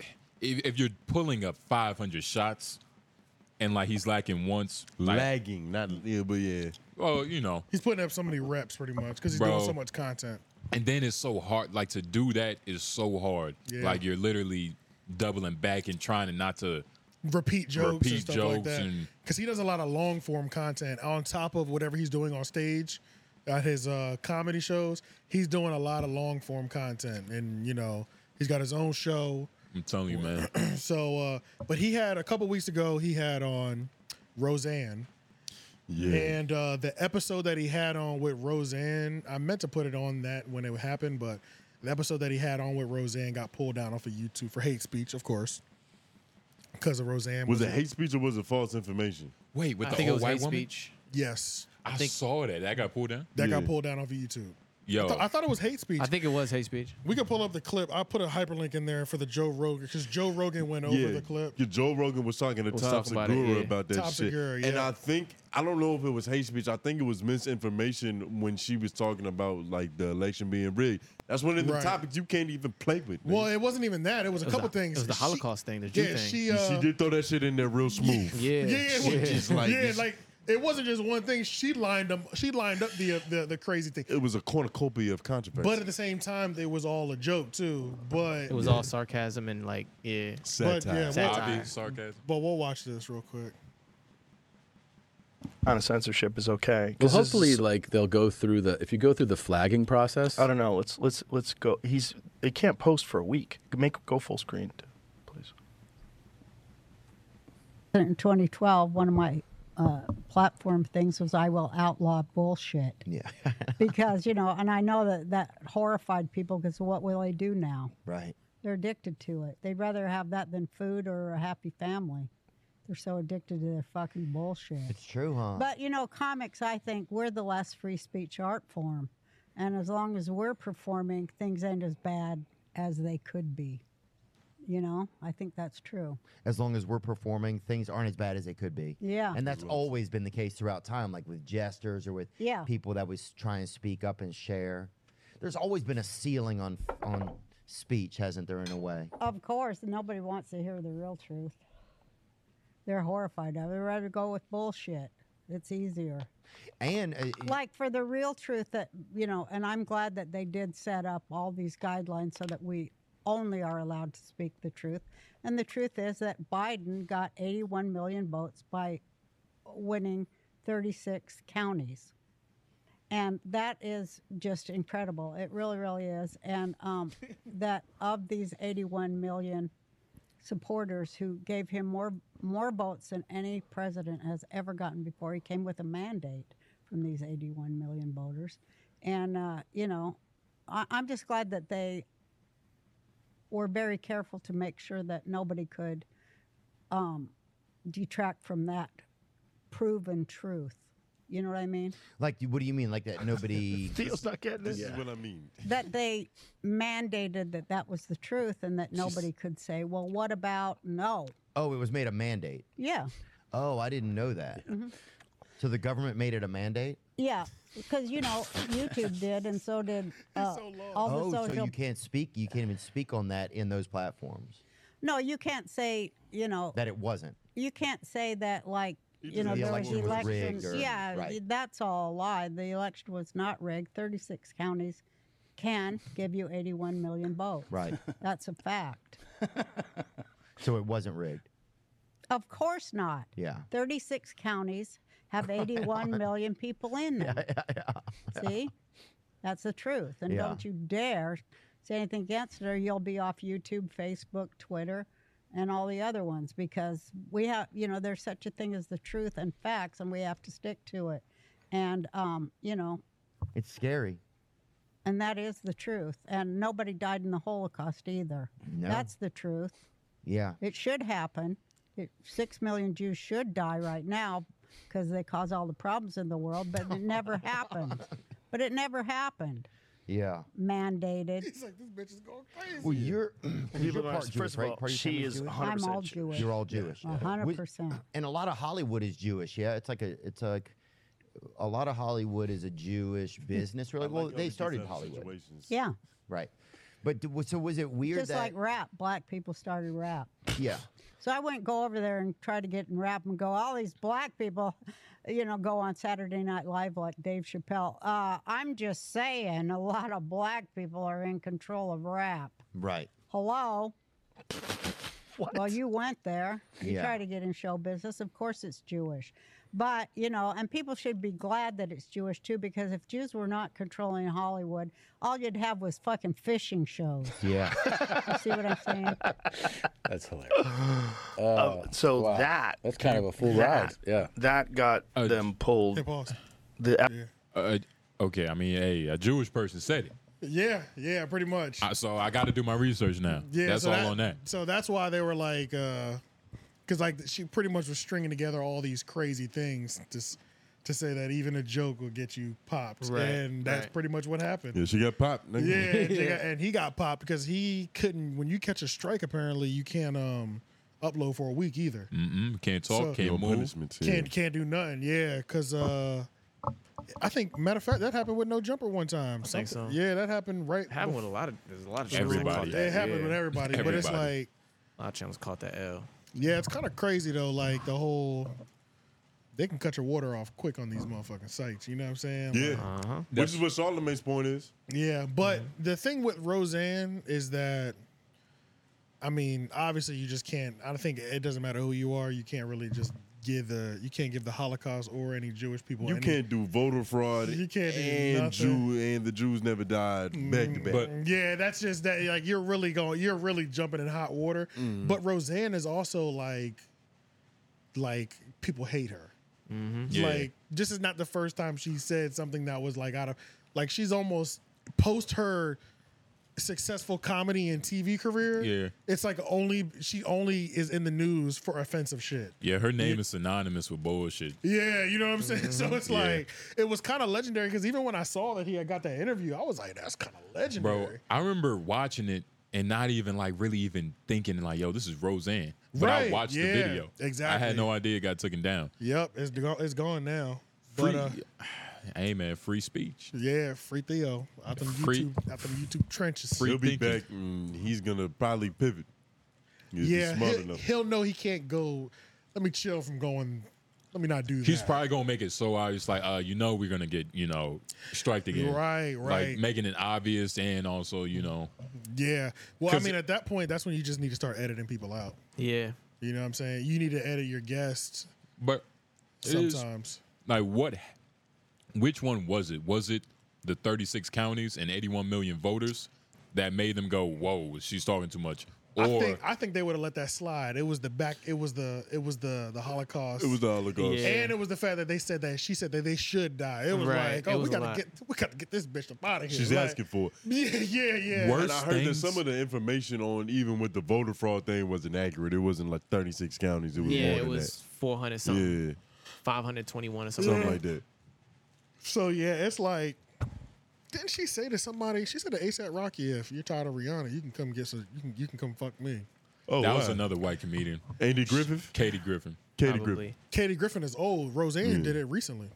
Speaker 4: if, if you're pulling up 500 shots and like he's lacking once, like,
Speaker 1: lagging, not yeah, but yeah.
Speaker 4: well, you know,
Speaker 2: He's putting up so many reps, pretty much, because he's
Speaker 4: Bro.
Speaker 2: doing so much content.
Speaker 4: and then it's so hard. Like to do that is so hard.
Speaker 2: Yeah.
Speaker 4: Like you're literally doubling back and trying to not to.
Speaker 2: Repeat jokes and
Speaker 4: Repeat
Speaker 2: stuff like
Speaker 4: jokes
Speaker 2: that.
Speaker 4: and-
Speaker 2: Because he does a lot of long form content on top of whatever he's doing on stage at his uh, comedy shows. He's doing a lot of long form content, and you know, he's got his own show.
Speaker 4: I'm telling you, man.
Speaker 2: so, uh, but he had a couple weeks ago, he had on Roseanne.
Speaker 1: Yeah.
Speaker 2: And uh, the episode that he had on with Roseanne, I meant to put it on that when it happened, but the episode that he had on with Roseanne got pulled down off of YouTube for hate speech, of course, because of Roseanne.
Speaker 1: Was it hate speech or was it false information?
Speaker 4: Wait, with the old white woman?
Speaker 2: Yes.
Speaker 4: I, saw that. That got pulled down.
Speaker 2: That got pulled down off of YouTube.
Speaker 4: Yo.
Speaker 2: I, thought- I thought it was hate speech.
Speaker 5: I think it was hate speech.
Speaker 2: We could pull up the clip. I put a hyperlink in there for the Joe Rogan because Joe Rogan went over the clip.
Speaker 1: Yeah, Joe Rogan was talking to
Speaker 2: Was
Speaker 1: Tom
Speaker 2: talking about it,
Speaker 1: Segura about,
Speaker 2: yeah.
Speaker 1: that
Speaker 2: Tom
Speaker 1: shit.
Speaker 2: Segura,
Speaker 1: And
Speaker 2: yeah.
Speaker 1: I think I don't know if it was hate speech. I think it was misinformation when she was talking about like the election being rigged. That's one of the
Speaker 2: Right.
Speaker 1: topics you can't even play with. nigga.
Speaker 2: Well, it wasn't even that. It was a
Speaker 1: It was
Speaker 2: couple
Speaker 1: the-
Speaker 2: things.
Speaker 1: it was the
Speaker 2: She-
Speaker 1: Holocaust thing, the Jew
Speaker 2: yeah,
Speaker 1: thing.
Speaker 2: She,
Speaker 1: Yeah,
Speaker 2: uh,
Speaker 1: she did throw that shit in there real smooth.
Speaker 2: Yeah, it
Speaker 1: She
Speaker 2: was-
Speaker 1: just like,
Speaker 2: yeah, like it wasn't just one thing. She lined them. She lined up the, uh, the the crazy thing.
Speaker 1: it was a cornucopia of controversy.
Speaker 2: But at the same time, it was all a joke too. But
Speaker 5: It was all sarcasm and like yeah,
Speaker 2: But, yeah,
Speaker 5: Satire.
Speaker 4: sarcasm.
Speaker 2: But we'll watch this real quick.
Speaker 18: kind of censorship is okay.
Speaker 19: Well,
Speaker 18: 'Cause this
Speaker 19: hopefully,
Speaker 18: is-
Speaker 19: like they'll go through the if you go through the flagging process.
Speaker 18: I don't know. Let's let's let's go. He's they can't post for a week. Make go full screen, please.
Speaker 20: in 2012, one of my uh, platform things was I will outlaw bullshit.
Speaker 21: Yeah.
Speaker 20: because, you know, and I know that that horrified people because what will they do now?
Speaker 21: Right.
Speaker 20: They're addicted to it. They'd rather have that than food or a happy family. They're so addicted to their fucking bullshit.
Speaker 21: It's true, huh?
Speaker 20: But, you know, comics, I think we're the less free speech art form. And as long as we're performing, things ain't as bad as they could be. You know, I think that's true.
Speaker 21: as long as we're performing, things aren't as bad as they could be.
Speaker 20: Yeah.
Speaker 21: And that's always been the case throughout time, like with jesters or with
Speaker 20: Yeah.
Speaker 21: people that we s- try and speak up and share. There's always been a ceiling on f- on speech, hasn't there, in a way?
Speaker 20: Of course, nobody wants to hear the real truth. They're horrified of it. They'd rather go with bullshit. It's easier.
Speaker 21: And uh, y-
Speaker 20: Like for the real truth that, you know, and I'm glad that they did set up all these guidelines so that we only are allowed to speak the truth. And the truth is that Biden got 81 million votes by winning 36 counties. And that is just incredible. It really, really is. And um, that of these 81 million supporters who gave him more more votes than any president has ever gotten before, he came with a mandate from these 81 million voters. And uh, you know, I, I'm just glad that they were very careful to make sure that nobody could um, detract from that proven truth. You know what I mean?
Speaker 21: like, you- what do you mean? Like that nobody.
Speaker 18: Theo's not getting
Speaker 1: this.
Speaker 21: Yeah.
Speaker 1: is what I mean.
Speaker 20: that they mandated that that was the truth and that nobody could say, well, what about no?
Speaker 21: Oh, it was made a mandate.
Speaker 20: Yeah.
Speaker 21: Oh, I didn't know that.
Speaker 20: Mhm.
Speaker 21: So the government made it a mandate.
Speaker 20: Yeah. Because, you know, YouTube did and so did uh, all the
Speaker 21: oh,
Speaker 20: social.
Speaker 21: so you can't speak. You can't even speak on that in those platforms.
Speaker 20: no, you can't say, you know,
Speaker 21: That it wasn't.
Speaker 20: you can't say that, like, you
Speaker 21: just
Speaker 20: know,
Speaker 21: said the
Speaker 20: there was
Speaker 21: election was rigged
Speaker 20: elections.
Speaker 21: or-
Speaker 20: yeah,
Speaker 21: right.
Speaker 20: y- that's all a lie. The election was not rigged. 36 counties can give you 81 million votes.
Speaker 21: Right.
Speaker 20: That's a fact.
Speaker 21: So it wasn't rigged.
Speaker 20: Of course not.
Speaker 21: Yeah.
Speaker 20: 36 counties
Speaker 21: Oh
Speaker 20: have 81 million people in them. See? That's the truth. And
Speaker 21: Yeah.
Speaker 20: don't you dare say anything against it, or you'll be off YouTube, Facebook, Twitter, and all the other ones because we have, you know, there's such a thing as the truth and facts, and we have to stick to it. And, um, you know,
Speaker 21: It's scary.
Speaker 20: and that is the truth. And nobody died in the Holocaust either.
Speaker 21: No.
Speaker 20: That's the truth.
Speaker 21: Yeah.
Speaker 20: It should happen. It, Six million Jews should die right now because they cause all the problems in the world, but it never happened. But it never happened.
Speaker 21: Yeah.
Speaker 20: Mandated.
Speaker 2: He's like, this bitch is going crazy.
Speaker 21: Well, you're, 'cause
Speaker 20: People
Speaker 21: you're
Speaker 20: are-
Speaker 21: part
Speaker 20: first
Speaker 21: Jewish,
Speaker 20: of
Speaker 21: right?
Speaker 20: all,
Speaker 21: Part of your
Speaker 20: she
Speaker 21: family's
Speaker 20: is
Speaker 21: Jewish?
Speaker 20: 100% I'm all Jewish.
Speaker 21: You're all
Speaker 20: Yeah.
Speaker 21: Jewish.
Speaker 20: A hundred
Speaker 21: Which-
Speaker 20: percent.
Speaker 21: And a lot of Hollywood is Jewish. Yeah, it's like a, it's like, a lot of Hollywood is a Jewish business. Really,
Speaker 1: I like
Speaker 21: well,
Speaker 1: how
Speaker 21: they
Speaker 1: gets
Speaker 21: started
Speaker 1: out of
Speaker 21: Hollywood,
Speaker 1: situations.
Speaker 20: Yeah.
Speaker 21: right? But d- so was it weird
Speaker 20: Just
Speaker 21: that?
Speaker 20: like rap, black people started rap.
Speaker 21: yeah.
Speaker 20: So I wouldn't go over there and try to get in rap and go, all these black people, you know, go on Saturday Night Live like Dave Chappelle. Uh, I'm just saying, a lot of black people are in control of rap.
Speaker 21: Right.
Speaker 20: Hello? Well, you went there. You
Speaker 21: Yeah.
Speaker 20: try to get in show business. Of course, it's Jewish. But, you know, and people should be glad that it's Jewish too, because if Jews were not controlling Hollywood, all you'd have was fucking fishing shows.
Speaker 21: Yeah.
Speaker 20: You see what I'm saying?
Speaker 19: That's hilarious. Oh,
Speaker 18: Um, so
Speaker 19: wow.
Speaker 18: that
Speaker 19: That's kind of a full
Speaker 18: that-
Speaker 19: ride. Yeah.
Speaker 18: that got them pulled. The,
Speaker 4: Uh, okay, I mean, hey, a Jewish person said it,
Speaker 2: Yeah, yeah, pretty much.
Speaker 4: I, so I got to do my research now.
Speaker 2: Yeah,
Speaker 4: that's
Speaker 2: so
Speaker 4: all on that.
Speaker 2: So that's why they were like, uh, because like she pretty much was stringing together all these crazy things to s- to say that even a joke will get you popped,
Speaker 1: Right,
Speaker 2: and that's
Speaker 1: right.
Speaker 2: pretty much what happened.
Speaker 1: Yeah, she got popped.
Speaker 2: Yeah,
Speaker 1: nigga.
Speaker 2: and, she got- and he got popped because he couldn't. When you catch a strike, apparently you can't um upload for a week either.
Speaker 4: Mm-mm, can't talk,
Speaker 2: So-
Speaker 4: can't
Speaker 1: No
Speaker 4: move.
Speaker 1: punishment,
Speaker 2: Can't can't do nothing. Yeah, because uh, I think matter of fact that happened with no jumper one time.
Speaker 3: I think
Speaker 2: Something-
Speaker 3: so.
Speaker 2: Yeah, that happened right.
Speaker 3: Happened with a
Speaker 2: before-
Speaker 3: lot of there's a lot of channels that
Speaker 2: Everybody.
Speaker 3: caught that,
Speaker 2: It happened
Speaker 3: yeah.
Speaker 2: with everybody, but it's
Speaker 3: Everybody.
Speaker 2: like
Speaker 3: a lot of channels caught that L.
Speaker 2: yeah, it's kind of crazy though. Like the whole. They can cut your water off quick on these motherfucking sites. You know what I'm saying?
Speaker 1: Yeah.
Speaker 2: Like-
Speaker 1: Which is what Charlamagne's point is.
Speaker 2: Yeah, but the thing with Roseanne is that, I mean, obviously you just can't. I think it doesn't matter who you are. You can't really just give the you can't give the Holocaust or any Jewish people.
Speaker 1: you
Speaker 2: any,
Speaker 1: can't do voter fraud.
Speaker 2: You can't do
Speaker 1: and
Speaker 2: nothing. Mm-hmm.
Speaker 1: Jew and the Jews never died back to back.
Speaker 2: yeah, that's just that. Like you're really going. You're really jumping in hot water.
Speaker 1: Mm.
Speaker 2: But Roseanne is also like, like people hate her.
Speaker 1: Mm-hmm.
Speaker 2: Like this is not the first time she said something that was like out of like she's almost post her successful comedy and TV career.
Speaker 4: Yeah.
Speaker 2: It's like only she only is in the news for offensive shit.
Speaker 4: Yeah, her name is synonymous with bullshit.
Speaker 2: Yeah, you know what I'm saying? So it's
Speaker 4: Mm-hmm. Yeah.
Speaker 2: like it was kind of legendary because even when I saw that he had got that interview, I was like, that's kind of legendary.
Speaker 4: Bro, I remember watching it and not even like really even thinking like, yo, this is Roseanne. But I
Speaker 2: Right,
Speaker 4: watched
Speaker 2: yeah,
Speaker 4: the video. I
Speaker 2: exactly.
Speaker 4: had no idea it got taken down.
Speaker 2: Yep, it's go- it's gone now. But
Speaker 4: Free,
Speaker 2: uh,
Speaker 4: hey man, free speech.
Speaker 2: yeah, free Theo out them
Speaker 4: Free-
Speaker 2: YouTube out them YouTube trenches.
Speaker 1: He'll be back. And he's gonna probably pivot. He's
Speaker 2: yeah,
Speaker 1: smart
Speaker 2: he'll,
Speaker 1: enough.
Speaker 2: he'll know he can't go. Let me chill from going. Let me not do that.
Speaker 4: He's probably gonna make it so obvious, like, uh, you know, we're gonna get, you know, striked again.
Speaker 2: Right, right.
Speaker 4: Like making it obvious and also, you know,
Speaker 2: yeah. Well, I
Speaker 4: 'Cause
Speaker 2: mean, at that point, that's when you just need to start editing people out.
Speaker 4: yeah.
Speaker 2: You know what I'm saying? You need to edit your guests.
Speaker 4: But it is-
Speaker 2: Sometimes.
Speaker 4: like what? Which one was it? Was it the 36 counties and 81 million voters that made them go, "Whoa, she's talking too much," or
Speaker 2: I think I think they would have let that slide. It was the back. It was the it was the the Holocaust.
Speaker 1: It was the Holocaust. Yeah.
Speaker 2: and it was the fact that they said that she said that they should die. It was
Speaker 1: Right,
Speaker 2: like,
Speaker 1: it
Speaker 2: oh, we
Speaker 1: was a
Speaker 2: gotta
Speaker 1: lot.
Speaker 2: get we gotta get this bitch up out of here.
Speaker 1: She's
Speaker 2: Like,
Speaker 1: asking for it.
Speaker 2: Yeah, yeah, yeah.
Speaker 1: and I heard that some of the information on even with the voter fraud thing wasn't accurate. It wasn't like 36 counties. It was
Speaker 3: yeah,
Speaker 1: more
Speaker 3: it
Speaker 1: than
Speaker 3: was
Speaker 1: that.
Speaker 3: 400 something.
Speaker 1: Yeah.
Speaker 3: 521 or something.
Speaker 1: Something like that.
Speaker 2: So yeah, it's like. Didn't she say to somebody? She said to ASAP Rocky, "If you're tired of Rihanna, you can come get some. You can you can come fuck me."
Speaker 1: Oh.
Speaker 4: that was another white comedian,
Speaker 1: Andy Griffin.
Speaker 4: Katie Griffin.
Speaker 1: Katie Griffin.
Speaker 2: Katie Griffin is old. Roseanne
Speaker 1: Mm.
Speaker 4: Yeah.
Speaker 2: did it recently.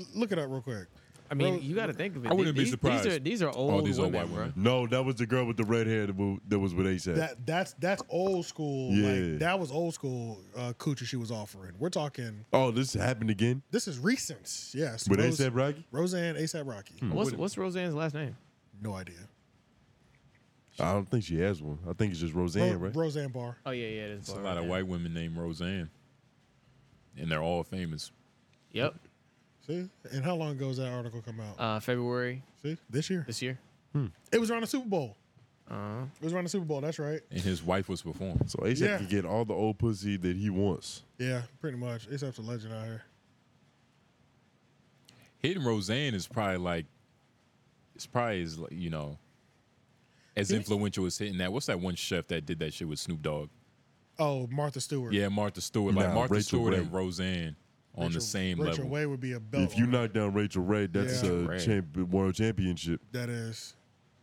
Speaker 2: L- Look it up real quick.
Speaker 3: I mean, you got to think of it.
Speaker 1: I wouldn't
Speaker 3: these,
Speaker 1: be surprised. Oh,
Speaker 3: These are these are old women, bro.
Speaker 1: No, that was the girl with the red hair that wa- that was with ASAP.
Speaker 2: That that's that's old school.
Speaker 1: Yeah.
Speaker 2: Like that was old school uh, coochie she was offering. We're talking.
Speaker 1: oh, this happened again.
Speaker 2: This is recent. Yes.
Speaker 1: With A$AP Rocky?
Speaker 2: Roseanne ASAP Rocky.
Speaker 1: Hmm. What's- What-
Speaker 3: what's Roseanne's last name?
Speaker 2: No idea.
Speaker 1: I don't think she has one. I think it's just Roseanne,
Speaker 2: Ro-
Speaker 1: right?
Speaker 2: Roseanne Barr.
Speaker 3: Oh yeah, yeah. It is
Speaker 4: It's a lot of white women named Roseanne, and they're all famous.
Speaker 3: Yep.
Speaker 2: See? And how long ago does that article come out?
Speaker 3: Uh, February.
Speaker 2: This year.
Speaker 3: This year.
Speaker 2: It was around the Super Bowl.
Speaker 4: Uh-huh.
Speaker 2: It was around the Super Bowl. That's right.
Speaker 4: And his wife was performing.
Speaker 1: So ASAP
Speaker 2: Yeah.
Speaker 1: can get all the old pussy that he wants.
Speaker 2: Yeah, pretty much. ASAP's a legend out here.
Speaker 4: hitting Roseanne is probably like it's probably as like, you know as influential as hitting that. What's that one chef that did that shit with Snoop Dogg?
Speaker 2: Oh, Martha Stewart.
Speaker 4: Yeah, Martha Stewart. Like
Speaker 1: Nah,
Speaker 4: Martha
Speaker 1: Rachel
Speaker 4: Stewart
Speaker 1: Ray.
Speaker 4: and Roseanne on the same
Speaker 2: Rachel
Speaker 4: level.
Speaker 2: Way would be a belt.
Speaker 1: If you knock down Rachel Ray, that's
Speaker 2: Yeah.
Speaker 1: a
Speaker 2: Ray.
Speaker 1: champ- world championship.
Speaker 2: That is.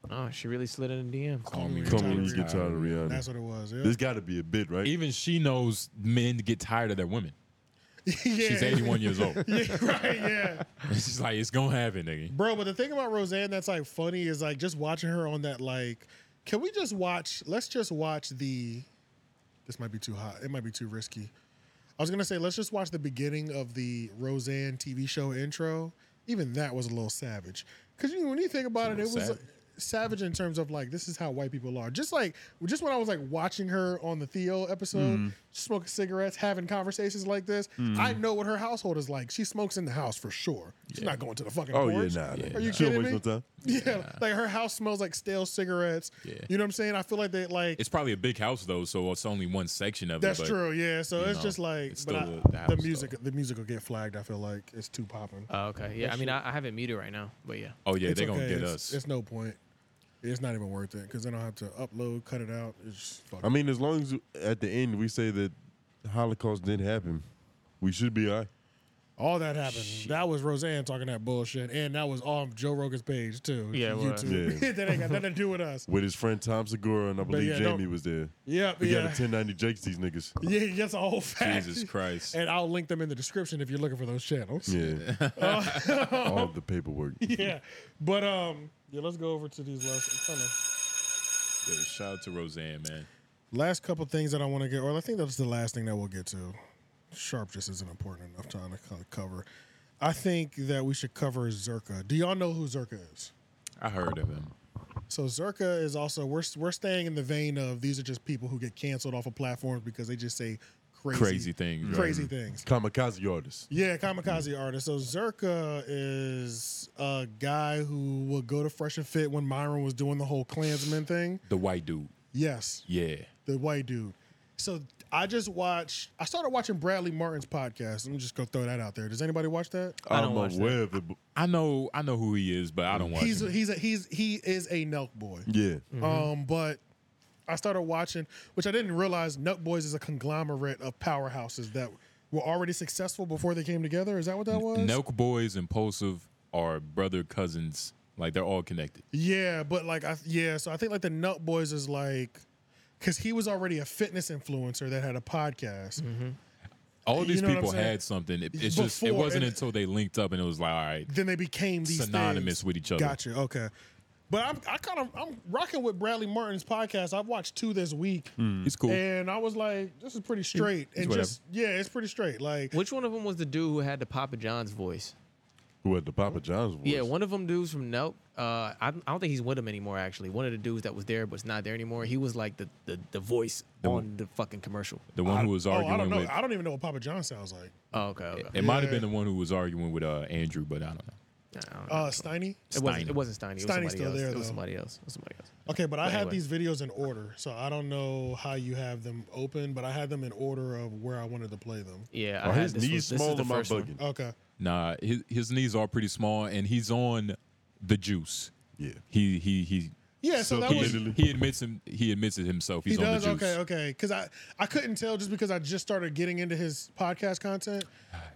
Speaker 3: Oh, she really slid in the DM.
Speaker 1: Call me Call me when you get tired of Rihanna.
Speaker 2: That's what it was. Yeah.
Speaker 1: There's got to be a bit, right?
Speaker 4: Even she knows men get tired of their women.
Speaker 2: Yeah.
Speaker 4: She's 81 years old.
Speaker 2: yeah, right. Yeah.
Speaker 4: She's like, it's gonna happen, nigga.
Speaker 2: Bro, but the thing about Roseanne that's like funny is like just watching her on that like can we just watch let's just watch the this might be too hot. It might be too risky. I was gonna say let's just watch the beginning of the Roseanne TV show intro. Even that was a little savage. Cause you when you think about it, it
Speaker 4: little
Speaker 2: was uh,
Speaker 4: savage.
Speaker 2: savage in terms of like this is how white people are. Just like just when I was like watching her on the Theo episode,
Speaker 1: Mhm.
Speaker 2: smoking cigarettes, having conversations like this,
Speaker 1: Mhm.
Speaker 2: I know what her household is like. She smokes in the house for sure. She's
Speaker 1: Yeah.
Speaker 2: not going to the fucking
Speaker 1: Oh, yeah,
Speaker 2: porch.
Speaker 1: nah, nah, nah.
Speaker 2: Are you
Speaker 1: She don't
Speaker 2: kidding me?
Speaker 1: waste no time.
Speaker 2: Yeah, like her house smells like stale cigarettes.
Speaker 4: Yeah.
Speaker 2: You know what I'm saying? I feel like they like
Speaker 4: It's probably a big house though, so it's only one section of
Speaker 2: that's
Speaker 4: it. but,
Speaker 2: true. Yeah, so
Speaker 4: you
Speaker 2: it's
Speaker 4: know,
Speaker 2: just like
Speaker 4: it's
Speaker 2: but
Speaker 4: still
Speaker 2: I-
Speaker 4: the
Speaker 2: the,
Speaker 4: house, though.
Speaker 2: music the music will get flagged. I feel like it's too popping.
Speaker 3: Oh, okay. Yeah. I mean, I, I haven't muted right now, but yeah.
Speaker 4: Oh yeah,
Speaker 2: It's
Speaker 4: they're gonna
Speaker 2: okay.
Speaker 4: get
Speaker 2: It's-
Speaker 4: us.
Speaker 2: It's no point. It's not even worth it because then I'll have to upload, cut it out. It's just fuck.
Speaker 1: I mean, as long as at the end we say that the Holocaust didn't happen, we should be all right.
Speaker 2: All that happened. That was Roseanne talking that bullshit, and that was on Joe Rogan's page too.
Speaker 1: Yeah, it was.
Speaker 2: YouTube.
Speaker 1: Yeah.
Speaker 2: that ain't got nothing to do with us.
Speaker 1: With his friend Tom Segura, and I believe
Speaker 2: yeah, don't-
Speaker 1: Jamie was there.
Speaker 2: Yep,
Speaker 1: we got a
Speaker 2: yeah.
Speaker 1: 1090 Jakes these niggas.
Speaker 2: Yeah, that's a whole fact.
Speaker 1: Jesus Christ.
Speaker 2: And I'll link them in the description if you're looking for those channels.
Speaker 1: Yeah,
Speaker 2: Uh,
Speaker 1: all the paperwork.
Speaker 2: yeah, but um, yeah, let's go over to these last. I'm trying to-
Speaker 4: Yo, shout out to Roseanne, man.
Speaker 2: Last couple things that I want to get, or I think that's the last thing that we'll get to. Sharp just isn't important enough time to kind of cover. I think that we should cover Zerka. Do y'all know who Zerka is?
Speaker 4: I heard of him.
Speaker 2: So Zerka is also we're we're staying in the vein of these are just people who get canceled off of platforms because they just say crazy,
Speaker 1: Crazy things. right?
Speaker 2: crazy things.
Speaker 1: Kamikaze artists.
Speaker 2: Yeah, kamikaze artist. So Zerka is a guy who would go to Fresh and Fit when Myron was doing the whole Klansman thing.
Speaker 4: The white dude.
Speaker 2: Yes,
Speaker 4: Yeah.
Speaker 2: the white dude. So I just watched. I started watching Bradley Martin's podcast. Let me just go throw that out there. Does anybody watch that?
Speaker 4: I'm aware of it. I know, I know who he is, but I don't watch
Speaker 2: He's
Speaker 4: him.
Speaker 2: a, he's a, he's he is a Nelk boy.
Speaker 1: Yeah.
Speaker 2: Um, but I started watching, which I didn't realize Nut Boys is a conglomerate of powerhouses that were already successful before they came together. Is that what that was?
Speaker 4: Nelk Boys and Impulsive are brother cousins. Like they're all connected.
Speaker 2: Yeah, but like I yeah, so I think like the Nut Boys is like because he was already a fitness influencer that had a podcast.
Speaker 4: All
Speaker 2: You
Speaker 4: these
Speaker 2: know what I'm
Speaker 4: people
Speaker 2: saying?
Speaker 4: had something. It, it's just it
Speaker 2: Before,
Speaker 4: wasn't
Speaker 2: and-
Speaker 4: until they linked up and it was like, all right,
Speaker 2: Then they became these
Speaker 4: synonymous
Speaker 2: things.
Speaker 4: with each other.
Speaker 2: Gotcha. Okay, but I'm I kind of I'm rocking with Bradley Martin's podcast. I've watched two this week.
Speaker 4: Mm. He's cool.
Speaker 2: and I was like, this is pretty straight
Speaker 3: It's
Speaker 2: and
Speaker 3: whatever.
Speaker 2: just yeah, it's pretty straight. Like
Speaker 3: Which one of them was the dude who had the Papa John's voice?
Speaker 1: Who had the Papa John's voice?
Speaker 3: Yeah, one of them dudes from Nope. Uh, I, don't- I don't think he's with him anymore. Actually, one of the dudes that was there but's not there anymore. He was like the the, the voice on the fucking commercial.
Speaker 4: The one who was
Speaker 2: oh,
Speaker 4: arguing
Speaker 2: I don't know.
Speaker 4: with.
Speaker 2: I don't even know what Papa John sounds like.
Speaker 3: Oh, okay. okay.
Speaker 4: It might have been the one who was arguing with uh, Andrew, but I don't know.
Speaker 2: Uh, Steiny.
Speaker 3: It wasn't. It wasn't Steiny. It was
Speaker 2: Steiny's
Speaker 3: somebody
Speaker 2: still
Speaker 3: else.
Speaker 2: there
Speaker 3: It was
Speaker 2: though.
Speaker 3: somebody else. It was somebody else.
Speaker 2: Okay, but I had
Speaker 3: anyway.
Speaker 2: these videos in order, so I don't know how you have them open, but I had them in order of where I wanted to play them.
Speaker 3: Yeah,
Speaker 4: Are his knees small or am I bugging?
Speaker 2: Okay.
Speaker 4: Nah, his, his knees are pretty small, and he's on the juice.
Speaker 1: Yeah,
Speaker 4: he he he.
Speaker 2: Yeah, so that
Speaker 4: he,
Speaker 2: was-
Speaker 4: he admits him. He admits it himself. He's
Speaker 2: he
Speaker 4: on
Speaker 2: does
Speaker 4: the juice.
Speaker 2: okay, okay. Because I I couldn't tell just because I just started getting into his podcast content,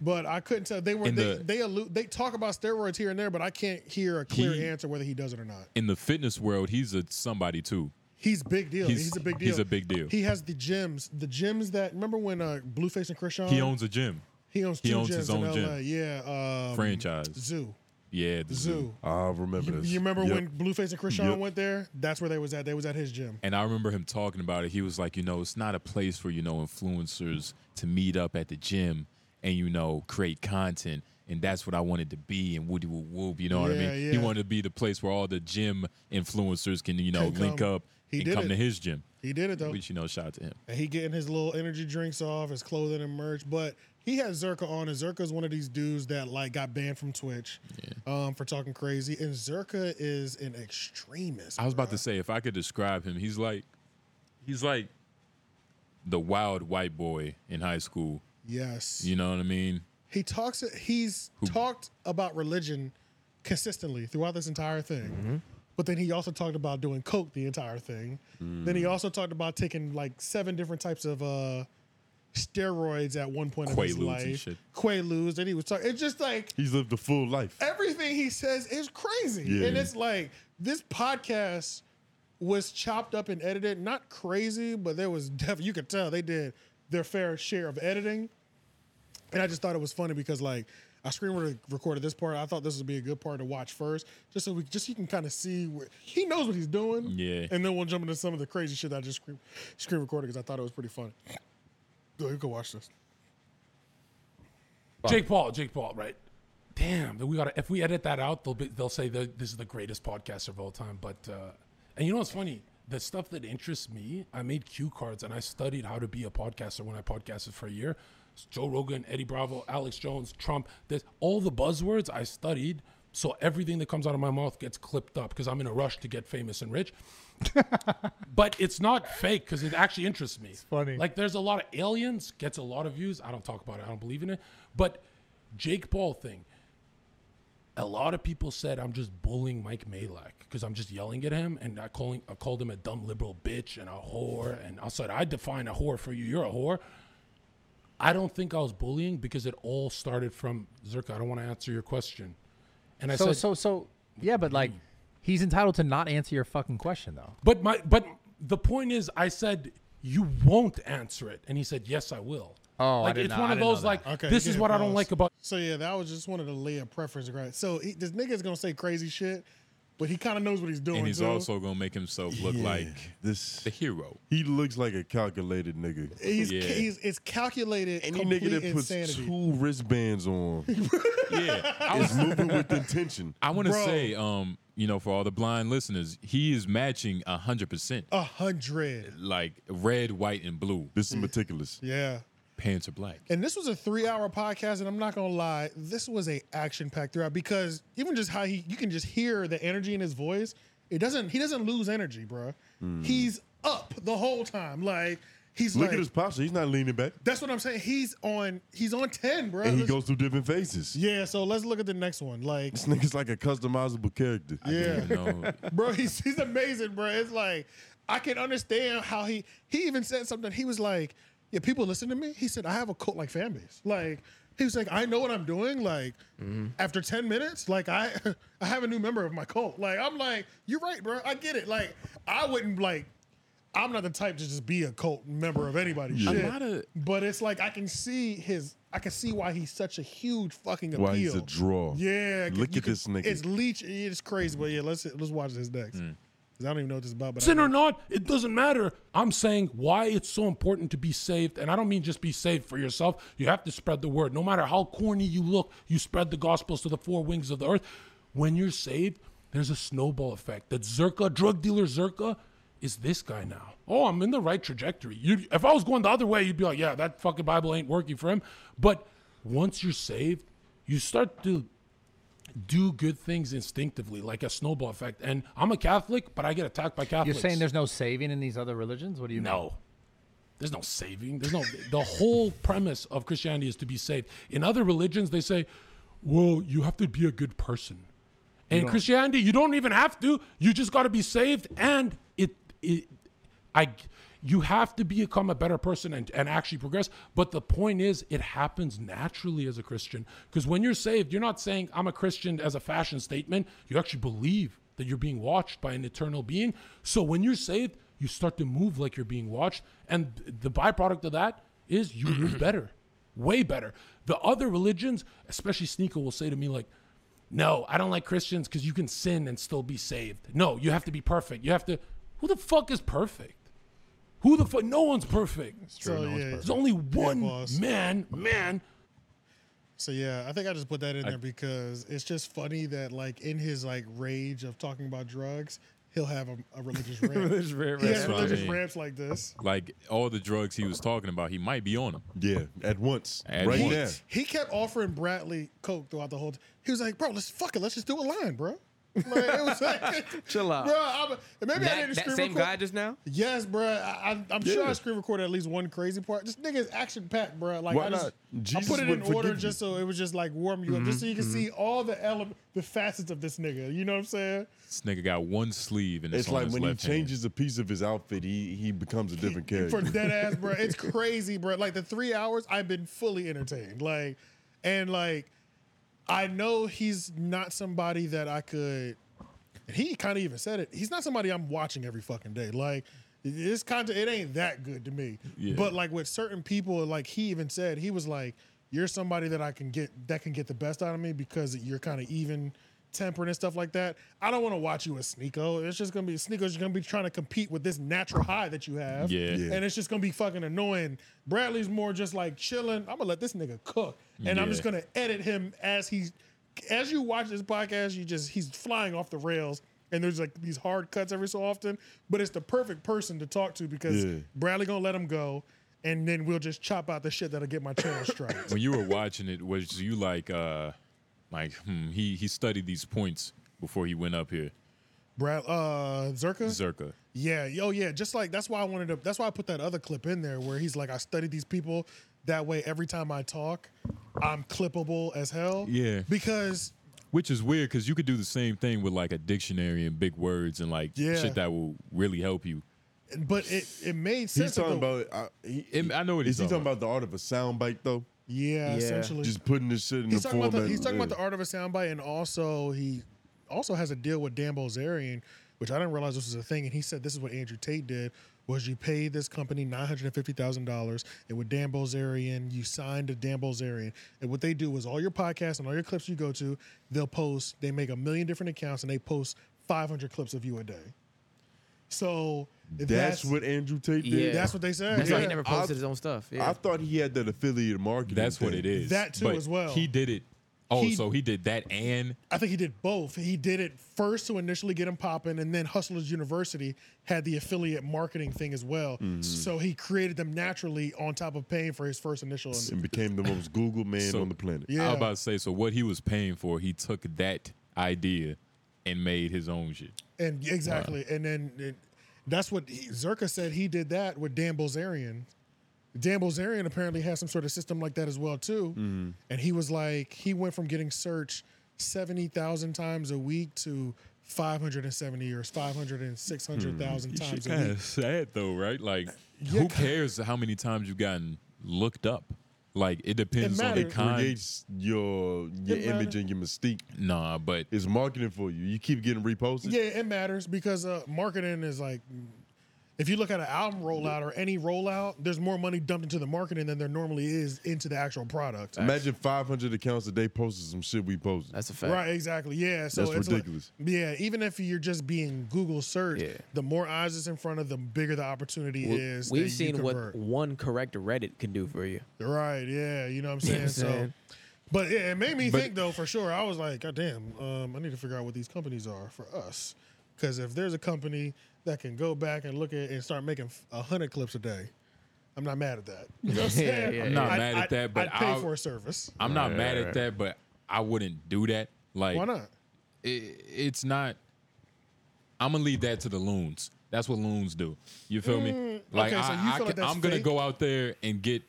Speaker 2: but I couldn't tell they were
Speaker 4: In
Speaker 2: they
Speaker 4: the-
Speaker 2: they, allude, they talk about steroids here and there, but I can't hear a clear
Speaker 4: He-
Speaker 2: answer whether he does it or not.
Speaker 4: In the fitness world, he's a somebody too.
Speaker 2: He's big deal. He's,
Speaker 4: He's-
Speaker 2: a big deal.
Speaker 4: he's a big deal.
Speaker 2: He has the gyms, the gyms that remember when uh, Blueface and Krishan
Speaker 4: He owns a gym.
Speaker 2: Um, he owns two
Speaker 4: he owns
Speaker 2: gyms
Speaker 4: his
Speaker 2: in
Speaker 4: own
Speaker 2: LA.
Speaker 4: gym.
Speaker 2: Yeah, um,
Speaker 4: Franchise.
Speaker 2: Zoo.
Speaker 4: Yeah, the zoo.
Speaker 2: Zoo.
Speaker 1: I remember this.
Speaker 2: You remember
Speaker 4: Yep.
Speaker 2: when Blueface and Krishan
Speaker 4: Yep.
Speaker 2: went there? That's where they was at. They was at his gym.
Speaker 4: And I remember him talking about it. He was like, you know, it's not a place for, you know, influencers to meet up at the gym and, you know, create content. And that's what I wanted to be. And Woody Whoop Whoop, you know what I
Speaker 2: Yeah,
Speaker 4: mean?
Speaker 2: yeah.
Speaker 4: He wanted to be the place where all the gym influencers can, you know,
Speaker 2: Can
Speaker 4: link
Speaker 2: come.
Speaker 4: up
Speaker 2: He
Speaker 4: and
Speaker 2: did
Speaker 4: come
Speaker 2: it.
Speaker 4: to his gym.
Speaker 2: He did it though.
Speaker 4: Which, you know, shout out to him.
Speaker 2: and he getting his little energy drinks off, his clothing and merch. But he had Zerka on, and Zerka's one of these dudes that like got banned from Twitch um, for talking crazy. And Zerka is an extremist.
Speaker 4: I was about to say, if I could describe him, he's like, he's like the wild white boy in high school.
Speaker 2: Yes.
Speaker 4: You know what I mean?
Speaker 2: He talks. He's talked about religion consistently throughout this entire thing.
Speaker 1: Mm-hmm.
Speaker 2: But then he also talked about doing coke the entire thing. Then
Speaker 1: Mm.
Speaker 2: he also talked about taking like seven different types of uh, steroids at one point of his
Speaker 1: Quaaludes
Speaker 2: life.
Speaker 1: and shit.
Speaker 2: Quaaludes. Then he was talking. It's just like
Speaker 1: He's lived a full life.
Speaker 2: everything he says is crazy.
Speaker 1: Yeah.
Speaker 2: And it's like this podcast was chopped up and edited, not crazy, but there was def- you could tell they did their fair share of editing. And I just thought it was funny because like I screen recorded this part. I thought this would be a good part to watch first, just so we just so you can kind of see where he knows what he's doing.
Speaker 4: Yeah.
Speaker 2: And then we'll jump into some of the crazy shit that I just screen, screen recorded because I thought it was pretty funny. Yo, you can watch this.
Speaker 22: Jake Paul, Jake Paul, right? Damn, we got to if we edit that out, they'll be, they'll say that this is the greatest podcaster of all time. But uh, and you know what's funny? The stuff that interests me, I made cue cards and I studied how to be a podcaster when I podcasted for a year. It's Joe Rogan, Eddie Bravo, Alex Jones, Trump, this all the buzzwords I studied. So everything that comes out of my mouth gets clipped up because I'm in a rush to get famous and rich. but it's not fake because it actually interests me. It's funny. Like there's a lot of aliens gets a lot of views. I don't talk about it. I don't believe in it. But Jake Paul thing. A lot of people said I'm just bullying Mike Malak because I'm just yelling at him and I calling I called him a dumb liberal bitch and a whore and I said I define a whore for you. You're a whore. I don't think I was bullying because it all started from Zerka. I don't want to answer your question. And I
Speaker 6: so,
Speaker 22: said,
Speaker 6: so, so, yeah, but like, he's entitled to not answer your fucking question, though.
Speaker 22: But my but the point is, I said you won't answer it, and he said, "Yes, I will."
Speaker 6: Oh, I
Speaker 22: like,
Speaker 6: didn't
Speaker 22: it's
Speaker 6: know-
Speaker 22: one
Speaker 6: I
Speaker 22: of
Speaker 6: didn't know
Speaker 22: those
Speaker 6: that.
Speaker 22: like
Speaker 6: Okay,
Speaker 22: this
Speaker 2: you
Speaker 22: is
Speaker 2: get
Speaker 22: what I
Speaker 2: close.
Speaker 22: don't like about.
Speaker 2: So yeah, that was just one of the lay of preference, right? So he, this nigga's gonna say crazy shit, but he kind of knows what he's doing.
Speaker 4: and he's
Speaker 2: too.
Speaker 4: also gonna make himself look
Speaker 1: Yeah,
Speaker 4: like
Speaker 1: this
Speaker 4: the hero.
Speaker 1: He looks like a calculated nigga.
Speaker 2: He's, he's it's calculated.
Speaker 1: Any
Speaker 2: complete
Speaker 1: nigga that puts
Speaker 2: insanity.
Speaker 1: two wristbands on
Speaker 4: yeah, I
Speaker 1: is moving with intention.
Speaker 4: I want to
Speaker 2: Bro.
Speaker 4: say, um, you know, for all the blind listeners, he is matching hundred percent,
Speaker 2: a hundred.
Speaker 4: like red, white, and blue.
Speaker 1: This is meticulous.
Speaker 2: Yeah.
Speaker 4: Pants are black.
Speaker 2: And this was a three-hour podcast, and I'm not gonna lie, this was a action-packed throughout because even just how he, you can just hear the energy in his voice. It doesn't, he doesn't lose energy, bro. He's up the whole time, like he's
Speaker 1: Hmm. Look
Speaker 2: like,
Speaker 1: at his posture. He's not leaning back,
Speaker 2: that's what I'm saying. He's on, he's on ten, bro.
Speaker 1: and he
Speaker 2: Let's-
Speaker 1: goes through different phases.
Speaker 2: yeah, so let's look at the next one, like
Speaker 1: This nigga's like a customizable character.
Speaker 2: Yeah. bro, he's he's amazing, bro. It's like I can understand how he he even said something. He was like, "Yeah, people listen to me." He said, "I have a cult like fan base." Like he was like, "I know what I'm doing." Like
Speaker 1: Mm-hmm.
Speaker 2: after ten minutes, like I I have a new member of my cult. Like I'm like, you're right, bro. I get it. Like I wouldn't like. I'm not the type to just be a cult member of anybody's
Speaker 1: Yeah. A
Speaker 2: shit.
Speaker 1: lot
Speaker 2: but it's like I can see his, I can see why he's such a huge fucking appeal.
Speaker 1: Why he's a draw.
Speaker 2: Yeah,
Speaker 1: Look
Speaker 2: you
Speaker 1: at this nigga.
Speaker 2: It's leech. It's crazy, but yeah, let's let's watch this next.
Speaker 22: Hmm.
Speaker 2: Cause I don't even know what this is about. But I
Speaker 22: Sin or
Speaker 2: know.
Speaker 22: not, it doesn't matter. I'm saying why it's so important to be saved. And I don't mean just be saved for yourself. You have to spread the word. No matter how corny you look, you spread the gospels to the four wings of the earth. When you're saved, there's a snowball effect that Zerka, drug dealer Zerka, is this guy now. Oh, I'm in the right trajectory. You, if I was going the other way, you'd be like, yeah, that fucking Bible ain't working for him. But once you're saved, you start to do good things instinctively, like a snowball effect. And I'm a Catholic, but I get attacked by Catholics.
Speaker 6: You're saying there's no saving in these other religions? What do you mean?
Speaker 22: No. There's no saving. There's no. The whole premise of Christianity is to be saved. In other religions, they say, "Well, you have to be a good person." And in
Speaker 6: don't-
Speaker 22: Christianity, you don't even have to. You just got to be saved, and it, it, I, you have to become a better person and, and actually progress. But the point is, it happens naturally as a Christian because when you're saved, you're not saying I'm a Christian as a fashion statement. You actually believe that you're being watched by an eternal being. So when you're saved, you start to move like you're being watched. And the byproduct of that is you move better, way better. The other religions, especially Sneaker, will say to me, like, no, I don't like Christians because you can sin and still be saved. No, you have to be perfect. You have to. Who the fuck is perfect? Who the fuck? No one's perfect.
Speaker 2: true, So, no one's yeah. perfect.
Speaker 22: There's only one
Speaker 2: boss.
Speaker 22: man, man.
Speaker 2: So yeah, I think I just put that in
Speaker 22: I-
Speaker 2: there because it's just funny that like in his like rage of talking about drugs, he'll have a, a religious rant.
Speaker 6: Religious rant,
Speaker 2: He
Speaker 6: right.
Speaker 2: has
Speaker 4: That's what I
Speaker 2: religious
Speaker 4: mean.
Speaker 2: rants like this.
Speaker 4: Like all the drugs he was talking about, he might be on them.
Speaker 1: Yeah, at once,
Speaker 4: At
Speaker 1: right
Speaker 4: once.
Speaker 1: there.
Speaker 2: He kept offering Bradley coke throughout the whole. T- he was like, "Bro, let's fuck it. Let's just do a line, bro." Like, it was like,
Speaker 3: Chill out.
Speaker 2: Bro, I'm, maybe I
Speaker 3: Uh, that
Speaker 2: didn't
Speaker 3: that
Speaker 2: screen
Speaker 3: same
Speaker 2: record-
Speaker 3: guy just now?
Speaker 2: Yes, bro. I, I'm- I'm sure I
Speaker 3: Yeah.
Speaker 2: screen recorded at least one crazy part. This nigga is action packed, bro. Like
Speaker 1: Why
Speaker 2: I just,
Speaker 1: not?
Speaker 2: I
Speaker 1: Jesus
Speaker 2: put it in
Speaker 1: would
Speaker 2: order
Speaker 1: forgive you. Mm-hmm.
Speaker 2: just so it was just like warm you up, just so you can see all the ele- the facets of this nigga. You know what I'm saying?
Speaker 4: This nigga got one sleeve and it's,
Speaker 1: It's
Speaker 4: on
Speaker 1: like
Speaker 4: his
Speaker 1: when he
Speaker 4: left hand.
Speaker 1: changes a piece of his outfit, he he becomes a different character.
Speaker 2: For dead ass, bro. It's crazy, bro. Like the three hours, I've been fully entertained. Like, and like, I know he's not somebody that I could. And he kind of even said it. He's not somebody I'm watching every fucking day. Like this content, it ain't that good to me.
Speaker 1: Yeah.
Speaker 2: But like with certain people, like he even said, he was like, "You're somebody that I can get that can get the best out of me because you're kind of even." Tempered and stuff like that. I don't want to watch you as Sneeko. It's just gonna be Sneeko's gonna be trying to compete with this natural high that you have.
Speaker 4: Yeah. Yeah.
Speaker 2: And it's just gonna be fucking annoying. Bradley's more just like chilling. I'm gonna let this nigga cook. And I'm
Speaker 4: Yeah.
Speaker 2: just gonna edit him as he's as you watch this podcast, you just he's flying off the rails. And there's like these hard cuts every so often. But it's the perfect person to talk to because
Speaker 4: Yeah.
Speaker 2: Bradley gonna let him go. And then we'll just chop out the shit that'll get my channel straight.
Speaker 4: when you were watching it, was you like, uh, like hmm, he he studied these points before he went up here,
Speaker 2: Brad uh Zerka?
Speaker 4: Zerka.
Speaker 2: Yeah, yo, yeah. Just like that's why I wanted to. That's why I put that other clip in there where he's like, I studied these people. That way, every time I talk, I'm clippable as hell.
Speaker 4: Yeah.
Speaker 2: Because
Speaker 4: Which is weird because you could do the same thing with like a dictionary and big words and like
Speaker 2: Yeah.
Speaker 4: shit that will really help you.
Speaker 2: But it, it made sense.
Speaker 1: He's talking
Speaker 2: to go-
Speaker 1: about. I, he,
Speaker 4: I know what
Speaker 1: is
Speaker 4: he's
Speaker 1: he talking
Speaker 4: talking
Speaker 1: about. The art of a soundbite, though.
Speaker 2: Yeah, Yeah. essentially.
Speaker 1: Just putting this shit in
Speaker 2: he's
Speaker 1: the
Speaker 2: talking
Speaker 1: format.
Speaker 2: about the, he's talking
Speaker 1: yeah.
Speaker 2: about the art of a soundbite, and also he also has a deal with Dan Bilzerian, which I didn't realize this was a thing. And he said this is what Andrew Tate did was you paid this company nine hundred and fifty thousand dollars, and with Dan Bilzerian, you signed to Dan Bilzerian, and what they do is all your podcasts and all your clips you go to, they'll post. They make a million different accounts, and they post five hundred clips of you a day. So
Speaker 1: That's, what Andrew Tate did.
Speaker 2: Yeah. That's what they said, That's why he yeah. never posted his own stuff, yeah.
Speaker 1: I thought he had that affiliate marketing.
Speaker 4: That's what
Speaker 1: thing.
Speaker 4: it is.
Speaker 2: That too
Speaker 4: But
Speaker 2: as well.
Speaker 4: He did it. Oh,
Speaker 2: He-
Speaker 4: so he did that and
Speaker 2: I think he did both. He did it first to initially get him popping, and then Hustlers University had the affiliate marketing thing as well.
Speaker 1: Mhm.
Speaker 2: So he created them naturally on top of paying for his first initial.
Speaker 1: and became the most Google man
Speaker 4: So-
Speaker 1: on the planet.
Speaker 4: I was about to say, so what he was paying for, he took that idea and made his own shit.
Speaker 2: And exactly, and then it, that's what he, Zerka said. He did that with Dan Bilzerian. Dan Bilzerian apparently has some sort of system like that as well too.
Speaker 1: Mhm.
Speaker 2: And he was like, he went from getting searched seventy thousand times a week to. 570 or 500 and 600,000
Speaker 1: Hmm.
Speaker 4: Shit
Speaker 2: times a
Speaker 4: kinda
Speaker 2: week.
Speaker 4: sad though, right? Like, who cares how many times you've gotten looked up? Like, it depends on the
Speaker 1: It
Speaker 4: kind.
Speaker 1: creates your your
Speaker 2: It
Speaker 1: image
Speaker 2: matter.
Speaker 1: and your mystique.
Speaker 4: Nah, but
Speaker 1: it's marketing for you. You keep getting reposted.
Speaker 2: Yeah, it matters because uh, marketing is like, if you look at an album rollout or any rollout, there's more money dumped into the marketing than there normally is into the actual product.
Speaker 1: Imagine 500 accounts a day posted some shit we posted.
Speaker 3: That's a
Speaker 2: Right, exactly. Yeah, so
Speaker 1: That's
Speaker 2: it's like-
Speaker 1: ridiculous.
Speaker 2: yeah, even if you're just being Google search, the more eyes is in front of, the bigger the opportunity
Speaker 3: We-
Speaker 2: is. that
Speaker 3: We've
Speaker 2: you
Speaker 3: seen
Speaker 2: convert.
Speaker 3: what one correct Reddit can do for you.
Speaker 2: Right. Yeah. You know what I'm saying.
Speaker 3: what I'm
Speaker 2: so,
Speaker 3: saying?
Speaker 2: but yeah, it made me
Speaker 3: But-
Speaker 2: think though for sure. I was like, God damn, um, I need to figure out what these companies are for us, because if there's a company that can go back and look at and start making a hundred clips a day, I'm not mad at that. You know what I'm
Speaker 4: Yeah,
Speaker 2: saying?
Speaker 4: yeah, I'm not mad at
Speaker 2: I'd-
Speaker 4: that, but
Speaker 2: I'd pay
Speaker 4: I'll-
Speaker 2: for a service.
Speaker 4: I'm not mad at that, but I wouldn't do that. Like,
Speaker 2: Why not?
Speaker 4: It, it's not. I'm gonna leave that to the loons. That's what loons do. You feel me?
Speaker 22: Mm,
Speaker 4: Like,
Speaker 22: okay, so you
Speaker 4: I, I
Speaker 22: feel like
Speaker 4: can-
Speaker 22: that's
Speaker 4: I'm gonna
Speaker 22: fake?
Speaker 4: go out there and get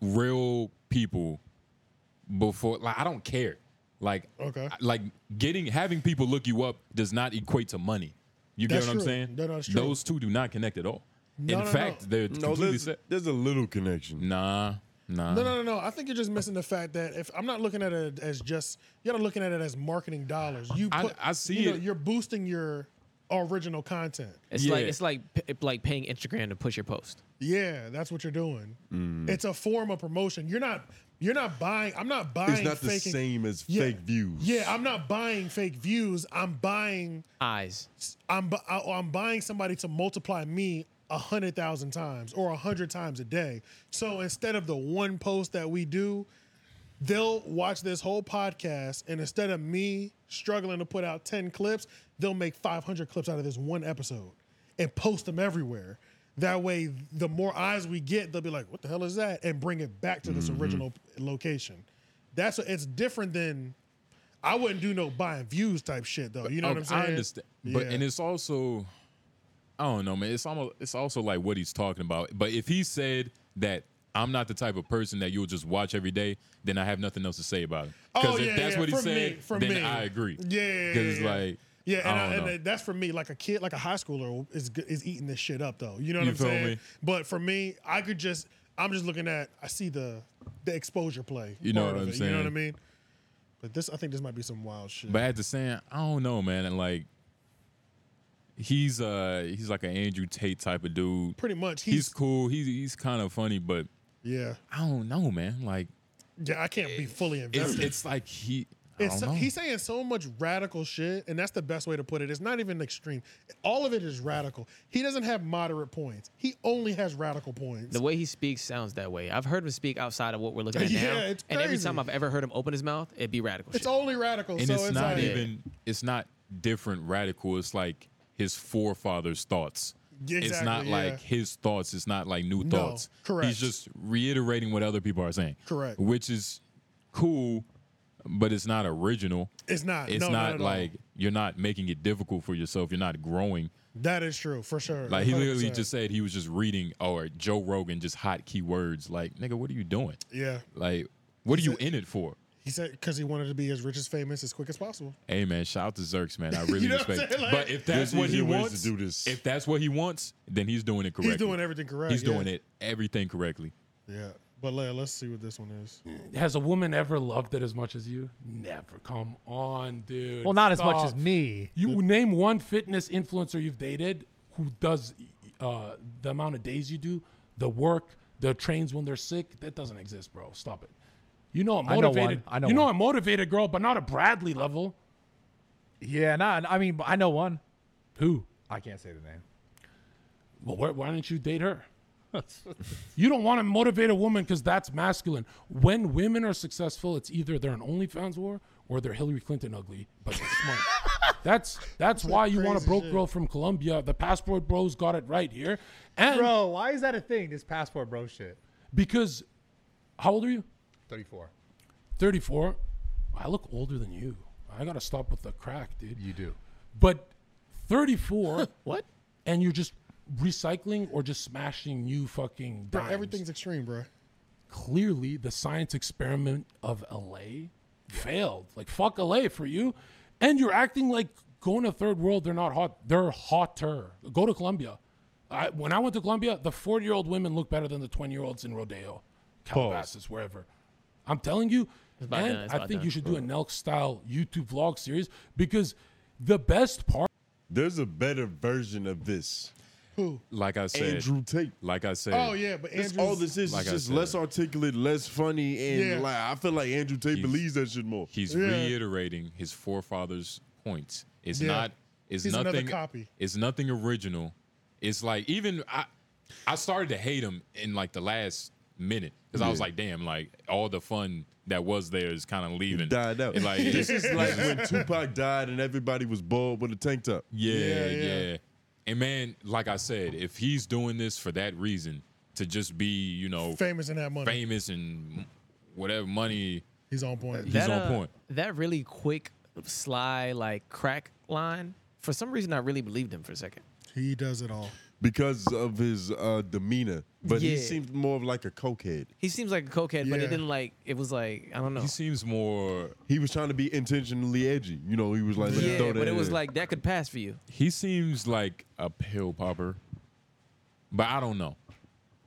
Speaker 4: real people before. Like, I don't care. Like,
Speaker 2: Okay.
Speaker 4: like getting having people look you up does not equate to money. You get
Speaker 2: That's
Speaker 4: what I'm
Speaker 2: true.
Speaker 4: saying?
Speaker 2: No, no, it's true.
Speaker 4: Those two do not connect at all.
Speaker 2: No,
Speaker 4: In
Speaker 2: no,
Speaker 4: fact,
Speaker 2: no.
Speaker 4: they're
Speaker 2: No,
Speaker 4: completely
Speaker 2: there's-
Speaker 4: set.
Speaker 1: There's a little connection.
Speaker 4: Nah, nah.
Speaker 2: No, no, no, no. I think you're just missing the fact that if I'm not looking at it as just, you're not looking at it as marketing dollars. You,
Speaker 4: I-
Speaker 2: put,
Speaker 4: I see
Speaker 2: you
Speaker 4: it.
Speaker 2: You're boosting your original content.
Speaker 3: It's like
Speaker 4: Yeah.
Speaker 3: it's like p- like paying Instagram to push your post.
Speaker 2: Yeah, that's what you're doing.
Speaker 1: Mm.
Speaker 2: It's a form of promotion. You're not you're not buying. I'm not buying.
Speaker 1: It's not the
Speaker 2: faking-
Speaker 1: same as
Speaker 2: Yeah.
Speaker 1: fake views.
Speaker 2: Yeah, I'm not buying fake views. I'm buying.
Speaker 3: Eyes.
Speaker 2: I'm bu- I- I'm buying somebody to multiply me a hundred thousand times or a hundred times a day. So instead of the one post that we do, they'll watch this whole podcast, and instead of me struggling to put out ten clips, they'll make five hundred clips out of this one episode and post them everywhere. That way, the more eyes we get, they'll be like, "What the hell is that?" and bring it back to this
Speaker 4: Mm-hmm.
Speaker 2: original location. That's what, it's different than. I wouldn't do no buying views type shit though. Oh, You know what I'm
Speaker 4: Okay,
Speaker 2: saying?
Speaker 4: oh, I understand, but
Speaker 2: Yeah.
Speaker 4: and it's also, I don't know, man. It's almost it's also like what he's talking about. But if he said that I'm not the type of person that you'll just watch every day, then I have nothing else to say about it.
Speaker 2: Oh,
Speaker 4: if
Speaker 2: yeah,
Speaker 4: that's
Speaker 2: yeah,
Speaker 4: what he
Speaker 2: from me,
Speaker 4: said,
Speaker 2: from
Speaker 4: then
Speaker 2: me.
Speaker 4: I agree.
Speaker 2: Yeah,
Speaker 4: because
Speaker 2: yeah, yeah.
Speaker 4: like
Speaker 2: Yeah, and,
Speaker 4: I
Speaker 2: I
Speaker 4: don't know.
Speaker 2: and that's for me. Like a kid, like a high schooler is g- is eating this shit up though. You know what
Speaker 4: You
Speaker 2: I'm
Speaker 4: feel
Speaker 2: saying?
Speaker 4: me?
Speaker 2: But for me, I could just I'm just looking at I see the the exposure play.
Speaker 4: You know
Speaker 2: part
Speaker 4: what
Speaker 2: of
Speaker 4: I'm
Speaker 2: it, You know what
Speaker 4: saying?
Speaker 2: I mean? But this, I think this might be some wild shit.
Speaker 4: But at the same, I don't know, man. And like, he's uh he's like an Andrew Tate type of dude.
Speaker 2: Pretty much,
Speaker 4: He's,
Speaker 2: he's-
Speaker 4: cool. He's he's kind of funny, but
Speaker 2: yeah,
Speaker 4: I don't know, man. Like,
Speaker 2: yeah, I can't be fully
Speaker 4: it's,
Speaker 2: invested.
Speaker 4: it's like he. I
Speaker 2: It's
Speaker 4: don't know.
Speaker 2: he's saying so much radical shit, and that's the best way to put it. It's not even extreme. All of it is radical. He doesn't have moderate points. He only has radical points.
Speaker 3: The way he speaks sounds that way. I've heard him speak outside of what we're looking at
Speaker 2: Yeah,
Speaker 3: now,
Speaker 2: it's
Speaker 3: and every
Speaker 2: crazy.
Speaker 3: time I've ever heard him open his mouth, it'd be radical.
Speaker 2: It's only radical.
Speaker 4: and
Speaker 2: so
Speaker 4: it's, not
Speaker 2: like,
Speaker 4: even it's not different radical it's like his forefathers thoughts it's
Speaker 2: Exactly,
Speaker 4: not
Speaker 2: yeah.
Speaker 4: like his thoughts it's not like new
Speaker 2: No,
Speaker 4: thoughts
Speaker 2: correct.
Speaker 4: he's just reiterating what other people are saying
Speaker 2: Correct.
Speaker 4: which is cool but it's not original
Speaker 2: It's not.
Speaker 4: it's
Speaker 2: No, not
Speaker 4: not
Speaker 2: at all.
Speaker 4: like you're not making it difficult for yourself you're not growing
Speaker 2: That is true for sure.
Speaker 4: like he literally
Speaker 2: 100%.
Speaker 4: just said he was just reading oh, or Joe Rogan just hot keywords like nigga what are you doing
Speaker 2: Yeah.
Speaker 4: like what are you in it for
Speaker 2: He said because he wanted to be as rich as famous as quick as possible.
Speaker 4: Hey man, shout out to Zerks, man. I really
Speaker 2: You know what I'm
Speaker 4: respect.
Speaker 2: saying? Like-
Speaker 4: but if
Speaker 2: There's
Speaker 4: that's what he
Speaker 2: easier ways
Speaker 4: wants,
Speaker 2: to do
Speaker 1: this.
Speaker 4: if that's what he wants, then he's doing it correctly.
Speaker 2: He's doing everything correct,
Speaker 4: He's doing
Speaker 2: yeah.
Speaker 4: it everything correctly.
Speaker 2: Yeah, but Leia, let's see what this one is.
Speaker 22: Has a woman ever loved it as much as you? Never. Come on, dude.
Speaker 6: Well, not as much as
Speaker 22: Stop.
Speaker 6: me.
Speaker 22: You name one fitness influencer you've dated who does uh, the amount of days you do, the work, the trains when they're sick. That doesn't exist, bro. Stop it. You know, a
Speaker 6: I know one.
Speaker 22: motivated.
Speaker 6: I know
Speaker 22: you know,
Speaker 6: one.
Speaker 22: a motivated girl, but not a Bradley level.
Speaker 6: Yeah, nah. I mean, I know one.
Speaker 22: Who?
Speaker 6: I can't say the name.
Speaker 22: Well, why, why didn't you date her? you don't want to motivate a woman because that's masculine. When women are successful, it's either they're an OnlyFans war or they're Hillary Clinton ugly, but they're smart. that's that's why you want a
Speaker 6: crazy
Speaker 22: broke
Speaker 6: shit.
Speaker 22: girl from Colombia. The passport bros got it right here, and
Speaker 6: Bro, why is that a thing? This passport bro shit.
Speaker 22: because how old are you?
Speaker 6: 34.
Speaker 22: 34. I look older than you. I gotta stop with the crack, dude. You
Speaker 6: do.
Speaker 22: But 34. what? And you're just recycling or just smashing new fucking
Speaker 2: Bro,
Speaker 22: dimes.
Speaker 2: everything's extreme, bro.
Speaker 22: Clearly, the science experiment of LA failed. Like fuck LA for you, and you're acting like going to third world. They're not hot. They're hotter. Go to Colombia. I, when I went to Colombia, the 40 year old women look better than the 20 year olds in Rodeo, Calabasas, wherever. I'm telling you,
Speaker 3: about
Speaker 22: and
Speaker 3: done, it's
Speaker 22: I
Speaker 3: about
Speaker 22: think
Speaker 3: done.
Speaker 22: you should do a Nelk style YouTube vlog series because the best part.
Speaker 1: There's a better version of this.
Speaker 2: Who?
Speaker 4: Like I said,
Speaker 1: Andrew Tate.
Speaker 4: Like I said,
Speaker 2: Oh, yeah, but
Speaker 1: That's
Speaker 2: Andrew's-
Speaker 1: all this is.
Speaker 4: Like I
Speaker 1: it's just
Speaker 4: said.
Speaker 1: less articulate, less funny, and
Speaker 2: Yeah.
Speaker 1: like I feel like Andrew Tate
Speaker 4: He's-
Speaker 1: believes that shit more.
Speaker 4: He's reiterating his forefathers' points. It's
Speaker 1: Yeah.
Speaker 4: not. It's
Speaker 1: He's another
Speaker 4: nothing.
Speaker 1: copy.
Speaker 4: It's nothing original. It's like even I. I started to hate him in like the last minute because I was
Speaker 1: Yeah.
Speaker 4: like, damn, like all the fun that was there is kind of leaving.
Speaker 1: died out.
Speaker 4: And, like
Speaker 1: this
Speaker 4: it's-
Speaker 1: is like when Tupac died and everybody was bald with a tank top.
Speaker 4: Yeah, yeah, And man, like I said, if he's doing this for that reason, to just be, you know,
Speaker 2: Famous and have money.
Speaker 4: famous and whatever money,
Speaker 2: He's on point.
Speaker 4: he's on
Speaker 3: uh,
Speaker 4: point.
Speaker 3: That really quick, sly, like crack line. For some reason, I really believed him for a second.
Speaker 2: He does it all.
Speaker 1: Because of his uh, demeanor, but he
Speaker 3: Yeah.
Speaker 1: seems more of like a cokehead.
Speaker 3: He seems like a cokehead, but
Speaker 1: Yeah.
Speaker 3: it didn't like. It was like I don't know.
Speaker 4: He seems more.
Speaker 1: He was trying to be intentionally edgy. You know, he was like, let me
Speaker 3: yeah,
Speaker 1: throw that.
Speaker 3: but it was
Speaker 1: in.
Speaker 3: like that could pass for you.
Speaker 4: He seems like a pill popper, but I don't know.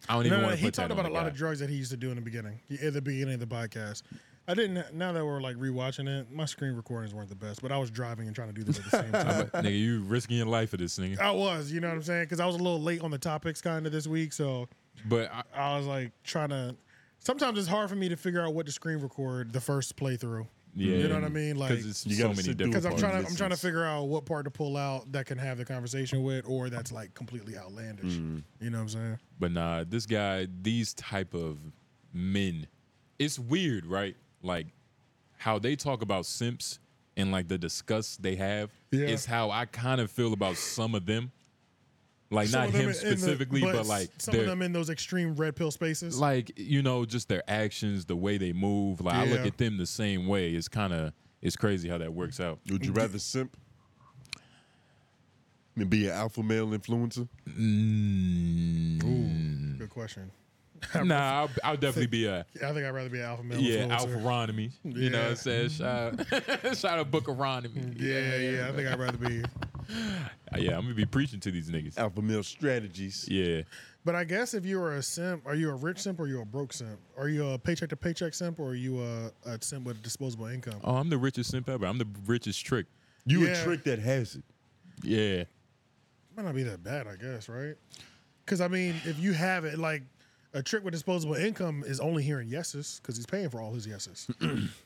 Speaker 4: I don't even
Speaker 2: no, no,
Speaker 4: want to
Speaker 2: he
Speaker 4: put
Speaker 2: talked
Speaker 4: that
Speaker 2: about
Speaker 4: on
Speaker 2: a
Speaker 4: the
Speaker 2: lot
Speaker 4: guy.
Speaker 2: of drugs that he used to do in the beginning, at the beginning of the podcast. I didn't. Now that we're like rewatching it, my screen recordings weren't the best, but I was driving and trying to do this at the same time.
Speaker 4: nigga, you risking your life for this nigga.
Speaker 2: I was, you know what I'm saying, because I was a little late on the topics kind of this week, so
Speaker 4: But I,
Speaker 2: I was like trying to. Sometimes it's hard for me to figure out what to screen record the first playthrough.
Speaker 4: Yeah.
Speaker 2: you know what I mean. Like
Speaker 4: 'Cause it's You so gotta many sit through different
Speaker 2: Because I'm
Speaker 4: parts.
Speaker 2: trying to, I'm trying to
Speaker 4: Listens.
Speaker 2: figure out what part to pull out that can have the conversation with, or that's like completely outlandish.
Speaker 4: Mm.
Speaker 2: You know what I'm saying?
Speaker 4: But nah, this guy, these type of men, it's weird, right? Like how they talk about simps and like the disgust they have
Speaker 1: Yeah.
Speaker 4: is how I kind of feel about some of them. Like
Speaker 2: Some
Speaker 4: not
Speaker 2: of them
Speaker 4: him
Speaker 2: in the-
Speaker 4: specifically, but,
Speaker 2: s-
Speaker 4: like
Speaker 2: some of
Speaker 4: their-
Speaker 2: them in those extreme red pill spaces.
Speaker 4: like you know, just their actions, the way they move. Like I look
Speaker 2: Yeah.
Speaker 4: at them the same way. It's kind of it's crazy how that works out.
Speaker 1: Would you rather simp than be an alpha male influencer?
Speaker 4: Mm.
Speaker 2: Good question.
Speaker 4: Nah, I'll, I'll definitely be a
Speaker 2: I think I'd rather be an alpha male.
Speaker 4: yeah,
Speaker 2: influencer.
Speaker 4: Alpharonomy. You know what I'm saying? Shout, shout out Bookeronomy.
Speaker 2: Yeah, yeah. I think I'd rather be.
Speaker 4: Uh, Yeah, I'm gonna be preaching to these niggas.
Speaker 1: Alpha male strategies.
Speaker 4: Yeah.
Speaker 2: But I guess if you were a simp, are you a rich simp or you a broke simp? Are you a paycheck to paycheck simp or are you a, a simp with disposable income?
Speaker 4: Oh, I'm the richest simp ever. I'm the richest trick.
Speaker 2: You a Yeah. trick
Speaker 1: that has it.
Speaker 4: Yeah.
Speaker 2: Might not be that bad, I guess, right? Because I mean, if you have it, like a trick with disposable income is only hearing yeses because he's paying for all his yeses.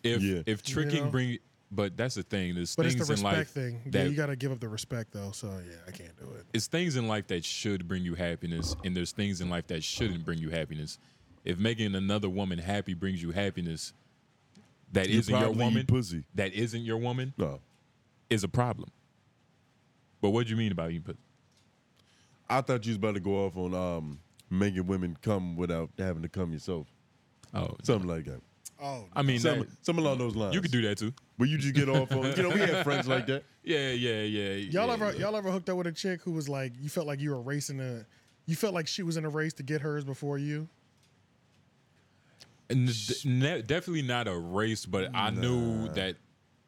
Speaker 4: If if
Speaker 2: You
Speaker 4: tricking
Speaker 2: know?
Speaker 4: bring, but that's the thing. There's
Speaker 2: but it's the
Speaker 4: things in
Speaker 2: respect
Speaker 4: life
Speaker 2: thing. Yeah,
Speaker 4: that
Speaker 2: you got to give up the respect though. So yeah, I can't do it.
Speaker 4: it's things in life that should bring you happiness, and there's things in life that shouldn't bring you happiness. If making another woman happy brings you happiness, that
Speaker 1: You
Speaker 4: not your
Speaker 1: probably eat
Speaker 4: woman.
Speaker 1: pussy.
Speaker 4: That isn't your woman. No, is a problem. But what do you mean about eating pussy?
Speaker 1: I thought you was about to go off on um, making women come without having to come yourself.
Speaker 4: Oh,
Speaker 1: something like that.
Speaker 2: Oh,
Speaker 4: I mean,
Speaker 1: some,
Speaker 4: that-
Speaker 1: some along those lines.
Speaker 4: You could do that too.
Speaker 1: Where you just get off on, you know, we have friends like that.
Speaker 4: Yeah, yeah, yeah.
Speaker 2: Y'all
Speaker 4: yeah,
Speaker 2: ever
Speaker 4: yeah.
Speaker 2: y'all ever hooked up with a chick who was like you felt like you were racing a, you felt like she was in a race to get hers before you.
Speaker 4: And d- ne- definitely not a race, but I knew that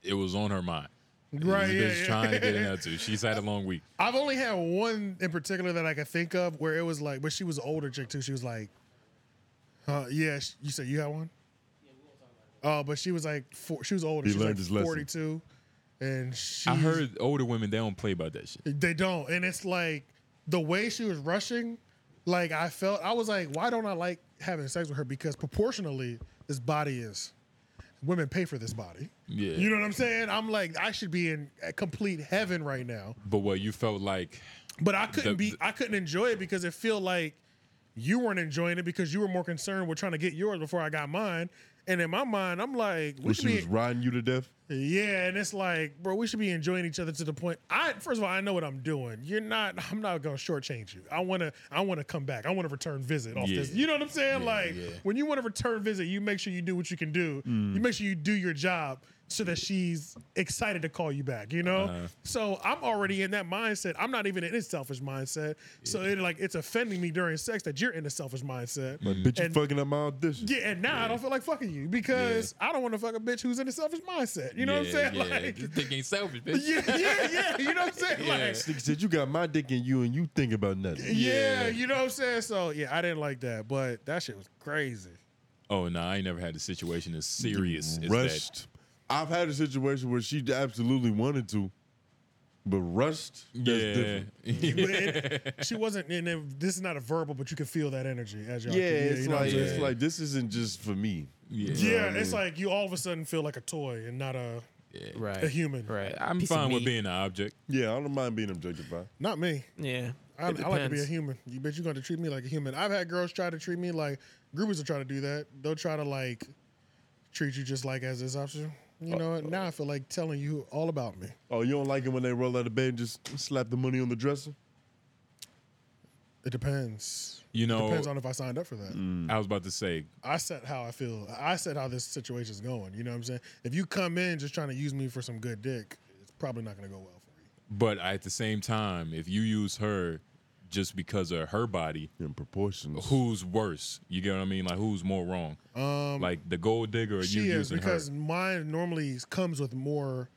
Speaker 4: it was on her mind.
Speaker 2: Right,
Speaker 4: This
Speaker 2: yeah,
Speaker 4: bitch
Speaker 2: yeah.
Speaker 4: trying to get an answer. She's had a long week.
Speaker 2: I've only had one in particular that I can think of where it was like, but she was an older chick too. She was like, uh, yeah, sh- you said you had one? Uh, but she was like, four, she was older.
Speaker 4: He
Speaker 2: she was
Speaker 4: learned
Speaker 2: like
Speaker 4: his lesson.
Speaker 2: 42. And she.
Speaker 4: I heard older women they don't play about that shit.
Speaker 2: They don't. And it's like the way she was rushing, like I felt I was like, why don't I like having sex with her? Because proportionally, this body is women pay for this body.
Speaker 4: Yeah.
Speaker 2: You know what I'm saying? I'm like, I should be in complete heaven right now.
Speaker 4: But what you felt like?
Speaker 2: But I couldn't
Speaker 4: The-
Speaker 2: be I couldn't enjoy it because it feel like you weren't enjoying it because you were more concerned with trying to get yours before I got mine. And in my mind, I'm like, we
Speaker 1: When
Speaker 2: should
Speaker 1: she
Speaker 2: be
Speaker 1: was riding you to death.
Speaker 2: yeah, and it's like, bro, we should be enjoying each other to the point. I first of all, I know what I'm doing. You're not. I'm not gonna shortchange you. I wanna. I wanna come back. I want to return visit off
Speaker 1: Yeah.
Speaker 2: this. You know what I'm saying?
Speaker 1: Yeah,
Speaker 2: like
Speaker 1: yeah.
Speaker 2: when you want to return visit, you make sure you do what you can do.
Speaker 1: Mm.
Speaker 2: You make sure you do your job so that she's excited to call you back. You know.
Speaker 1: Uh-huh.
Speaker 2: So I'm already in that mindset. I'm not even in this selfish mindset. So it like it's offending me during sex that you're in a selfish mindset.
Speaker 1: Like,
Speaker 4: Mm-hmm.
Speaker 1: bitch, you
Speaker 2: And-
Speaker 1: fucking up my audition.
Speaker 2: yeah, and now I don't feel like fucking you because I don't want to fuck a bitch who's in a selfish mindset. You know
Speaker 4: Yeah,
Speaker 2: what I'm saying?
Speaker 4: Yeah.
Speaker 2: Like,
Speaker 4: this thing ain't selfish, bitch.
Speaker 2: yeah, yeah, yeah. You know what I'm saying? Like,
Speaker 1: Nigga said you got my dick in you and you think about nothing.
Speaker 2: yeah, you know what I'm saying? So yeah, I didn't like that, but that shit was crazy.
Speaker 4: Oh no, I ain't never had a situation as serious as that.
Speaker 1: rushed. I've had a situation where she absolutely wanted to, but rushed. That's
Speaker 4: Yeah.
Speaker 1: different.
Speaker 2: But it- she wasn't, and it, this is not a verbal, but you can feel that energy as y'all.
Speaker 1: Yeah, it's
Speaker 2: you know what I'm
Speaker 1: like
Speaker 2: saying?
Speaker 1: it's like this isn't just for me.
Speaker 4: Yeah,
Speaker 2: yeah, it's like you all of a sudden feel like a toy and not a
Speaker 3: Right.
Speaker 2: a human.
Speaker 3: Right.
Speaker 4: I'm
Speaker 3: Piece of
Speaker 4: fine with
Speaker 3: meat.
Speaker 4: being an object.
Speaker 1: Yeah, I don't mind being objectified.
Speaker 2: Not me.
Speaker 3: Yeah.
Speaker 2: I, I
Speaker 3: It
Speaker 2: like to be a
Speaker 3: depends.
Speaker 2: human. You bitch, you're going to treat me like a human. I've had girls try to treat me like groupers will try to do that. They'll try to like treat you just like as this option. You know what? Now I feel like telling you all about me.
Speaker 1: Oh, you don't like it when they roll out of bed and just slap the money on the dresser?
Speaker 2: It depends.
Speaker 4: You know-
Speaker 2: it depends on if I signed up for that.
Speaker 4: I was about to say,
Speaker 2: I said how I feel. I said how this situation's going. You know what I'm saying? If you come in just trying to use me for some good dick, it's probably not going to go well.
Speaker 4: but at the same time, if you use her just because of her body
Speaker 1: in proportions,
Speaker 4: who's worse? You get what I mean? Like who's more wrong?
Speaker 2: Um,
Speaker 4: like the gold digger or you
Speaker 2: She is
Speaker 4: using her?
Speaker 2: because mine normally comes with more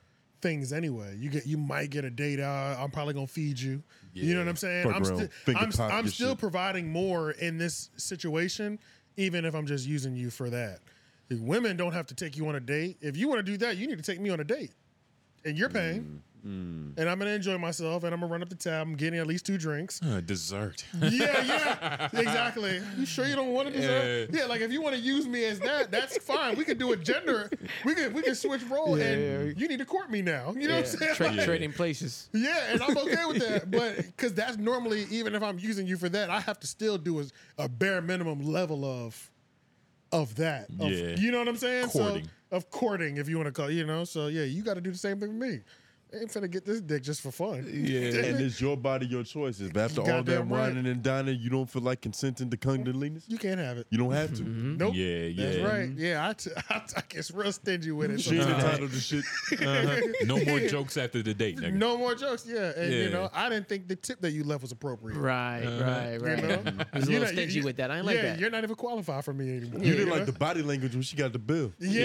Speaker 2: things anyway. You get you might get a date. Uh, I'm probably gonna feed you. You know what I'm saying?
Speaker 1: Fuck
Speaker 2: I'm,
Speaker 1: around,
Speaker 2: sti-
Speaker 1: finger
Speaker 2: I'm,
Speaker 1: pop
Speaker 2: I'm
Speaker 1: your
Speaker 2: still
Speaker 1: shit.
Speaker 2: providing more in this situation, even if I'm just using you for that. The Women don't have to take you on a date. If you want to do that, you need to take me on a date, and you're paying.
Speaker 1: Mm.
Speaker 4: Mm.
Speaker 2: And I'm gonna enjoy myself, and I'm gonna run up the tab. I'm getting at least two drinks.
Speaker 4: Uh, dessert.
Speaker 2: Yeah, yeah, exactly. You sure you don't want to deserve? Yeah, like if you want to use me as that, that's fine. We can do a gender. We can we can switch role, and you need to court me now. You know what I'm saying?
Speaker 3: Tra-
Speaker 2: Like,
Speaker 3: Trading places.
Speaker 2: yeah, and I'm okay with that, but because that's normally even if I'm using you for that, I have to still do a, a bare minimum level of of that. of-
Speaker 4: Yeah.
Speaker 2: you know what I'm saying?
Speaker 4: Courting.
Speaker 2: So, of courting, if you want to call, you know. So yeah, you got to do the same thing with me. I ain't finna get this dick just for fun.
Speaker 1: and it's your body, your choices. But after
Speaker 2: You
Speaker 1: all that
Speaker 2: goddamn right.
Speaker 1: whining and dining, you don't feel like consenting to cunnilingus.
Speaker 2: you can't have it. Mm-hmm.
Speaker 1: You don't have to.
Speaker 2: Nope.
Speaker 4: Yeah, yeah.
Speaker 2: That's right. Yeah, I, t- I, t- I guess real stingy with it.
Speaker 4: She ain't
Speaker 2: sometimes.
Speaker 4: entitled
Speaker 1: to shit.
Speaker 4: Uh-huh. No more jokes after the date, nigga.
Speaker 2: No more jokes. Yeah, and
Speaker 4: Yeah.
Speaker 2: you know, I didn't think the tip that you left was appropriate.
Speaker 3: Right,
Speaker 1: Uh-huh.
Speaker 3: right, right.
Speaker 2: You know?
Speaker 3: I was a
Speaker 2: You're
Speaker 3: little
Speaker 2: not-
Speaker 3: stingy
Speaker 2: you-
Speaker 3: with that. I ain't
Speaker 2: yeah,
Speaker 3: like that.
Speaker 2: you're not even qualified for me anymore.
Speaker 1: You didn't like the body language when she got the bill.
Speaker 2: Yeah, yeah,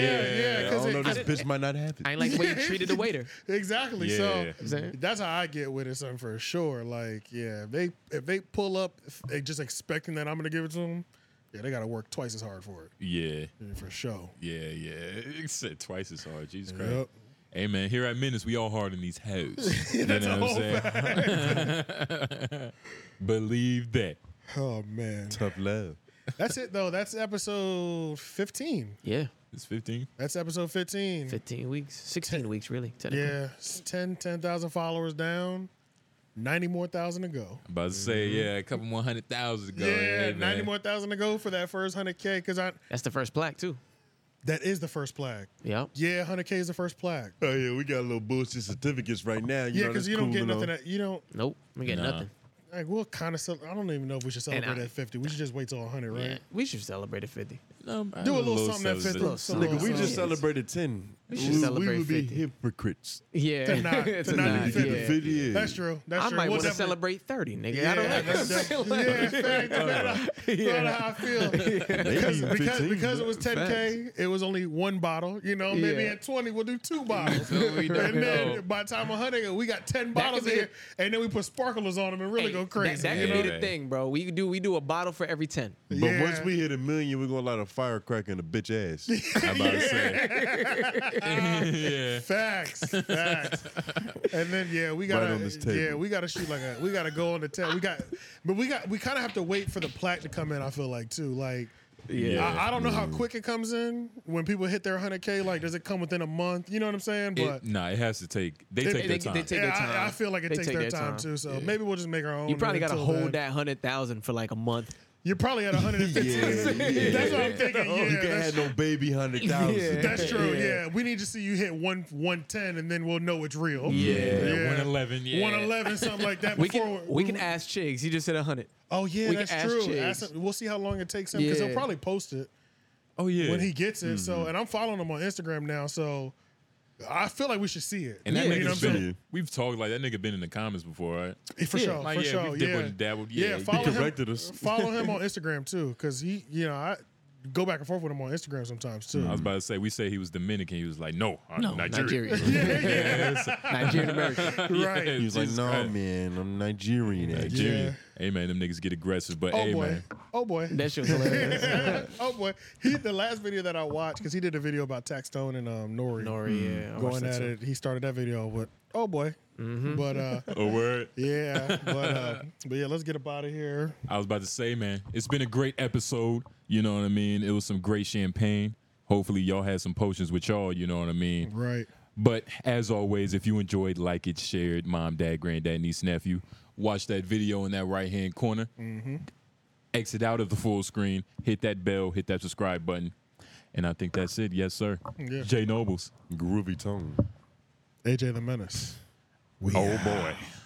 Speaker 1: I
Speaker 2: 'cause
Speaker 1: don't
Speaker 2: it-
Speaker 1: know. This
Speaker 2: I-
Speaker 1: bitch might not have it.
Speaker 3: I ain't like the way you treated the waiter.
Speaker 2: Exactly.
Speaker 1: Yeah.
Speaker 2: So that's how I get with it, something for sure. Like, yeah, if they if they pull up, if they just expecting that I'm gonna give it to them. Yeah, they gotta work twice as hard for it.
Speaker 4: Yeah.
Speaker 2: For sure.
Speaker 4: Yeah, yeah. It's said twice as hard. Jesus
Speaker 2: Yep.
Speaker 4: Christ. Hey man, here at Menace, we all hard in these hoes. You
Speaker 2: That's
Speaker 4: know
Speaker 2: a
Speaker 4: what I'm
Speaker 2: whole
Speaker 4: saying? Believe that.
Speaker 2: Oh man.
Speaker 1: Tough love.
Speaker 2: That's it though. That's episode 15.
Speaker 3: Yeah.
Speaker 4: It's 15.
Speaker 2: That's episode 15.
Speaker 3: 15 weeks. 16 weeks, really. Technically.
Speaker 2: Yeah, it's 10 10,000 followers down, 90 more thousand to go.
Speaker 4: I'm about to say, yeah, a couple more hundred thousand ago.
Speaker 2: Mm-hmm. yeah,
Speaker 4: hey,
Speaker 2: 90
Speaker 4: man.
Speaker 2: more thousand to go for that first 100K because I
Speaker 3: That's the first plaque, too.
Speaker 2: that is the first plaque.
Speaker 3: Yep.
Speaker 2: Yeah, 100K is the first plaque.
Speaker 1: Oh yeah, we got little bullshit certificates right now. You
Speaker 2: yeah,
Speaker 1: because
Speaker 2: because you don't get nothing. At, you don't.
Speaker 3: Nope. We get
Speaker 1: Nah.
Speaker 3: nothing.
Speaker 2: Like, we'll kind of. I don't even know if we should
Speaker 3: And
Speaker 2: celebrate
Speaker 3: I-
Speaker 2: at 50. We should just wait till 100, right?
Speaker 3: Yeah. We should celebrate at 50.
Speaker 4: No,
Speaker 2: Do a little something at 50.
Speaker 1: Nigga, we just celebrated
Speaker 2: celebrate.
Speaker 1: ten. We,
Speaker 3: We should celebrate
Speaker 1: would be
Speaker 3: 50.
Speaker 1: hypocrites.
Speaker 3: Yeah.
Speaker 1: To not- to not do 50.
Speaker 3: yeah.
Speaker 1: 50, yeah.
Speaker 2: That's true. That's
Speaker 3: I
Speaker 2: true.
Speaker 3: might
Speaker 2: We'll
Speaker 3: want to
Speaker 2: definitely-
Speaker 3: celebrate 30, nigga. I don't
Speaker 2: Yeah,
Speaker 3: know.
Speaker 2: that's def- yeah, fact, no matter- no matter how I feel. Because, because, because it was 10K, it was only one bottle. You know, maybe
Speaker 22: Yeah.
Speaker 2: at 20, we'll do two bottles.
Speaker 22: That's what we do.
Speaker 2: and
Speaker 22: Oh.
Speaker 2: then by the time 100, we got 10
Speaker 3: That
Speaker 2: bottles
Speaker 3: could
Speaker 2: in
Speaker 3: be
Speaker 2: here. And then we put sparklers on them and really go
Speaker 3: That,
Speaker 2: crazy.
Speaker 3: that
Speaker 2: you
Speaker 3: could be
Speaker 2: know?
Speaker 3: the thing, bro. We do we do a bottle for every 10.
Speaker 1: But once we hit a million, we're gonna light a firecracker in a bitch ass.
Speaker 2: I'm
Speaker 1: about to say.
Speaker 4: yeah.
Speaker 2: Facts, facts, and then yeah, we
Speaker 1: Right
Speaker 2: gotta
Speaker 1: on this table.
Speaker 2: yeah, we gotta shoot like a we gotta go on the tail. We got, but we got we kind of have to wait for the plaque to come in. I feel like too, like
Speaker 1: Yeah.
Speaker 2: I, I don't know how quick it comes in when people hit their hundred k. Like, does it come within a month? You know what I'm saying? But
Speaker 4: It, nah, it has to take. They take their time.
Speaker 3: take their
Speaker 2: Yeah, I- I,
Speaker 3: time.
Speaker 2: feel like it
Speaker 3: They
Speaker 2: takes
Speaker 3: take
Speaker 2: their,
Speaker 3: their
Speaker 2: time,
Speaker 3: time.
Speaker 2: too. So
Speaker 3: Yeah.
Speaker 2: maybe we'll just make our own.
Speaker 3: You probably got to
Speaker 2: until
Speaker 3: hold
Speaker 2: then.
Speaker 3: that 100,000 for like a month.
Speaker 2: You're probably at 115. That's what I'm thinking. Yeah,
Speaker 1: you can't
Speaker 2: that's-
Speaker 1: have no baby hundred thousand.
Speaker 2: That's true. Yeah. we need to see you hit one one ten, and then we'll know it's real.
Speaker 1: Yeah,
Speaker 4: 111, yeah.
Speaker 2: one eleven, something like that.
Speaker 3: We
Speaker 2: before
Speaker 3: can, we can ask Chiggs. He just said 100.
Speaker 2: Oh yeah,
Speaker 3: we can
Speaker 2: that's
Speaker 3: ask
Speaker 2: true.
Speaker 3: Chiggs.
Speaker 2: Ask him- we'll see how long it takes him because
Speaker 3: Yeah.
Speaker 2: he'll probably post it.
Speaker 4: Oh yeah. Mm-hmm.
Speaker 2: when he gets it. So, and I'm following him on Instagram now. So, I feel like we should see it.
Speaker 4: And that
Speaker 2: you know
Speaker 4: nigga's
Speaker 2: what I'm saying?
Speaker 4: been. We've talked like that nigga been in the comments before, right?
Speaker 2: For sure,
Speaker 4: Like,
Speaker 2: for
Speaker 4: yeah,
Speaker 2: sure,
Speaker 4: We
Speaker 2: yeah.
Speaker 4: dibbled and dabbled. Yeah, he
Speaker 2: follow
Speaker 4: corrected
Speaker 2: him,
Speaker 4: us.
Speaker 2: follow him on Instagram too, because he, you know, I go back and forth with him on Instagram sometimes too.
Speaker 1: Hmm.
Speaker 4: I was about to say, we say he was Dominican. He was like, no, I'm
Speaker 2: No,
Speaker 4: Nigerian.
Speaker 2: Nigerian. Yeah, yeah.
Speaker 3: Nigerian American.
Speaker 2: Right.
Speaker 1: He was like,
Speaker 4: Jesus
Speaker 1: "No,
Speaker 4: Christ.
Speaker 1: man, I'm Nigerian."
Speaker 4: Nigerian. Hey, man, them niggas get aggressive, but
Speaker 2: Oh
Speaker 4: hey,
Speaker 2: boy.
Speaker 4: man.
Speaker 2: Oh boy.
Speaker 3: That shit was hilarious.
Speaker 2: oh boy. He the last video that I watched, because he did a video about Tax Stone and um Nori. Mm-hmm.
Speaker 3: Nori, yeah, I watched
Speaker 2: Going
Speaker 3: that
Speaker 2: at
Speaker 3: too. Mm-hmm.
Speaker 2: it. He started that video with oh boy. But uh
Speaker 4: A Oh, word.
Speaker 2: Yeah. But uh but yeah, let's get up out of here.
Speaker 4: I was about to say, man, it's been a great episode. You know what I mean? It was some great champagne. Hopefully, y'all had some potions with y'all. You know what I mean?
Speaker 2: Right.
Speaker 4: But as always, if you enjoyed, like it, share it, mom, dad, granddad, niece, nephew. Watch that video in that right hand corner.
Speaker 2: Mm-hmm.
Speaker 4: Exit out of the full screen. Hit that bell. Hit that subscribe button. And I think that's it. Yes, sir.
Speaker 2: Yeah.
Speaker 4: Jay Nobles.
Speaker 1: Groovy tone.
Speaker 2: AJ the Menace.
Speaker 4: oh boy.